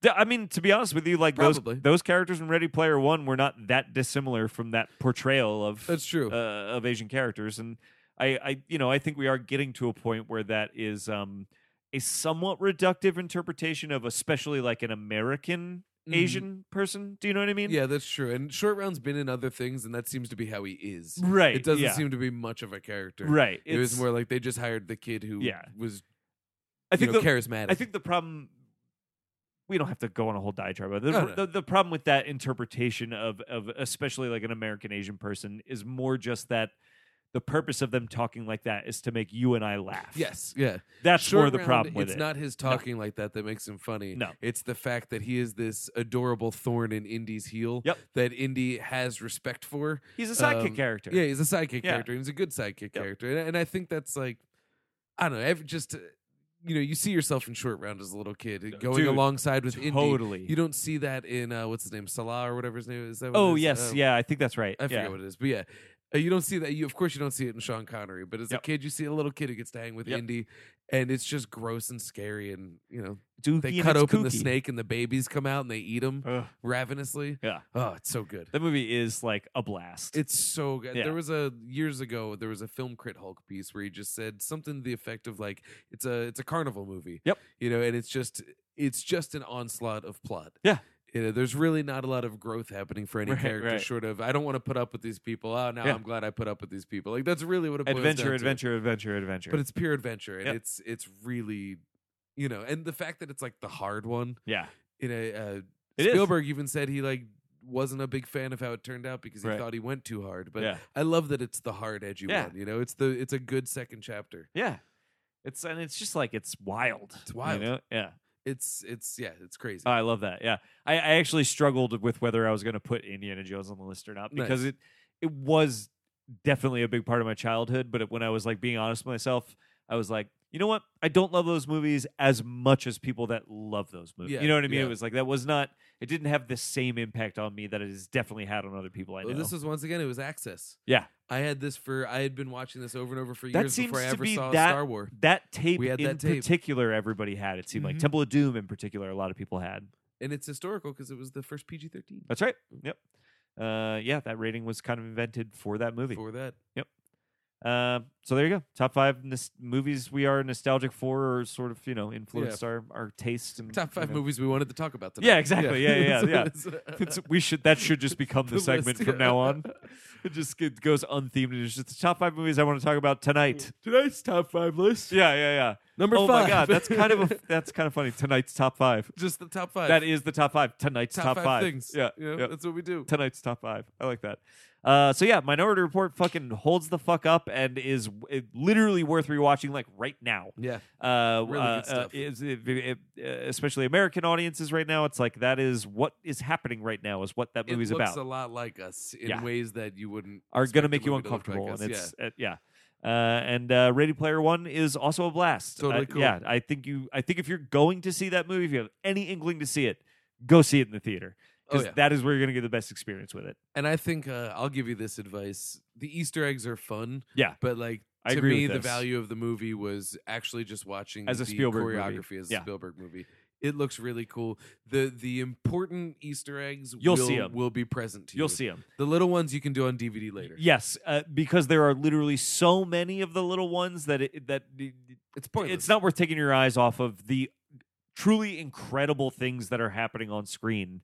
[SPEAKER 2] D- I mean, to be honest with you, like
[SPEAKER 1] Probably.
[SPEAKER 2] those those characters in Ready Player One were not that dissimilar from that portrayal of
[SPEAKER 1] <laughs> That's true.
[SPEAKER 2] uh, of Asian characters, and I, I, you know, I think we are getting to a point where that is um, a somewhat reductive interpretation of, especially like an American
[SPEAKER 1] Mhm.
[SPEAKER 2] Asian person. Do you know what I mean?
[SPEAKER 1] Yeah, that's true. And short round's been in other things, and that seems to be how he is.
[SPEAKER 2] right.
[SPEAKER 1] It doesn't
[SPEAKER 2] yeah.
[SPEAKER 1] seem to be much of a character.
[SPEAKER 2] right.
[SPEAKER 1] It was
[SPEAKER 2] It's-
[SPEAKER 1] more like they just hired the kid who
[SPEAKER 2] Yeah.
[SPEAKER 1] was
[SPEAKER 2] I think
[SPEAKER 1] you know,
[SPEAKER 2] the-
[SPEAKER 1] charismatic.
[SPEAKER 2] I think the problem we don't have to go on a whole diatribe, but the,
[SPEAKER 1] No, no.
[SPEAKER 2] the, the problem with that interpretation of of especially like an American Asian person is more just that the purpose of them talking like that is to make you and I laugh.
[SPEAKER 1] yes, yeah.
[SPEAKER 2] that's
[SPEAKER 1] Short
[SPEAKER 2] more the
[SPEAKER 1] Round,
[SPEAKER 2] problem with
[SPEAKER 1] it's
[SPEAKER 2] it.
[SPEAKER 1] not his talking like that that makes him funny.
[SPEAKER 2] No.
[SPEAKER 1] It's the fact that he is this adorable thorn in Indy's heel
[SPEAKER 2] Yep.
[SPEAKER 1] that Indy has respect for.
[SPEAKER 2] He's a sidekick
[SPEAKER 1] um,
[SPEAKER 2] character.
[SPEAKER 1] Yeah, he's a sidekick
[SPEAKER 2] Yeah.
[SPEAKER 1] character. and He's a good sidekick character, and, and I think that's like, I don't know, ev- just uh, you know, you see yourself in short round as a little kid uh, going
[SPEAKER 2] Dude,
[SPEAKER 1] alongside with Indy.
[SPEAKER 2] totally.
[SPEAKER 1] You don't see that in uh, what's his name, Salah or whatever his name is. That what it
[SPEAKER 2] oh
[SPEAKER 1] is?
[SPEAKER 2] yes,
[SPEAKER 1] Uh,
[SPEAKER 2] yeah, I think that's right.
[SPEAKER 1] I forget
[SPEAKER 2] yeah.
[SPEAKER 1] what it is, but yeah. Uh, You don't see that. You, of course, you don't see it in Sean Connery, but as
[SPEAKER 2] Yep.
[SPEAKER 1] a kid, you see a little kid who gets to hang with
[SPEAKER 2] Yep.
[SPEAKER 1] Indy, and it's just gross and scary. And you know,
[SPEAKER 2] It's ooky
[SPEAKER 1] they
[SPEAKER 2] and
[SPEAKER 1] cut
[SPEAKER 2] it's
[SPEAKER 1] open the
[SPEAKER 2] kooky.
[SPEAKER 1] snake, and the babies come out, and they eat them
[SPEAKER 2] Ugh,
[SPEAKER 1] ravenously.
[SPEAKER 2] yeah,
[SPEAKER 1] Oh, it's so good.
[SPEAKER 2] that movie is like a blast.
[SPEAKER 1] It's so good.
[SPEAKER 2] Yeah.
[SPEAKER 1] There was a years ago. There was a film crit Hulk piece where he just said something to the effect of like, "It's a it's a carnival movie."
[SPEAKER 2] Yep.
[SPEAKER 1] You know, and it's just it's just an onslaught of plot.
[SPEAKER 2] Yeah.
[SPEAKER 1] You know, there's really not a lot of growth happening for any
[SPEAKER 2] <laughs> Right,
[SPEAKER 1] character,
[SPEAKER 2] right.
[SPEAKER 1] short of I don't want to put up with these people. Oh, now
[SPEAKER 2] Yeah.
[SPEAKER 1] I'm glad I put up with these people. Like that's really what it boils down
[SPEAKER 2] adventure,
[SPEAKER 1] to.
[SPEAKER 2] adventure, adventure, adventure.
[SPEAKER 1] But it's pure adventure, and
[SPEAKER 2] Yep.
[SPEAKER 1] it's it's really, you know, and the fact that it's like the hard one.
[SPEAKER 2] yeah,
[SPEAKER 1] You know, uh,
[SPEAKER 2] It is.
[SPEAKER 1] Spielberg even said he like wasn't a big fan of how it turned out because he
[SPEAKER 2] Right.
[SPEAKER 1] thought he went too hard. But
[SPEAKER 2] yeah.
[SPEAKER 1] I love that it's the hard edgy
[SPEAKER 2] Yeah.
[SPEAKER 1] one. You know, it's the it's a good second chapter.
[SPEAKER 2] Yeah. It's and it's just like it's wild. It's
[SPEAKER 1] wild.
[SPEAKER 2] You know? Yeah.
[SPEAKER 1] It's it's yeah, it's crazy.
[SPEAKER 2] Oh, I love that. Yeah. I, I actually struggled with whether I was gonna put Indiana Jones on the list or not because
[SPEAKER 1] Nice.
[SPEAKER 2] it it was definitely a big part of my childhood, but it, when I was like being honest with myself, I was like, you know what? I don't love those movies as much as people that love those movies.
[SPEAKER 1] Yeah,
[SPEAKER 2] you know what I mean?
[SPEAKER 1] yeah.
[SPEAKER 2] It was like that was not it didn't have the same impact on me that it has definitely had on other people I know.
[SPEAKER 1] Well, Oh, this was once again it was Access.
[SPEAKER 2] Yeah.
[SPEAKER 1] I had this for I had been watching this over and over for
[SPEAKER 2] That
[SPEAKER 1] years before
[SPEAKER 2] seems
[SPEAKER 1] I
[SPEAKER 2] to
[SPEAKER 1] ever
[SPEAKER 2] be
[SPEAKER 1] saw
[SPEAKER 2] that-
[SPEAKER 1] Star Wars.
[SPEAKER 2] that tape
[SPEAKER 1] We had
[SPEAKER 2] in
[SPEAKER 1] that tape.
[SPEAKER 2] particular everybody had. It seemed
[SPEAKER 1] Mhm.
[SPEAKER 2] like Temple of Doom in particular a lot of people had.
[SPEAKER 1] And it's historical because it was the first PG thirteen
[SPEAKER 2] That's right. Yep. Uh, yeah, that rating was kind of invented for that movie.
[SPEAKER 1] before that.
[SPEAKER 2] Uh, so there you go. Top five nos- movies we are nostalgic for, or sort of you know influenced our our taste and
[SPEAKER 1] Top
[SPEAKER 2] you
[SPEAKER 1] five
[SPEAKER 2] know.
[SPEAKER 1] movies we wanted to talk about tonight. uh,
[SPEAKER 2] Yeah, exactly. Yeah,
[SPEAKER 1] <laughs>
[SPEAKER 2] yeah, yeah,
[SPEAKER 1] That's what it is.
[SPEAKER 2] It's- we should that should
[SPEAKER 1] <laughs>
[SPEAKER 2] just become the,
[SPEAKER 1] The
[SPEAKER 2] segment
[SPEAKER 1] list,
[SPEAKER 2] from
[SPEAKER 1] yeah.
[SPEAKER 2] now on. It just get, goes unthemed. and It's just the top five movies I want to talk about tonight.
[SPEAKER 1] Mm. Tonight's top five list.
[SPEAKER 2] Yeah, yeah, yeah.
[SPEAKER 1] Number
[SPEAKER 2] oh
[SPEAKER 1] five.
[SPEAKER 2] my god, that's kind of
[SPEAKER 1] <laughs>
[SPEAKER 2] a, that's kind of funny. Tonight's top five.
[SPEAKER 1] just the top five.
[SPEAKER 2] That is the top five. Tonight's
[SPEAKER 1] top,
[SPEAKER 2] top,
[SPEAKER 1] five, things.
[SPEAKER 2] Yeah,
[SPEAKER 1] You know,
[SPEAKER 2] yeah.
[SPEAKER 1] that's what we do.
[SPEAKER 2] tonight's top five. I like that. Uh, so yeah, Minority Report fucking holds the fuck up and is it literally worth rewatching like right now.
[SPEAKER 1] Yeah.
[SPEAKER 2] Uh,
[SPEAKER 1] Really good
[SPEAKER 2] uh,
[SPEAKER 1] stuff.
[SPEAKER 2] uh, is- it- it- uh, especially American audiences right now. It's like that is what is happening right now. Is what that
[SPEAKER 1] It
[SPEAKER 2] movie's
[SPEAKER 1] looks
[SPEAKER 2] about
[SPEAKER 1] a lot like us in
[SPEAKER 2] Yeah.
[SPEAKER 1] ways that you wouldn't
[SPEAKER 2] are
[SPEAKER 1] expect
[SPEAKER 2] going
[SPEAKER 1] a
[SPEAKER 2] to make you
[SPEAKER 1] movie to look
[SPEAKER 2] uncomfortable,
[SPEAKER 1] like us.
[SPEAKER 2] and
[SPEAKER 1] Yeah.
[SPEAKER 2] it's uh, yeah. Uh, and uh, Ready Player One is also a blast.
[SPEAKER 1] Totally
[SPEAKER 2] I-
[SPEAKER 1] cool.
[SPEAKER 2] Yeah, I think you. I think if you're going to see that movie, if you have any inkling to see it, go see it in the theater
[SPEAKER 1] Oh,
[SPEAKER 2] because
[SPEAKER 1] yeah.
[SPEAKER 2] that is where you're going to get the best experience with it.
[SPEAKER 1] And I think uh, I'll give you this advice: the Easter eggs are fun,
[SPEAKER 2] Yeah.
[SPEAKER 1] but like
[SPEAKER 2] I
[SPEAKER 1] to
[SPEAKER 2] agree
[SPEAKER 1] me,
[SPEAKER 2] with
[SPEAKER 1] the
[SPEAKER 2] this.
[SPEAKER 1] value of the movie was actually just watching
[SPEAKER 2] As a
[SPEAKER 1] the
[SPEAKER 2] Spielberg movie.
[SPEAKER 1] choreography as a
[SPEAKER 2] Yeah.
[SPEAKER 1] Spielberg movie. It looks really cool. The the important Easter eggs
[SPEAKER 2] You'll
[SPEAKER 1] will,
[SPEAKER 2] see 'em.
[SPEAKER 1] will be present to you.
[SPEAKER 2] You'll see them.
[SPEAKER 1] The little ones you can do on DVD later.
[SPEAKER 2] Yes, uh, because there are literally so many of the little ones that it, that
[SPEAKER 1] It's pointless.
[SPEAKER 2] it's not worth taking your eyes off of the truly incredible things that are happening on screen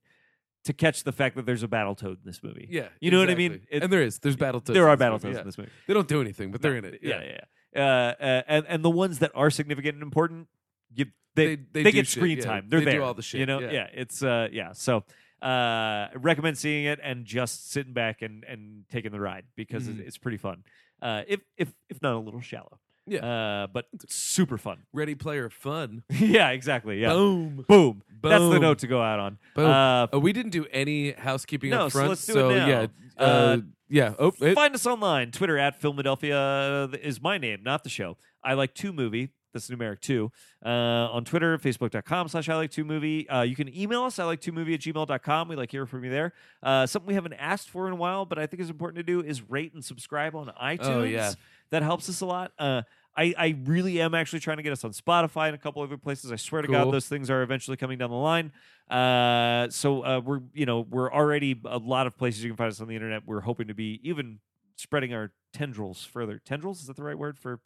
[SPEAKER 2] to catch the fact that there's a battle toad in this movie.
[SPEAKER 1] Yeah.
[SPEAKER 2] You know what I mean?
[SPEAKER 1] exactly.
[SPEAKER 2] It-
[SPEAKER 1] and there is. There's battle toads.
[SPEAKER 2] there
[SPEAKER 1] in
[SPEAKER 2] are
[SPEAKER 1] this
[SPEAKER 2] battle
[SPEAKER 1] movie,
[SPEAKER 2] toads
[SPEAKER 1] yeah.
[SPEAKER 2] in this movie.
[SPEAKER 1] They don't do anything, but they're in it.
[SPEAKER 2] Yeah, yeah. yeah. Uh, uh, and and the ones that are significant and important, you,
[SPEAKER 1] They
[SPEAKER 2] they
[SPEAKER 1] they, do
[SPEAKER 2] get
[SPEAKER 1] shit,
[SPEAKER 2] screen
[SPEAKER 1] yeah.
[SPEAKER 2] time. They're
[SPEAKER 1] they
[SPEAKER 2] there.
[SPEAKER 1] do all the shit.
[SPEAKER 2] You know,
[SPEAKER 1] yeah.
[SPEAKER 2] It's uh, yeah. So uh, I recommend seeing it and just sitting back and and taking the ride because it-
[SPEAKER 1] Mhm.
[SPEAKER 2] it's pretty fun. Uh, if if if not a little shallow.
[SPEAKER 1] Yeah.
[SPEAKER 2] Uh, but super fun. <laughs>
[SPEAKER 1] Ready Player Fun.
[SPEAKER 2] yeah. Exactly. Yeah.
[SPEAKER 1] Boom.
[SPEAKER 2] Boom. That's the
[SPEAKER 1] Boom.
[SPEAKER 2] note to go out on.
[SPEAKER 1] Boom.
[SPEAKER 2] Uh,
[SPEAKER 1] Oh, we didn't do any housekeeping
[SPEAKER 2] No,
[SPEAKER 1] up
[SPEAKER 2] so
[SPEAKER 1] front.
[SPEAKER 2] let's do it
[SPEAKER 1] so
[SPEAKER 2] now.
[SPEAKER 1] yeah, uh,
[SPEAKER 2] Uh,
[SPEAKER 1] yeah. Oh, it-
[SPEAKER 2] Find us online. Twitter at Philadelphia uh, is my name, not the show. I like two movie. That's numeric two. Uh, on Twitter, facebook.com slash I like two movie. Uh, you can email us, I like two movie at gmail.com. We like hearing from you there. Uh, something we haven't asked for in a while, but I think is important to do is rate and subscribe on iTunes.
[SPEAKER 1] Oh, yeah.
[SPEAKER 2] That helps us a lot. Uh, I, I really am actually trying to get us on Spotify and a couple other places. I swear to
[SPEAKER 1] Cool.
[SPEAKER 2] God, those things are eventually coming down the line. Uh, so uh, we're you know we're already a lot of places you can find us on the internet. We're hoping to be even spreading our tendrils further. Tendrils is that the right word for?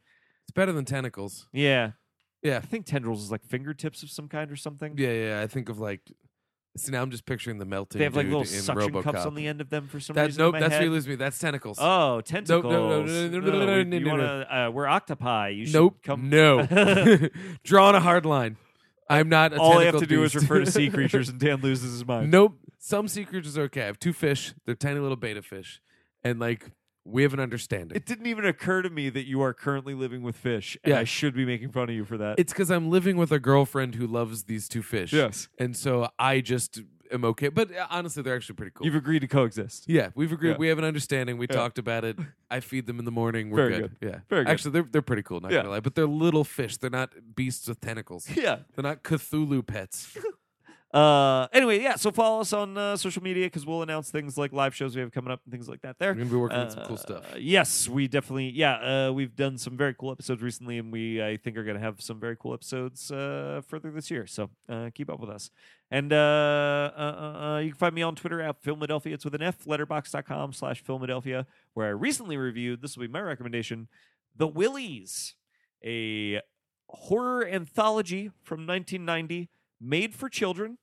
[SPEAKER 1] it's better than tentacles.
[SPEAKER 2] Yeah,
[SPEAKER 1] Yeah.
[SPEAKER 2] I think tendrils is like fingertips of some kind or something.
[SPEAKER 1] Yeah, yeah. I think of like. See now, I'm just picturing the melting.
[SPEAKER 2] they have like
[SPEAKER 1] dude
[SPEAKER 2] little
[SPEAKER 1] in
[SPEAKER 2] suction
[SPEAKER 1] RoboCop.
[SPEAKER 2] cups on the end of them for some
[SPEAKER 1] That
[SPEAKER 2] reason. in
[SPEAKER 1] nope,
[SPEAKER 2] my
[SPEAKER 1] that's
[SPEAKER 2] head.
[SPEAKER 1] where you lose me. That's tentacles.
[SPEAKER 2] Oh,
[SPEAKER 1] no,
[SPEAKER 2] tentacles!
[SPEAKER 1] no, no, no, no, no,
[SPEAKER 2] we-
[SPEAKER 1] no, no,
[SPEAKER 2] you
[SPEAKER 1] no.
[SPEAKER 2] wanna, uh, we're octopi. You should
[SPEAKER 1] nope,
[SPEAKER 2] come.
[SPEAKER 1] no.
[SPEAKER 2] <laughs>
[SPEAKER 1] <laughs> Drawing a hard line. I'm not. A
[SPEAKER 2] All I have
[SPEAKER 1] tentacle
[SPEAKER 2] to do is
[SPEAKER 1] beast.
[SPEAKER 2] refer
[SPEAKER 1] <laughs>
[SPEAKER 2] to sea creatures, and Dan loses his mind.
[SPEAKER 1] Nope. Some sea creatures are okay. I have two fish. They're tiny little beta fish, and like we have an understanding.
[SPEAKER 2] It didn't even occur to me that you are currently living with fish, and
[SPEAKER 1] Yeah.
[SPEAKER 2] I should be making fun of you for that.
[SPEAKER 1] It's because I'm living with a girlfriend who loves these two fish.
[SPEAKER 2] Yes.
[SPEAKER 1] And so I just am okay. But uh, honestly, they're actually pretty cool.
[SPEAKER 2] You've agreed to coexist.
[SPEAKER 1] <laughs> yeah, we've agreed.
[SPEAKER 2] Yeah.
[SPEAKER 1] We have an understanding. We
[SPEAKER 2] Yeah.
[SPEAKER 1] talked about it. I feed them in the morning. We're
[SPEAKER 2] Very
[SPEAKER 1] good. Yeah.
[SPEAKER 2] Very good.
[SPEAKER 1] Actually, they're, they're pretty cool, not
[SPEAKER 2] Yeah.
[SPEAKER 1] gonna lie. But they're little fish. They're not beasts with tentacles.
[SPEAKER 2] Yeah.
[SPEAKER 1] They're not Cthulhu pets.
[SPEAKER 2] Uh, anyway, yeah. So follow us on uh, social media because we'll announce things like live shows we have coming up and things like that. There,
[SPEAKER 1] We're gonna be working on some cool
[SPEAKER 2] Uh,
[SPEAKER 1] stuff.
[SPEAKER 2] Yes, we definitely. Yeah, uh, we've done some very cool episodes recently, and we I think are going to have some very cool episodes uh, further this year. So uh, keep up with us. And uh, uh, uh, uh, you can find me on Twitter at Philadelphia. It's with an F. Letterbox.com slash Philadelphia, where I recently reviewed. This will be my recommendation: The Willies, a horror anthology from 1990, made for children.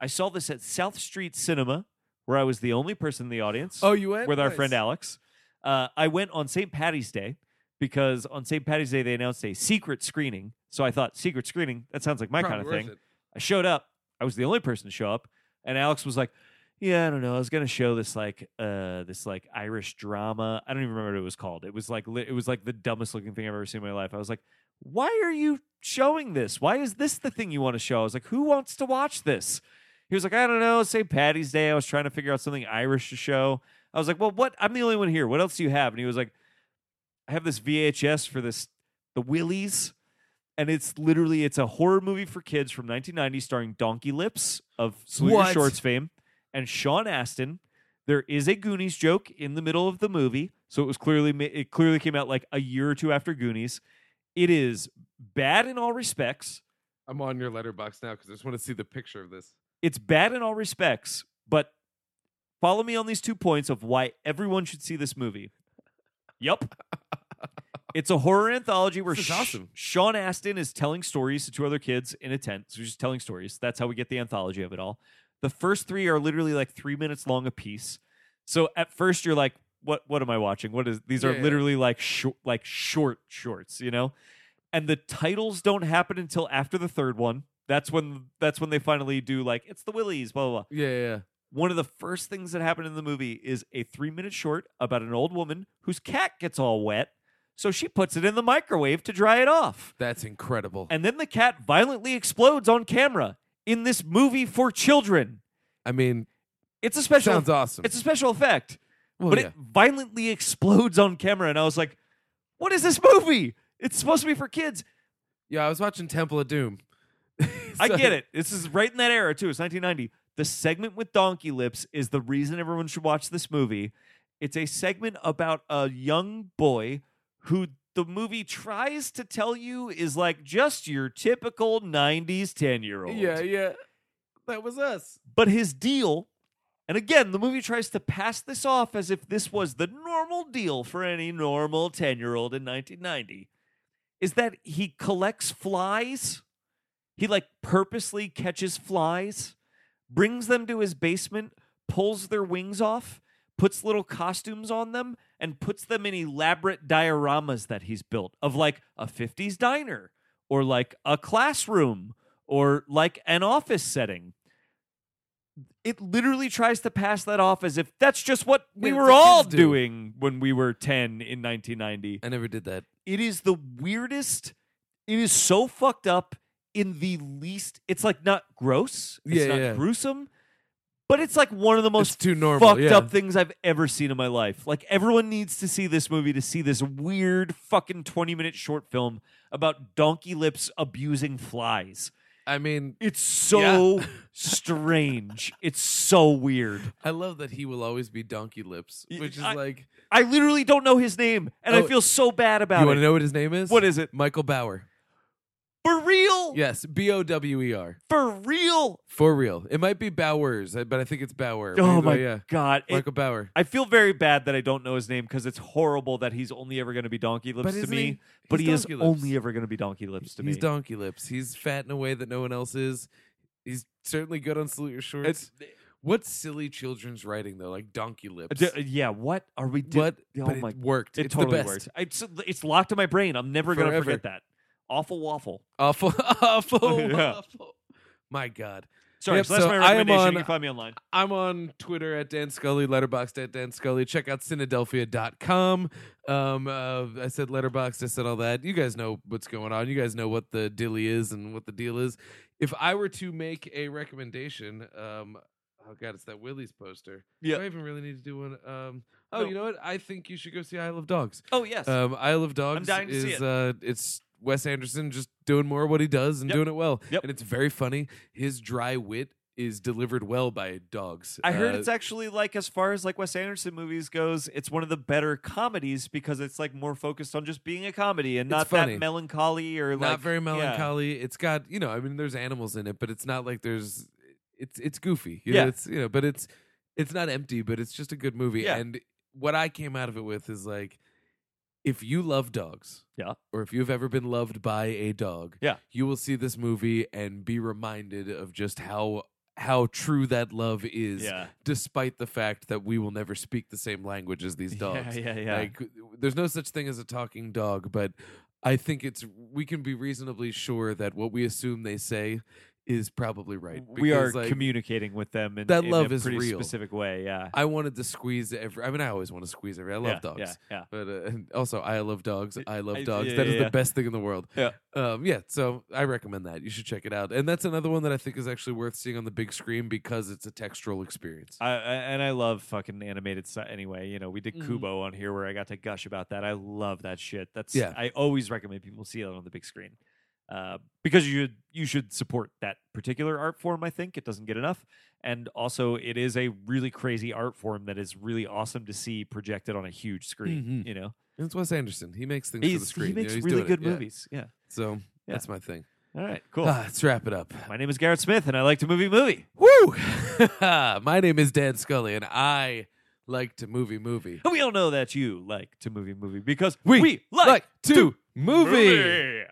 [SPEAKER 2] I saw this at South Street Cinema, where I was the only person in the audience
[SPEAKER 1] Oh, you went
[SPEAKER 2] with our
[SPEAKER 1] Nice.
[SPEAKER 2] friend Alex. Uh, I went on St. Patty's Day because on St. Patty's Day they announced a secret screening. So I thought secret screening that sounds like my
[SPEAKER 1] Probably
[SPEAKER 2] kind of
[SPEAKER 1] worth
[SPEAKER 2] thing.
[SPEAKER 1] it.
[SPEAKER 2] I showed up. I was the only person to show up, and Alex was like, "Yeah, I don't know. I was gonna show this like uh this like Irish drama. I don't even remember what it was called. It was like li- it was like the dumbest looking thing I've ever seen in my life. I was like, why are you showing this? Why is this the thing you want to show? I was like, who wants to watch this? He was like, I don't know. St. Patty's Day. I was trying to figure out something Irish to show. I was like, well, what? I'm the only one here. What else do you have? And he was like, I have this VHS for this the Willies and it's literally it's a horror movie for kids from 1990 starring Donkey Lips of Salute
[SPEAKER 1] What?
[SPEAKER 2] Shorts fame and Sean Astin. There is a Goonies joke in the middle of the movie, so it was clearly ma- it clearly came out like a year or two after Goonies. It is bad in all respects.
[SPEAKER 1] I'm on your letterbox now because I just want to see the picture of this.
[SPEAKER 2] It's bad in all respects, but follow me on these two points of why everyone should see this movie.
[SPEAKER 1] <laughs>
[SPEAKER 2] Yep. It's a horror anthology where
[SPEAKER 1] This is
[SPEAKER 2] Sh-
[SPEAKER 1] awesome.
[SPEAKER 2] Sean Astin is telling stories to two other kids in a tent. So he's just telling stories. That's how we get the anthology of it all. The first three are literally like three minutes long a piece. So at first you're like, what what am I watching? What is these are
[SPEAKER 1] Yeah.
[SPEAKER 2] literally like short like short shorts, you know? And the titles don't happen until after the third one. That's when that's when they finally do like it's the Willies, blah blah blah
[SPEAKER 1] Yeah, yeah.
[SPEAKER 2] one of the first things that happened in the movie is a three minute short about an old woman whose cat gets all wet. So she puts it in the microwave to dry it off.
[SPEAKER 1] That's incredible.
[SPEAKER 2] And then the cat violently explodes on camera in this movie for children.
[SPEAKER 1] I mean,
[SPEAKER 2] It's a special
[SPEAKER 1] sounds awesome.
[SPEAKER 2] it's a special effect.
[SPEAKER 1] Well,
[SPEAKER 2] but
[SPEAKER 1] Oh, yeah.
[SPEAKER 2] it violently explodes on camera and I was like, "What is this movie? It's supposed to be for kids."
[SPEAKER 1] yeah, I was watching Temple of Doom. <laughs>
[SPEAKER 2] I
[SPEAKER 1] So-
[SPEAKER 2] get it. This is right in that era too. It's 1990. The segment with Donkey Lips is the reason everyone should watch this movie. It's a segment about a young boy who the movie tries to tell you is like just your typical 90s 10 year old.
[SPEAKER 1] Yeah, yeah. That was us.
[SPEAKER 2] But his deal, and again, the movie tries to pass this off as if this was the normal deal for any normal 10 year old in 1990, is that he collects flies. He like purposely catches flies, brings them to his basement, pulls their wings off, puts little costumes on them, and puts them in elaborate dioramas that he's built of like a 50s diner or like a classroom or like an office setting it literally tries to pass that off as if that's just what we
[SPEAKER 1] Yeah,
[SPEAKER 2] were
[SPEAKER 1] it's what
[SPEAKER 2] all
[SPEAKER 1] kids do.
[SPEAKER 2] doing when we were 10 in 1990.
[SPEAKER 1] I never did that.
[SPEAKER 2] It is the weirdest. It is so fucked up in the least. It's like not gross. It's
[SPEAKER 1] Yeah,
[SPEAKER 2] not
[SPEAKER 1] yeah.
[SPEAKER 2] gruesome. But it's like one of the
[SPEAKER 1] It's
[SPEAKER 2] most
[SPEAKER 1] too normal.
[SPEAKER 2] fucked
[SPEAKER 1] yeah.
[SPEAKER 2] up things I've ever seen in my life. Like everyone needs to see this movie to see this weird fucking 20 minute short film about donkey lips abusing flies.
[SPEAKER 1] I mean,
[SPEAKER 2] It's so <laughs>
[SPEAKER 1] <laughs>
[SPEAKER 2] strange. It's so weird.
[SPEAKER 1] I love that he will always be Donkey Lips,
[SPEAKER 2] Y-
[SPEAKER 1] which is
[SPEAKER 2] I-
[SPEAKER 1] like.
[SPEAKER 2] I literally don't know his name, and I
[SPEAKER 1] Oh,
[SPEAKER 2] feel so bad about
[SPEAKER 1] you
[SPEAKER 2] it.
[SPEAKER 1] want to know what his name is?
[SPEAKER 2] What is it?
[SPEAKER 1] Michael Bauer.
[SPEAKER 2] For real?
[SPEAKER 1] Yes, B O W E R.
[SPEAKER 2] For real?
[SPEAKER 1] For real. It might be Bowers, I- but I think it's Bauer.
[SPEAKER 2] Oh
[SPEAKER 1] Maybe-
[SPEAKER 2] my
[SPEAKER 1] yeah.
[SPEAKER 2] god! It-
[SPEAKER 1] Michael Bauer.
[SPEAKER 2] I feel very bad that I don't know his name because it's horrible that he's only ever going to be Donkey Lips to
[SPEAKER 1] isn't
[SPEAKER 2] me.
[SPEAKER 1] he-
[SPEAKER 2] but
[SPEAKER 1] he's
[SPEAKER 2] he is
[SPEAKER 1] Donkey Lips.
[SPEAKER 2] only ever going to be Donkey Lips to
[SPEAKER 1] He's
[SPEAKER 2] me.
[SPEAKER 1] Donkey Lips. He's fat in a way that no one else is. He's certainly good on Salute Your Shorts.
[SPEAKER 2] It's-
[SPEAKER 1] what silly children's writing though? Like Donkey Lips.
[SPEAKER 2] D- uh, yeah. What are we doing?
[SPEAKER 1] what?
[SPEAKER 2] Oh
[SPEAKER 1] but
[SPEAKER 2] my!
[SPEAKER 1] it worked.
[SPEAKER 2] it
[SPEAKER 1] it's
[SPEAKER 2] totally
[SPEAKER 1] the best.
[SPEAKER 2] worked. It's it's locked in my brain. I'm never going to
[SPEAKER 1] Forever.
[SPEAKER 2] forget that. Awful waffle.
[SPEAKER 1] Awful, <laughs> awful,
[SPEAKER 2] <laughs> Yeah.
[SPEAKER 1] awful. My God.
[SPEAKER 2] Sorry,
[SPEAKER 1] Yep,
[SPEAKER 2] so that's
[SPEAKER 1] so
[SPEAKER 2] my
[SPEAKER 1] I am
[SPEAKER 2] recommendation.
[SPEAKER 1] on- uh,
[SPEAKER 2] you can find me online.
[SPEAKER 1] I'm on Twitter at Dan Scully, letterboxed at Dan Scully. Check out Cynadelphia.com. Um, uh, I said letterboxed, I said all that. You guys know what's going on. You guys know what the dilly is and what the deal is. If I were to make a recommendation, um, oh God, it's that Willie's poster.
[SPEAKER 2] Yeah.
[SPEAKER 1] Do I even really need to do one? Um, oh,
[SPEAKER 2] No.
[SPEAKER 1] you know what? I think you should go see I Love Dogs.
[SPEAKER 2] Oh yes.
[SPEAKER 1] Um, Isle of Dogs
[SPEAKER 2] dying to
[SPEAKER 1] is
[SPEAKER 2] see it.
[SPEAKER 1] uh it's Wes Anderson just doing more of what he does and
[SPEAKER 2] Yep.
[SPEAKER 1] doing it well.
[SPEAKER 2] Yep.
[SPEAKER 1] And it's very funny. His dry wit is delivered well by dogs.
[SPEAKER 2] I heard
[SPEAKER 1] Uh,
[SPEAKER 2] it's actually like as far as like Wes Anderson movies goes, it's one of the better comedies because it's like more focused on just being a comedy and
[SPEAKER 1] It's
[SPEAKER 2] not
[SPEAKER 1] funny.
[SPEAKER 2] that melancholy or
[SPEAKER 1] not
[SPEAKER 2] like,
[SPEAKER 1] very
[SPEAKER 2] yeah.
[SPEAKER 1] melancholy. It's got, you know, I mean there's animals in it, but it's not like there's it's it's goofy. You
[SPEAKER 2] Yeah.
[SPEAKER 1] know, it's you know, but it's it's not empty, but it's just a good movie.
[SPEAKER 2] Yeah.
[SPEAKER 1] And what I came out of it with is like if you love dogs,
[SPEAKER 2] Yeah.
[SPEAKER 1] or if you've ever been loved by a dog,
[SPEAKER 2] Yeah.
[SPEAKER 1] you will see this movie and be reminded of just how how true that love is,
[SPEAKER 2] Yeah.
[SPEAKER 1] despite the fact that we will never speak the same language as these dogs.
[SPEAKER 2] <laughs> Yeah, yeah, yeah.
[SPEAKER 1] Like, there's no such thing as a talking dog, but I think it's we can be reasonably sure that what we assume they say is probably right.
[SPEAKER 2] we are
[SPEAKER 1] because, like,
[SPEAKER 2] communicating with them in,
[SPEAKER 1] that
[SPEAKER 2] in
[SPEAKER 1] love
[SPEAKER 2] a
[SPEAKER 1] is
[SPEAKER 2] pretty
[SPEAKER 1] real.
[SPEAKER 2] specific way. Yeah.
[SPEAKER 1] I wanted to squeeze every. I mean, I always want to squeeze every. I love
[SPEAKER 2] yeah,
[SPEAKER 1] dogs.
[SPEAKER 2] Yeah. yeah.
[SPEAKER 1] But uh, and also, I love dogs.
[SPEAKER 2] I-
[SPEAKER 1] I love
[SPEAKER 2] I-
[SPEAKER 1] dogs.
[SPEAKER 2] yeah,
[SPEAKER 1] that is
[SPEAKER 2] yeah, yeah.
[SPEAKER 1] the best thing in the world.
[SPEAKER 2] Yeah.
[SPEAKER 1] um, yeah. So I recommend that. You should check it out. And that's another one that I think is actually worth seeing on the big screen because it's a textural experience.
[SPEAKER 2] I, I, and I love fucking animated stuff. Anyway, you know, we did
[SPEAKER 1] Mhm.
[SPEAKER 2] Kubo on here where I got to gush about that. I love that shit. That's
[SPEAKER 1] Yeah.
[SPEAKER 2] I always recommend people see it on the big screen uh, because you should you should support that particular art form. I think it doesn't get enough, and also it is a really crazy art form that is really awesome to see projected on a huge screen.
[SPEAKER 1] Mhm.
[SPEAKER 2] You know,
[SPEAKER 1] it's Wes Anderson. He makes things for the
[SPEAKER 2] He's-
[SPEAKER 1] screen.
[SPEAKER 2] he
[SPEAKER 1] you know,
[SPEAKER 2] makes
[SPEAKER 1] he's
[SPEAKER 2] really
[SPEAKER 1] doing it.
[SPEAKER 2] good
[SPEAKER 1] Yeah.
[SPEAKER 2] movies. Yeah.
[SPEAKER 1] So
[SPEAKER 2] Yeah.
[SPEAKER 1] that's my thing.
[SPEAKER 2] All
[SPEAKER 1] <sighs>
[SPEAKER 2] right. Cool.
[SPEAKER 1] Ah, let's wrap it up.
[SPEAKER 2] My name is Garrett Smith, and I like to movie movie.
[SPEAKER 1] Woo! <laughs> my name is Dan Scully, and I like to movie movie.
[SPEAKER 2] <laughs> And we all know that you like to movie movie because
[SPEAKER 1] We
[SPEAKER 2] we, like,
[SPEAKER 1] to movie.
[SPEAKER 2] movie.